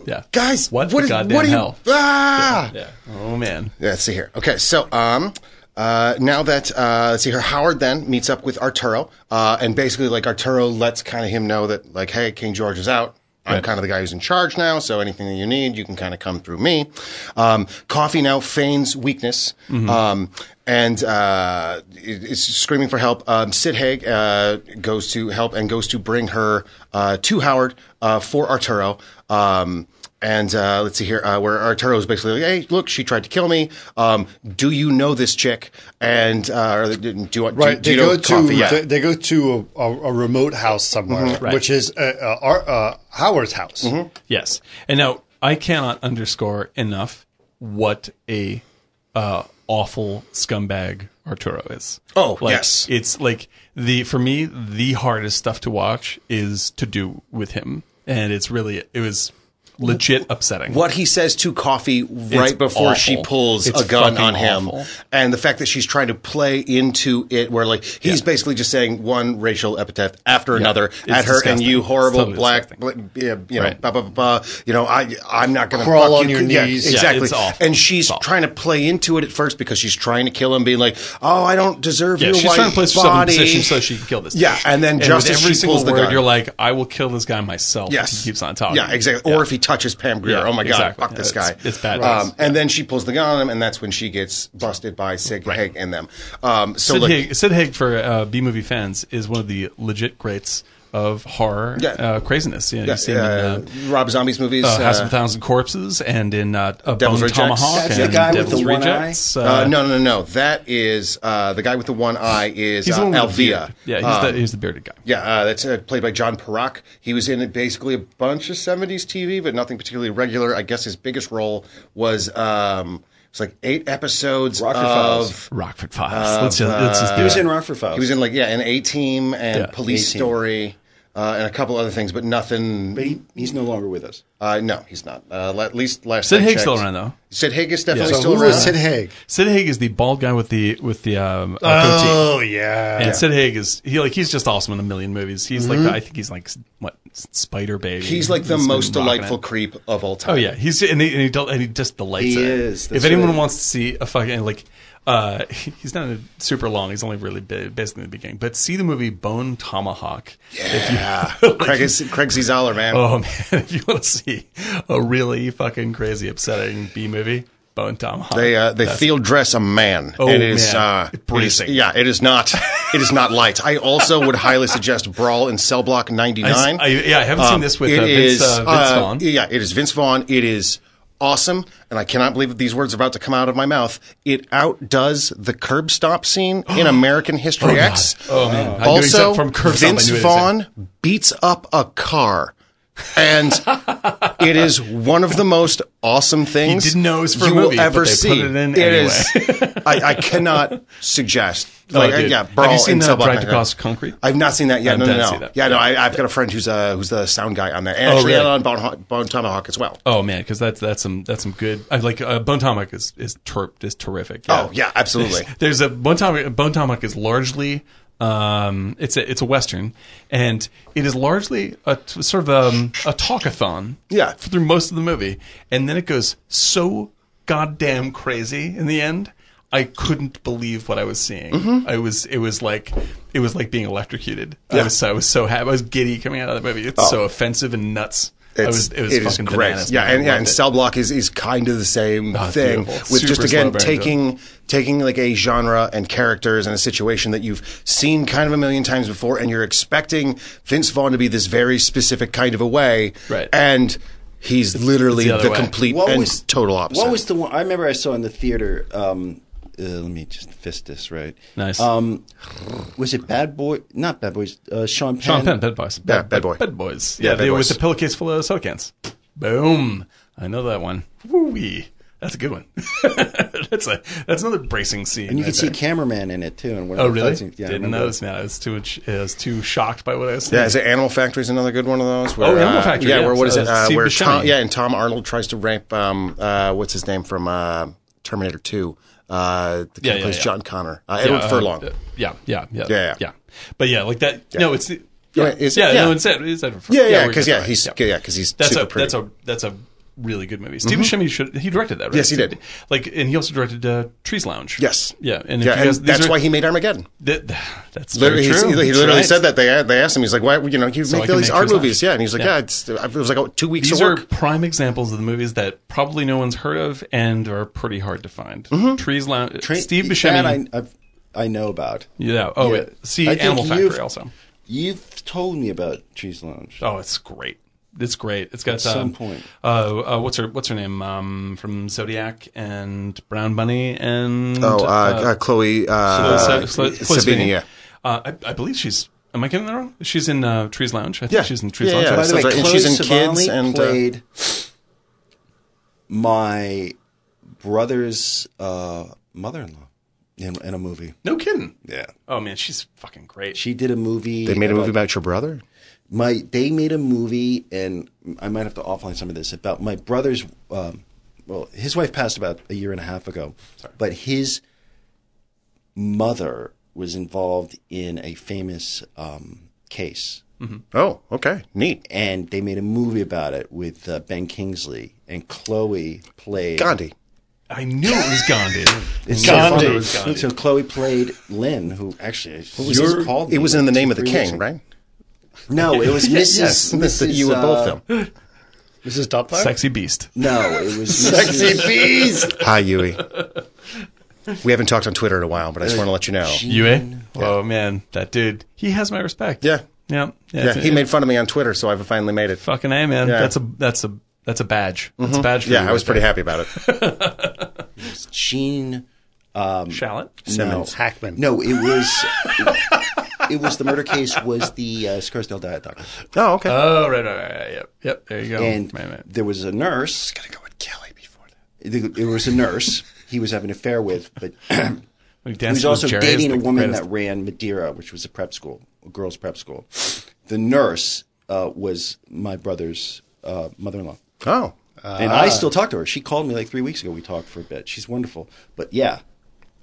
B: Yeah,
G: Guys,
B: what,
G: what
B: the
G: is-
B: goddamn
G: what are you-
B: hell?
G: Ah!
B: Yeah. Oh man.
G: Yeah, let's see here. Okay, so um, uh, now that uh, let's see here, Howard then meets up with Arturo, uh, and basically like Arturo lets kind of him know that like, hey, King George is out. I'm
B: Right.
G: kind of the guy who's in charge now, so anything that you need, you can kind of come through me. Um, Coffee now feigns weakness
D: Mm-hmm.
G: um, and uh, is screaming for help. Um, Sid Haig uh, goes to help and goes to bring her uh, to Howard uh, for Arturo. Um, and uh, let's see here, uh, where Arturo is basically like, "Hey, look, she tried to kill me. Um, do you know this chick?" And uh, or, do, do,
D: Right,
G: do
D: they
G: you
D: go,
G: know
D: to,
G: Coffee? Mm-hmm. Yeah.
D: they, they go to a, a, a remote house somewhere,
B: Right.
D: which is uh, uh, our, uh, Howard's house.
G: Mm-hmm.
B: Yes. And now I cannot underscore enough what a uh, awful scumbag Arturo is.
G: Oh,
B: like,
G: yes.
B: It's like the for me the hardest stuff to watch is to do with him, and it's really it was legit upsetting.
G: what he says to Coffee right
B: It's
G: before she
B: awful.
G: pulls
B: It's
G: a gun
B: fucking
G: on him,
B: awful.
G: and the fact that she's trying to play into it, where like he's basically just saying one racial epithet after another
B: It's
G: at her, and
B: disgusting.
G: you horrible
B: It's totally
G: black, bl- yeah, you know,
B: Right.
G: blah, blah, blah, blah, you know, I I'm not gonna
D: Crawl
G: fuck
D: on
G: you.
D: your
G: Yeah,
D: knees. Yeah,
G: exactly.
B: it's awful.
G: And she's trying to play into it at first because she's trying to kill him, being like, oh, I don't deserve
B: yeah,
G: your
B: she's
G: white
B: trying to place herself in
G: body.
B: position so she can kill this.
G: Yeah,
B: dude.
G: and then just
B: with
G: as
B: every
G: she
B: single
G: pulls the
B: word,
G: gun.
B: you're like, I will kill this guy myself.
G: Yes,
B: if he keeps on talking.
G: Yeah, exactly. Or if he touches Pam Grier,
B: Yeah,
G: oh my god,
B: exactly.
G: fuck this
B: Yeah,
G: guy.
B: it's- it's bad
G: Um,
B: news.
G: and then she pulls the gun on him, and that's when she gets busted by Sig Haig and them. Um, so
B: Sid,
G: like,
B: Haig, Sid Haig for uh, B movie fans is one of the legit greats of horror
G: Yeah.
B: uh, craziness. Yeah,
G: uh,
B: you've seen him in, uh,
G: Rob Zombie's movies.
B: uh, House of
G: uh,
B: a Thousand Corpses and in uh, uh,
G: Devil's
B: Bone
G: Rejects.
B: Tomahawk.
F: That's
B: and
F: the guy with
B: Devil's
F: the one eye?
B: Rejects. Uh,
G: uh, no, no, no, no. That is uh, the guy with the one eye is
B: he's
G: uh,
B: the one with the
G: Alvia.
B: beard. Yeah, he's,
G: Um,
B: the, he's the bearded guy.
G: Yeah, uh, that's uh, played by John Perak. He was in basically a bunch of '70s TV, but nothing particularly regular. I guess his biggest role was um, it's like eight episodes
F: Rockford
G: of
F: Files.
B: Rockford Files. let's, just, let's just do
F: He was
B: it.
F: in Rockford Files.
G: He was in like yeah, an A Team and
B: Yeah,
G: Police
F: A-Team.
G: Story. Uh, and a couple other things, but nothing.
F: but he, he's no longer with us.
G: uh, no, he's not. Uh, la- at least last.
B: Sid
G: I
B: Haig's
G: checked.
B: still around, though.
G: Sid Haig is definitely
B: Yeah. So
G: still
D: Who
G: around.
D: was Sid Haig?
B: Sid Haig is the bald guy with the with the um, uh, goatee.
D: Oh, yeah.
B: And Sid Haig is he like he's just awesome in a million movies. He's like the, I think he's like what Spider Baby.
G: He's like the
B: He's been
G: most
B: rocking
G: delightful
B: it.
G: creep of all time.
B: Oh yeah, he's and he and he, del- and he just delights.
F: He
B: in it.
F: is, that's
B: If anyone
F: right.
B: wants to see a fucking like, uh, he's not a super long. He's only really ba- basically in the beginning. But see the movie Bone Tomahawk.
G: yeah. Craig, is, Craig Z. Zoller, man.
B: Oh man, if you want to see a really fucking crazy, upsetting B movie, Bone Tomahawk.
G: They uh, they field dress a man.
B: Oh,
G: it is
B: man.
G: uh,
B: Bracing.
G: it is- yeah, it is not. It is not light. I also would highly suggest Brawl in Cell Block Um, ninety nine.
B: I- yeah, I haven't seen this with, uh, Vince, uh, Vince Vaughn.
G: Yeah, it is Vince Vaughn. It is awesome, and I cannot believe that these words are about to come out of my mouth. It outdoes the curb stop scene in American History
B: God.
G: X.
B: Oh, man. I knew
G: also
B: exact- from curb stop, I
G: Vince
B: knew it
G: Vaughn beats up a car. and it is one of the most awesome things
B: didn't know it was for a
G: you
B: movie,
G: will ever
B: but they put
G: see.
B: it in
G: is- I, I cannot suggest. Like,
B: Oh, dude.
G: yeah,
B: Have you
G: Brawl
B: seen,
G: and
B: uh,
G: Cell Block
B: Drive to
G: Underground.
B: Cross Concrete?
G: I've not seen that yet.
B: I'm
G: no, no,
B: dying to
G: no.
B: see that.
G: Yeah, no. I, I've got a friend who's uh, who's the sound guy on there, and
B: Oh,
G: actually
B: really?
G: on Bone, Bone Tomahawk as well.
B: Oh man, because that's that's some that's some good. I like uh, Bone Tomahawk is is ter- is terrific.
G: Oh, yeah, absolutely.
B: There's, there's a Bone Tomahawk. Bone Tomahawk is largely um, it's a it's a western, and it is largely a t- sort of um, a talkathon.
G: Yeah.
B: through most of the movie, and then it goes so goddamn crazy in the end. I couldn't believe what I was seeing.
G: Mm-hmm.
B: I was it was like it was like being electrocuted. I was so, I was so happy. I was giddy coming out of that movie. It's so offensive and nuts. I
G: Oh. It's-
B: was it was
G: it is
B: fucking
G: great.
B: bananas.
G: Yeah,
B: man. I
G: and, yeah,
B: loved
G: and
B: it.
G: Cell Block is, is kind of the same
B: Oh, it's
G: thing
B: beautiful.
G: with just
B: Super slow
G: again
B: burn,
G: taking taking like a genre and characters and a situation that you've seen kind of a million times before, and you're expecting Vince Vaughn to be this very specific kind of a way,
B: Right.
G: And he's literally
B: the other
G: the,
B: way.
G: complete and total opposite.
F: What was the one? I remember I saw in the theater. Um, uh, let me just fist this right.
B: Nice.
F: Um, was it Bad Boy? Not Bad Boys. Uh, Sean Penn.
B: Sean Penn, Bed Boys.
G: Yeah, Bed Boy.
B: Bed Boys.
G: Yeah,
B: Yeah,
G: Bed
B: it
G: Boys.
B: was a pillowcase full of soda cans. Boom. I know that one. Woo-wee. That's a good one. that's a that's another bracing scene.
F: And you
B: right
F: could see a
B: there.
F: cameraman in it too. And one
B: Oh
F: of the
B: really?
F: fights- Yeah, I
B: Didn't
F: remember.
B: notice. Man, I was too much, I was too shocked by what I was.
G: Yeah,
B: seeing.
G: is it Animal Factory is another good one of those? Where,
B: Oh, Animal
G: uh,
B: Factory,
G: Yeah,
B: yeah.
G: where what is
B: Uh,
G: it? Uh,
B: Steve
G: where
B: Buscemi.
G: Tom, yeah, and Tom Arnold tries to rape um, uh, what's his name from uh, Terminator Two? Uh, the guy
B: Yeah,
G: who
B: yeah,
G: plays
B: yeah.
G: John Connor, uh, Edward
B: uh,
G: Furlong.
B: uh, yeah, yeah, yeah,
G: Yeah, yeah.
B: But yeah, like that. No, it's yeah,
G: Yeah, is it?
B: yeah,
G: Yeah.
B: no, it's Ed- it's Edward.
G: yeah,
B: Furlong.
G: yeah,
B: we're
G: because
B: good.
G: yeah, he's yeah, because he's
B: that's
G: super
B: a
G: pretty. Mm-hmm.
B: that's a that's a really good movie. Stephen Buscemi should he directed that, right?
G: Yes, he did.
B: Like, and he also directed uh, Trees Lounge.
G: yes,
B: yeah, and, if you
G: yeah, and
B: guys- these
G: that's
B: are-
G: why he made Armageddon.
B: That, that's very
G: Literally, he,
B: true.
G: he
B: That's
G: literally
B: right.
G: said that. They they asked him. He's like, "Why? You know, you
B: So I
G: make
B: can
G: all these
B: make
G: art
B: Trees Lounge.
G: movies, yeah." And he's like, "Yeah,
B: Yeah.
G: it's, it was like oh, two weeks
B: These
G: of
B: are
G: work."
B: prime examples of the movies that probably no one's heard of and are pretty hard to find.
G: Mm-hmm.
B: Trees Lounge,
F: Tra-
B: Steve
F: that
B: Buscemi.
F: I, I've, I know about.
B: yeah. Oh,
F: Yeah.
B: it- see,
F: I think
B: Animal
F: you've-
B: Factory also.
F: You've told me about Cheese Lounge.
B: Oh, it's great. It's great. It's got At
F: some point.
B: Uh, uh, what's her What's her name? Um, from Zodiac and Brown Bunny and
G: oh, uh, uh, Chloe uh,
B: Chloe Sa- Chloe- Chloe
G: Savini, yeah.
B: Uh, I, I believe she's. Am I getting that wrong? She's in uh, Trees Lounge. I think
G: Yeah.
B: she's in Trees
G: Yeah,
B: Lounge.
G: yeah.
F: By the
G: Sounds
F: way,
G: like- and
F: Chloe
G: she's in
F: Sevigny
G: Kids and, uh,
F: played my brother's uh, mother-in-law in, in a movie.
B: No kidding.
F: Yeah,
B: Oh man, she's fucking great.
F: she did a movie.
G: They made a movie about your brother.
F: my. They made a movie, and I might have to offline some of this about my brother's. Um, well, his wife passed about a year and a half ago, but his mother was involved in a famous um, case.
G: Oh, okay, neat.
F: and they made a movie about it with uh, Ben Kingsley and Chloe played
G: Gandhi.
B: I knew it was Gandhi.
F: It's
D: Gandhi.
F: So, funny. So Chloe played Lynn, who actually what
G: was his- it was in the name of the king, right?
F: No, it was Mrs.
G: Yes,
F: Mrs.
G: you would
F: uh,
G: both them.
D: This is top five.
B: Sexy beast.
F: No, it was Sexy
G: bees. Hi, Yui. We haven't talked on Twitter in a while, but I just want to let you know.
B: Yue? Oh man, that dude. He has my respect.
G: Yeah.
B: Yeah.
G: Yeah,
B: it's-
G: he made fun of me on Twitter, so I've finally made it.
B: fucking A man.
G: Yeah.
B: That's a that's a that's a badge. That's
F: Mm-hmm.
B: a badge for
G: Yeah,
B: you
G: I was
B: right
G: pretty happy about it.
F: Gene.
B: there. shallot.
F: Simmons.
D: Hackman.
F: No, it was. It, was the murder case. Was the uh, Scarsdale Diet Doctor,
G: Oh, okay.
B: Oh right, right, right, right, Yep. Yep. There
G: Oh,
B: you go.
F: and
B: Wait a minute.
F: there was a nurse.
G: I go with Kelly before that.
F: There was a nurse he was having an affair with, but
B: We
F: He
B: danced
F: was
B: with
F: also
B: Jerry
F: dating a
B: is the
F: woman
B: greatest.
F: that ran Madeira, which was a prep school, a girls' prep school. The nurse uh, was my brother's uh, mother-in-law,
G: Oh.
F: and
B: Ah.
F: I still talk to her. She called me like three weeks ago. We talked for a bit. She's wonderful, but yeah.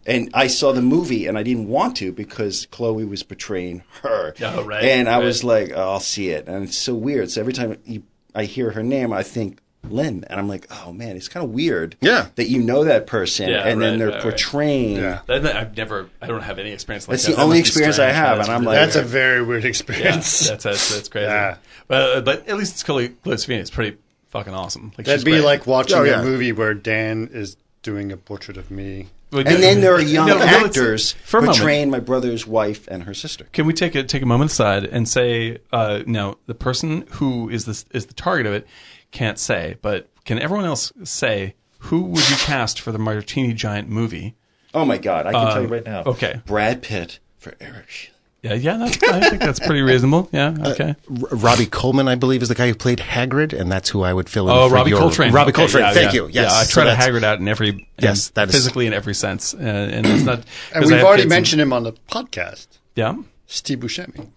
F: And I saw the movie, and I didn't want to because Chloe was portraying her.
B: Oh, right,
F: And I
B: right.
F: was like, oh, I'll see it, and it's so weird. So every time you, I hear her name, I think Lynn, and I'm like, oh man, it's kind of weird.
G: Yeah.
F: that you know that person,
B: Yeah,
F: and then
B: right,
F: they're
B: right, right.
F: portraying.
B: That- that- I've never. I don't have any experience like
F: That's
B: that.
F: the
B: That
F: only
B: must be
F: experience I
B: strange.
F: have,
B: That's
F: and I'm
B: really
F: like,
D: That's a very weird
B: Yeah,
D: experience.
B: that's, that's that's crazy.
D: Yeah.
B: But uh, but at least it's Chloe Chloe Savini. It's pretty fucking awesome. Like, she's
D: That'd be
B: great.
D: like watching
G: Oh, yeah.
D: a movie where Dan is doing a portrait of me.
B: But-
F: And then there are young
B: No, no, let's-
F: actors
B: for a moment.
F: portraying my brother's wife and her sister.
B: Can we take a take a moment aside and say uh, now the person who is this is the target of it can't say, but can everyone else say who would you cast for the Martini Giant movie?
F: Oh my God, I can tell you right now.
B: Um, okay.
F: Brad Pitt for Eric. Sheehan.
B: Yeah, yeah, that's, I think that's pretty reasonable. Yeah,
G: Uh,
B: okay.
G: R- Robbie Coleman, I believe, is the guy who played Hagrid, and that's who I would fill in.
B: Oh,
G: for
B: Robbie
G: your-
B: Coltrane.
G: Robbie
B: Okay,
G: Coltrane.
B: yeah,
G: Thank
B: yeah.
G: you. Yes.
B: Yeah, I try
G: So
B: to
G: that's-
B: Haggard out in every in-
G: Yes, that is-
B: physically in every sense, uh, and it's not.
D: And
B: 'cause I
D: we've
B: have
D: already
B: kids and-
D: mentioned him on the podcast,
B: yeah.
D: Steve Buscemi.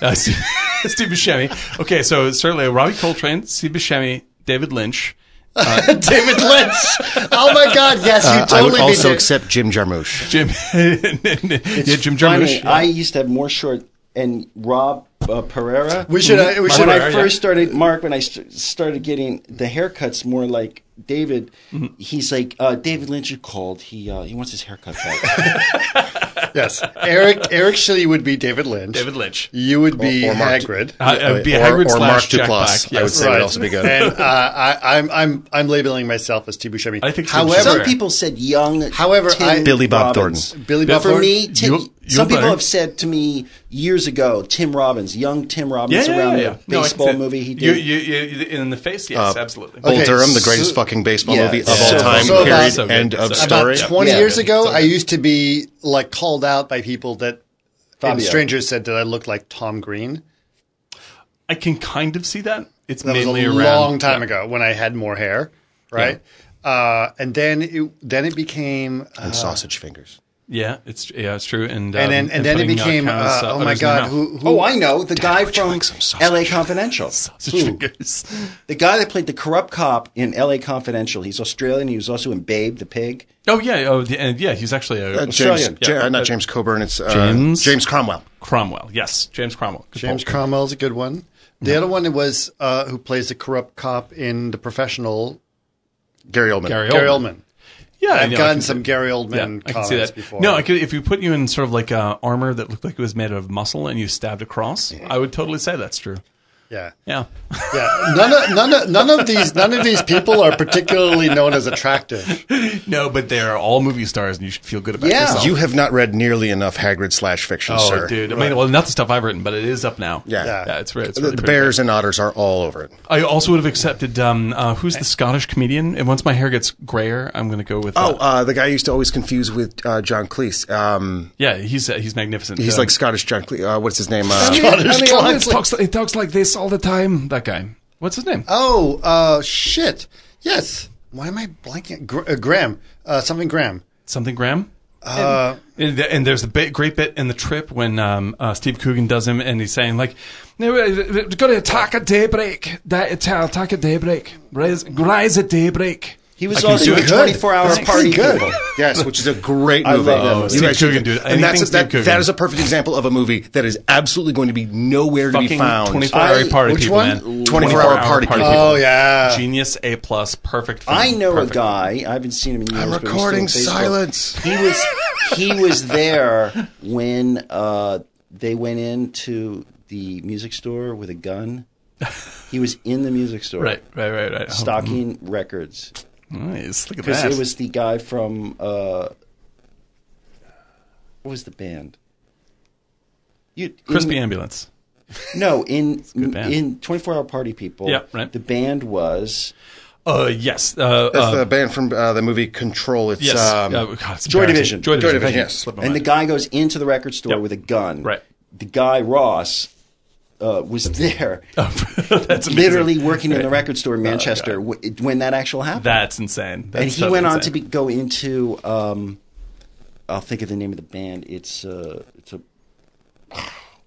B: Uh, Steve, Steve Buscemi. Okay, so certainly Robbie Coltrane, Steve Buscemi, David Lynch.
D: David Lynch. Oh my God! Yes, you
G: Uh, I
D: totally
G: would also
D: did.
G: accept Jim Jarmusch.
B: Jim, yeah, Jim
F: Funny,
B: Jarmusch.
F: I used to have more short and Rob uh, Pereira.
D: we should. Uh, we should.
F: when I
B: Pereira, yeah.
F: first started, Mark, when I st- started getting the haircuts more like David,
B: Mm-hmm.
F: he's like uh, David Lynch. You called. He uh, he wants his haircut back.
D: yes, Eric. Eric Shelley would be David Lynch.
B: David Lynch.
D: You would be
G: Or- or Mark Du-
D: Hagrid.
B: Uh, it would Uh, be
G: or,
B: Hagrid
G: or Mark
B: slash Jack
G: Duplass,
B: Black,
G: I would
B: yes.
G: say would also be good.
D: and uh, I, I'm I'm I'm labeling myself as Steve Buscemi.
B: I think so,
D: However,
B: sure.
F: Some people said young.
D: However,
F: Tim
D: I-
G: Billy Bob
F: Robbins.
G: Thornton.
D: Billy
F: But
D: Bob
F: for
D: Thornton-
F: me, Tim,
B: You- you
F: some people
B: better.
F: have said to me years ago, Tim Robbins, young Tim Robbins, around the
B: No, I
F: baseball
B: said-
F: movie he
B: You,
F: did.
B: you, you, in the face, yes, absolutely.
G: Bull
D: Uh, Okay,
G: Durham, the greatest
D: so-
G: fucking baseball
F: Yeah,
G: movie of
F: so-
G: all time,
D: so
G: period,
D: about-
G: end of
B: so-
G: story.
D: About 20
F: Yeah.
D: years ago,
B: So
D: I
B: good.
D: used to be like called out by people that and
F: Fabio.
D: strangers said that I looked like Tom Green.
B: I can kind of see that. It's
D: That was
B: mainly
D: a
B: around
D: long time ago when I had more hair, right? Uh, and then it then it became uh,
G: and sausage fingers.
B: Yeah, it's yeah, it's true. And um,
D: and then and then it
B: putting,
D: became
B: countless,
D: uh, oh my
B: others in the
D: god
B: mouth.
D: who, who
F: Oh, I know the guy from L.A. Confidential.
B: Sausage fingers.
F: The guy that played the corrupt cop in L.A. Confidential. He's Australian. He was also in Babe the Pig.
B: Oh yeah, oh the- and yeah, he's actually a
G: Uh, James,
F: Australian.
G: Ja-
B: Yeah.
G: uh, not James Coburn. It's uh,
B: James?
G: James Cromwell.
B: Cromwell. Yes, James Cromwell. Good
D: James
B: call.
D: Cromwell's a good one. The other one was uh, who plays the corrupt cop in The Professional,
G: Gary Oldman.
B: Gary
D: Gary
B: Oldman.
D: Oldman.
B: Yeah, I
D: I've
B: know, I
D: gotten
B: can
D: some
B: see-
D: Gary
B: yeah,
D: Oldman
B: I can
D: comments
B: see that.
D: before.
B: No, I could, if you put you in sort of like uh, armor that looked like it was made out of muscle and you stabbed across, I would totally say that's true.
D: yeah,
B: Yeah,
D: yeah. None of none of none of these none of these people are particularly known as attractive.
B: no, but they are all movie stars, and you should feel good about
F: Yeah.
B: yourself.
G: You have not read nearly enough Hagrid slash fiction,
B: oh,
G: sir.
B: dude. I mean, well, not the stuff I've written, but it is up now.
G: Yeah.
D: Yeah.
B: yeah it's, re- it's
G: The,
B: really
G: the
B: pretty
G: bears and otters are all over it.
B: good. I also would have accepted. Um, uh, who's the Scottish comedian? And once my hair gets grayer, I'm going to go with. uh,
G: Oh, uh, the guy I used to always confuse with uh, John Cleese. Um,
B: yeah, he's uh, he's magnificent.
G: he's
B: Um,
G: like Scottish John Cleese. Uh, what's his name?
B: I
G: Uh,
B: mean, I mean, always talks, he talks like this all the time. That guy. What's his name?
D: Oh, uh, shit. Yes. Why am I blanking? Gr- uh, Graham. Uh, something Graham.
B: something Graham. and, and there's a bit, great bit in the trip when um, uh, Steve Coogan does him, and he's saying like, "No, we're going to attack at daybreak. That attack at daybreak. Rise, rise at daybreak."
F: He was
B: I can
F: also
B: do
F: in
B: it.
F: 24 Hour Party People.
G: yes, which is a great
F: I
G: movie.
F: love that movie.
G: You
B: Steve
G: guys should-
B: Coogan, dude.
G: And that's
B: Anything
G: that,
B: Steve
G: that
B: Coogan.
G: is a perfect example of a movie that is absolutely going to be nowhere to be
B: Fucking
G: found.
B: 24 hour
F: I-
B: party
D: which
B: people,
D: one?
B: man.
G: 24 hour party people.
D: Oh, yeah.
B: Genius A plus, perfect. Film.
F: I know
B: perfect.
F: a guy. I haven't seen him in years.
G: I'm
F: but he's still
G: recording
F: on Facebook.
G: silence.
F: He was he was there when uh, they went into the music store with a gun. He was in the music store,
B: Right, right, right, right. Oh,
F: Stocking records
B: nice. Look at
F: because
B: that.
F: it was the guy from uh, what was the band? You,
B: crispy
F: in-
B: ambulance.
F: No, in
B: good band.
F: in 24 Hour Party People,
B: Yeah, right.
F: the band was
B: Uh, yes. Uh,
G: That's
B: uh,
G: the band from uh, the movie Control. It's
B: yes.
G: um,
B: Uh, God, it's
F: Joy
B: embarrassing.
F: Division.
B: Joy Division.
G: Division, yes.
B: Slipped my
F: And the
B: mind.
F: guy goes into the record store
B: Yep.
F: with a gun.
B: Right.
F: The guy Ross uh, was there,
B: Oh, That's amazing. Uh,
F: literally working in the record store in Manchester w- when that actual happened.
B: That's insane. That's
F: and he
B: totally
F: went on
B: insane.
F: to be, go into. Um, I'll think of the name of the band. It's uh, it's a.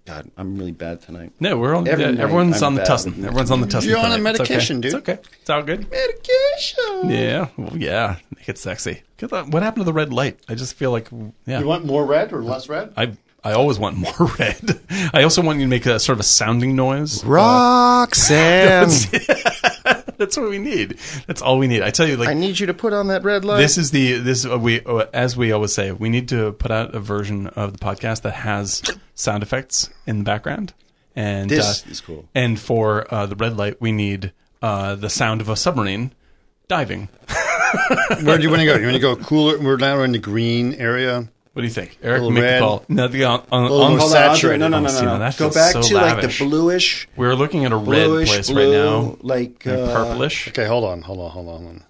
F: God, I'm really bad tonight.
B: No, we're on.
F: Every
B: yeah,
F: night
B: everyone's
F: I'm
B: on the
F: bad
B: tussin.
F: with
B: Everyone's on the tussin.
D: You're on a
B: tonight. It's okay.
D: medication, dude.
B: It's okay. It's all good.
F: Medication.
B: Yeah. Well, yeah. Make it sexy. Get that- What happened to the red light? I just feel like, yeah.
D: You want more red or less red?
B: I I always want more red. I also want you to make a sort of a sounding noise.
G: Roxanne.
B: That's what we need. That's all we need. I tell you,
G: I
B: like
G: need you to put on that red light.
B: this is the this uh, we uh, as we always say, we need to put out a version of the podcast that has sound effects in the background. And
F: This
B: uh,
F: is cool.
B: And for uh, the red light, we need uh, the sound of a submarine diving.
D: Where do you want to go? You want to go cooler? We're now in the green area.
B: What do you think, Eric?
D: Little
B: Make
D: red.
B: the call. No, the, on, on,
D: Little
B: on
D: more
F: Hold on, I'll do it.
D: saturated.
F: No, no, no,
B: Honestly,
F: no,
B: Oh, now
F: no.
B: that
F: Go
B: feels
F: back
B: so
F: to like
B: lavish.
F: the bluish,
B: We're looking at a red
F: bluish
B: place
F: blue,
B: right now.
F: like
B: And
F: uh,
B: purplish.
D: Okay, hold on, hold on, hold on. Hold on.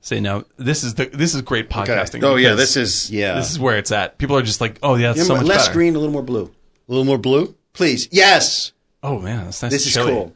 B: Say now, this is the this is great podcasting.
G: oh yeah,
B: because
G: this is
F: Yeah,
B: this is where it's at. People are just like, oh uh, yeah, it's so much
F: less
B: better.
F: green, a little more blue.
D: A little more blue.
F: Please. Yes.
B: Oh man, that's nice.
F: This is
B: chili.
F: cool.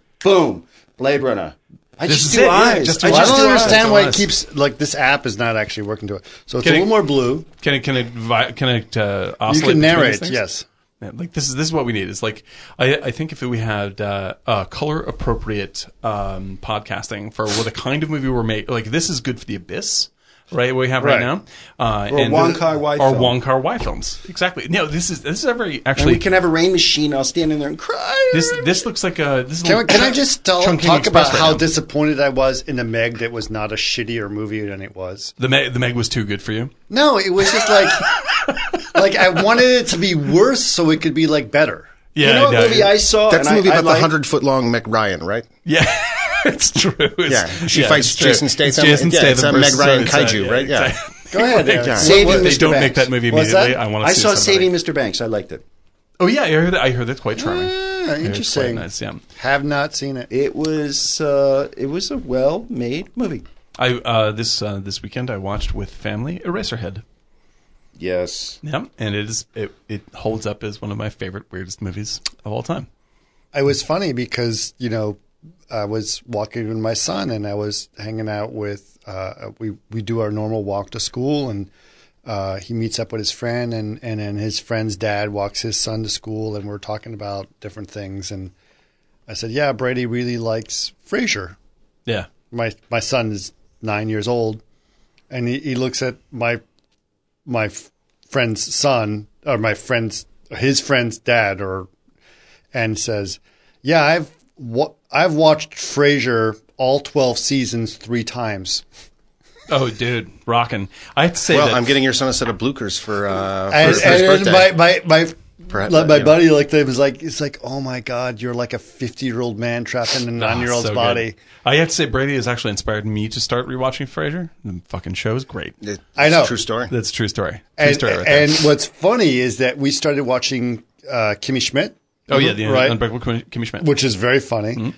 F: Boom. Blade Runner. I
B: This
F: just
B: is
F: do
B: it, yeah,
F: eyes.
B: just
F: I
B: do
D: Well, I
F: just
B: eyes.
D: don't
F: do eyes.
D: understand why it
B: eyes.
D: keeps like this app is not actually working to it. So it's
B: Can
D: a
B: it-
D: little more blue.
B: Can it can it vi- can it uh,
D: You
B: oscillate?
D: can
B: between these
D: narrate.
B: things?
D: Yes.
B: Yeah, like this is this is what we need. It's like I I think if we had uh, uh, color appropriate um, podcasting for the kind of movie we're making, like this is good for the abyss. Right, what we have
D: Right.
B: right, now, uh,
F: Or Wong Kar-wai
B: or
F: film.
B: Wong Kar Wai films, exactly. No, this is this is a very
F: And
B: actually.
F: we can have a rain machine. I'll stand in there and cry.
B: this this looks like a. This is
D: Can,
B: like
D: can I just tell,
B: Chungking
D: talk about
B: Express right
D: how
B: now.
D: disappointed I was in the Meg that was not a shittier movie than it was?
B: the Meg, the Meg was too good for you?
D: No, it was just like, like I wanted it to be worse so it could be like better.
B: Yeah,
F: you know what
B: no,
F: movie I saw?
G: That's
F: and
G: the movie
F: I, I
G: about the
F: liked?
G: hundred foot long Meg Ryan, right?
B: Yeah, it's true. It's,
G: Yeah, she fights
B: it's true.
G: Jason Statham.
B: It's Jason
G: Yeah, it's,
B: Statham
G: uh, Meg
B: versus-
G: Ryan
B: it's, uh,
G: kaiju, right? Yeah.
B: exactly.
D: Go ahead, Eric.
B: Yeah.
F: Saving
B: What-
F: Mr.
B: They don't make
F: Banks.
B: that movie
D: What's
B: immediately.
D: that?
B: I want to.
F: I
B: see
F: saw
B: somebody.
F: Saving Mr. Banks. I liked it.
B: Oh yeah, I heard that. I heard that's quite charming.
D: Ah, interesting.
B: nice, yeah.
D: Have not seen it.
F: It was uh, it was a well made movie.
B: I uh, this uh, this weekend I watched with family Eraserhead.
F: Yes.
B: Yeah, and it is it, it holds up as one of my favorite weirdest movies of all time.
D: It was funny because you know I was walking with my son and I was hanging out with uh, we we do our normal walk to school and uh, he meets up with his friend and and then his friend's dad walks his son to school and we're talking about different things and I said yeah Brady really likes Frasier
B: Yeah,
D: my my son is nine years old, and he, he looks at my my f- friend's son or my friend's his friend's dad or and says, "Yeah, I've wa- I've watched Frasier all twelve seasons three times."
B: Oh, dude, rocking! I have to say
G: Well,
B: that
G: I'm getting your son a set of bloopers for, uh, for,
D: And,
G: for his
D: and
G: birthday.
D: my my my.
G: Perhaps,
D: like, my
G: yeah.
D: buddy looked at him was like, "It's like, oh my god, you're like a 50 year old man trapped in a
B: Oh,
D: nine year old's
B: so good.
D: body."
B: I have to say Brady has actually inspired me to start rewatching Frasier. The fucking show is great.
G: It's
D: I know.
G: a true story.
B: That's a true story. True
D: And,
B: story right there.
D: and what's funny is that we started watching uh, Kimmy Schmidt.
B: Oh yeah, the
D: right?
B: Unbreakable Kimmy Kimmy Schmidt.
D: which is very funny.
B: Mm-hmm.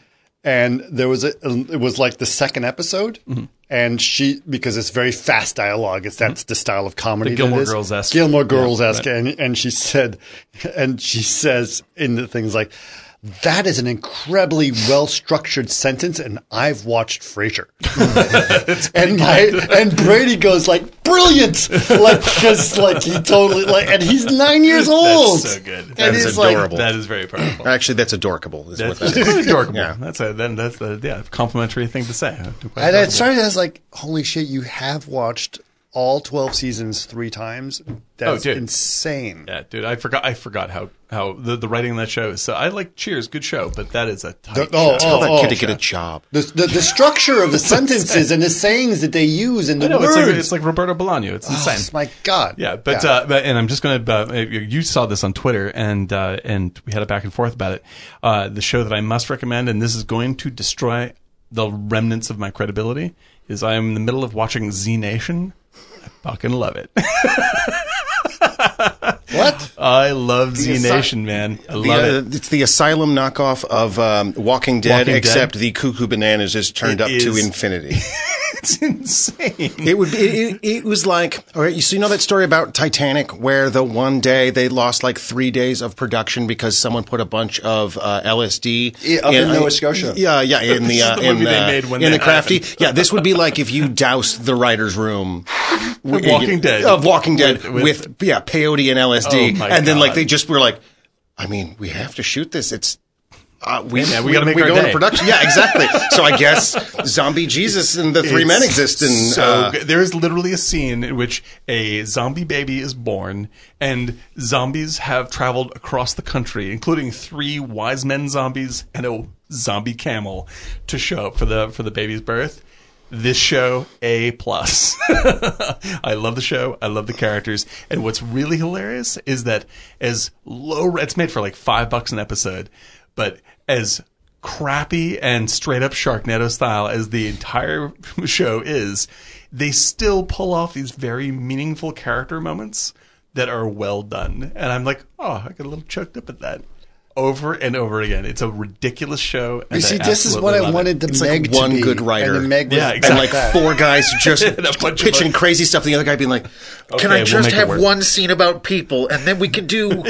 D: And there was a, it was like the second episode,
B: Mm-hmm.
D: and she because it's very fast dialogue. It's that's the style of comedy.
B: Mm-hmm. The Gilmore
D: that it is.
B: Girls-esque.
D: Gilmore Girls esque,
B: right.
D: and and she said, and she says in the things like, that is an incredibly well structured sentence, and I've watched Frasier. and my, and Brady goes like, brilliant, like because like he totally like, and he's nine years old.
B: That's so good.
D: And
B: That is
D: he's like,
G: adorable.
B: That is very powerful.
G: Actually, that's adorkable. Is
B: That's
G: what that is.
B: that's adorable.
G: Yeah.
B: That's a then that's a yeah complimentary thing to say.
D: And it started as like, holy shit, you have watched all 12 seasons three times. That's
B: Oh, dude.
D: insane.
B: Yeah, dude, I forgot. I forgot how how the, the writing in that show is. So I like Cheers, good show, but that is a
D: The,
B: tight
D: oh,
B: show.
G: Tell
D: oh,
G: that
D: oh.
G: kid to get a job.
D: The, the, the structure of the sentences and the sayings that they use and the
B: I know, it's
D: words.
B: like it's like Roberto Bolaño. It's
D: Oh,
B: insane.
D: my God.
B: Yeah, but, Uh, but and I'm just gonna. Uh, you you saw this on Twitter, and uh, and we had a back and forth about it. Uh, the show that I must recommend, and this is going to destroy the remnants of my credibility, is I am in the middle of watching Z Nation. I fucking love it.
D: what?
B: I love Z Nation, man. I
G: The,
B: love it.
G: uh, It's the asylum knockoff of um, Walking Dead,
B: Walking Dead.
G: except the cuckoo bananas is turned
B: It
G: up to
B: is-
G: infinity.
B: It's insane.
G: It would. Be, it, it, it was like all right. You so you know that story about Titanic where the one day they lost like three days of production because someone put a bunch of uh, LSD
F: Yeah, up in Nova Scotia.
G: uh, Yeah, yeah. In the,
B: This is
G: uh,
B: the
G: in,
B: movie they
G: uh,
B: made when
G: in the
B: that
G: crafty.
B: happened.
G: Yeah, this would be like if you doused the writer's room. With,
B: Walking Dead.
G: Of uh, Walking Dead
B: With-
G: with,
B: with-
G: yeah peyote and LSD,
B: Oh, my
G: and then like
B: God.
G: they just were like, I mean, we have to shoot this. It's. Uh, we
B: man, we gotta make
G: we're
B: our
G: going
B: day.
G: to production. Yeah, exactly. so I guess zombie Jesus and the three
B: It's
G: men exist in
B: so
G: uh,
B: good. there is literally a scene in which a zombie baby is born, and zombies have traveled across the country, including three wise men zombies and a zombie camel, to show up for the for the baby's birth. This show a plus. I love the show. I love the characters. And what's really hilarious is that as low, it's made for like five bucks an episode, but as crappy and straight up Sharknado style as the entire show is, they still pull off these very meaningful character moments that are well done. And I'm like, oh, I got a little choked up at that. over and over again. It's a ridiculous show.
D: You
B: And
D: see, this is what I wanted the
G: It's like
D: Meg to
G: one
D: be,
G: good writer.
D: and the Meg was
B: Yeah,
G: and
B: exactly.
G: like four guys just
B: And a bunch of
G: pitching
B: other-
G: crazy stuff. The other guy being like,
B: Okay,
G: "Can I
B: we'll
G: just
B: make it
G: have
B: work."
G: one scene about people, and then we can do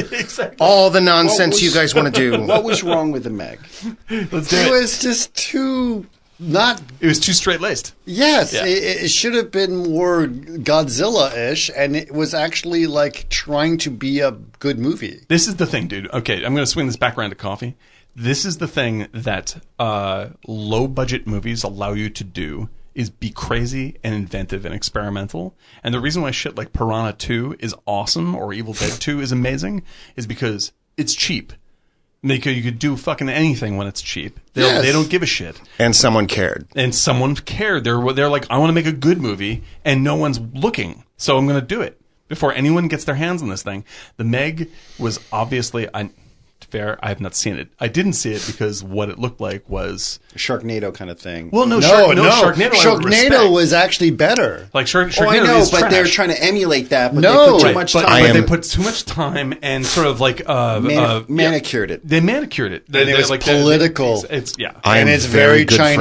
G: all the nonsense
H: was-
G: you guys want to do?"
H: What was wrong with the Meg?
B: Let's do
D: It
B: it.
D: was just too not.
B: It was too straight laced.
D: Yes,
B: Yeah.
D: it, it should have been more Godzilla ish, and it was actually like trying to be a good movie.
B: This is the thing, dude. Okay, I'm going to swing this back around to coffee. This is the thing that uh, low budget movies allow you to do is be crazy and inventive and experimental. And the reason why shit like Piranha 2 is awesome or Evil Dead 2 is amazing is because it's cheap. They could, you could do fucking anything when it's cheap. They don't- They don't give a shit
G: and someone cared.
B: and someone cared. They're they're like, I want to make a good movie, and no one's looking, so I'm going to do it before anyone gets their hands on this thing. The Meg was obviously I, fair. I have not seen it. I didn't see it because what it looked like was
H: Sharknado kind of thing.
B: well, no, Shark, no, Sharknado. I would respect.
D: Sharknado was actually better.
B: like Shark, Sharknado
H: oh, I know,
B: is
H: but
B: trash.
H: they're trying to emulate that, but
D: No.
H: they put too
D: Right,
H: much
B: but,
H: time.
B: but
G: I
B: they
G: am-
B: put too much time and sort of like uh,
H: Mani-
B: uh,
H: manicured it.
B: They manicured it. They,
D: And it
B: they-
D: was
B: they- they-
D: political.
B: It's, it's- yeah.
G: I am
D: and it's
G: very,
D: very,
G: good
D: Chinese.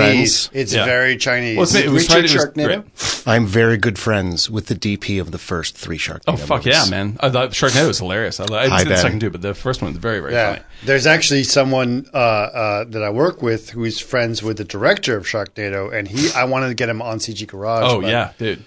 G: friends.
D: It's
B: Yeah.
D: very Chinese.
B: Well, it's- it was
H: Richard
B: tried- it was great.
H: Sharknado?
G: I'm very good friends with the DP of the first three Sharknado.
B: Oh fuck yeah, man! I thought Sharknado was hilarious. I, I didn't
G: I
B: see the
G: bet.
B: second two, but the first one was very very
D: yeah.
B: funny.
D: There's actually someone uh, uh, that I work with who's friends with the director of Sharknado, and he I wanted to get him on CG Garage.
B: Oh
D: but
B: yeah, dude.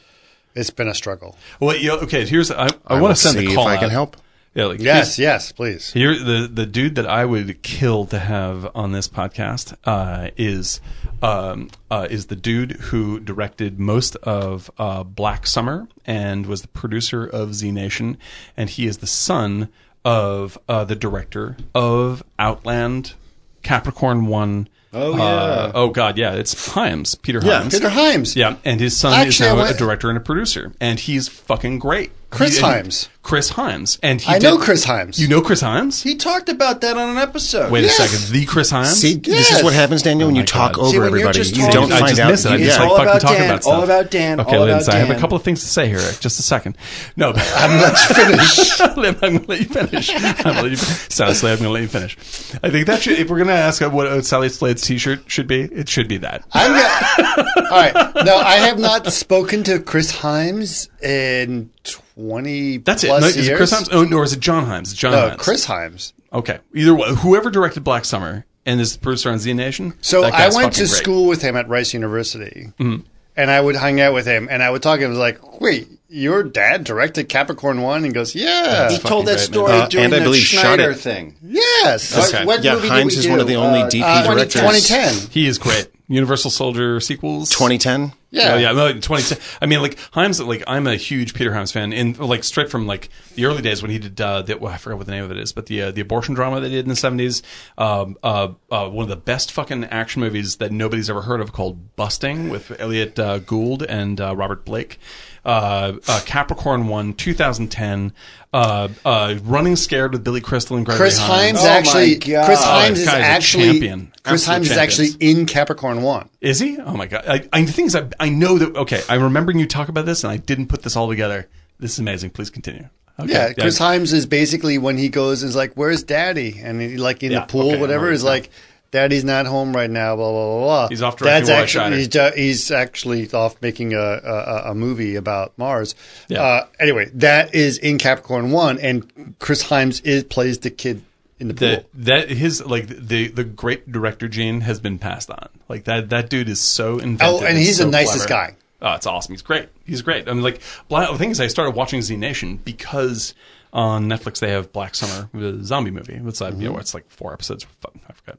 D: it's been a struggle.
B: Well, you know, okay. Here's I, I,
G: I
B: want
G: will
B: to send
G: see
B: the
G: if
B: call.
G: I can
B: out.
G: help.
B: Yeah, like
D: Yes, yes, please.
B: Here, the the dude that I would kill to have on this podcast uh, is um, uh, is the dude who directed most of uh, Black Summer and was the producer of Z Nation, and he is the son of uh, the director of Outland, Capricorn One. Oh yeah. oh god, yeah. It's Himes, Peter Himes.
D: Peter Himes.
B: Yeah, and his son is
D: Actually, I
B: now
D: went-
B: a director and a producer, and he's fucking great.
D: Chris
B: He- and-
D: Himes.
B: Chris Himes, and he
D: I know
B: did-
D: Chris Himes.
B: You know Chris Himes?
H: He talked about that on an episode.
B: Wait
D: Yes.
B: a second, the Chris Himes.
G: See, this
D: Yes.
G: is what happens, Daniel, when you talk
B: Oh God.
G: over
H: See, when you're
G: everybody.
H: just
G: You
H: talking-
G: don't
H: I
G: find
B: just
G: out.
B: miss it. I
G: You
B: just
H: It's
G: don't.
B: like
H: all
B: fucking
H: about
B: talking
H: Dan,
B: about
H: all
B: stuff.
H: about Dan,
B: Okay,
H: all
B: Lindsay,
H: about
B: I have a
H: Dan.
B: couple of things to say here. Just a second. No, but I'm not finish. I'm going to let you finish. I'm gonna let you, Sally Slade, I'm going to let you finish. I think that should, if we're going to ask what uh, Sally Slade's T-shirt should be, it should be that.
D: I'm go- All right. No, I have not spoken to Chris Himes in 20
B: That's it.
D: plus
B: No,
D: years.
B: is it Chris Himes? Oh, no, or is it John Himes? It's John
D: No,
B: Himes.
D: Chris Himes.
B: Okay. Either way, whoever directed Black Summer and is the producer on Z Nation.
D: So
B: that
D: I
B: guy's
D: went to
B: fucking great. Mm-hmm.
D: school with him at Rice University, and I would hang out with him, and I would talk to him. I was like, "Wait, your dad directed Capricorn One?" And he goes, "Yeah,
H: He told that
B: great, man.
H: story
G: Uh,
H: during
G: and I
H: the
G: believe shot
H: Schneider
G: it.
H: thing.
D: yes."
B: Okay.
H: What
G: Yeah,
H: movie did
G: Himes
H: we
G: is
H: do?
G: one of the only
H: Uh,
G: DP
H: uh,
G: directors.
D: 2010.
B: He is great. Universal Soldier sequels.
G: 2010.
B: Yeah, yeah, no, in 2010. I mean, like Himes, like I'm a huge Peter Himes fan, and like straight from like the early days when he did uh, the well, I forgot what the name of it is, but the uh, the abortion drama they did in the 70s. Um, uh, uh, one of the best fucking action movies that nobody's ever heard of called Busting with Elliot uh, Gould and uh, Robert Blake. Uh, uh, Capricorn One, 2010. Uh, uh, Running Scared with Billy Crystal and Gregory
D: Chris
B: Hines.
D: Himes
H: Oh, my
D: actually.
H: God.
D: Chris Himes
B: This
D: is
B: guy's a
D: actually.
B: champion.
D: Chris
B: Absolute
D: Himes is
B: champion.
D: actually in Capricorn One.
B: Is he? Oh my god! I, I think I, I know that. Okay, I'm remembering you talk about this, and I didn't put this all together. This is amazing. Please continue. Okay.
D: Yeah, Chris Himes is basically when he goes and is like, "Where's Daddy?" and he, like in
B: Yeah,
D: the pool,
B: okay,
D: whatever,
B: I'm
D: is like, "Daddy's not home right now." Blah blah blah. blah.
B: He's off directing
D: Dad's
B: Wall-E Shiner.
D: actually he's, do- he's actually off making a a, a- a movie about Mars.
B: Yeah.
D: Uh, anyway, that is in Capricorn One, and Chris Himes is plays the kid in the,
B: The,
D: pool.
B: that his like the the great director gene has been passed on. Like that that dude is so
D: Oh,
B: inventive.
D: and he's
B: so
D: the nicest
B: clever.
D: guy.
B: Oh, it's awesome. He's great. He's great. I'm like, Bla the thing is, I started watching Z Nation because on Netflix they have Black Summer, the zombie movie. It's like,
D: Mm-hmm.
B: you know, it's like four episodes. f- I forgot,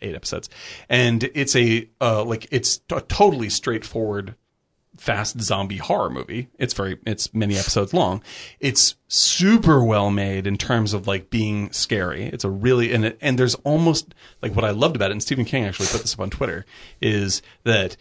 B: eight episodes, and it's a uh, like it's a totally straightforward fast zombie horror movie. It's very it's many episodes long. It's super well made in terms of like being scary. It's a really and it, and there's almost like what I loved about it and Stephen King actually put this up on Twitter is that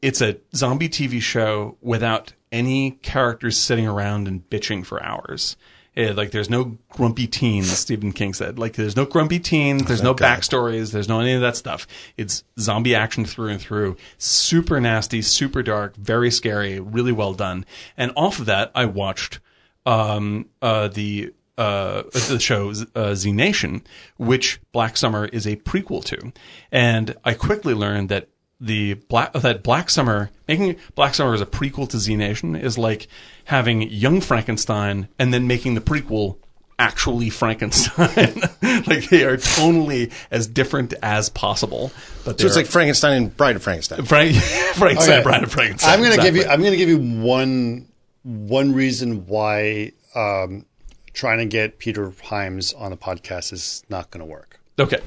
B: it's a zombie TV show without any characters sitting around and bitching for hours. Eh, like there's no grumpy teen, as Stephen King said. Like there's no grumpy teen. There's no backstories. There's no any of that stuff. It's zombie action through and through. Super nasty, super dark, very scary, really well done. And off of that, I watched um, uh, the uh, the show uh, Z Nation, which Black Summer is a prequel to, and I quickly learned that the black that Black Summer making Black Summer as a prequel to Z Nation is like having Young Frankenstein and then making the prequel actually Frankenstein. like they are tonally as different as possible. But
G: So it's
B: they're-
G: like Frankenstein and Bride of Frankenstein.
B: Frank Frankenstein,
D: Okay.
B: Bride of Frankenstein.
D: I'm going to give you.
B: exactly.
D: I'm going to give you one one reason why um, trying to get Peter Himes on the podcast is not going to work.
B: okay.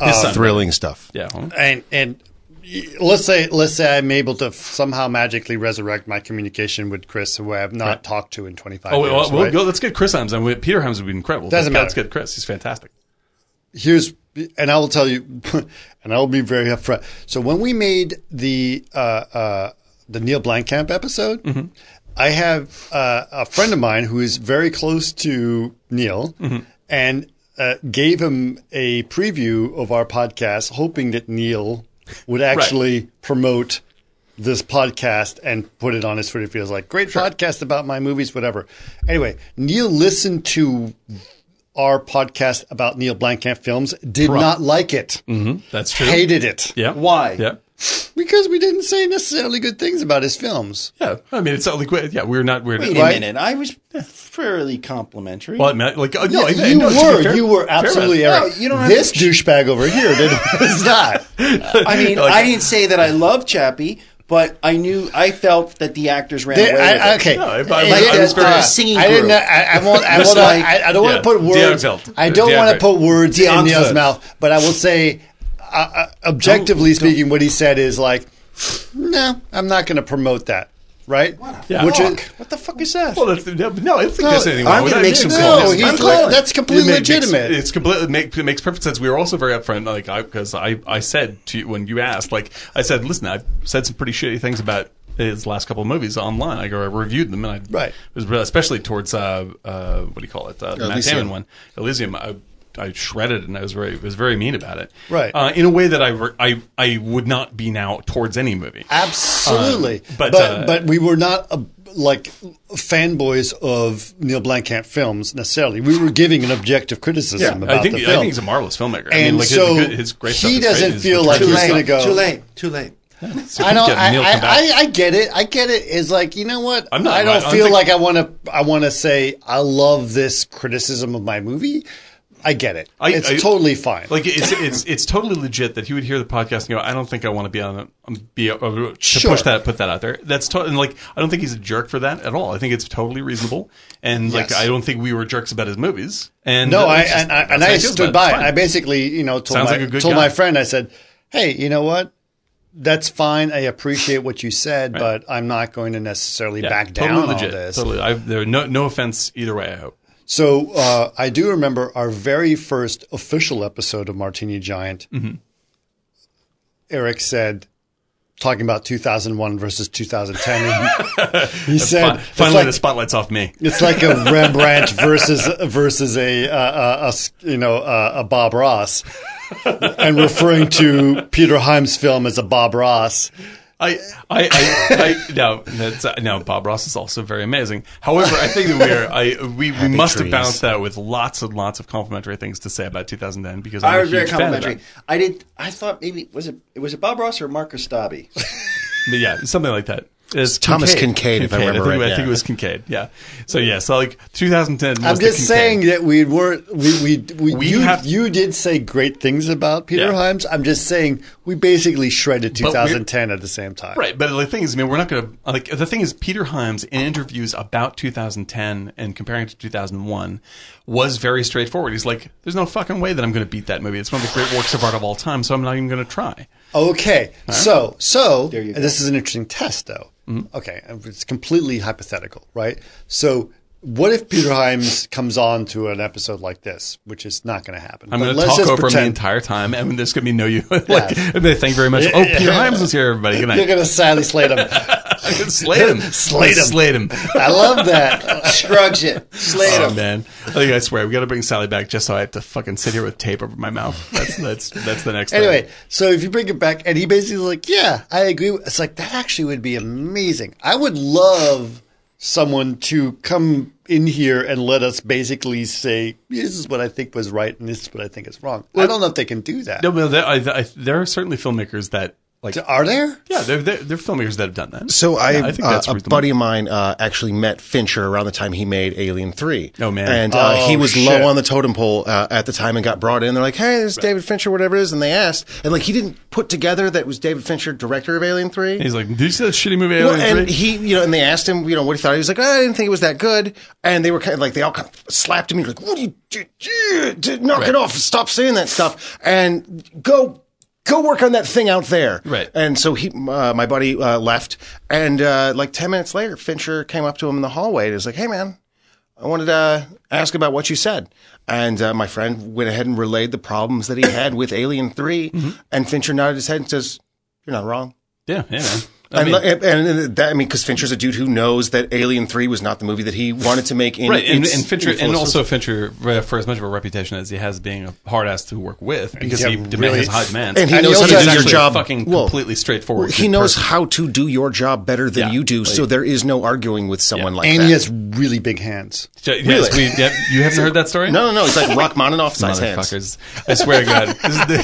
B: His son.
G: Uh, Thrilling stuff.
B: Yeah. hold on.
D: And and y- let's say let's say I'm able to somehow magically resurrect my communication with Chris, who I have not talked to in 25
B: Oh, wait,
D: years.
B: well, we'll
D: right?
B: go, let's get Chris Hams. And we- Peter Hams would be incredible.
D: Doesn't
B: Let's- Let's
D: matter.
B: get Chris. He's fantastic.
D: here's and I will tell you, and I will be very upfront. So when we made the uh, uh, the Neil Blomkamp episode, I have uh, a friend of mine who is very close to Neil, and uh, gave him a preview of our podcast, hoping that Neil would actually promote this podcast and put it on his Twitter. He was like, "Great podcast about my movies, whatever." Anyway, Neil listened to our podcast about Neil Blomkamp films did not like it.
B: That's true.
D: Hated it.
B: Mm-hmm. Yeah.
F: Why?
B: Yeah.
D: Because we didn't say necessarily good things about his films.
B: Yeah. I mean, it's not like, we- yeah, we're not weird.
F: Wait
D: Right.
F: a minute. I was fairly complimentary.
B: Well, I mean, like, oh, no,
D: Yeah,
B: I- I
D: you
B: know, to be
D: were.
B: fair-
D: you were
B: fair about
D: absolutely
B: it.
D: right.
F: No, you don't have
D: this douchebag over here did, was not.
F: I mean,
B: Like-
F: I didn't say that I loved Chappie, but I knew I felt that the actors ran
D: They-
F: away.
D: I-
F: with
D: I-
F: it.
D: okay.
B: No, I- I
D: Like,
B: was- I was
D: uh,
B: very-
D: uh,
F: singing
D: I didn't.
F: group.
D: I, I won't. I,
F: Just
D: won't
F: like-
D: I, I don't want
B: yeah.
D: to put words.
B: Deonfeld.
D: I don't want to
B: Deonfeld.
D: put words in Neil's
F: Deonfeld.
D: mouth. But I will say, uh, uh, objectively speaking, what he said is like, no, I'm not going to promote that. Right?
B: Yeah.
D: Which is,
B: Fuck.
F: What the fuck is that?
B: Well, that's, no, no, I don't think
D: No,
B: there's anything
F: I'm
B: wrong with
F: gonna
B: that.
F: make some
B: It's-
F: calls.
B: it's-
D: No, he's
B: it's-
D: le-
B: it's-
D: that's completely
B: it makes-
D: legitimate.
B: It's completely it make, it makes perfect sense. We were also very upfront, like I because I, I said to you when you asked, like I said, listen, I've said some pretty shitty things about his last couple of movies online. I go, I reviewed them, and I
D: Right.
B: was really- especially towards uh, uh, what do you call it, uh, the Matt
G: Elysium.
B: Damon one, Elysium. I, I shredded it and I was very was very mean about it,
D: Right.
B: Uh, in a way that I, re- I I would not be now towards any movie.
D: Absolutely,
B: Um,
D: but
B: but,
D: but,
B: uh,
D: we were not uh, like fanboys of Neil Blomkamp films necessarily. We were giving an objective criticism about
B: I think
D: the
B: I
D: film.
B: think he's a marvelous filmmaker. I
D: And
B: mean, like his-
D: so
B: his, good- his great stuff
D: he
B: is great.
D: doesn't
B: His
D: feel
B: return
D: like
B: is
F: too
D: he's
B: great.
F: late.
D: gonna go-
F: Too late. Too late.
D: I don't.
B: Yeah,
D: I,
B: Neil,
D: I,
B: come back.
D: I, I get it. I get it. It's like you know what?
B: I'm not-
D: I don't
B: I don't
D: feel
B: think-
D: like I want to. I want to say I love this criticism of my movie. I get it.
B: I-
D: it's
B: I-
D: totally fine.
B: Like it's it's it's totally legit that he would hear the podcast and go, I don't think I want to be on a, be a, to
D: Sure.
B: push that put that out there. That's to- and like I don't think he's a jerk for that at all. I think it's totally reasonable and like
D: Yes.
B: I don't think we were jerks about his movies. And
D: No,
B: uh,
D: I
B: it's just-
D: and I, and
B: that's how
D: I
B: feel
D: stood
B: about
D: by
B: it.
D: it.
B: It's
D: I
B: fine.
D: basically, you know, told
B: Sounds
D: my
B: like a good
D: told
B: guy.
D: my friend. I said, "Hey, you know what? That's fine. I appreciate what you said, but I'm not going to necessarily
B: Yeah,
D: back down
B: totally legit.
D: on this."
B: Totally, I, there no no offense either way. I hope.
D: So uh, I do remember our very first official episode of Martini Giant.
B: Mm-hmm.
D: Eric said, talking about 2001 versus 2010. and he said,
B: Fin-
D: it's
B: finally,
D: like-
B: the spotlight's off me.
D: it's like a Rembrandt versus versus a, uh, uh, a s- you know uh, a Bob Ross, and referring to Peter Himes' film as a Bob Ross.
B: I, I, I, I no, that's, uh, no. Bob Ross is also very amazing. However, I think that we're, I, we, we must have
G: trees.
B: balanced that with lots and lots of complimentary things to say about 2010 because I'm
F: I
B: a
F: was very
B: huge fan of
F: complimentary. I did. I thought maybe was it was it Bob Ross or Marcus Dobby?
B: that. But yeah, something like that. It's
G: Thomas Kincaid, if I remember
B: think,
G: right,
B: I think
G: yeah.
B: it was Kincaid. Yeah. So yeah. So like 2010.
D: I'm
B: was the
D: just saying
B: Kincaid.
D: that we weren't we we, we,
B: We
D: you
B: have-
D: you did say great things about Peter
B: Yeah.
D: Himes. I'm just saying we basically shredded
B: we're-
D: 2010 at the same time.
B: Right, but the thing is, I mean, we're not going to like the thing is, Peter Himes in interviews about 2010 and comparing it to 2001 was very straightforward. He's like, "There's no fucking way that I'm going to beat that movie. It's one of the great works of art of all time, so I'm not even going to try."
D: Okay. So, so and this is an interesting test, though.
B: Mm-hmm.
D: Okay, and it's completely hypothetical, right? So, what if Peter Himes comes on to an episode like this, which is not going to happen?
B: I'm
D: but
B: going to
D: let's
B: talk
D: just
B: over him the
D: pretend-
B: entire time, and there's going to be no you. like,
D: Yeah.
B: and they thank very much. Oh, Peter Himes is here, everybody. Good
D: You're
B: night.
D: going to sadly slate him.
B: I could slate him.
D: Slate
B: I
D: him.
B: Slate him.
D: I love that.
F: Scruggs it. Slate
B: Oh
F: him.
B: man! I think I swear we got to bring Sally back just so I have to fucking sit here with tape over my mouth. That's that's that's the next.
D: Anyway,
B: thing.
D: so if you bring it back, and he basically is like, "Yeah, I agree." with-" It's like that actually would be amazing. I would love someone to come in here and let us basically say this is what I think was right and this is what I think is wrong. I don't know if they can do that.
B: No, but there, I, I, there are certainly filmmakers that like.
D: Are there?
B: Yeah, there there there are filmmakers that have done that.
G: So I,
B: Yeah, I think
G: uh,
B: that's
G: a
B: reasonable.
G: buddy of mine uh, actually met Fincher around the time he made Alien Three.
B: Oh, man.
G: And uh,
D: Oh,
G: he was
D: shit.
G: low on the totem pole uh, at the time and got brought in. They're like, "Hey, this is David Fincher, whatever it is," and they asked, and like he didn't put together that it was David Fincher, director of Alien Three.
B: He's like, did you see that shitty movie?
G: Well,
B: Alien
G: and
B: 3?"
G: he, you know, and they asked him, you know, what he thought. He was like, "Oh, I didn't think it was that good. And they were kind of like, they all kind of slapped him. He was like, what do you do? do- do- Knock it off. Stop saying that stuff and go. Go work on that thing out there.
B: Right.
G: And so he, uh, my buddy, uh, left, and uh, like ten minutes later, Fincher came up to him in the hallway and was like, "Hey, man, I wanted to ask about what you said. And uh, my friend went ahead and relayed the problems that he had with Alien 3. And Fincher nodded his head and says, You're not wrong.
B: yeah, yeah, man. I
G: And,
B: mean-
G: li- and, and that, I mean, because Fincher's a dude who knows that Alien Three was not the movie that he wanted to make. In
B: right, and,
G: its-
B: and Fincher,
G: its
B: and
G: fullest-
B: also Fincher, uh, for as much of a reputation as he has being a hard ass to work with, because
D: yeah,
B: he demands
D: really-
B: has high demands,
G: and he
D: and he
G: knows
D: also
G: how
D: is
G: to do your
B: actually a
G: job.
B: fucking
G: well,
B: completely straightforward.
G: He
B: good
G: knows
B: person.
G: how to do your job better than
B: Yeah,
G: you do, so there is no arguing with someone like
D: And
G: that.
D: he has really big hands.
B: Ja- Yes, we, yeah, you haven't heard that story?
G: no, no, no. It's like Rachmaninoff size hands.
B: motherfuckers! I swear to God, this is the,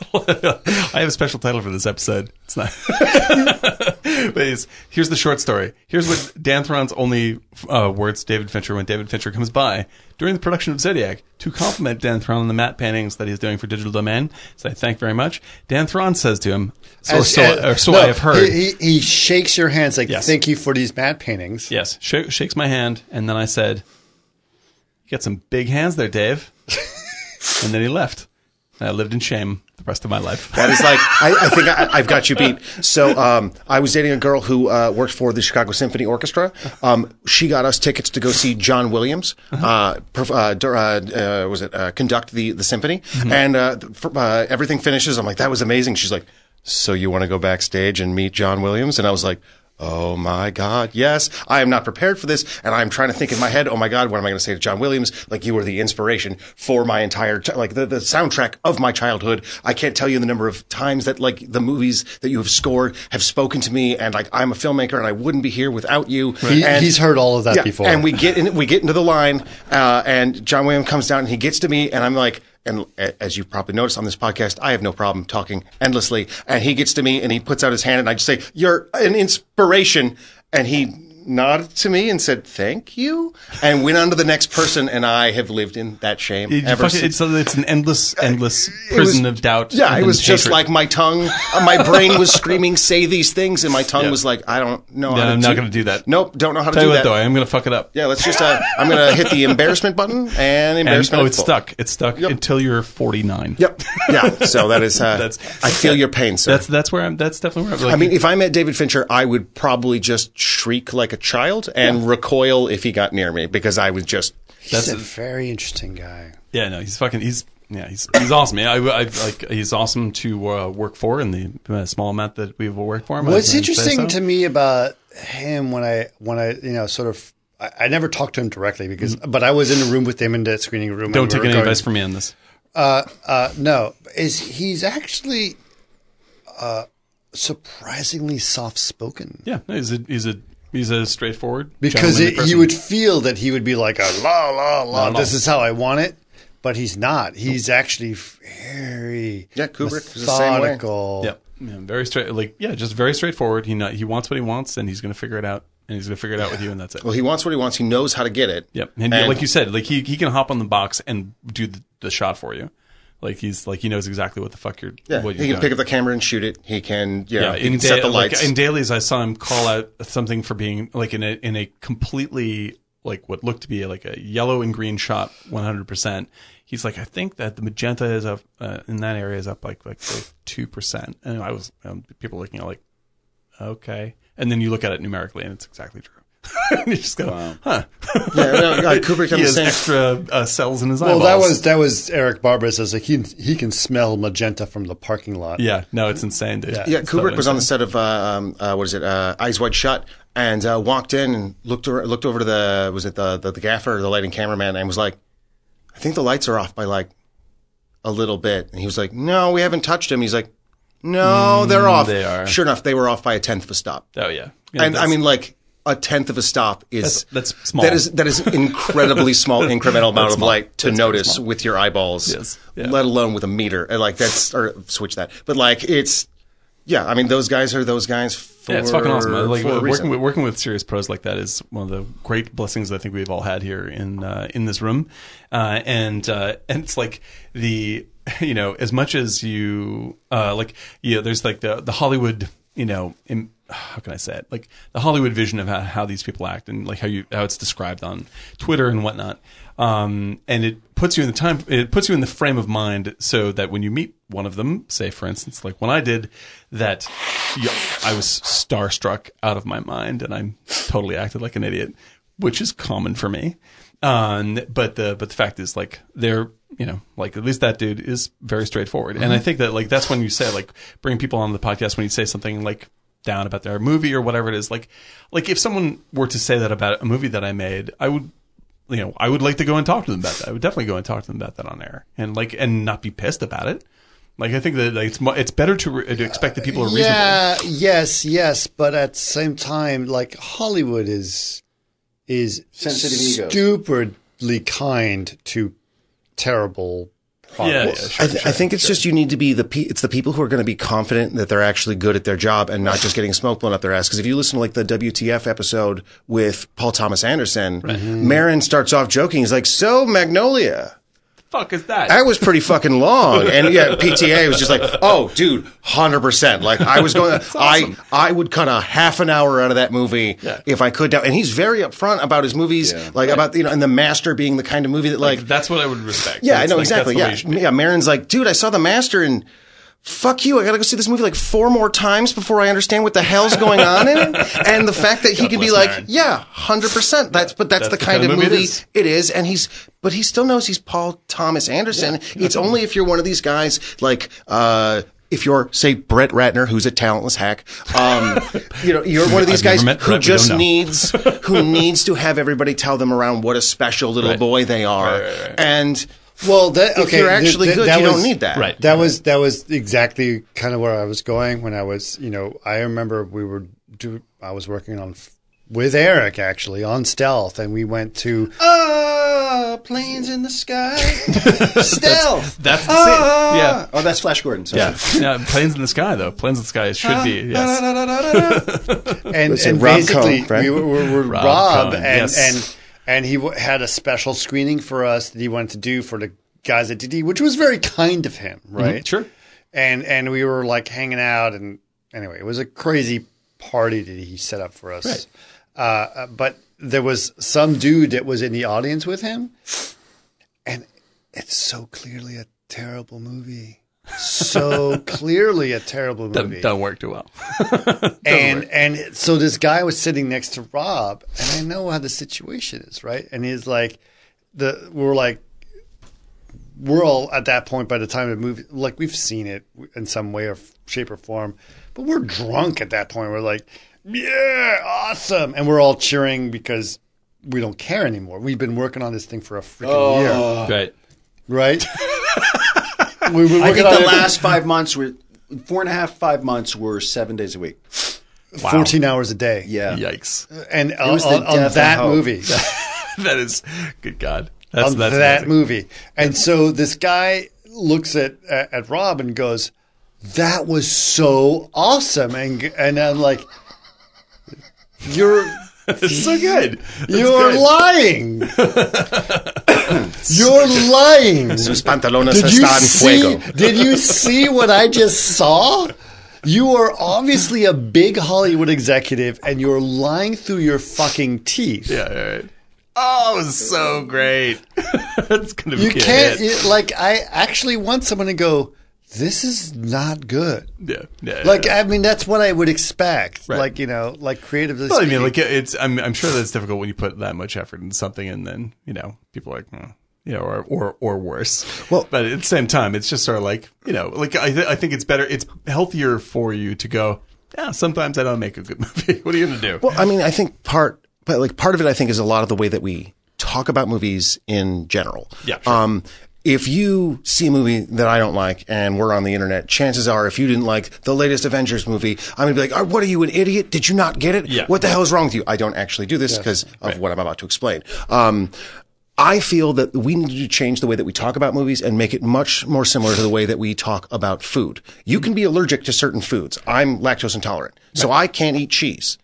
B: I have a special title for this episode. It's not, but it's, here's the short story. Here's what Dan Thron's only uh, words to David Fincher when David Fincher comes by during the production of Zodiac to compliment Dan Thron on the matte paintings that he's doing for Digital Domain. So I thank very much. Dan Thron says to him, "So,
D: As-
B: Oh, so,
D: as-
B: or so
D: no,
B: I have heard."
D: He, he, he shakes your hands like,
B: Yes.
D: thank you for these matte paintings.
B: yes, sh- shakes my hand, and then I said, "You got some big hands there, Dave," and then he left. And I lived in shame the rest of my life.
G: That is like I, I think I, I've got you beat. So um, I was dating a girl who uh, worked for the Chicago Symphony Orchestra. Um, she got us tickets to go see John Williams. Uh, perf- uh, dur- uh, uh, was it uh, conduct the the symphony? And uh, th- fr- uh, everything finishes. I'm like, that was amazing. She's like, so you want to go backstage and meet John Williams? And I was like. Oh my God! Yes, I am not prepared for this, and I'm trying to think in my head. Oh my God, what am I going to say to John Williams? Like you were the inspiration for my entire, ch- like the, the soundtrack of my childhood. I can't tell you the number of times that like the movies that you have scored have spoken to me, and like I'm a filmmaker, and I wouldn't be here without you.
D: He,
G: And-
D: he's heard all of that
G: yeah,
D: before.
G: And we get in, we get into the line, uh, and John Williams comes down and he gets to me, and I'm like, and a- as you probably noticed on this podcast, I have no problem talking endlessly. And he gets to me and he puts out his hand, and I just say, "You're an inspiration," and he nodded to me and said, "Thank you," and went on to the next person, and I have lived in that shame
B: It- you
G: ever
B: fucking- it's,
G: since.
B: it's an endless, endless
G: Uh, It was-
B: prison of doubt.
G: Yeah, it
B: and
G: was just
B: hatred.
G: like my tongue, uh, my brain was screaming, "Say these things," and my tongue
B: Yeah.
G: was like, "I don't know."
B: No,
G: how to
B: I'm not gonna do that.
G: Nope, don't know how to
B: Tell
G: do
B: you what,
G: that.
B: though, I am going to fuck it up.
G: Yeah, let's just. Uh, I'm gonna hit the embarrassment button and
B: and,
G: embarrassment.
B: oh, it's
G: full.
B: stuck. It's stuck until you're 49.
G: Yep. Yeah. So that is. Uh,
B: That's-
G: I feel your pain, sir.
B: That's that's where I'm. That's definitely where I'm. Like,
G: I mean, if I met David Fincher, I would probably just shriek like a child and recoil if he got near me because I was just.
D: he's
B: that's
D: a very interesting guy.
B: yeah, no, he's fucking. He's yeah, he's he's awesome. Yeah, I, I like he's awesome to uh, work for in the uh, small amount that we've worked for him. I
D: What's
B: would say
D: interesting
B: so.
D: to me about him when I when I you know sort of I, I never talked to him directly because but I was in the room with him in the screening room.
B: Mm-hmm. Don't take any advice
D: from.
B: from me on this.
D: uh, uh, no, is he's actually uh, surprisingly soft spoken
B: Yeah, no, he's a he's a he's a straightforward
D: because
B: gentlemanly
D: it,
B: person.
D: you would feel that he would be like a la la la.
B: la.
D: This is how I want it, but he's not. He's actually very
G: Yeah, Kubrick was the same way.
D: methodical.
B: Yep. Yeah, very straight. Like yeah, just very straightforward. He not, he wants what he wants, and he's going to figure it out, and he's going to figure it out with you, and that's it.
G: Well, he wants what he wants. He knows how to get it.
B: Yep. And,
G: And-
B: like you said, like he, he can hop on the box and do the, the shot for you. Like he's like he knows exactly what the fuck you're.
G: Yeah,
B: what
G: he
B: you're
G: can pick
B: doing.
G: up the camera and shoot it. He can, yeah, he
B: in
G: can set
B: da-
G: the
B: like,
G: lights.
B: in dailies, I saw him call out something for being like in a in a completely like what looked to be like a yellow and green shot, one hundred percent. He's like, I think that the magenta is up uh, in that area is up like like two percent, and I was um, people looking at like, okay, and then you look at it numerically, and it's exactly true. and you just go, huh?
G: yeah, no, yeah, Kubrick
B: He
G: done the
B: has
G: same.
B: extra uh, cells in his
D: Well,
B: eyeballs.
D: that was that was Eric Barber says like he he can smell magenta from the parking lot.
B: Yeah, no, it's insane, dude.
G: Yeah,
B: It's
G: Kubrick
B: totally
G: was on the
B: insane.
G: set of uh, um, uh, what is it, uh, Eyes Wide Shut, and uh, walked in and looked or, looked over to the was it the, the the gaffer or the lighting cameraman and was like, I think the lights are off by like a little bit, and he was like, No, we haven't touched them. He's like, No, they're off.
B: Mm, they are.
G: Sure enough, they were off by a tenth of a stop.
B: Oh yeah, Yeah,
G: and I
B: that's-
G: mean, like a tenth of a stop is
B: That's- that's small.
G: That is that is incredibly small incremental amount of light to notice
B: small.
G: with your eyeballs.
B: Yes. Yeah.
G: Let alone with a meter. And, Like that's or switch that. But like it's yeah. I mean those guys are those guys for
B: Yeah, it's fucking awesome. man. Like
G: for a
B: working
G: reason.
B: with, working with serious pros like that is one of the great blessings I think we've all had here in uh, in this room, uh, and uh, and it's like the you know as much as you uh, like yeah, there's like the the Hollywood you know. Im- how can I say it? Like the Hollywood vision of how, how these people act and like how you how it's described on Twitter and whatnot, um, and it puts you in the time it puts you in the frame of mind so that when you meet one of them, say for instance, like when I did, that you, I was starstruck out of my mind and I totally acted like an idiot, which is common for me. Um, but the but the fact is like they're you know like at least that dude is very straightforward, and I think that like that's when you say like bring people on the podcast when you say something like down about their movie or whatever it is like like if someone were to say that about a movie that I made, I would you know, I would like to go and talk to them about that. I would definitely go and talk to them about that on air and like and not be pissed about it. Like I think that like, it's mu- it's better to, re- to expect that people are reasonable.
D: Yeah, yes, yes, but at the same time, like Hollywood is is
F: Sensitive egos.
D: stupidly kind to terrible
B: Yeah,
D: products.
B: yeah, sure.
G: I, th- I think it's just you need to be the pe- it's the people who are going to be confident that they're actually good at their job and not just getting smoke blown up their ass. Because if you listen to like the WTF episode with Paul Thomas Anderson, Marin starts off joking. He's like, "So Magnolia."
B: fuck is that?
G: That was pretty fucking long, and yeah, PTA was just like, "Oh, dude, hundred percent." Like I was going, I I would cut a half an hour out of that movie if I could. And he's very upfront about his movies, like about you know, and the master being the kind of movie that like
B: that's what I would respect.
G: yeah, I
B: It's
G: know
B: like, that's
G: exactly.
B: the way
G: Yeah,
B: you should be.
G: yeah. Marin's like, dude, I saw The Master, and fuck you, I gotta go see this movie like four more times before I understand what the hell's going on in it. And the fact that he
B: God
G: can be
B: bless
G: like,
B: Marin.
G: yeah, hundred percent. That's but that's, the, kind, of movie,
B: it is.
G: it is. And he's but he still knows he's Paul Thomas Anderson. It's only if you're one of these guys like. uh if you're, say, Brett Ratner, who's a talentless hack, um, you know, you're one of these
B: I've never
G: guys who
B: met Brett, we
G: just
B: don't know.
G: need needs who needs to have everybody tell them around what a special little boy they are. And
D: Well, that,
G: If
D: okay,
G: you're
D: th-
G: actually
D: th-
G: good,
D: that
G: you don't
D: was-
G: need that.
B: Right.
D: That was that was exactly kind of where I was going when I was, you know, I remember we were do I was working on f- with Eric actually on stealth, and we went to
F: Ah, planes in the sky. Stealth.
B: That's the
F: Ah.
B: same. Yeah.
F: Oh, that's Flash Gordon. Sorry.
B: Yeah. yeah, planes in the sky though. Planes in the sky should be yes.
D: and,
G: Listen,
D: and
G: Rob
D: basically
G: Cohen, right?
D: we were, were, were Rob,
B: Rob
D: and,
B: Cohen, yes.
D: and and he w- had a special screening for us that he wanted to do for the guys at DD, which was very kind of him, right?
B: Mm-hmm. Sure.
D: And and we were like hanging out, and anyway, it was a crazy party that he set up for us. Uh, uh, but there was some dude that was in the audience with him, and it's so clearly a terrible movie. So clearly a terrible movie
B: Doesn't, doesn't work too well.
D: and and so this guy was sitting next to Rob, and I know how the situation is, right? And he's like, the we're like, we're all at that point by the time the movie, like we've seen it in some way or shape or form, but we're drunk at that point. We're like, yeah, awesome, and we're all cheering because we don't care anymore. We've been working on this thing for a freaking
F: Oh.
D: year,
B: Right.
D: right? we were
F: I
D: working
F: think
D: on
F: the
D: it
F: last five months were four and a half, five months were seven days a week.
D: fourteen hours a day,
F: Yeah.
B: Yikes.
D: and on,
F: was the
D: on- on
F: death of
D: that
F: hope.
D: movie.
B: that is good God. That's
D: on
B: that's
D: that
B: amazing.
D: movie. And so this guy looks at at, at Rob and goes, "That was so awesome!" And and I'm like, "You're
B: It's so good. That's
D: you're
B: good.
D: lying. you're lying.
G: sus pantalones
D: Did you
G: están
D: see?
G: fuego.
D: Did you see what I just saw?" You are obviously a big Hollywood executive and you're lying through your fucking teeth.
B: Yeah, yeah, right. Oh, it was so great. That's gonna be
D: You
B: a
D: can't
B: hit.
D: you- like I actually want someone to go. This is not good.
B: Yeah, yeah,
D: Like
B: yeah.
D: I mean, that's what I would expect.
B: Right.
D: Like you know, like creatively.
B: Well, I mean,
D: speaking.
B: like it's. I'm, I'm sure that's difficult when you put that much effort into something, and then you know people are like, "Hmm," you know, or or or worse. Well, but at the same time, it's just sort of like you know, like I th- I think it's better, it's healthier for you to go. Yeah, sometimes I don't make a good movie. what are you gonna do?
G: Well, I mean, I think part, but like part of it, I think is a lot of the way that we talk about movies in general.
B: Yeah, sure.
G: Um, if you see a movie that I don't like and we're on the internet, chances are if you didn't like the latest Avengers movie, I'm going to be like, oh, what are you, an idiot? Did you not get it?
B: Yeah.
G: What the hell is wrong with you? I don't actually do this because of what I'm about to explain. Um, I feel that we need to change the way that we talk about movies and make it much more similar to the way that we talk about food. You can be allergic to certain foods. I'm lactose intolerant, so I can't eat cheese.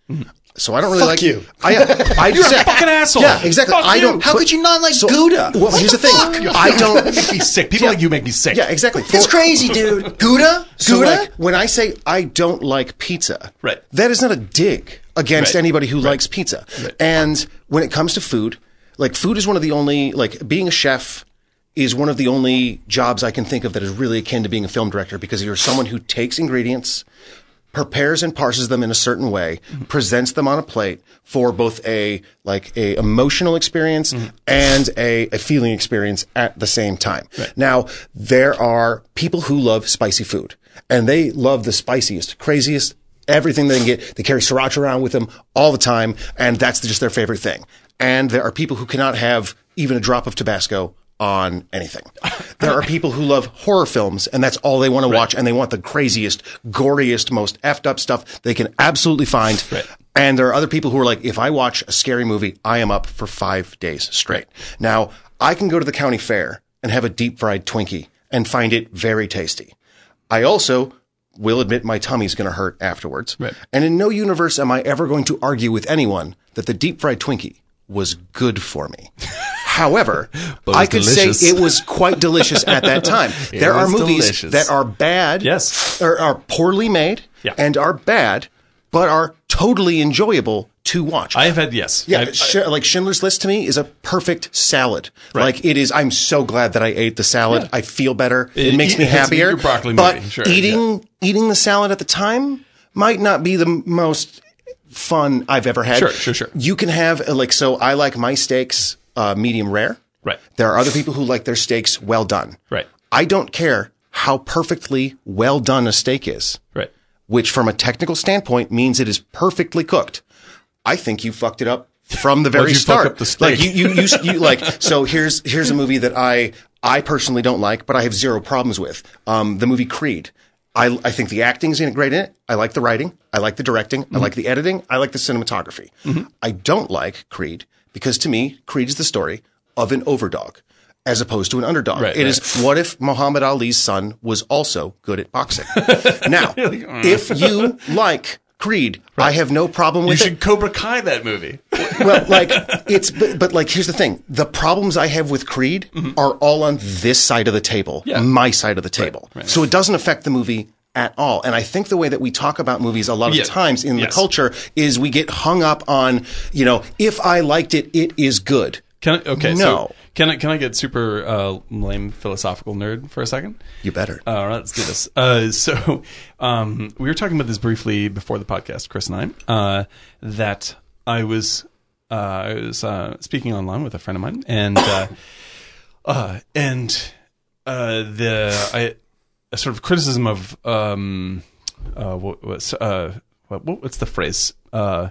G: So I don't really like
D: you.
G: I, I You're a fucking
B: asshole.
G: Yeah, exactly.
B: Fuck
G: I
B: you.
G: don't.
H: How could you not like
G: So-
H: Gouda?
G: Well, here's the, thing. I
B: Make me
G: don't.
B: sick. People like you make me sick.
G: Yeah, exactly.
H: It's
G: For-
H: crazy, dude. Gouda?
G: So
H: Gouda?
G: like, when I say I don't like pizza,
B: Right.
G: that is not a dig against
B: Right.
G: anybody who likes pizza. And when it comes to food, like food is one of the only like being a chef is one of the only jobs I can think of that is really akin to being a film director because you're someone who takes ingredients, prepares and parses them in a certain way, presents them on a plate for both a like a emotional experience
B: Mm-hmm.
G: and a, a feeling experience at the same time. Now, there are people who love spicy food and they love the spiciest, craziest, everything they can get. They carry sriracha around with them all the time and that's just their favorite thing. And there are people who cannot have even a drop of Tabasco on anything. There are people who love horror films and that's all they want to watch and they want the craziest, goriest, most effed up stuff they can absolutely find. And there are other people who are like, if I watch a scary movie, I am up for five days straight. Now, I can go to the county fair and have a deep fried Twinkie and find it very tasty. I also will admit my tummy's going to hurt afterwards. And in no universe am I ever going to argue with anyone that the deep fried Twinkie was good for me. However, I
K: was
G: could
K: delicious.
G: say it was quite delicious at that time. there are
K: was
G: movies
K: delicious.
G: that are bad,
B: Yes.
G: or are poorly made,
B: Yeah.
G: and are bad, but are totally enjoyable to watch.
B: I have had yes.
G: Yeah,
B: I've-
G: Sch- like Schindler's List to me is a perfect salad. Like it is. I'm so glad that I ate the salad. I feel better. It,
B: It-
G: makes me
B: it's like
G: happier.
B: your broccoli
G: but
B: movie, sure,
G: eating eating the salad at the time might not be the m- most fun I've ever had.
B: Sure, sure, sure.
G: You can have uh, like so. I like my steaks uh, medium rare.
B: Right.
G: There are other people who like their steaks well done.
B: Right.
G: I don't care how perfectly well done a steak is
B: Right.
G: which from a technical standpoint means it is perfectly cooked. I think you fucked it up from the very
B: you fuck
G: start.
B: up the steak?
G: like you, you, you, you, like, so here's, here's a movie that I, I personally don't like, but I have zero problems with. Um, the movie Creed. I, I think the acting's in great in it. I like the writing. I like the directing. I
B: Mm-hmm.
G: like the editing. I like the cinematography. I don't like Creed because to me, Creed is the story of an overdog as opposed to an underdog.
B: Right,
G: It is
B: right.
G: what if Muhammad Ali's son was also good at boxing? now, if you like Creed, I have no problem
B: You
G: with
B: should
G: it.
B: Cobra Kai that movie.
G: well, like it's, but, but like here's the thing: the problems I have with Creed are all on this side of the table,
B: Mm-hmm. Yeah.
G: my side of the table. So it doesn't affect the movie at all. And I think the way that we talk about movies a lot of
B: Yeah.
G: times in
B: Yes.
G: the culture is we get hung up on, you know, if I liked it, it is good.
B: Can I, okay,
G: No.
B: so can I can I get super uh, lame philosophical nerd for a second?
G: You better.
B: All right, let's do this. Uh, so, um, we were talking about this briefly before the podcast, Chris and I, uh, that I was uh, I was uh, speaking online with a friend of mine, and uh, uh, and uh, the I a sort of criticism of um, uh, what was uh, what, what what's the phrase uh,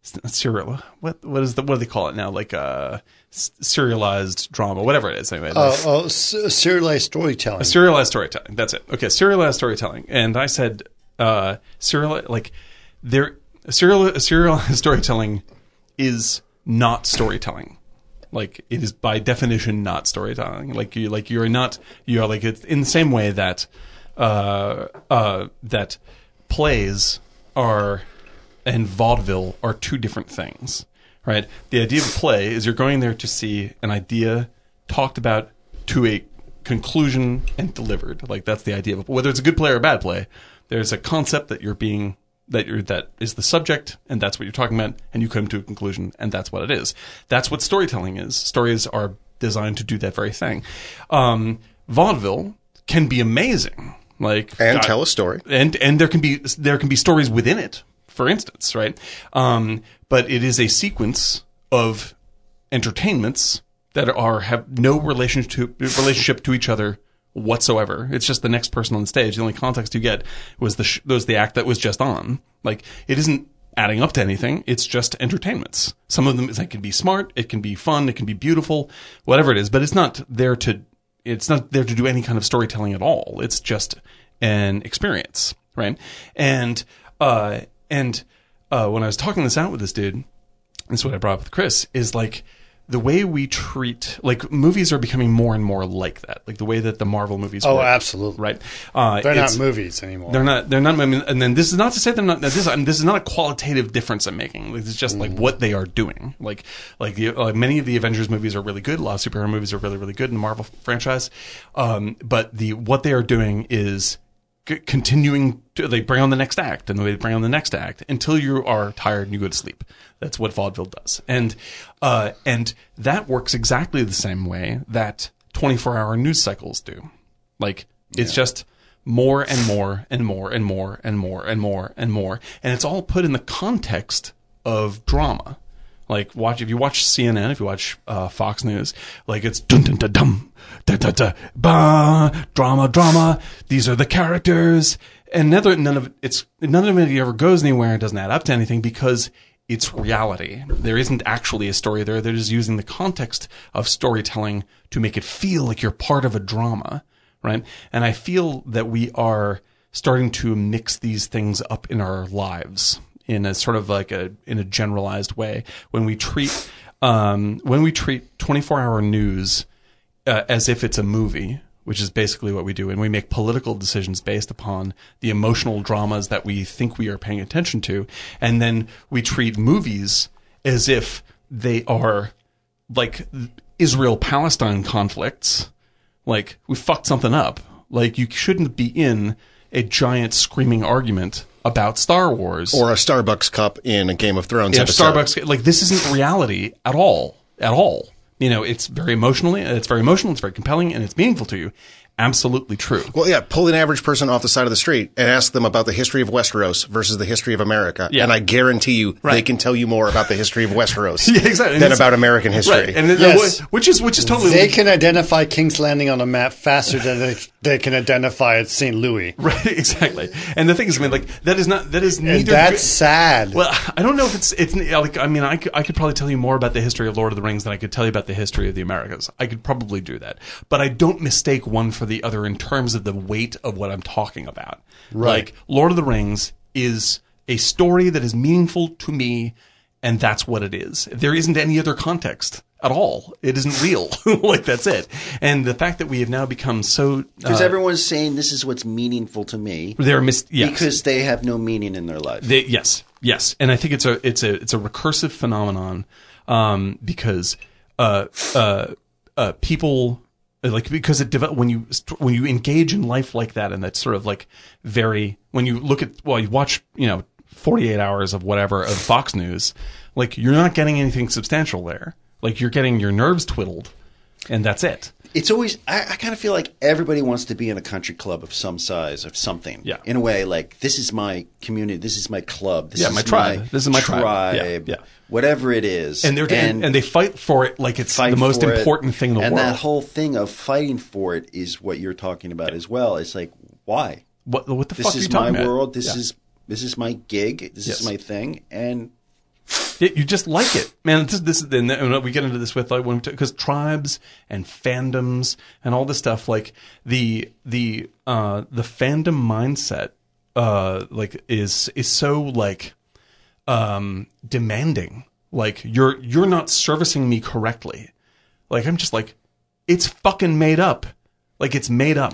B: it's not serial what what is the what do they call it now like uh, s- serialized drama whatever it is anyway
D: Oh, oh s- serialized storytelling.
B: serialized storytelling. That's it. Okay, serialized storytelling. And I said, uh, serial like there serial serialized storytelling is not storytelling. Like it is by definition not storytelling. Like you like you are not you are like it's in the same way that uh, uh, that plays are and vaudeville are two different things, right? The idea of a play is you're going there to see an idea talked about to a conclusion and delivered. Like that's the idea of a, whether it's a good play or a bad play. There's a concept that you're being that you're that is the subject and that's what you're talking about and you come to a conclusion and that's what it is. That's what storytelling is. Stories are designed to do that very thing. Um, vaudeville can be amazing. Like
G: And
B: God-
G: tell a story.
B: and and there can be there can be stories within it for instance right um but it is a sequence of entertainments that are have no relationship to, relationship to each other whatsoever it's just the next person on the stage the only context you get was the sh- was the act that was just on like it isn't adding up to anything it's just entertainments some of them is- it can be smart it can be fun it can be beautiful whatever it is but it's not there to it's not there to do any kind of storytelling at all. It's just an experience, right? And uh, and uh, when I was talking this out with this dude, that's what I brought up with Chris is like the way we treat like movies are becoming more and more like that, like the way that the Marvel movies.
D: Oh,
B: work,
D: absolutely.
B: right. Uh,
D: They're
B: it's-
D: not movies anymore.
B: They're not. They're not. I mean, and then this is not to say they're not. This, I mean, this is not a qualitative difference I'm making. This is just like what they are doing. Like, like, the, like many of the Avengers movies are really good. A lot of superhero movies are really, really good in the Marvel franchise. Um, but the what they are doing is c- continuing. To, they bring on the next act, and they bring on the next act until you are tired and you go to sleep. That's what vaudeville does, and uh, and that works exactly the same way that 24-hour news cycles do. Like, it's just more and more and more and more and more and more and more. And it's all put in the context of drama. Like watch if you watch CNN, if you watch uh, Fox News, like it's dun dun dun dum da da da ba drama drama. These are the characters, and neither none of it's none of it ever goes anywhere. It doesn't add up to anything because it's reality. There isn't actually a story there. They're just using the context of storytelling to make it feel like you're part of a drama right? And I feel that we are starting to mix these things up in our lives in a sort of like a in a generalized way when we treat um, when we treat 24 hour news uh, as if it's a movie which is basically what we do and we make political decisions based upon the emotional dramas that we think we are paying attention to and then we treat movies as if they are like Israel Palestine conflicts like we fucked something up. Like you shouldn't be in a giant screaming argument about Star Wars
G: or a Starbucks cup in a Game of Thrones
B: yeah,
G: episode.
B: Starbucks. Like this isn't reality at all, at all. You know, it's very emotionally, it's very emotional, it's very compelling, and it's meaningful to you. Absolutely true.
G: Well, yeah, pull an average person off the side of the street and ask them about the history of Westeros versus the history of America,
B: Yeah.
G: and I guarantee you they
B: Right.
G: can tell you more about the history of Westeros
B: Yeah, exactly. And
G: than
B: it's-
G: about American history.
B: Right, and it-
D: Yes.
B: which is which is totally
D: They can identify King's Landing on a map faster than they, they can identify St. Louis.
B: right, exactly. And the thing is, I mean, like that is not that is neither.
D: And that's sad.
B: Well, I don't know if it's it's like I mean I could, I could probably tell you more about the history of Lord of the Rings than I could tell you about the history of the Americas. I could probably do that, but I don't mistake one for the other in terms of the weight of what I'm talking about. Right. Like Lord of the Rings is a story that is meaningful to me, and that's what it is. There isn't any other context at all. It isn't real. like that's it. And the fact that we have now become so uh,
F: Because everyone's saying this is what's meaningful to me
B: they're mis- yes.
F: because they have no meaning in their life.
B: They, yes, yes, and I think it's a it's a it's a recursive phenomenon um, because uh, uh, uh, people uh, like because it develop when you st- when you engage in life like that and that sort of like very when you look at well you watch you know 48 hours of whatever of Fox News like you're not getting anything substantial there like you're getting your nerves twiddled and that's it
F: it's always I, I kind of feel like everybody wants to be in a country club of some size of something.
B: Yeah.
F: In a way, like this is my community, this is my club, this
B: Yeah,
F: is
B: my tribe. This is my tribe. Yeah, yeah.
F: Whatever it is,
B: and they're and, and they fight for it like it's
F: fight
B: the most
F: for it.
B: important thing in the
F: and
B: world
F: that whole thing of fighting for it is what you're talking about as well. It's like why
B: what what the
F: this
B: fuck are you
F: is my
B: talking about?
F: world. This
B: Yeah.
F: is this is my gig. This
B: Yes.
F: is my thing. And
B: Yeah, you just like it, man. This, this is and then we get into this with like when because tribes and fandoms and all this stuff like the the uh the fandom mindset uh like is is so like um demanding like you're you're not servicing me correctly like i'm just like it's fucking made up like it's made up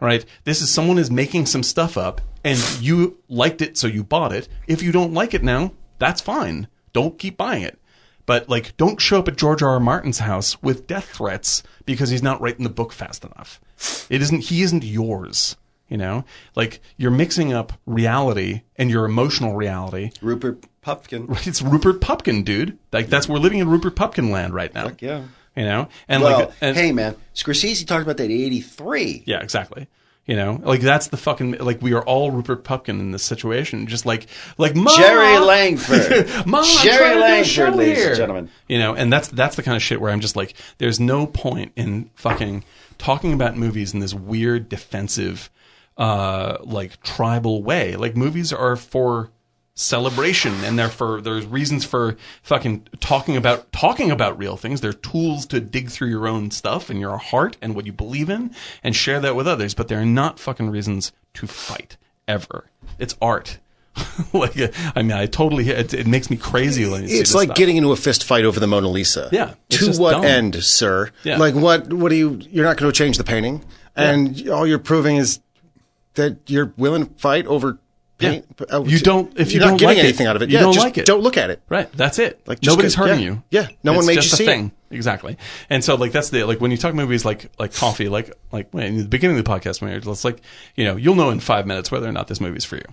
B: right this is someone is making some stuff up and you liked it so you bought it if you don't like it now that's fine don't keep buying it but like don't show up at george r r martin's house with death threats because he's not writing the book fast enough it isn't he isn't yours you know like you're mixing up reality and your emotional reality
F: Rupert Pupkin.
B: it's Rupert Pupkin, dude. Like that's we're living in Rupert Pupkin land right now.
F: yeah.
B: You know, and
F: Well,
B: like, and,
F: hey man, Scorsese talked about that '83.
B: yeah, exactly. You know, like that's the fucking like we are all Rupert Pupkin in this situation. Just like like Ma,
F: Jerry Langford.
B: Ma, Ah. I'm trying
F: Jerry
B: to do a
F: Langford,
B: show
F: ladies and
B: here.
F: gentlemen.
B: You know, and that's that's the kind of shit where I'm just like, there's no point in fucking talking about movies in this weird defensive, uh, like tribal way. Like movies are for celebration and therefore there's reasons for fucking talking about talking about real things they're tools to dig through your own stuff and your heart and what you believe in and share that with others but they're not fucking reasons to fight ever it's art like i mean i totally it, it makes me crazy when you see
G: It's
B: this
G: like
B: stuff.
G: getting into a fist fight over the Mona Lisa.
B: Yeah, it's
G: To
B: just
G: what
B: dumb.
G: end, sir?
B: Yeah.
G: Like what? What do you? You're not going to change the painting, and all you're proving is that you're willing to fight over.
B: Yeah.
G: Paint, uh,
B: You don't- if you
G: you're
B: don't
G: not getting
B: like it,
G: anything out of it,
B: you
G: yeah,
B: don't
G: just
B: like it.
G: Don't look at it.
B: Right. That's it.
G: Like,
B: Like
G: just
B: nobody's
G: 'cause-
B: hurting
G: yeah.
B: you.
G: Yeah. No
B: It's
G: one made
B: just
G: you
B: a
G: see it.
B: thing. Exactly. And so like that's the like when you talk movies like like coffee like like when in the beginning of the podcast when you're it's like you know you'll know in five minutes whether or not this movie's for you.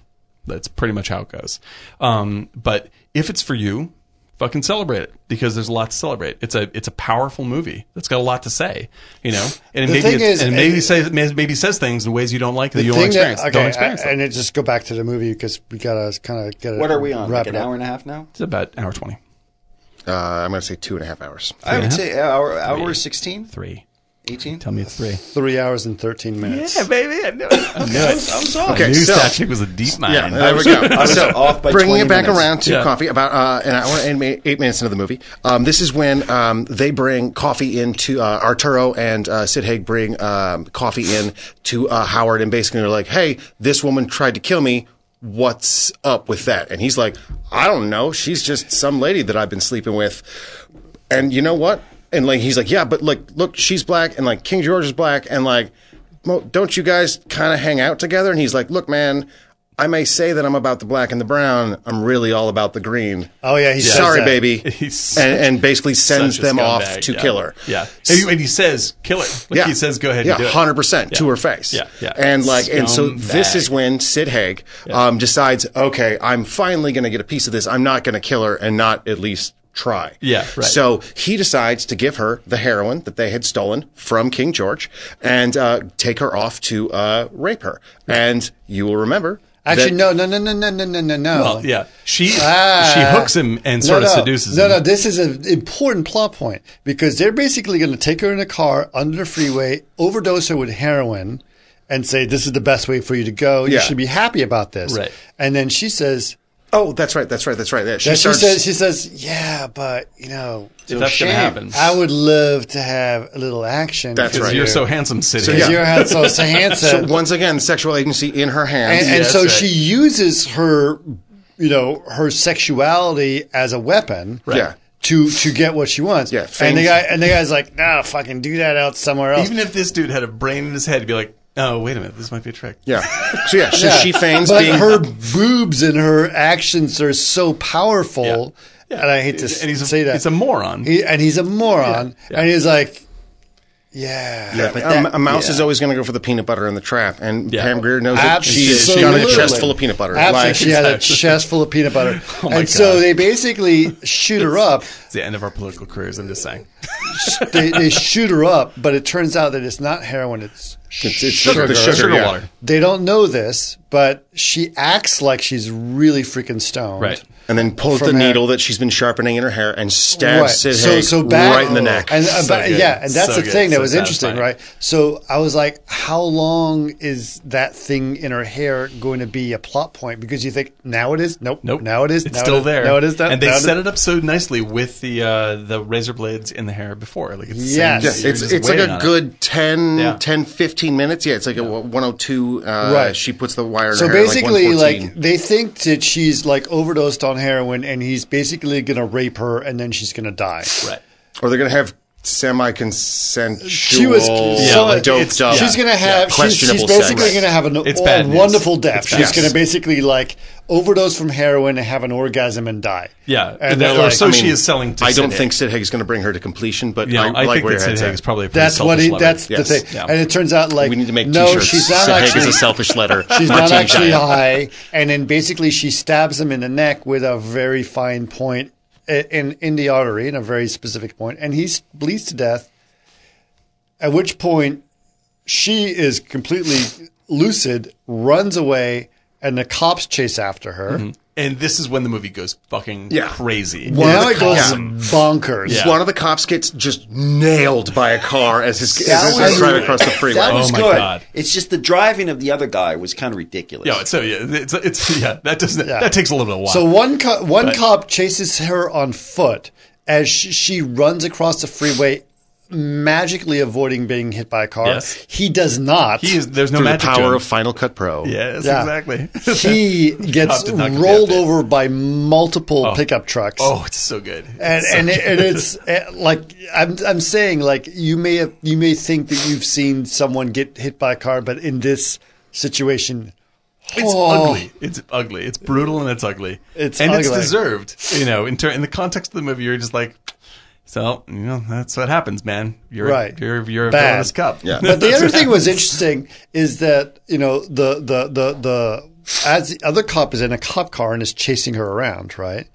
B: That's pretty much how it goes. Um, but if it's for you, fucking celebrate it because there's a lot to celebrate. It's a it's a powerful movie that's got a lot to say. You know, and it maybe
D: thing
B: it's-
D: is-
B: and it maybe says maybe says things in ways you don't like that you don't
D: thing that-
B: experience. don't
D: okay,
B: experience.
D: I-
B: them.
D: and it just go back to the movie because we gotta kind of get it.
F: What are we on?
D: Wrap
F: Like an
D: it up.
F: hour and a half now?
B: it's about hour twenty
G: Uh, I'm going to say two and a half hours.
F: I would say hour hour 16,
B: three.
F: 18.
B: Tell me it's three.
D: Three hours and thirteen minutes.
B: baby, I knew it. I knew it.
F: I'm sorry.
G: Okay,
B: I knew
G: so-
B: statute was a deep mind.
G: Yeah, there we go.
F: was
G: So
F: off by
G: bringing
F: 20
G: it back
F: minutes.
G: around to
B: Yeah.
G: coffee, about uh, an hour and ma- eight minutes into the movie. Um, this is when um, they bring coffee into uh, Arturo and uh, Sid Haig bring um, coffee in to uh, Howard, and basically they're like, "Hey, this woman tried to kill me." What's up with that? And he's like, I don't know. She's just some lady that I've been sleeping with. And you know what? And like, he's like, yeah, but like, look, she's black, and like, King George is black, and like, well, don't you guys kind of hang out together? And he's like, look, man, I may say that I'm about the black and the brown. I'm really all about the green.
D: Oh, yeah, he says
G: sorry,
D: that.
G: baby,
B: He's
G: and, and basically sends
B: such a
G: them off
B: scumbag,
G: to
B: yeah.
G: kill her.
B: Yeah. And he, and he says, kill her. Like
G: Yeah.
B: he says, go ahead
G: Yeah,
B: and do it.
G: 100% to
B: Yeah.
G: her face.
B: Yeah, yeah.
G: And like, and so
B: Scumbag.
G: this is when Sid Haig um, decides, okay, I'm finally going to get a piece of this. I'm not going to kill her and not at least try.
B: Yeah, right.
G: So he decides to give her the heroin that they had stolen from King George and uh, take her off to uh, rape her. And you will remember.
D: Actually,
G: that-
D: no, no, no, no, no, no, no, no, no.
B: Well, yeah. She,
D: Ah.
B: she hooks him and
D: No,
B: sort of
D: no.
B: seduces
D: No,
B: him.
D: no, this is an important plot point because they're basically going to take her in a car under the freeway, overdose her with heroin, and say, This is the best way for you to go. You
G: Yeah.
D: should be happy about this.
B: Right.
D: And then she says,
G: Oh, that's right. That's right. That's right. Yeah, she
D: she,
G: starts.
D: says, she says, yeah, but you know,
B: If that's going to happen.
D: I would love to have a little action.
G: That's
B: Because
G: right.
B: you're so handsome, Sid.
G: yeah.
D: Because you're Han- so, so
G: so
D: handsome.
G: once again, sexual agency in her hands.
D: and, and
B: Yeah,
D: so
B: that's
D: she
B: right.
D: uses her, you know, her sexuality as a weapon.
G: Yeah.
D: To, to get what she wants.
G: Yeah,
D: And the
G: fames.
D: guy and the guy's like, nah, fucking do that out somewhere else.
B: Even if this dude had a brain in his head, he'd be like, oh, wait a minute. This might be a trick.
G: Yeah. So yeah, so
D: Yeah.
G: she feigns
D: but
G: being
D: her boobs and her actions are so powerful.
B: Yeah.
D: And I hate to
B: And he's a,
D: say that.
B: He's a moron.
D: He, and he's a moron.
B: Yeah.
D: And he's like, yeah.
G: Yeah, a, a mouse is always going to go for the peanut butter in the trap, and
B: Yeah.
G: Pam Greer knows that
D: Absolutely.
G: she's got a chest full of peanut butter.
D: Absolutely.
G: Like,
D: she had a chest full of peanut butter. and so
B: Oh God.
D: they basically shoot her up.
B: It's the end of our political careers. I'm just saying.
D: They, they shoot her up, but it turns out that it's not heroin, it's,
G: it's, it's
D: sugar.
G: sugar, the sugar,
B: Sugar
G: yeah.
B: water.
D: They don't know this, but she acts like she's really freaking stoned.
B: Right.
G: And then pulls
D: From
G: the
D: her-
G: needle that she's been sharpening in her hair and stabs
D: Right.
G: Sid
D: so,
G: Haig
D: so back,
G: right in the neck.
D: And, uh,
B: So
D: but-
B: good.
D: yeah, and that's
B: So
D: the
B: good.
D: thing that
B: So
D: was interesting,
B: satisfying.
D: right? So I was like, how long is that thing in her hair going to be a plot point? Because you think now it is, nope,
B: Nope.
D: now it is,
B: It's
D: now
B: still
D: it is,
B: there.
D: now it is, now-
B: and they
D: now
B: set it up so nicely with the uh, the razor blades in the hair before. Like it's the same-
D: Yes.
G: yeah,
D: so
B: you're
G: it's
B: just
G: it's like
B: waiting
G: a
B: on it.
G: good 10,
B: Yeah.
G: 10, 15 minutes. Yeah, it's like a 102. Uh,
D: Right.
G: She puts the wire in
D: So
G: her hair.
D: basically,
G: like,
D: like,
G: 114.
D: they think that she's like overdosed on heroin, and he's basically gonna rape her, and then she's gonna die.
B: Right.
G: or they're going to have semi consensual.
D: She was
B: Yeah,
D: so
B: like,
G: doped
B: it's-
G: up.
D: She's gonna have. she's, she's
G: questionable
D: basically
G: sex.
D: gonna have an,
B: It's
D: a
B: bad news.
D: wonderful death.
B: It's
D: she's
B: bad
D: gonna
G: news.
D: basically like overdose from heroin and have an orgasm and die.
B: Yeah.
D: and
B: And
D: they're
B: that- or
D: like,
B: so she is selling to
G: I don't
B: Sid
G: think Sid Haig is going to bring her to completion, but
B: Yeah,
G: I,
B: I,
G: like
B: think that
G: where your
B: Sid
G: head's
B: Haig
G: at.
B: is probably a pretty
D: that's what
B: selfish
D: he.
B: lover.
D: That's
G: Yes.
D: the thing.
B: Yeah.
D: And it turns out like
G: We need to make
D: no,
G: t-shirts.
D: she's not
G: Sid Haig
D: actually.
G: is a selfish letter.
D: She's
G: Martini
D: not actually
G: Giant.
D: high, and then basically she stabs him in the neck with a very fine point i- in in the artery, in a very specific point, and he s- bleeds to death. At which point, she is completely lucid, runs away, and the cops chase after her.
B: and this is when the movie goes fucking
G: Mm-hmm. Yeah.
B: crazy.
G: One
D: now
G: of the
D: it goes
G: cops,
D: bonkers.
B: Yeah.
G: one of the cops gets just nailed by a car as his
F: That
G: as
F: was-
G: he's driving across the freeway.
F: That
B: Oh
F: was
B: my
F: good.
B: God.
F: It's just the driving of the other guy was kind of ridiculous.
B: Yeah, so yeah, it's, it's yeah, that doesn't
D: Yeah.
B: that takes a little bit of a while.
D: Uh, So one co- one cop chases her on foot as she, she runs across the freeway, magically avoiding being hit by a car.
B: Yes.
D: He does not.
B: he is there's no
G: through the
B: magic
G: power
B: to him.
G: of Final Cut Pro.
B: yes,
D: Yeah.
B: exactly.
D: He gets
B: did not get
D: rolled
B: that bit.
D: over by multiple pickup trucks.
B: oh, it's so good.
D: And,
B: It's so
D: and, it,
B: good.
D: and it's uh, like I'm I'm saying like you may have, you may think that you've seen someone get hit by a car, but in this situation,
B: It's
D: Oh.
B: ugly. It's ugly. It's brutal and it's ugly.
D: It's
B: and it's
D: ugly.
B: deserved. You know, in ter- in the context of the movie, you're just like, so you know that's what happens, man. You're
D: Right.
B: You're you're
D: Bad.
B: a villainous cup. Yeah.
D: But the other thing was interesting is that you know the the the the as the other cop is in a cop car and is chasing her around, right?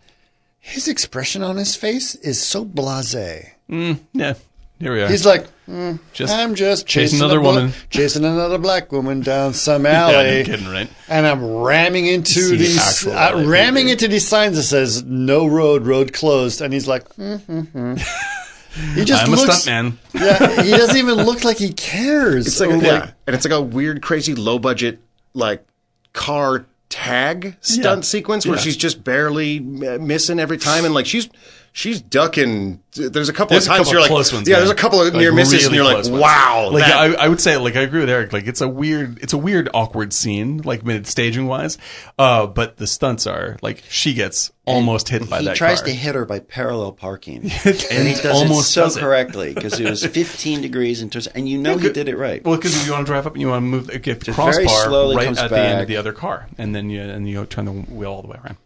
D: His expression on his face is so blasé.
B: yeah. Here we are.
D: He's like, "Mm,
B: Just
D: I'm just chasing,
B: chasing another
D: a bla-
B: woman."
D: chasing another black woman down some
B: yeah,
D: alley,
B: no kidding, right?
D: and I'm ramming into
B: See the
D: these
B: actual
D: uh,
B: alley.
D: ramming into these signs that says "No road, road closed," and he's like, mm, mm, mm. he just
B: I'm a
D: looks.
B: stuntman.
D: yeah, he doesn't even look like he cares.
G: It's like,
D: Or,
G: a, yeah. and it's like a weird, crazy, low budget like car tag stunt
B: Yeah.
G: sequence where she's just barely m- missing every time, and like she's she's ducking. There's a couple
B: There's
G: of
B: a
G: times
B: couple
G: you're like,
B: close ones.
G: yeah,
B: man.
G: there's a couple of
B: Like,
G: near misses,
B: really
G: and you're like,
B: close ones.
G: wow,
B: Like
G: that-
B: I, I would say, like I agree with Eric. Like it's a weird, it's a weird, awkward scene, like mid staging wise. Uh, but the stunts are like she gets almost hit by
F: he
B: that.
F: tries
B: car.
F: to hit her by parallel parking,
B: And
F: and he
B: he
F: does
B: almost
F: it so
B: does it.
F: correctly because it was 15 degrees in terms, and you know he did it right.
B: Well, because you want to drive up and you want to move the okay, crossbar
F: very slowly
B: right at
F: comes
B: the end
F: back.
B: of the other car, and then you and you turn the wheel all the way around.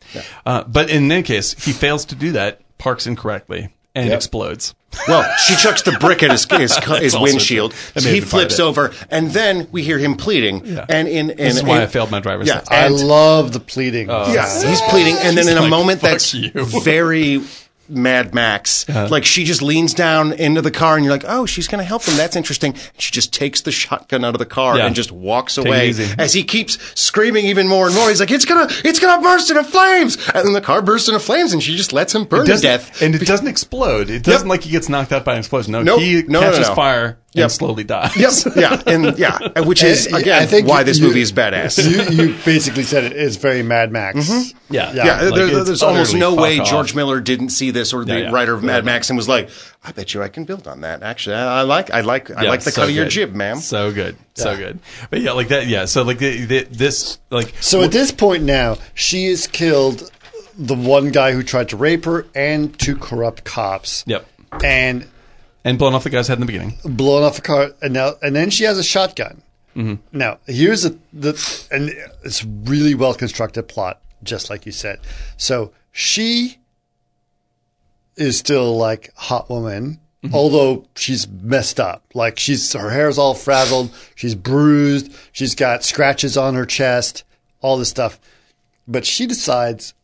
B: Uh, but in any case, he fails to do that, parks incorrectly, and explodes.
G: Well, she chucks the brick at his his, cu- his
B: also
G: windshield.
B: true. That may
G: he
B: have been part of
G: flips
B: it.
G: over, and then we hear him pleading. And in, in
B: This is why
G: in-
B: I failed my driver's
G: Yeah,
B: license.
D: I
G: and-
D: love the pleading.
G: yeah, he's pleading, and then
B: He's
G: in a
B: like,
G: moment
B: "Fuck
G: that's
B: you." Uh-huh.
G: very Mad Max. Like she just leans down into the car, and you're like, "Oh, she's going to help him. That's interesting." And she just takes the shotgun out of the car
B: Yeah.
G: and just walks
B: it
G: away.
B: easy.
G: As he keeps screaming even more and more, he's like, "It's gonna, it's gonna burst into flames!" And then the car bursts into flames, and she just lets him burn to
B: doesn't-
G: death.
B: and it doesn't explode. It doesn't like he gets knocked out by an explosion. No,
G: Nope.
B: he
G: No, no,
B: catches
G: no.
B: fire and
G: Yep.
B: slowly dies.
G: Yep. Yeah. And yeah, which is
D: And,
G: again
D: I think
G: why
D: you-
G: this
D: you-
G: movie is badass. Mm-hmm.
D: You, you basically said it. It's very Mad Max.
B: Yeah.
D: Yeah.
G: yeah,
B: like,
G: there-
B: it's
G: there's almost
B: utterly
G: no way
B: fuck off.
G: George Miller didn't see this, or the
B: Yeah, yeah.
G: writer of Mad Max, and was like, "I bet you I can build on that." Actually, I, I like, I like, I
B: Yeah,
G: like the
B: so
G: cut of your
B: good.
G: jib, ma'am.
B: So good, so good. But yeah, like that. Yeah, so like the, the, this, like
D: So at this point now, she has killed the one guy who tried to rape her and two corrupt cops.
B: Yep.
D: And
B: and blown off the guy's head in the beginning.
D: blown off a car, and now and then she has a shotgun. Now here's a the and it's really well constructed plot, just like you said. So she is still like hot woman, although she's messed up. Like she's her hair's all frazzled, she's bruised, she's got scratches on her chest, all this stuff. But she decides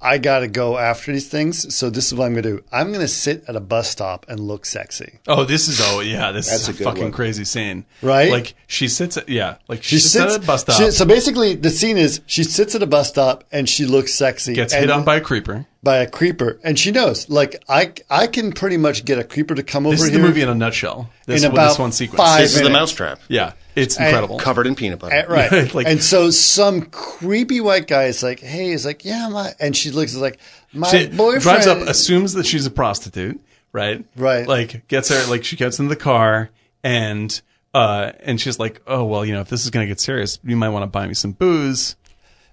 D: I gotta go after these things, so this is what I'm gonna do. I'm gonna sit at a bus stop and look sexy.
B: Oh, this is oh yeah, this is
F: a
B: a
F: good
B: fucking
F: one.
B: crazy scene,
D: Right?
B: Like she sits, at, yeah, like she,
D: She
B: sits,
D: sits
B: at a bus stop,
D: she- so basically, the scene is she sits at a bus stop and she looks sexy.
B: gets
D: and-
B: hit on by a creeper.
D: by a creeper, and she knows. Like I, I can pretty much get a creeper to come over
B: This is
D: here.
B: the movie in a nutshell. This,
D: in
B: one- this
D: about
B: one sequence.
D: five-
G: this is the
D: minutes.
G: mousetrap,
B: Yeah, it's incredible.
G: covered in peanut butter.
D: Eh, right?
B: Like-
D: and so some creepy white guy is like, "Hey," is like, "Yeah, my," and she looks like my
B: she
D: boyfriend
B: drives up, assumes that she's a prostitute, right?
D: Right.
B: Like gets her, like she gets in the car and. Uh, and she's like, "Oh well, you know, if this is gonna get serious, you might want to buy me some booze."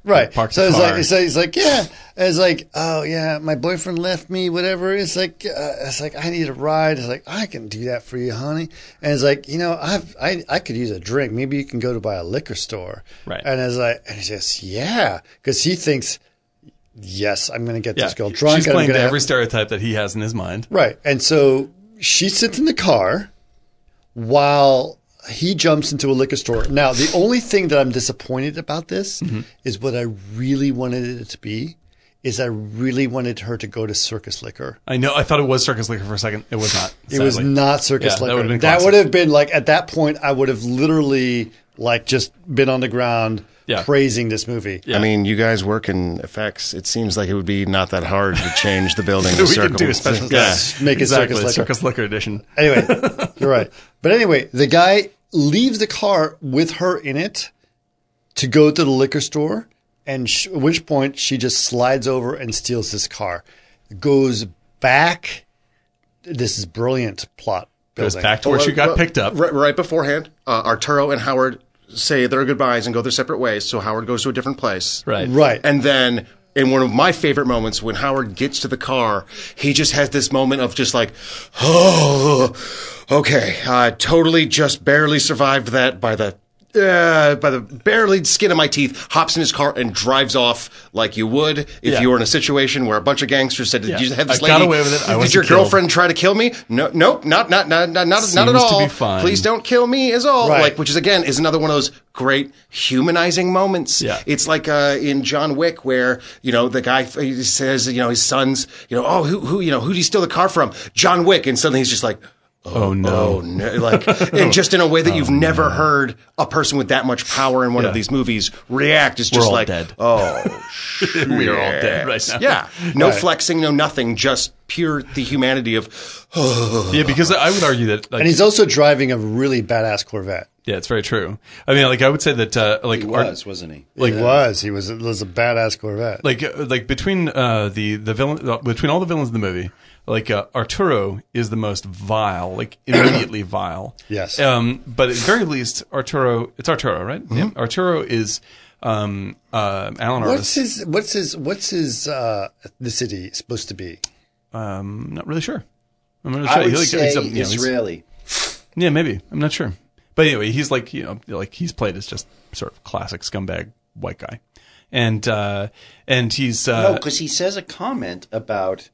D: right?
B: parked
D: So
B: the
D: it's
B: car.
D: like, so he's like, "Yeah," and it's like, "Oh yeah, my boyfriend left me, whatever." It's like, uh, it's like I need a ride. It's like I can do that for you, honey. And it's like, you know, I've I I could use a drink. Maybe you can go to buy a liquor store,
B: Right.
D: And it's like, and he says, "Yeah," because he thinks. Yes, I'm going to get
B: Yeah,
D: this girl drunk.
B: she's
D: and I'm
B: playing to
D: gonna have-
B: every stereotype that he has in his mind.
D: Right. And so she sits in the car while he jumps into a liquor store. Now, the only thing that I'm disappointed about this
B: Mm-hmm.
D: is what I really wanted it to be is I really wanted her to go to Circus Liquor.
B: I know. I thought it was circus liquor for a second. It was not.
D: It was
B: sadly.
D: not Circus
B: Yeah, that
D: Liquor.
B: would've been
D: that
B: classic.
D: would have been like at that point I would have literally like just been on the ground
B: Yeah.
D: praising this movie.
B: Yeah.
G: I mean, you guys work in effects. It seems like it would be not that hard to change the building. to
B: we
G: circle.
B: could do a special
G: Yeah.
B: guest.
D: Make it
B: exactly.
D: Circus Liquor.
B: Liquor edition.
D: Anyway, you're right. But anyway, the guy leaves the car with her in it to go to the liquor store, and sh- at which point she just slides over and steals this car, goes back. This is brilliant plot.
B: Goes
D: building.
B: back to where she got picked up.
G: Right, right beforehand, uh, Arturo and Howard say their goodbyes and go their separate ways. So Howard goes to a different place.
B: Right.
D: Right.
G: And then in one of my favorite moments, when Howard gets to the car, he just has this moment of just like, oh, okay, I totally just barely survived that by the. Uh, by the barely skin of my teeth, hops in his car and drives off like you would if
B: Yeah.
G: you were in a situation where a bunch of gangsters said, "Did
B: Yeah.
G: you have this
B: I
G: lady?
B: got away with it. I
G: Did
B: wasn't
G: your
B: killed."
G: girlfriend try to kill me? No, nope, not not not not not, not at
B: Seems to
G: all.
B: be fine.
G: Please don't kill me is all.
D: Right.
G: Like which is again is another one of those great humanizing moments.
B: Yeah.
G: It's like uh, in John Wick where, you know, the guy he says, you know, his son's, you know, oh, who, who, you know, who do you steal the car from? John Wick. And suddenly he's just like,
B: Oh,
G: oh,
B: no. Oh,
G: no. Like, and just in a way that you've never heard a person with that much power in one of these movies react. It's just
B: all
G: like,
B: dead.
G: oh,
B: We're all dead right now.
G: yeah. No flexing, no nothing, just pure the humanity of, uh,
B: Yeah, because I would argue that like,
D: And he's also driving a really badass Corvette.
B: Yeah, it's very true. I mean, like I would say that uh, like
F: He
B: our-
F: was, wasn't he?
D: Like was he was it was a badass Corvette.
B: like uh, like between uh, the the villain uh, between all the villains in the movie, like uh, Arturo is the most vile, like immediately vile.
D: Yes.
B: Um, but at very least, Arturo it's Arturo, right? Yeah. Arturo is um uh, Alan
D: what's
B: Artis.
D: his what's his what's his uh, ethnicity supposed to be?
B: I'm not really sure. I'm not really
F: I
B: sure.
F: would
B: He, like,
F: say
B: he's a- you know, he's-
F: Israeli.
B: yeah, maybe. I'm not sure. But anyway, he's like you know like he's played as just sort of classic scumbag white guy, and uh, and he's
F: No,
B: uh,
F: because he says a comment about.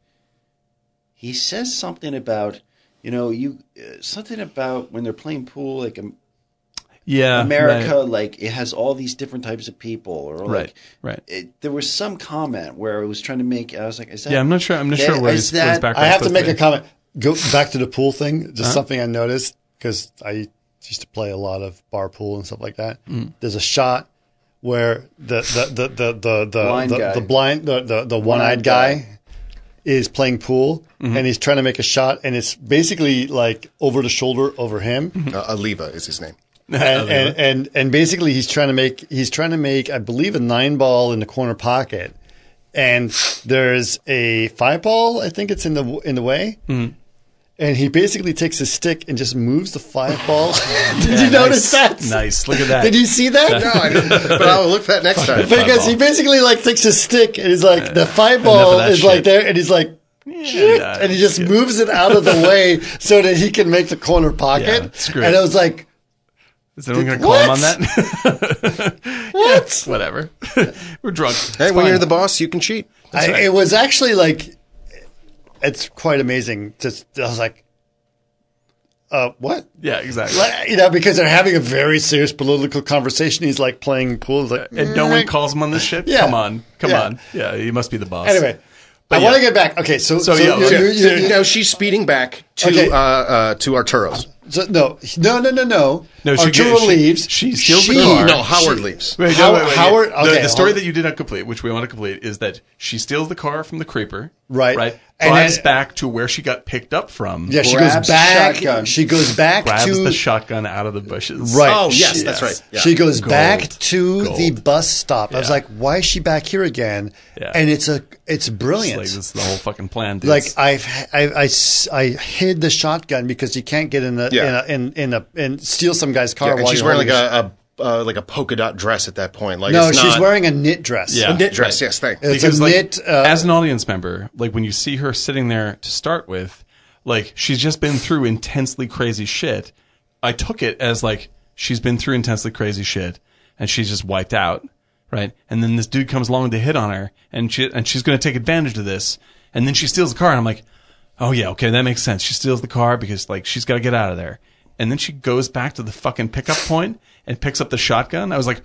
F: He says something about, you know, you uh, something about when they're playing pool, like um,
B: yeah
F: America,
B: right.
F: like it has all these different types of people, or like
B: Right, right.
F: It, there was some comment where I was trying to make. I was like, is that?
B: Yeah, I'm not sure. I'm not
F: Yeah,
B: sure where
F: is
B: his, where his
F: that-
B: background.
D: I have to make a
B: a.
D: comment. Go back to the pool thing. Just something I noticed because I used to play a lot of bar pool and stuff like that. There's a shot where the the the the the the
F: Blind
D: the,
F: guy.
D: the blind the the, the one eyed guy,
F: guy.
D: is playing pool and he's trying to make a shot and it's basically like over the shoulder over him
G: uh, Aliva is his name.
D: and, and and and basically he's trying to make he's trying to make I believe a nine ball in the corner pocket, and there's a five ball I think it's in the in the way.
B: Mm-hmm.
D: And he basically takes his stick and just moves the five ball. Did you notice that?
B: Nice. Look at that.
D: Did you see that?
G: No, I didn't, but I'll look for that next time.
D: Because he basically like takes his stick and he's like the five ball
B: that
D: is like
B: shit.
D: there and he's like "Shit," and he just moves it out of the way so that he can make the corner pocket.
B: Yeah, screw
D: and
B: it.
D: I was like,
B: Is anyone going to call him on
D: What?
B: that?
D: what?
B: Whatever. We're drunk.
G: Hey, when you're the boss, you can cheat.
D: I, It was actually like, it's quite amazing. Just I was like, uh, what?
B: Yeah, exactly.
D: Like, You know, because they're having a very serious political conversation. He's like playing pool. He's like,
B: Uh,
D: Mm.
B: and no one calls him on this ship.
D: Yeah.
B: Come on. Come
D: Yeah.
B: on. Yeah, he must be the boss.
D: Anyway, I
B: yeah.
D: want to get back. Okay, so so,
B: yeah,
D: you-
B: yeah.
D: you- you- you-
G: no, she's speeding back to
D: Okay.
G: uh, uh, to Arturo's.
D: so- no, no, no, no, no.
B: No, she
D: Arturo
B: gets- she-
D: leaves.
B: she steals the
D: She-
B: car.
G: No, Howard leaves.
B: Wait,
D: How-
B: no, wait, wait,
D: Howard-
B: yeah. The-
D: okay,
B: the, story
D: hold-
B: that you did not complete, which we want to complete, is that she steals the car from the creeper.
D: Right.
B: Right.
D: And
B: drives
D: then-
B: back to where she got picked up from.
D: Yeah, she
F: Grabs
D: goes
F: the
D: back.
F: shotgun.
D: She goes back
B: Grabs
D: to
B: the shotgun out of the bushes.
D: Right.
G: Oh, yes,
D: She-
G: that's right. Yeah.
D: She goes back
B: Gold.
D: to the
B: Gold.
D: bus stop. I was
B: Yeah.
D: like, why is she back here again?
B: Yeah.
D: And it's a it's
B: It's
D: brilliant.
B: Like, this is the whole fucking plan. dudes.
D: like I've I, I s- I hid the shotgun because you can't get in the
G: Yeah.
D: in a, in in a and steal some guy's car.
G: Yeah,
D: while
G: and she's
D: you're
G: wearing like
D: holding the
G: a, a uh, like a polka dot dress at that point. Like
D: sh- no,
G: it's
D: she's
G: not-
D: wearing a knit dress.
B: Yeah.
G: a knit dress. Yes, thank. you.
D: It's a knit, uh,
B: as an audience member, like when you see her sitting there to start with, like she's just been through intensely crazy shit. I took it as like she's been through intensely crazy shit and she's just wiped out, right? And then this dude comes along to hit on her and she and she's going to take advantage of this. And then she steals the car and I'm like, "Oh yeah, okay, that makes sense. She steals the car because like she's got to get out of there." And then she goes back to the fucking pickup point and picks up the shotgun. I was like,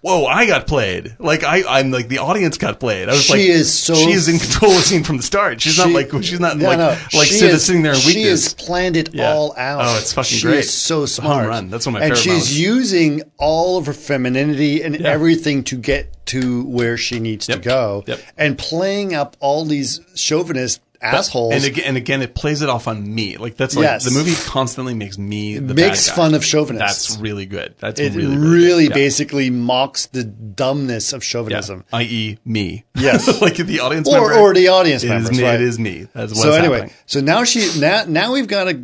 B: whoa, I got played. Like I, I'm like the audience got played. I was
D: She
B: like,
D: is so-
B: she is in control of the scene from the start. She's not like she's not
D: no,
B: like
D: no.
B: like
D: She
B: sit-
D: is-
B: sitting there in weakness.
D: She has planned it
B: Yeah.
D: all out.
B: Oh, it's fucking
D: she
B: great.
D: Is so
B: It's a home
D: smart.
B: run. That's one of my
D: And
B: favorite
D: she's
B: moments.
D: using all of her femininity and everything to get to where she needs
B: Yep.
D: to go,
B: Yep.
D: and playing up all these chauvinist assholes.
B: And again, and again, it plays it off on me. Like that's like
D: Yes.
B: the movie constantly makes me the
D: Makes
B: bad guy.
D: fun of chauvinists.
B: That's really good. That's
D: it
B: really
D: really,
B: really, good. Yeah.
D: basically mocks the dumbness of
B: Yeah.
D: chauvinism.
B: i.e., me.
D: Yes.
B: like the audience
D: Or-
B: member
D: or the audience
B: It is
D: members,
B: me-
D: right.
B: It is me. That's what's
D: So anyway,
B: happening.
D: so now she now now we've got a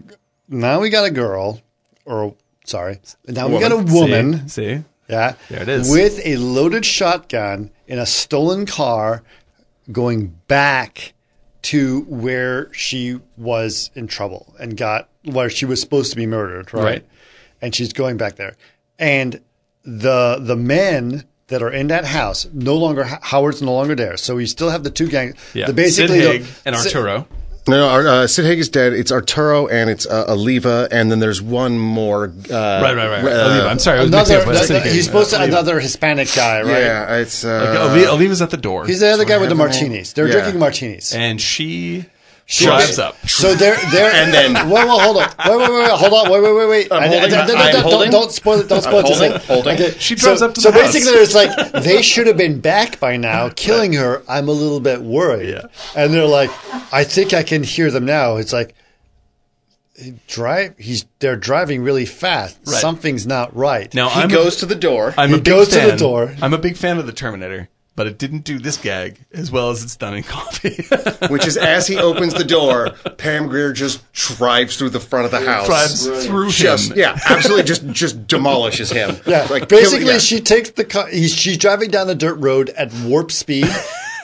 D: now we got a girl or sorry now we got a woman
B: See, See?
D: Yeah.
B: There it is.
D: With a loaded shotgun in a stolen car going back to where she was in trouble and got where she was supposed to be murdered, right?
B: Right.
D: And she's going back there. And the the men that are in that house no longer Howard's no longer there. So we still have the two gangs.
B: Yeah.
D: The basically
B: Sid Haig
D: the-
B: and
D: Sid-
B: Arturo.
G: No, no Ar- uh, Sid Haig is dead. It's Arturo and it's uh, Oliva, and then there's one more. Uh,
B: right, right, right. right.
G: uh,
B: Oliva. I'm sorry. I was mixing
D: Another,
B: up with Sid Haig.
D: he's supposed to another Hispanic guy, right?
G: Yeah, it's uh,
B: Like, Oli- Oliva's at the door.
D: He's the other guy with the
G: Whatever.
D: martinis. They're
G: Yeah.
D: drinking martinis.
B: and she drives up.
D: So they're they're
G: And then-
D: whoa whoa hold on wait wait wait wait hold on wait wait wait wait
G: I'm
D: I- I-
G: holding,
D: don't-
G: I'm
D: don't-
G: holding.
D: don't don't spoil it don't spoil
G: I'm
D: it
G: holding,
D: Jose.
G: holding.
B: She drives
D: so,
B: up to
D: so
B: the house.
D: basically it's like they should have been back by now killing her I'm a little bit worried
B: Yeah.
D: and they're like I think I can hear them now it's like drive he's they're driving really fast
B: Right.
D: something's not right
B: Now
G: he
B: I'm
G: goes
B: a,
G: to the door.
B: I'm a
D: He
B: big
D: goes to the
B: fan-
D: door.
B: I'm a big fan of the Terminator, but it didn't do this gag as well as it's done in Coffee.
G: which is as he opens the door, Pam Greer just drives through the front of the house.
B: drives through
G: just
B: him.
G: yeah, absolutely just just demolishes him.
D: Yeah.
G: Like,
D: Basically,
G: kill- yeah.
D: she takes the car. He's, she's driving down the dirt road at warp speed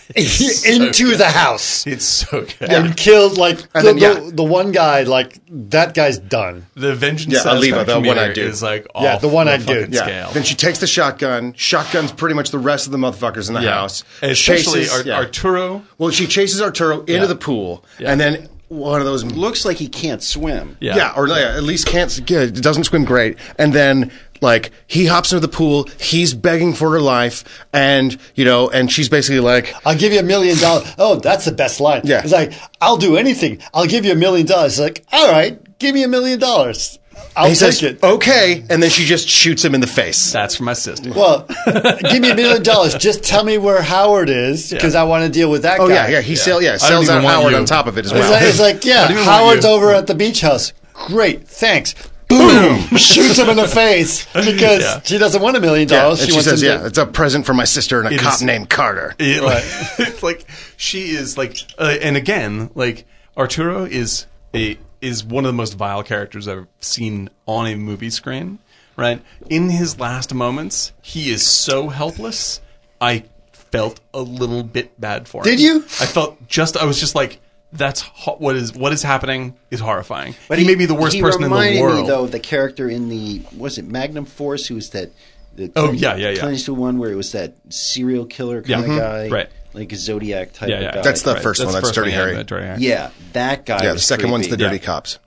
D: into the house
B: It's so good.
D: and kills like the,
G: And then,
D: the-
G: yeah.
D: the one guy. Like that guy's done.
B: The Vengeance
G: Yeah,
B: Satisfaction
G: Oliva, the
B: meter
G: one-eyed dude.
B: is like off
D: Yeah, the one-eyed
B: fucking
D: dude.
G: Yeah.
B: scale.
G: Then she takes the shotgun. Shotgun's pretty much the rest of the motherfuckers in the house.
B: Especially
G: Chases-
B: Ar-
G: yeah.
B: Arturo.
G: Well, she chases Arturo into the pool, and then one of those
F: Looks like he can't swim.
G: Yeah. or like, at least can't yeah, doesn't swim great. And then like he hops into the pool, he's begging for her life, and you know, and she's basically like,
D: I'll give you a million dollars. Oh, that's the best line.
G: Yeah.
D: It's like I'll do anything. I'll give you a million dollars. It's like all right, give me a million dollars. I'll
G: he
D: take
G: says, "Oh."
D: it.
G: okay, and then she just shoots him in the face.
B: That's for my sister.
D: Well, give me a million dollars. Just tell me where Howard is because I want to deal with that
G: Oh
D: guy.
G: yeah, yeah, he sell, yeah
B: don't
G: sells
B: even
G: out
B: want
G: Howard
B: you.
G: on top of it as
D: It's
G: well.
D: like, it's like, yeah,
B: I don't even want
D: Howard's
B: you.
D: over at the beach house. Great, thanks. Boom! Shoots him in the face because
B: Yeah.
D: she doesn't want a million
G: Yeah,
D: dollars.
G: and she,
D: wants
G: says,
D: him
G: yeah,
D: to-
G: it's a present for my sister and a
B: It
G: cop
B: is-
G: named Carter.
B: It- like, it's like she is like, uh, and again, like Arturo is a is one of the most vile characters I've seen on a movie screen. Right in his last moments, he is so helpless. I felt a little bit bad for him.
D: Did you?
B: I felt just. I was just like, that's ho- what is what is happening is horrifying. But he, may be the worst
F: he
B: person in the
F: reminded
B: world.
F: Me, though of the character in the was it Magnum Force who was that? The
B: Oh, yeah, yeah, yeah.
F: Clients to one where it was that serial killer
B: Yeah,
F: kind
B: mhm,
F: of guy,
B: right.
F: Like a Zodiac type.
B: yeah, yeah,
F: of guy.
G: That's the first one, that's
B: first
G: Dirty Harry.
B: yeah, Dirty Harry.
F: yeah, that guy.
G: Yeah, the
F: was
G: second one's the
F: creepy.
G: dirty
B: Yeah.
G: cops.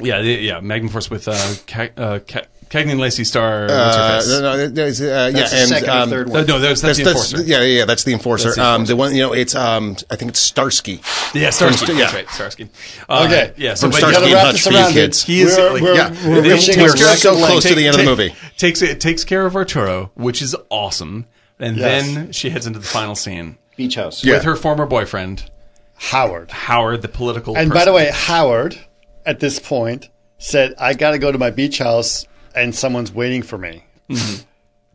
B: Yeah, the- yeah. Magnum Force with uh, Ca- uh, Ca- Cagney and Lacey star.
G: Uh,
B: what's her
G: no,
B: face?
G: no, there's, uh, yeah,
F: That's the
G: and,
F: second
G: um,
F: and third
B: No,
F: one.
B: no, that's, that's, the enforcer.
G: yeah, yeah, yeah, that's the enforcer.
B: That's the
G: Um, the one, you know, it's um, I think it's Starsky.
B: yeah, Starsky.
G: From-
B: that's
G: yeah.
B: right, Starsky. Uh,
D: Okay.
B: yeah, so
G: From
B: but
G: Starsky
B: yeah,
G: and
B: the-
G: Hutch for you kids.
B: He is,
D: we're,
B: like-
D: we're,
G: Yeah.
D: we're
G: They-
D: reaching
G: we're
D: a
G: so
D: record
G: close
D: length.
G: to the end of the movie.
B: Takes it takes care of Arturo, which is awesome, and
D: Yes.
B: then she heads into the final scene
F: Beach House.
G: Yeah.
B: with her former boyfriend
D: Howard.
B: Howard, the political.
D: And by
B: person.
D: the way, Howard at this point said, "I got to go to my beach house, and someone's waiting for me."
G: Mm-hmm.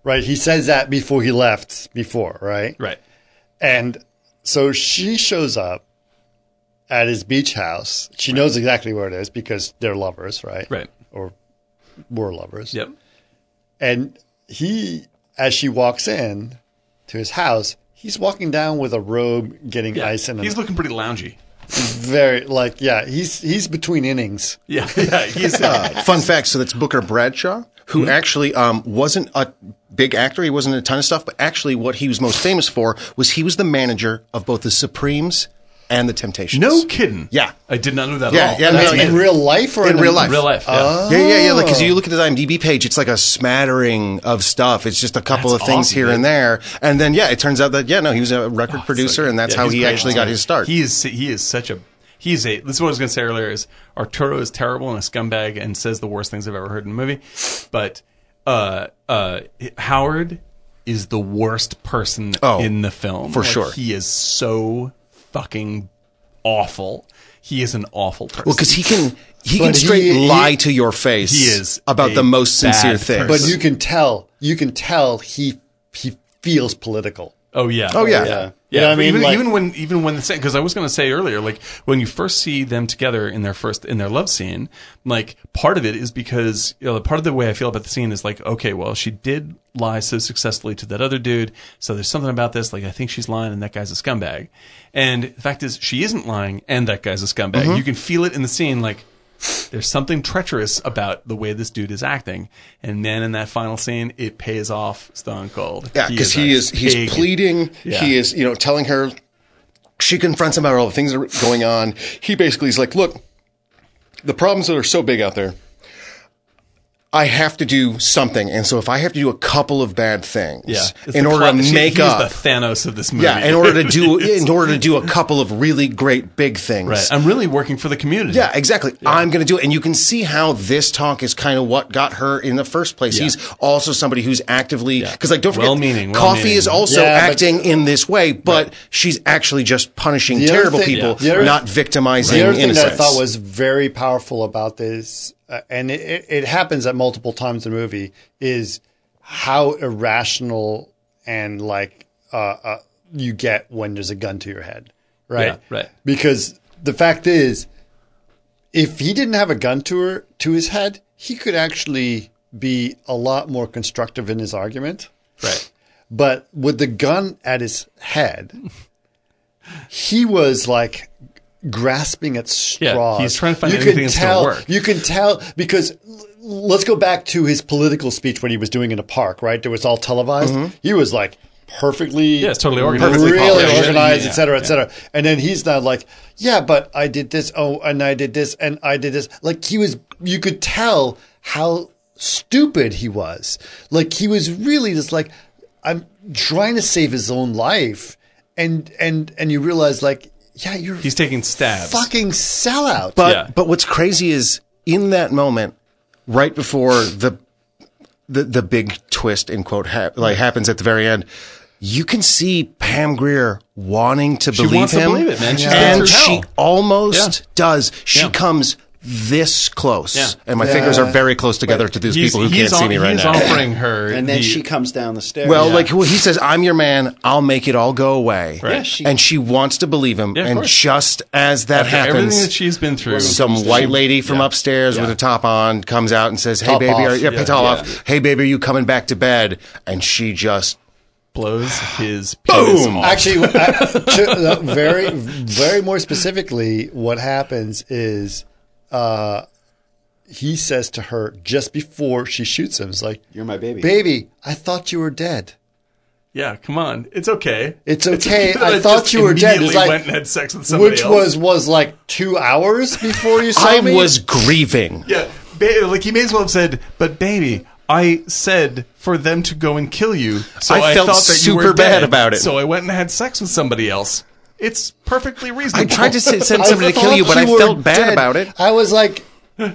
D: Right? He says that before he left. Before, right?
B: right?
D: And so she shows up at his beach house. She knows exactly where it is because they're lovers, right?
B: Right.
D: Or were lovers.
B: Yep.
D: And he, as she walks in to his house, he's walking down with a robe, getting
B: Yeah.
D: ice and
B: He's looking pretty loungy.
D: very like yeah. He's he's between innings.
B: Yeah, yeah. He's uh,
G: Fun fact: so that's Booker Bradshaw,
B: Hmm?
G: who actually um, wasn't a big actor. He wasn't in a ton of stuff, but actually, what he was most famous for was he was the manager of both the Supremes and The Temptations.
B: No kidding.
G: Yeah.
B: I did not know that
G: Yeah,
B: at all.
G: yeah,
B: That's
G: no,
B: amazing.
D: in real life or
G: in real life.
B: Real life, yeah.
D: Oh.
G: Yeah, yeah, yeah. Like, because you look at the IMDb page, it's like a smattering of stuff. It's just a couple
B: That's
G: of things
B: awesome,
G: here
B: dude. Oh,
G: and there, and then yeah, it turns out that yeah, no, he was a record producer, and that's
B: Yeah,
G: how
B: he's
G: he
B: great.
G: actually got his start.
B: He is he is such a he's a this is what I was gonna say earlier is Arturo is terrible and a scumbag and says the worst things I've ever heard in a movie. But uh uh Howard is the worst person
G: Oh,
B: in the film.
G: for sure.
B: He is so fucking awful. He is an awful person.
G: well, because he can he
D: But
G: can straight
D: he-
G: lie to your face.
B: He is
G: about
B: a
G: the most
B: bad
G: sincere things.
D: But you can tell, you can tell he he feels political.
B: Oh yeah.
G: Oh, yeah.
B: Yeah.
G: Yeah.
D: You know what I mean?
B: Even,
D: Like-
B: even when even when the same because I was going to say earlier, like when you first see them together in their first in their love scene, like part of it is because you know, part of the way I feel about the scene is like, okay, well, she did lie so successfully to that other dude, so there's something about this. Like I think she's lying, and that guy's a scumbag. And the fact is, she isn't lying, and that guy's a scumbag.
D: Mm-hmm.
B: You can feel it in the scene, like. There's something treacherous about the way this dude is acting, and then in that final scene, it pays off Stone Cold.
G: Yeah, because he
B: a
G: is, he's
B: pig.
G: pleading.
B: Yeah.
G: He is you know telling her. She confronts him about all the things that are going on. He basically is like, look, the problems that are so big out there. I have to do something, and so if I have to do a couple of bad things
B: Yeah. It's
G: in
B: the
G: order
B: plot-
G: to
B: she-
G: make
B: he is
G: up,
B: the Thanos of this movie.
G: yeah, in order to do in order to do a couple of really great big things,
B: right. I'm really working for the community.
G: yeah, exactly. I'm going to do it. And you can see how this talk is kind of what got her in the first place.
B: Yeah.
G: He's also somebody who's actively, because like, don't forget,
B: Well-meaning,
G: coffee
B: well-meaning.
G: is also
D: Yeah, but-
G: acting in this way, but she's actually just punishing
D: The other
G: terrible
D: thing-
G: people,
D: yeah. The other-
G: not victimizing
D: The other thing
G: innocence.
D: that I thought was very powerful about this, uh, and it, it, it happens at multiple times in the movie, is how irrational and like uh, uh, you get when there's a gun to your head, right?
B: Yeah, right.
D: Because the fact is, if he didn't have a gun to her to his head, he could actually be a lot more constructive in his argument.
B: Right.
D: But with the gun at his head, he was like grasping at straws.
B: he's trying to find
D: you
B: anything
D: can
B: that's gonna
D: tell,
B: work.
D: You can tell because l- let's go back to his political speech when he was doing in a park, right? It was all televised. He was like perfectly,
B: Mm-hmm. Yeah, it's totally organized.
D: really
B: Perfectly polished.
D: organized,
B: Yeah,
D: et cetera, et cetera. And then he's now like, yeah, but I did this. Oh, and I did this, and I did this. Like he was, you could tell how stupid he was. Like he was really just like, I'm trying to save his own life, and and and you realize like, yeah, you're
B: He's taking stabs.
D: fucking sellout.
G: But
B: Yeah.
G: but what's crazy is in that moment, right before the the the big twist in quote ha- like happens at the very end. You can see Pam Greer wanting to believe
B: wants to
G: him,
B: believe it, man. She's been
G: and
B: through
G: she
B: hell.
G: almost
B: Yeah.
G: does. She
B: Yeah.
G: comes this close,
B: Yeah.
G: and my fingers are very close together to these
B: He's,
G: people who
B: he's
G: can't see
B: on-
G: me right
B: he's
G: now.
B: offering her,
F: And then
B: the-
F: she comes down the stairs.
G: Well, like well, he says, "I'm your man. I'll make it all go away,"
B: Right. Yeah,
F: she-
G: and she wants to believe him.
B: of
G: and
B: course.
G: just as that
B: after
G: happens,
B: everything that she's been through.
G: some white lady from
B: Yeah.
G: upstairs with a top on comes out and says, "Hey,
D: Top
G: baby,
D: off.
G: are yeah,
B: Yeah.
G: top off. Hey, baby, are you coming back to bed?" And she just
B: blows his penis
G: Boom!
B: off.
D: Actually, I, to, uh, very, very more specifically, what happens is uh, he says to her just before she shoots him, "It's like
F: You're my baby."
D: baby. I thought you were dead.
B: yeah, come on, it's okay.
D: It's okay.
B: that
D: I
B: just
D: thought you were dead." It's
B: immediately
D: like,
B: went and had sex with somebody
D: which
B: else.
D: was was like two hours before you saw
G: I
D: me.
G: was grieving.
B: yeah, ba- like he may as well have said, "But baby." I said for them to go and kill you, so
G: I
B: I,
G: felt
B: thought that you were
G: super bad
B: dead.
G: about it.
B: So I went and had sex with somebody else. It's perfectly
G: I
B: reasonable.
G: tried to s- send
D: I
G: somebody to kill you,
D: thought
G: but I
D: were
G: felt bad
D: dead.
G: about it.
D: I was like,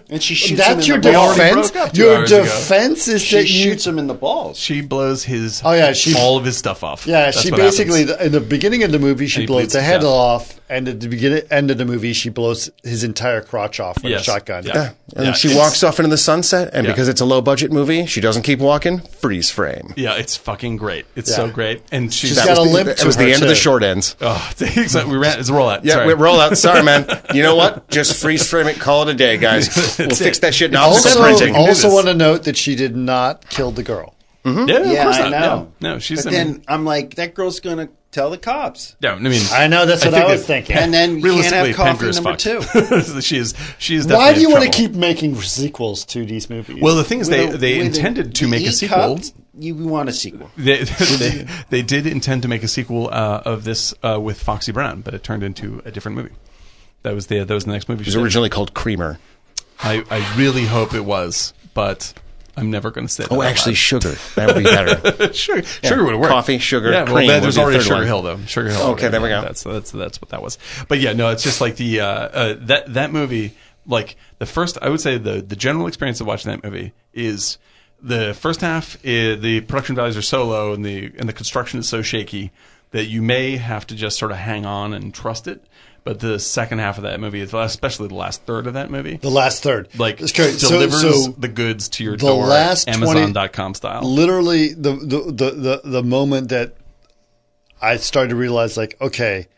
F: and she shoots him
D: "That's
F: in
D: your
F: the balls.
B: already
D: defense.
B: broke up two
D: Your
B: hours ago.
D: defense is
F: She
D: that you
F: shoots him in the balls.
B: She blows his
D: Oh, yeah, she-
B: all of his stuff off.
D: Yeah,
B: That's
D: she
B: what
D: basically
B: happens.
D: in the beginning of the movie she
B: he
D: blows
B: bleeds
D: the
B: to
D: head
B: death.
D: off, and at the beginning end of the movie she blows his entire crotch off with
B: Yes.
D: a shotgun.
B: Yeah.
G: And
B: Yeah,
G: she
B: it's-
G: walks off into the sunset, and
B: Yeah.
G: because it's a low budget movie, she doesn't keep walking. Freeze frame.
B: yeah, it's fucking great. It's so great, and she's,
D: She's got
G: was
D: a
G: the,
D: limp
G: It
D: to
G: was the
D: her,
G: end of the
D: too.
G: short ends.
B: oh, it's like we ran. It's a rollout.
G: Yeah,
B: Sorry.
G: we roll out. Sorry, man. You know what? Just freeze frame it. Call it a day, guys. we'll
B: That's
G: fix
B: it.
G: that shit in
B: Also-
G: optical printing.
B: all-
D: Also,
B: this.
D: want to note that she did not kill the girl.
B: Yeah, of
F: Yeah,
B: course
F: I
B: not.
F: know.
B: No, no, she's.
F: But
B: I mean-
F: then I'm like, that girl's gonna tell the cops,
B: yeah, I mean,
D: I know that's what I,
B: think
D: was
B: that-
D: thinking.
F: and then you can't
B: Realistically,
F: have coffee
B: Pinker's
F: number two.
B: fucked. she is. She is.
D: Why
B: definitely
D: do you
B: in
D: want to
B: trouble.
D: keep making sequels to these movies?
B: Well, the thing is, they
F: With a-
B: they
F: with a-
B: intended to
F: the
B: make a
F: E
B: sequel.
F: cup?
H: you want a sequel.
B: They, they, they did intend to make a sequel uh, of this uh, with Foxy Brown, but it turned into a different movie. That was the that was the next movie. she
G: was
B: did.
G: originally called Creamer.
B: I, I really hope it was, but I'm never going to say. That
G: Oh,
B: out
G: actually,
B: loud.
G: sugar. That would be better.
B: sugar, sugar would work.
G: Coffee, sugar,
B: Yeah, well,
G: cream
B: that-
G: would
B: there's
G: be the
B: already
G: third
B: Sugar
G: one.
B: Hill though. Sugar Hill.
G: Okay, there we go.
B: That's that's that's what that was. But yeah, no, it's just like the uh, uh, that that movie. Like the first, I would say the the general experience of watching that movie is the first half. i the production values are so low, and the and the construction is so shaky that you may have to just sort of hang on and trust it. But the second half of that movie, especially the last third of that movie,
D: The last third.
B: like
D: It's curious. So-
B: delivers
D: so
B: the goods to your
D: the
B: door
D: last 20
B: amazon.com style
D: literally the, the the the the moment that I started to realize like okay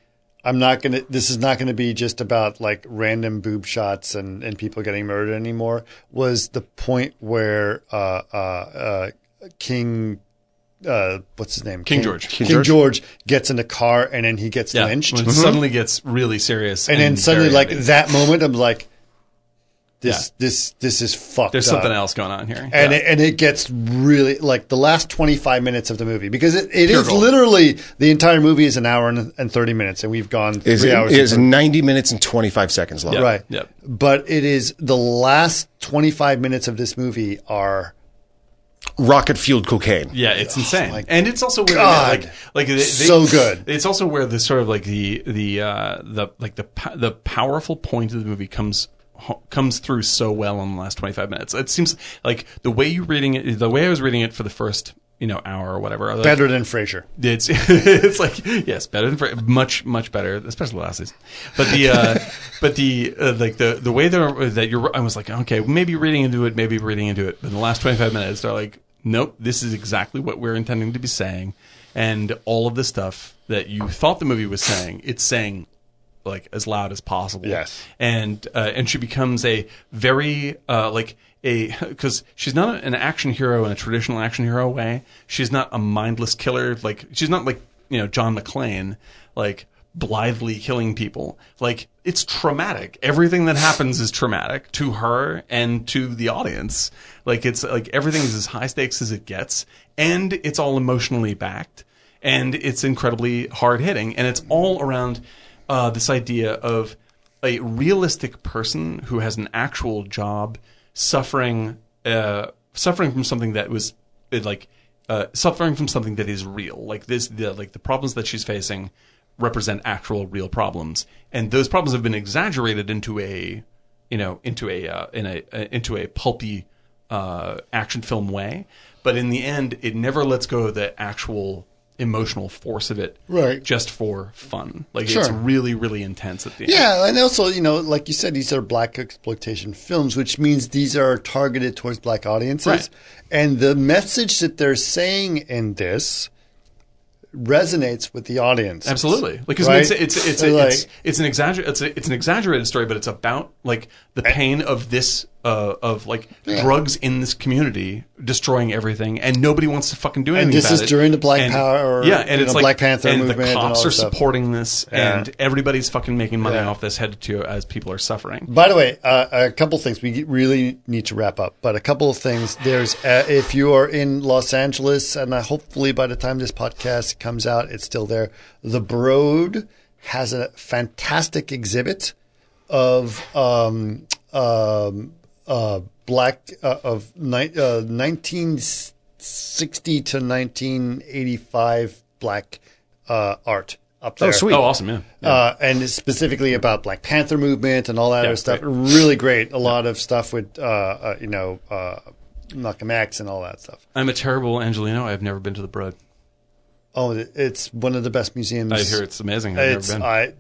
D: I'm not gonna this is not gonna be just about like random boob shots and and people getting murdered anymore was the point where uh uh, uh King uh what's his name
B: King George.
D: King,
B: King
D: George. gets in the car and then he gets
B: yeah
D: lynched
B: when it suddenly gets really serious
D: and then suddenly
B: very
D: like
B: heavy.
D: that moment I'm like this
B: Yeah.
D: this this is fucked
B: there's
D: up.
B: something else going on here
D: and
B: Yeah.
D: it, and it gets really like the last 25 minutes of the movie because it, it
B: Pure
D: is
B: gold.
D: literally the entire movie is an hour and, and 30 minutes and we've gone three
G: Is
D: hours
G: is
D: and thirty-
G: ninety minutes and twenty five seconds long.
D: right
B: Yep.
D: but it is the last 25 minutes of this movie are
G: Rocket fueled cocaine.
B: yeah, it's insane, and it's also where
D: God.
B: like like they, they-
D: So good.
B: It's also where the sort of like the the uh, the like the po- the powerful point of the movie comes ho- comes through so well in the last twenty five minutes. It seems like the way you reading it, the way I was reading it for the first you know hour or whatever, like,
D: better than Frasier.
B: It's it's like yes, better than Fra- much much better, especially last season. But the uh, but the uh, like the the way that that you're, I was like, okay, maybe reading into it, maybe reading into it. But in the last twenty five minutes, they're like, nope, this is exactly what we're intending to be saying, and all of the stuff that you thought the movie was saying, it's saying like as loud as possible.
D: Yes.
B: and uh, and she becomes a very uh, like a because she's not an action hero in a traditional action hero way. She's not a mindless killer. Like she's not like you know John McClane like blithely killing people. Like it's traumatic. Everything that happens is traumatic to her and to the audience. Like it's like everything is as high stakes as it gets, and it's all emotionally backed and it's incredibly hard hitting. And it's all around uh, this idea of a realistic person who has an actual job suffering uh, suffering from something that was it, like uh, suffering from something that is real. Like this, the, like the problems that she's facing represent actual real problems, and those problems have been exaggerated into a you know into a uh, in a uh, into a pulpy uh, action film way, but in the end, it never lets go of the actual emotional force of it,
D: Right.
B: Just for fun, like it's
D: Sure.
B: really, really intense at the end.
D: Yeah, and also, you know, like you said, these are black exploitation films, which means these are targeted towards black audiences.
B: Right.
D: And the message that they're saying in this resonates with the audience.
B: Absolutely, like 'cause
D: Right?
B: it's it's it's it's,
D: They're like-
B: it's, it's an exagger it's, a, it's an exaggerated story, but it's about like the pain of this uh, of like drugs in this community destroying everything, and nobody wants to fucking do anything.
D: this
B: about
D: is
B: it.
D: during the Black
B: And-
D: Power,
B: yeah, and
D: you
B: it's
D: know,
B: like
D: Black Panther
B: and
D: movement
B: the
D: and all
B: cops
D: that
B: are
D: stuff.
B: supporting this,
D: Yeah.
B: and everybody's fucking making money
D: Yeah.
B: off this head to as people are suffering.
D: By the way, uh, a couple things we really need to wrap up, but a couple of things. There's uh, if you are in Los Angeles, and uh, hopefully by the time this podcast comes out, it's still there. The Broad has a fantastic exhibit of um, um, uh, black uh, of ni- uh, 1960 to 1985 black uh, art up there.
G: sweet.
B: Oh, awesome! Yeah,
D: Uh, and it's specifically about Black Panther movement and all that other stuff.
B: right.
D: Really great. A lot of stuff with, uh, uh, you know, uh, Malcolm X and all that stuff.
B: I'm a terrible Angelino. I've never been to the Broad.
D: Oh, it- it's one of the best museums.
B: I hear it's uh, amazing. I've
D: It's
B: never been.
D: I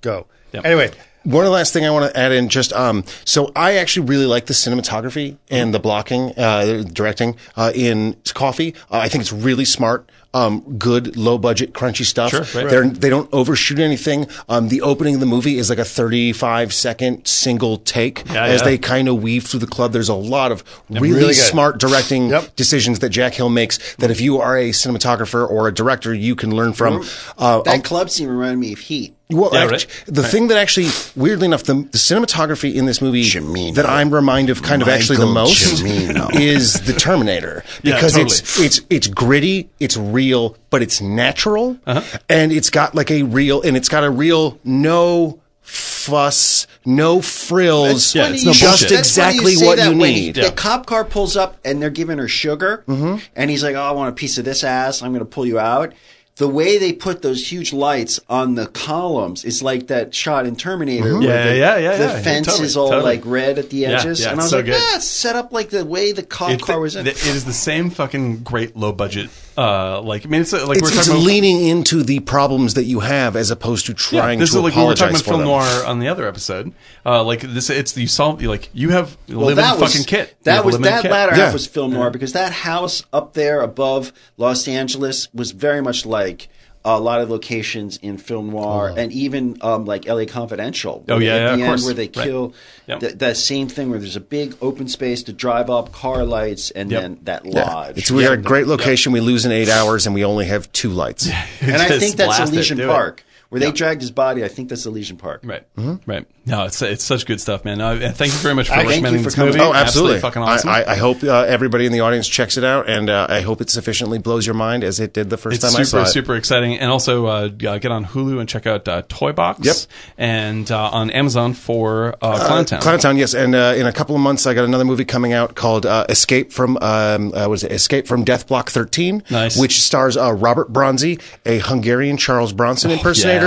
D: go
B: Yep.
D: anyway.
G: One last thing I want to add in, just um, so I actually really like the cinematography and the blocking, uh, directing uh, in Coffee. Uh, I think it's really smart, um, good, low budget, crunchy stuff.
B: Sure, right.
G: They're- They don't overshoot anything. Um, the opening of the movie is like a 35 second single take
B: Yeah,
G: as
B: yeah.
G: they kind of weave through the club. There's a lot of really,
D: Really good.
G: smart directing
D: Yep.
G: decisions that Jack Hill makes. That if you are a cinematographer or a director, you can learn from. Uh,
F: That club scene reminded me of Heat.
G: Well,
B: Yeah,
G: act-
B: right.
G: the thing that actually, weirdly enough, the, the cinematography in this movie
F: Cimino.
G: that I'm reminded of, kind of actually the
F: Michael
G: most,
F: Cimino.
G: is the Terminator
B: Yeah,
G: because it's
B: totally.
G: it's it's gritty, it's real, but it's natural,
B: Uh-huh.
G: and it's got like a real and it's got a real no fuss, no frills,
B: yeah, it's no
G: just
B: bullshit.
F: That's funny
G: exactly
F: say
G: what
F: that
G: you
F: when
G: need.
F: he- The cop car pulls up and they're giving her sugar,
B: Mm-hmm.
F: and he's like, "Oh, I want a piece of this ass. I'm going to pull you out." The way they put those huge lights on the columns is like that shot in Terminator.
B: Mm-hmm. Yeah,
F: Where the,
B: yeah, yeah,
F: The
B: yeah.
F: fence
B: Totally,
F: is all
B: totally.
F: like red at the
B: Yeah,
F: edges,
B: yeah,
F: and
B: it's
F: I was
B: so
F: like,
B: good.
F: "Yeah, it's set up like the way the cop
B: It's
F: car
B: the-
F: was in."
B: the- it is the same fucking great low budget. Uh, like I mean, it's uh, like
G: It's,
B: we're
G: it's
B: talking about
G: leaning into the problems that you have as opposed to trying
B: this
G: to
B: is like we were talking
G: apologize
B: about
G: for
B: film
G: them.
B: noir on the other episode. Uh, like this, it's you solve you like you have
F: well,
B: lemon
F: that was
B: fucking kit. You
F: that
B: have
F: was
B: lemon
F: that
B: kit.
F: latter
G: Yeah.
F: half was film noir because that house up there above Los Angeles was very much like a lot of locations in film noir and even um, like L.A. Confidential.
B: Oh,
F: where
B: yeah,
F: at
B: yeah,
F: the
B: of
F: end
B: course.
F: where they
B: Right.
F: kill
B: Yep.
F: th- that same thing where there's a big open space to drive up car lights and
B: Yep.
F: then that
G: Yeah.
F: lodge.
G: It's we got a great location. We lose in eight hours, and we only have two lights.
F: and I
B: Just
F: think that's
B: blast it,
F: Elysian
B: do it.
F: Park where they dragged his body. I think that's Elysian Park.
B: Right, right. No, it's it's such good stuff, man. No, and thank you very much for
F: Thank you
B: recommending
F: for
B: this
F: coming.
B: movie.
G: Oh, absolutely!
B: fucking awesome.
G: I, I, I hope uh, everybody in the audience checks it out, and uh, I hope it sufficiently blows your mind as it did the
B: it's
G: first time
B: super
G: I saw it.
B: super exciting, and also uh, uh, get on Hulu and check out uh, Toy Box.
G: Yep.
B: and uh, on Amazon for uh, Clowntown.
G: Clowntown, yes, and uh, in a couple of months, I got another movie coming out called uh, Escape from um, uh, what is it? Escape from Death Block Thirteen,
B: Nice.
G: which stars uh, Robert Bronzi, a Hungarian Charles Bronson impersonator,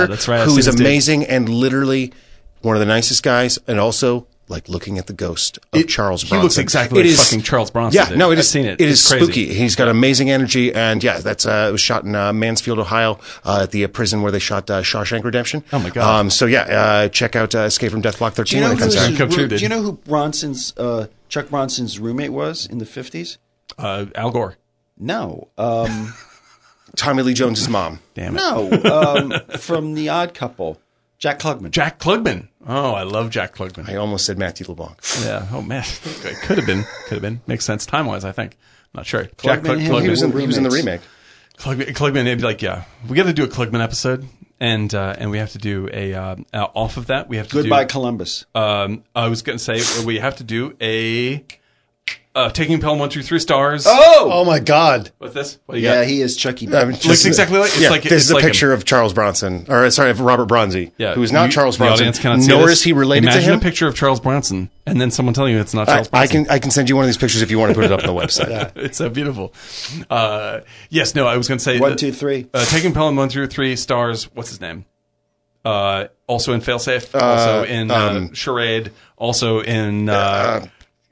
B: yeah, that's right. I've
G: who
B: seen
G: is
B: this dude.
G: amazing and literally one of the nicest guys, and also like looking at the ghost of Charles
B: he
G: Bronson.
B: looks exactly like fucking Charles Bronson
G: Yeah,
B: did.
G: no, it
B: I've
G: is-
B: seen it.
G: It
B: It's
G: is
B: crazy.
G: spooky. He's got amazing energy, and yeah, that's uh, it was shot in uh, Mansfield, Ohio, uh, at the uh, prison where they shot uh, Shawshank Redemption. Oh
B: my God.
G: Um, so yeah, uh, check out uh, Escape from Death Block
F: Do
G: Thirteen
F: you know
G: when it
F: who,
G: comes out.
B: Dream come
F: his,
B: true,
F: do
B: dude.
F: you know who Bronson's uh, Chuck Bronson's roommate was in the fifties?
B: Uh, Al Gore.
F: No. Um,
G: Tommy Lee Jones's mom.
B: Damn it.
F: no. Um, from The Odd Couple, Jack Klugman.
B: Jack Klugman. Oh, I love Jack Klugman.
G: I almost said Matthew LeBlanc.
B: Yeah. Oh man, it could have been. Could have been. Makes sense time wise. I think. Not sure. Jack
F: Klugman,
B: Klug-
F: him,
B: Klugman.
G: He was in,
F: We're
G: he was in the remake.
F: remakes.
B: Klugman, Klugman, it'd be like, yeah, we got to do a Klugman episode, and uh, and we have to do a uh, uh, off of that. We have to
F: Goodbye,
B: do.
F: Columbus.
B: Um, I was going to say we have to do a uh, taking Pelham one two three stars.
D: Oh my God.
B: What's this? What do you
F: yeah,
B: got?
F: he is Chucky.
G: Um,
B: Looks
G: just-
B: exactly like it's
G: yeah,
B: like
G: this
B: it's
G: is a
B: like
G: picture of Charles Bronson, or sorry, of Robert Bronzi,
B: Yeah,
G: who is not
B: you-
G: Charles
B: the
G: Bronson.
B: audience cannot see
G: nor
B: this.
G: is he related
B: Imagine
G: to him.
B: a picture of Charles Bronson, and then someone telling you it's not
G: I,
B: Charles
G: I
B: Bronson.
G: can I can send you one of these pictures if you want to put it up on the website.
B: it's so beautiful. Uh, yes, no, I was going to say
F: One, two, three.
B: Uh, taking Pelham one through three stars. What's his name? Uh, also in Failsafe. also in uh,
G: um,
B: Charade. Also in. Uh,
G: uh,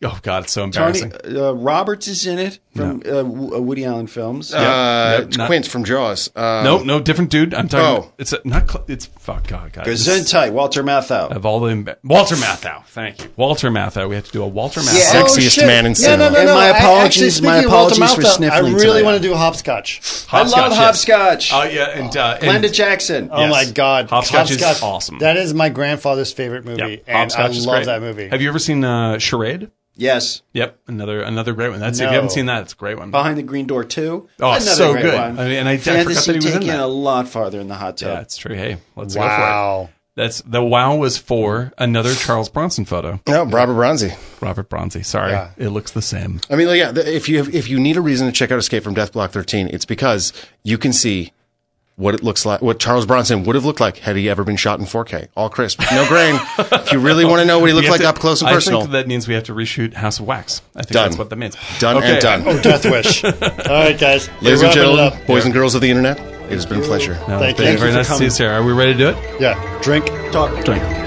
B: oh God, it's so
F: Tony,
B: embarrassing.
F: uh, Roberts is in it from uh, W- uh, Woody Allen films.
G: Uh,
B: Yep, not-
G: Quint from Jaws. Uh,
B: no, no, different dude. I'm talking.
G: Oh.
B: It's a, not. Cl- it's fuck God, God. this-
F: Gesundheit, Walter Matthau. Oh,
B: Of all the emba- Walter Matthau, thank you, Walter Matthau. We have to do a Walter Matthau.
G: Yeah. Sexiest
D: shit.
G: man in
D: yeah, no,
G: cinema.
D: no,
F: And
D: no.
F: my
D: I- actually,
F: apologies- my
D: speaking of Walter
F: apologies for
D: Malthus,
F: sniffling
D: I really
F: tonight.
D: want to do hopscotch.
B: Hopscotch,
F: I love
B: yes.
F: hopscotch.
B: Oh yeah, and, uh, and
F: Glenda Jackson.
D: Oh
B: Yes.
D: my God.
B: Hopscotch is awesome.
D: That is my grandfather's favorite
B: yeah,
D: movie. and I
B: Hopscotch is
D: love
B: great.
D: that movie.
B: Have you ever seen uh, Charade?
F: yes.
B: Yep, another another great one. That's if
D: No.
B: you haven't seen that, it's a great one.
F: Behind the Green Door 2.
B: Oh,
F: Another
B: so
F: great
B: good.
F: One.
B: I mean, and I- I forgot that
F: Fantasy
B: he was in
F: taken
B: that.
F: a lot farther in the hot tub.
B: yeah, it's true. Hey, let's go for it.
D: wow.
B: That's the wow was for another Charles Bronson photo.
G: no, Robert Bronzi.
B: Robert Bronzi. Sorry, it looks the same.
G: I mean, like, yeah, the- if you have, if you need a reason to check out Escape from Death Block 13, it's because you can see what it looks like, what Charles Bronson would have looked like had he ever been shot in 4K, all crisp, no grain. if you really want to know what he
B: We
G: looked
B: have
G: like
B: to-
G: up close and
B: I
G: personal,
B: think that means we have to reshoot House of Wax. I think
G: Done.
B: that's what that means.
G: done
B: Okay.
G: and done.
D: Oh, Death Wish. All right, guys.
G: Ladies
D: We're
G: and
D: wrapping it
G: gentlemen,
D: up.
G: boys and girls of the internet, it has been a pleasure.
B: No,
D: Thank
B: thank
D: you.
B: you. Very
D: Thank you for
B: nice to see you, Sarah. Are we ready to do it?
D: Yeah. Drink.
B: Drink.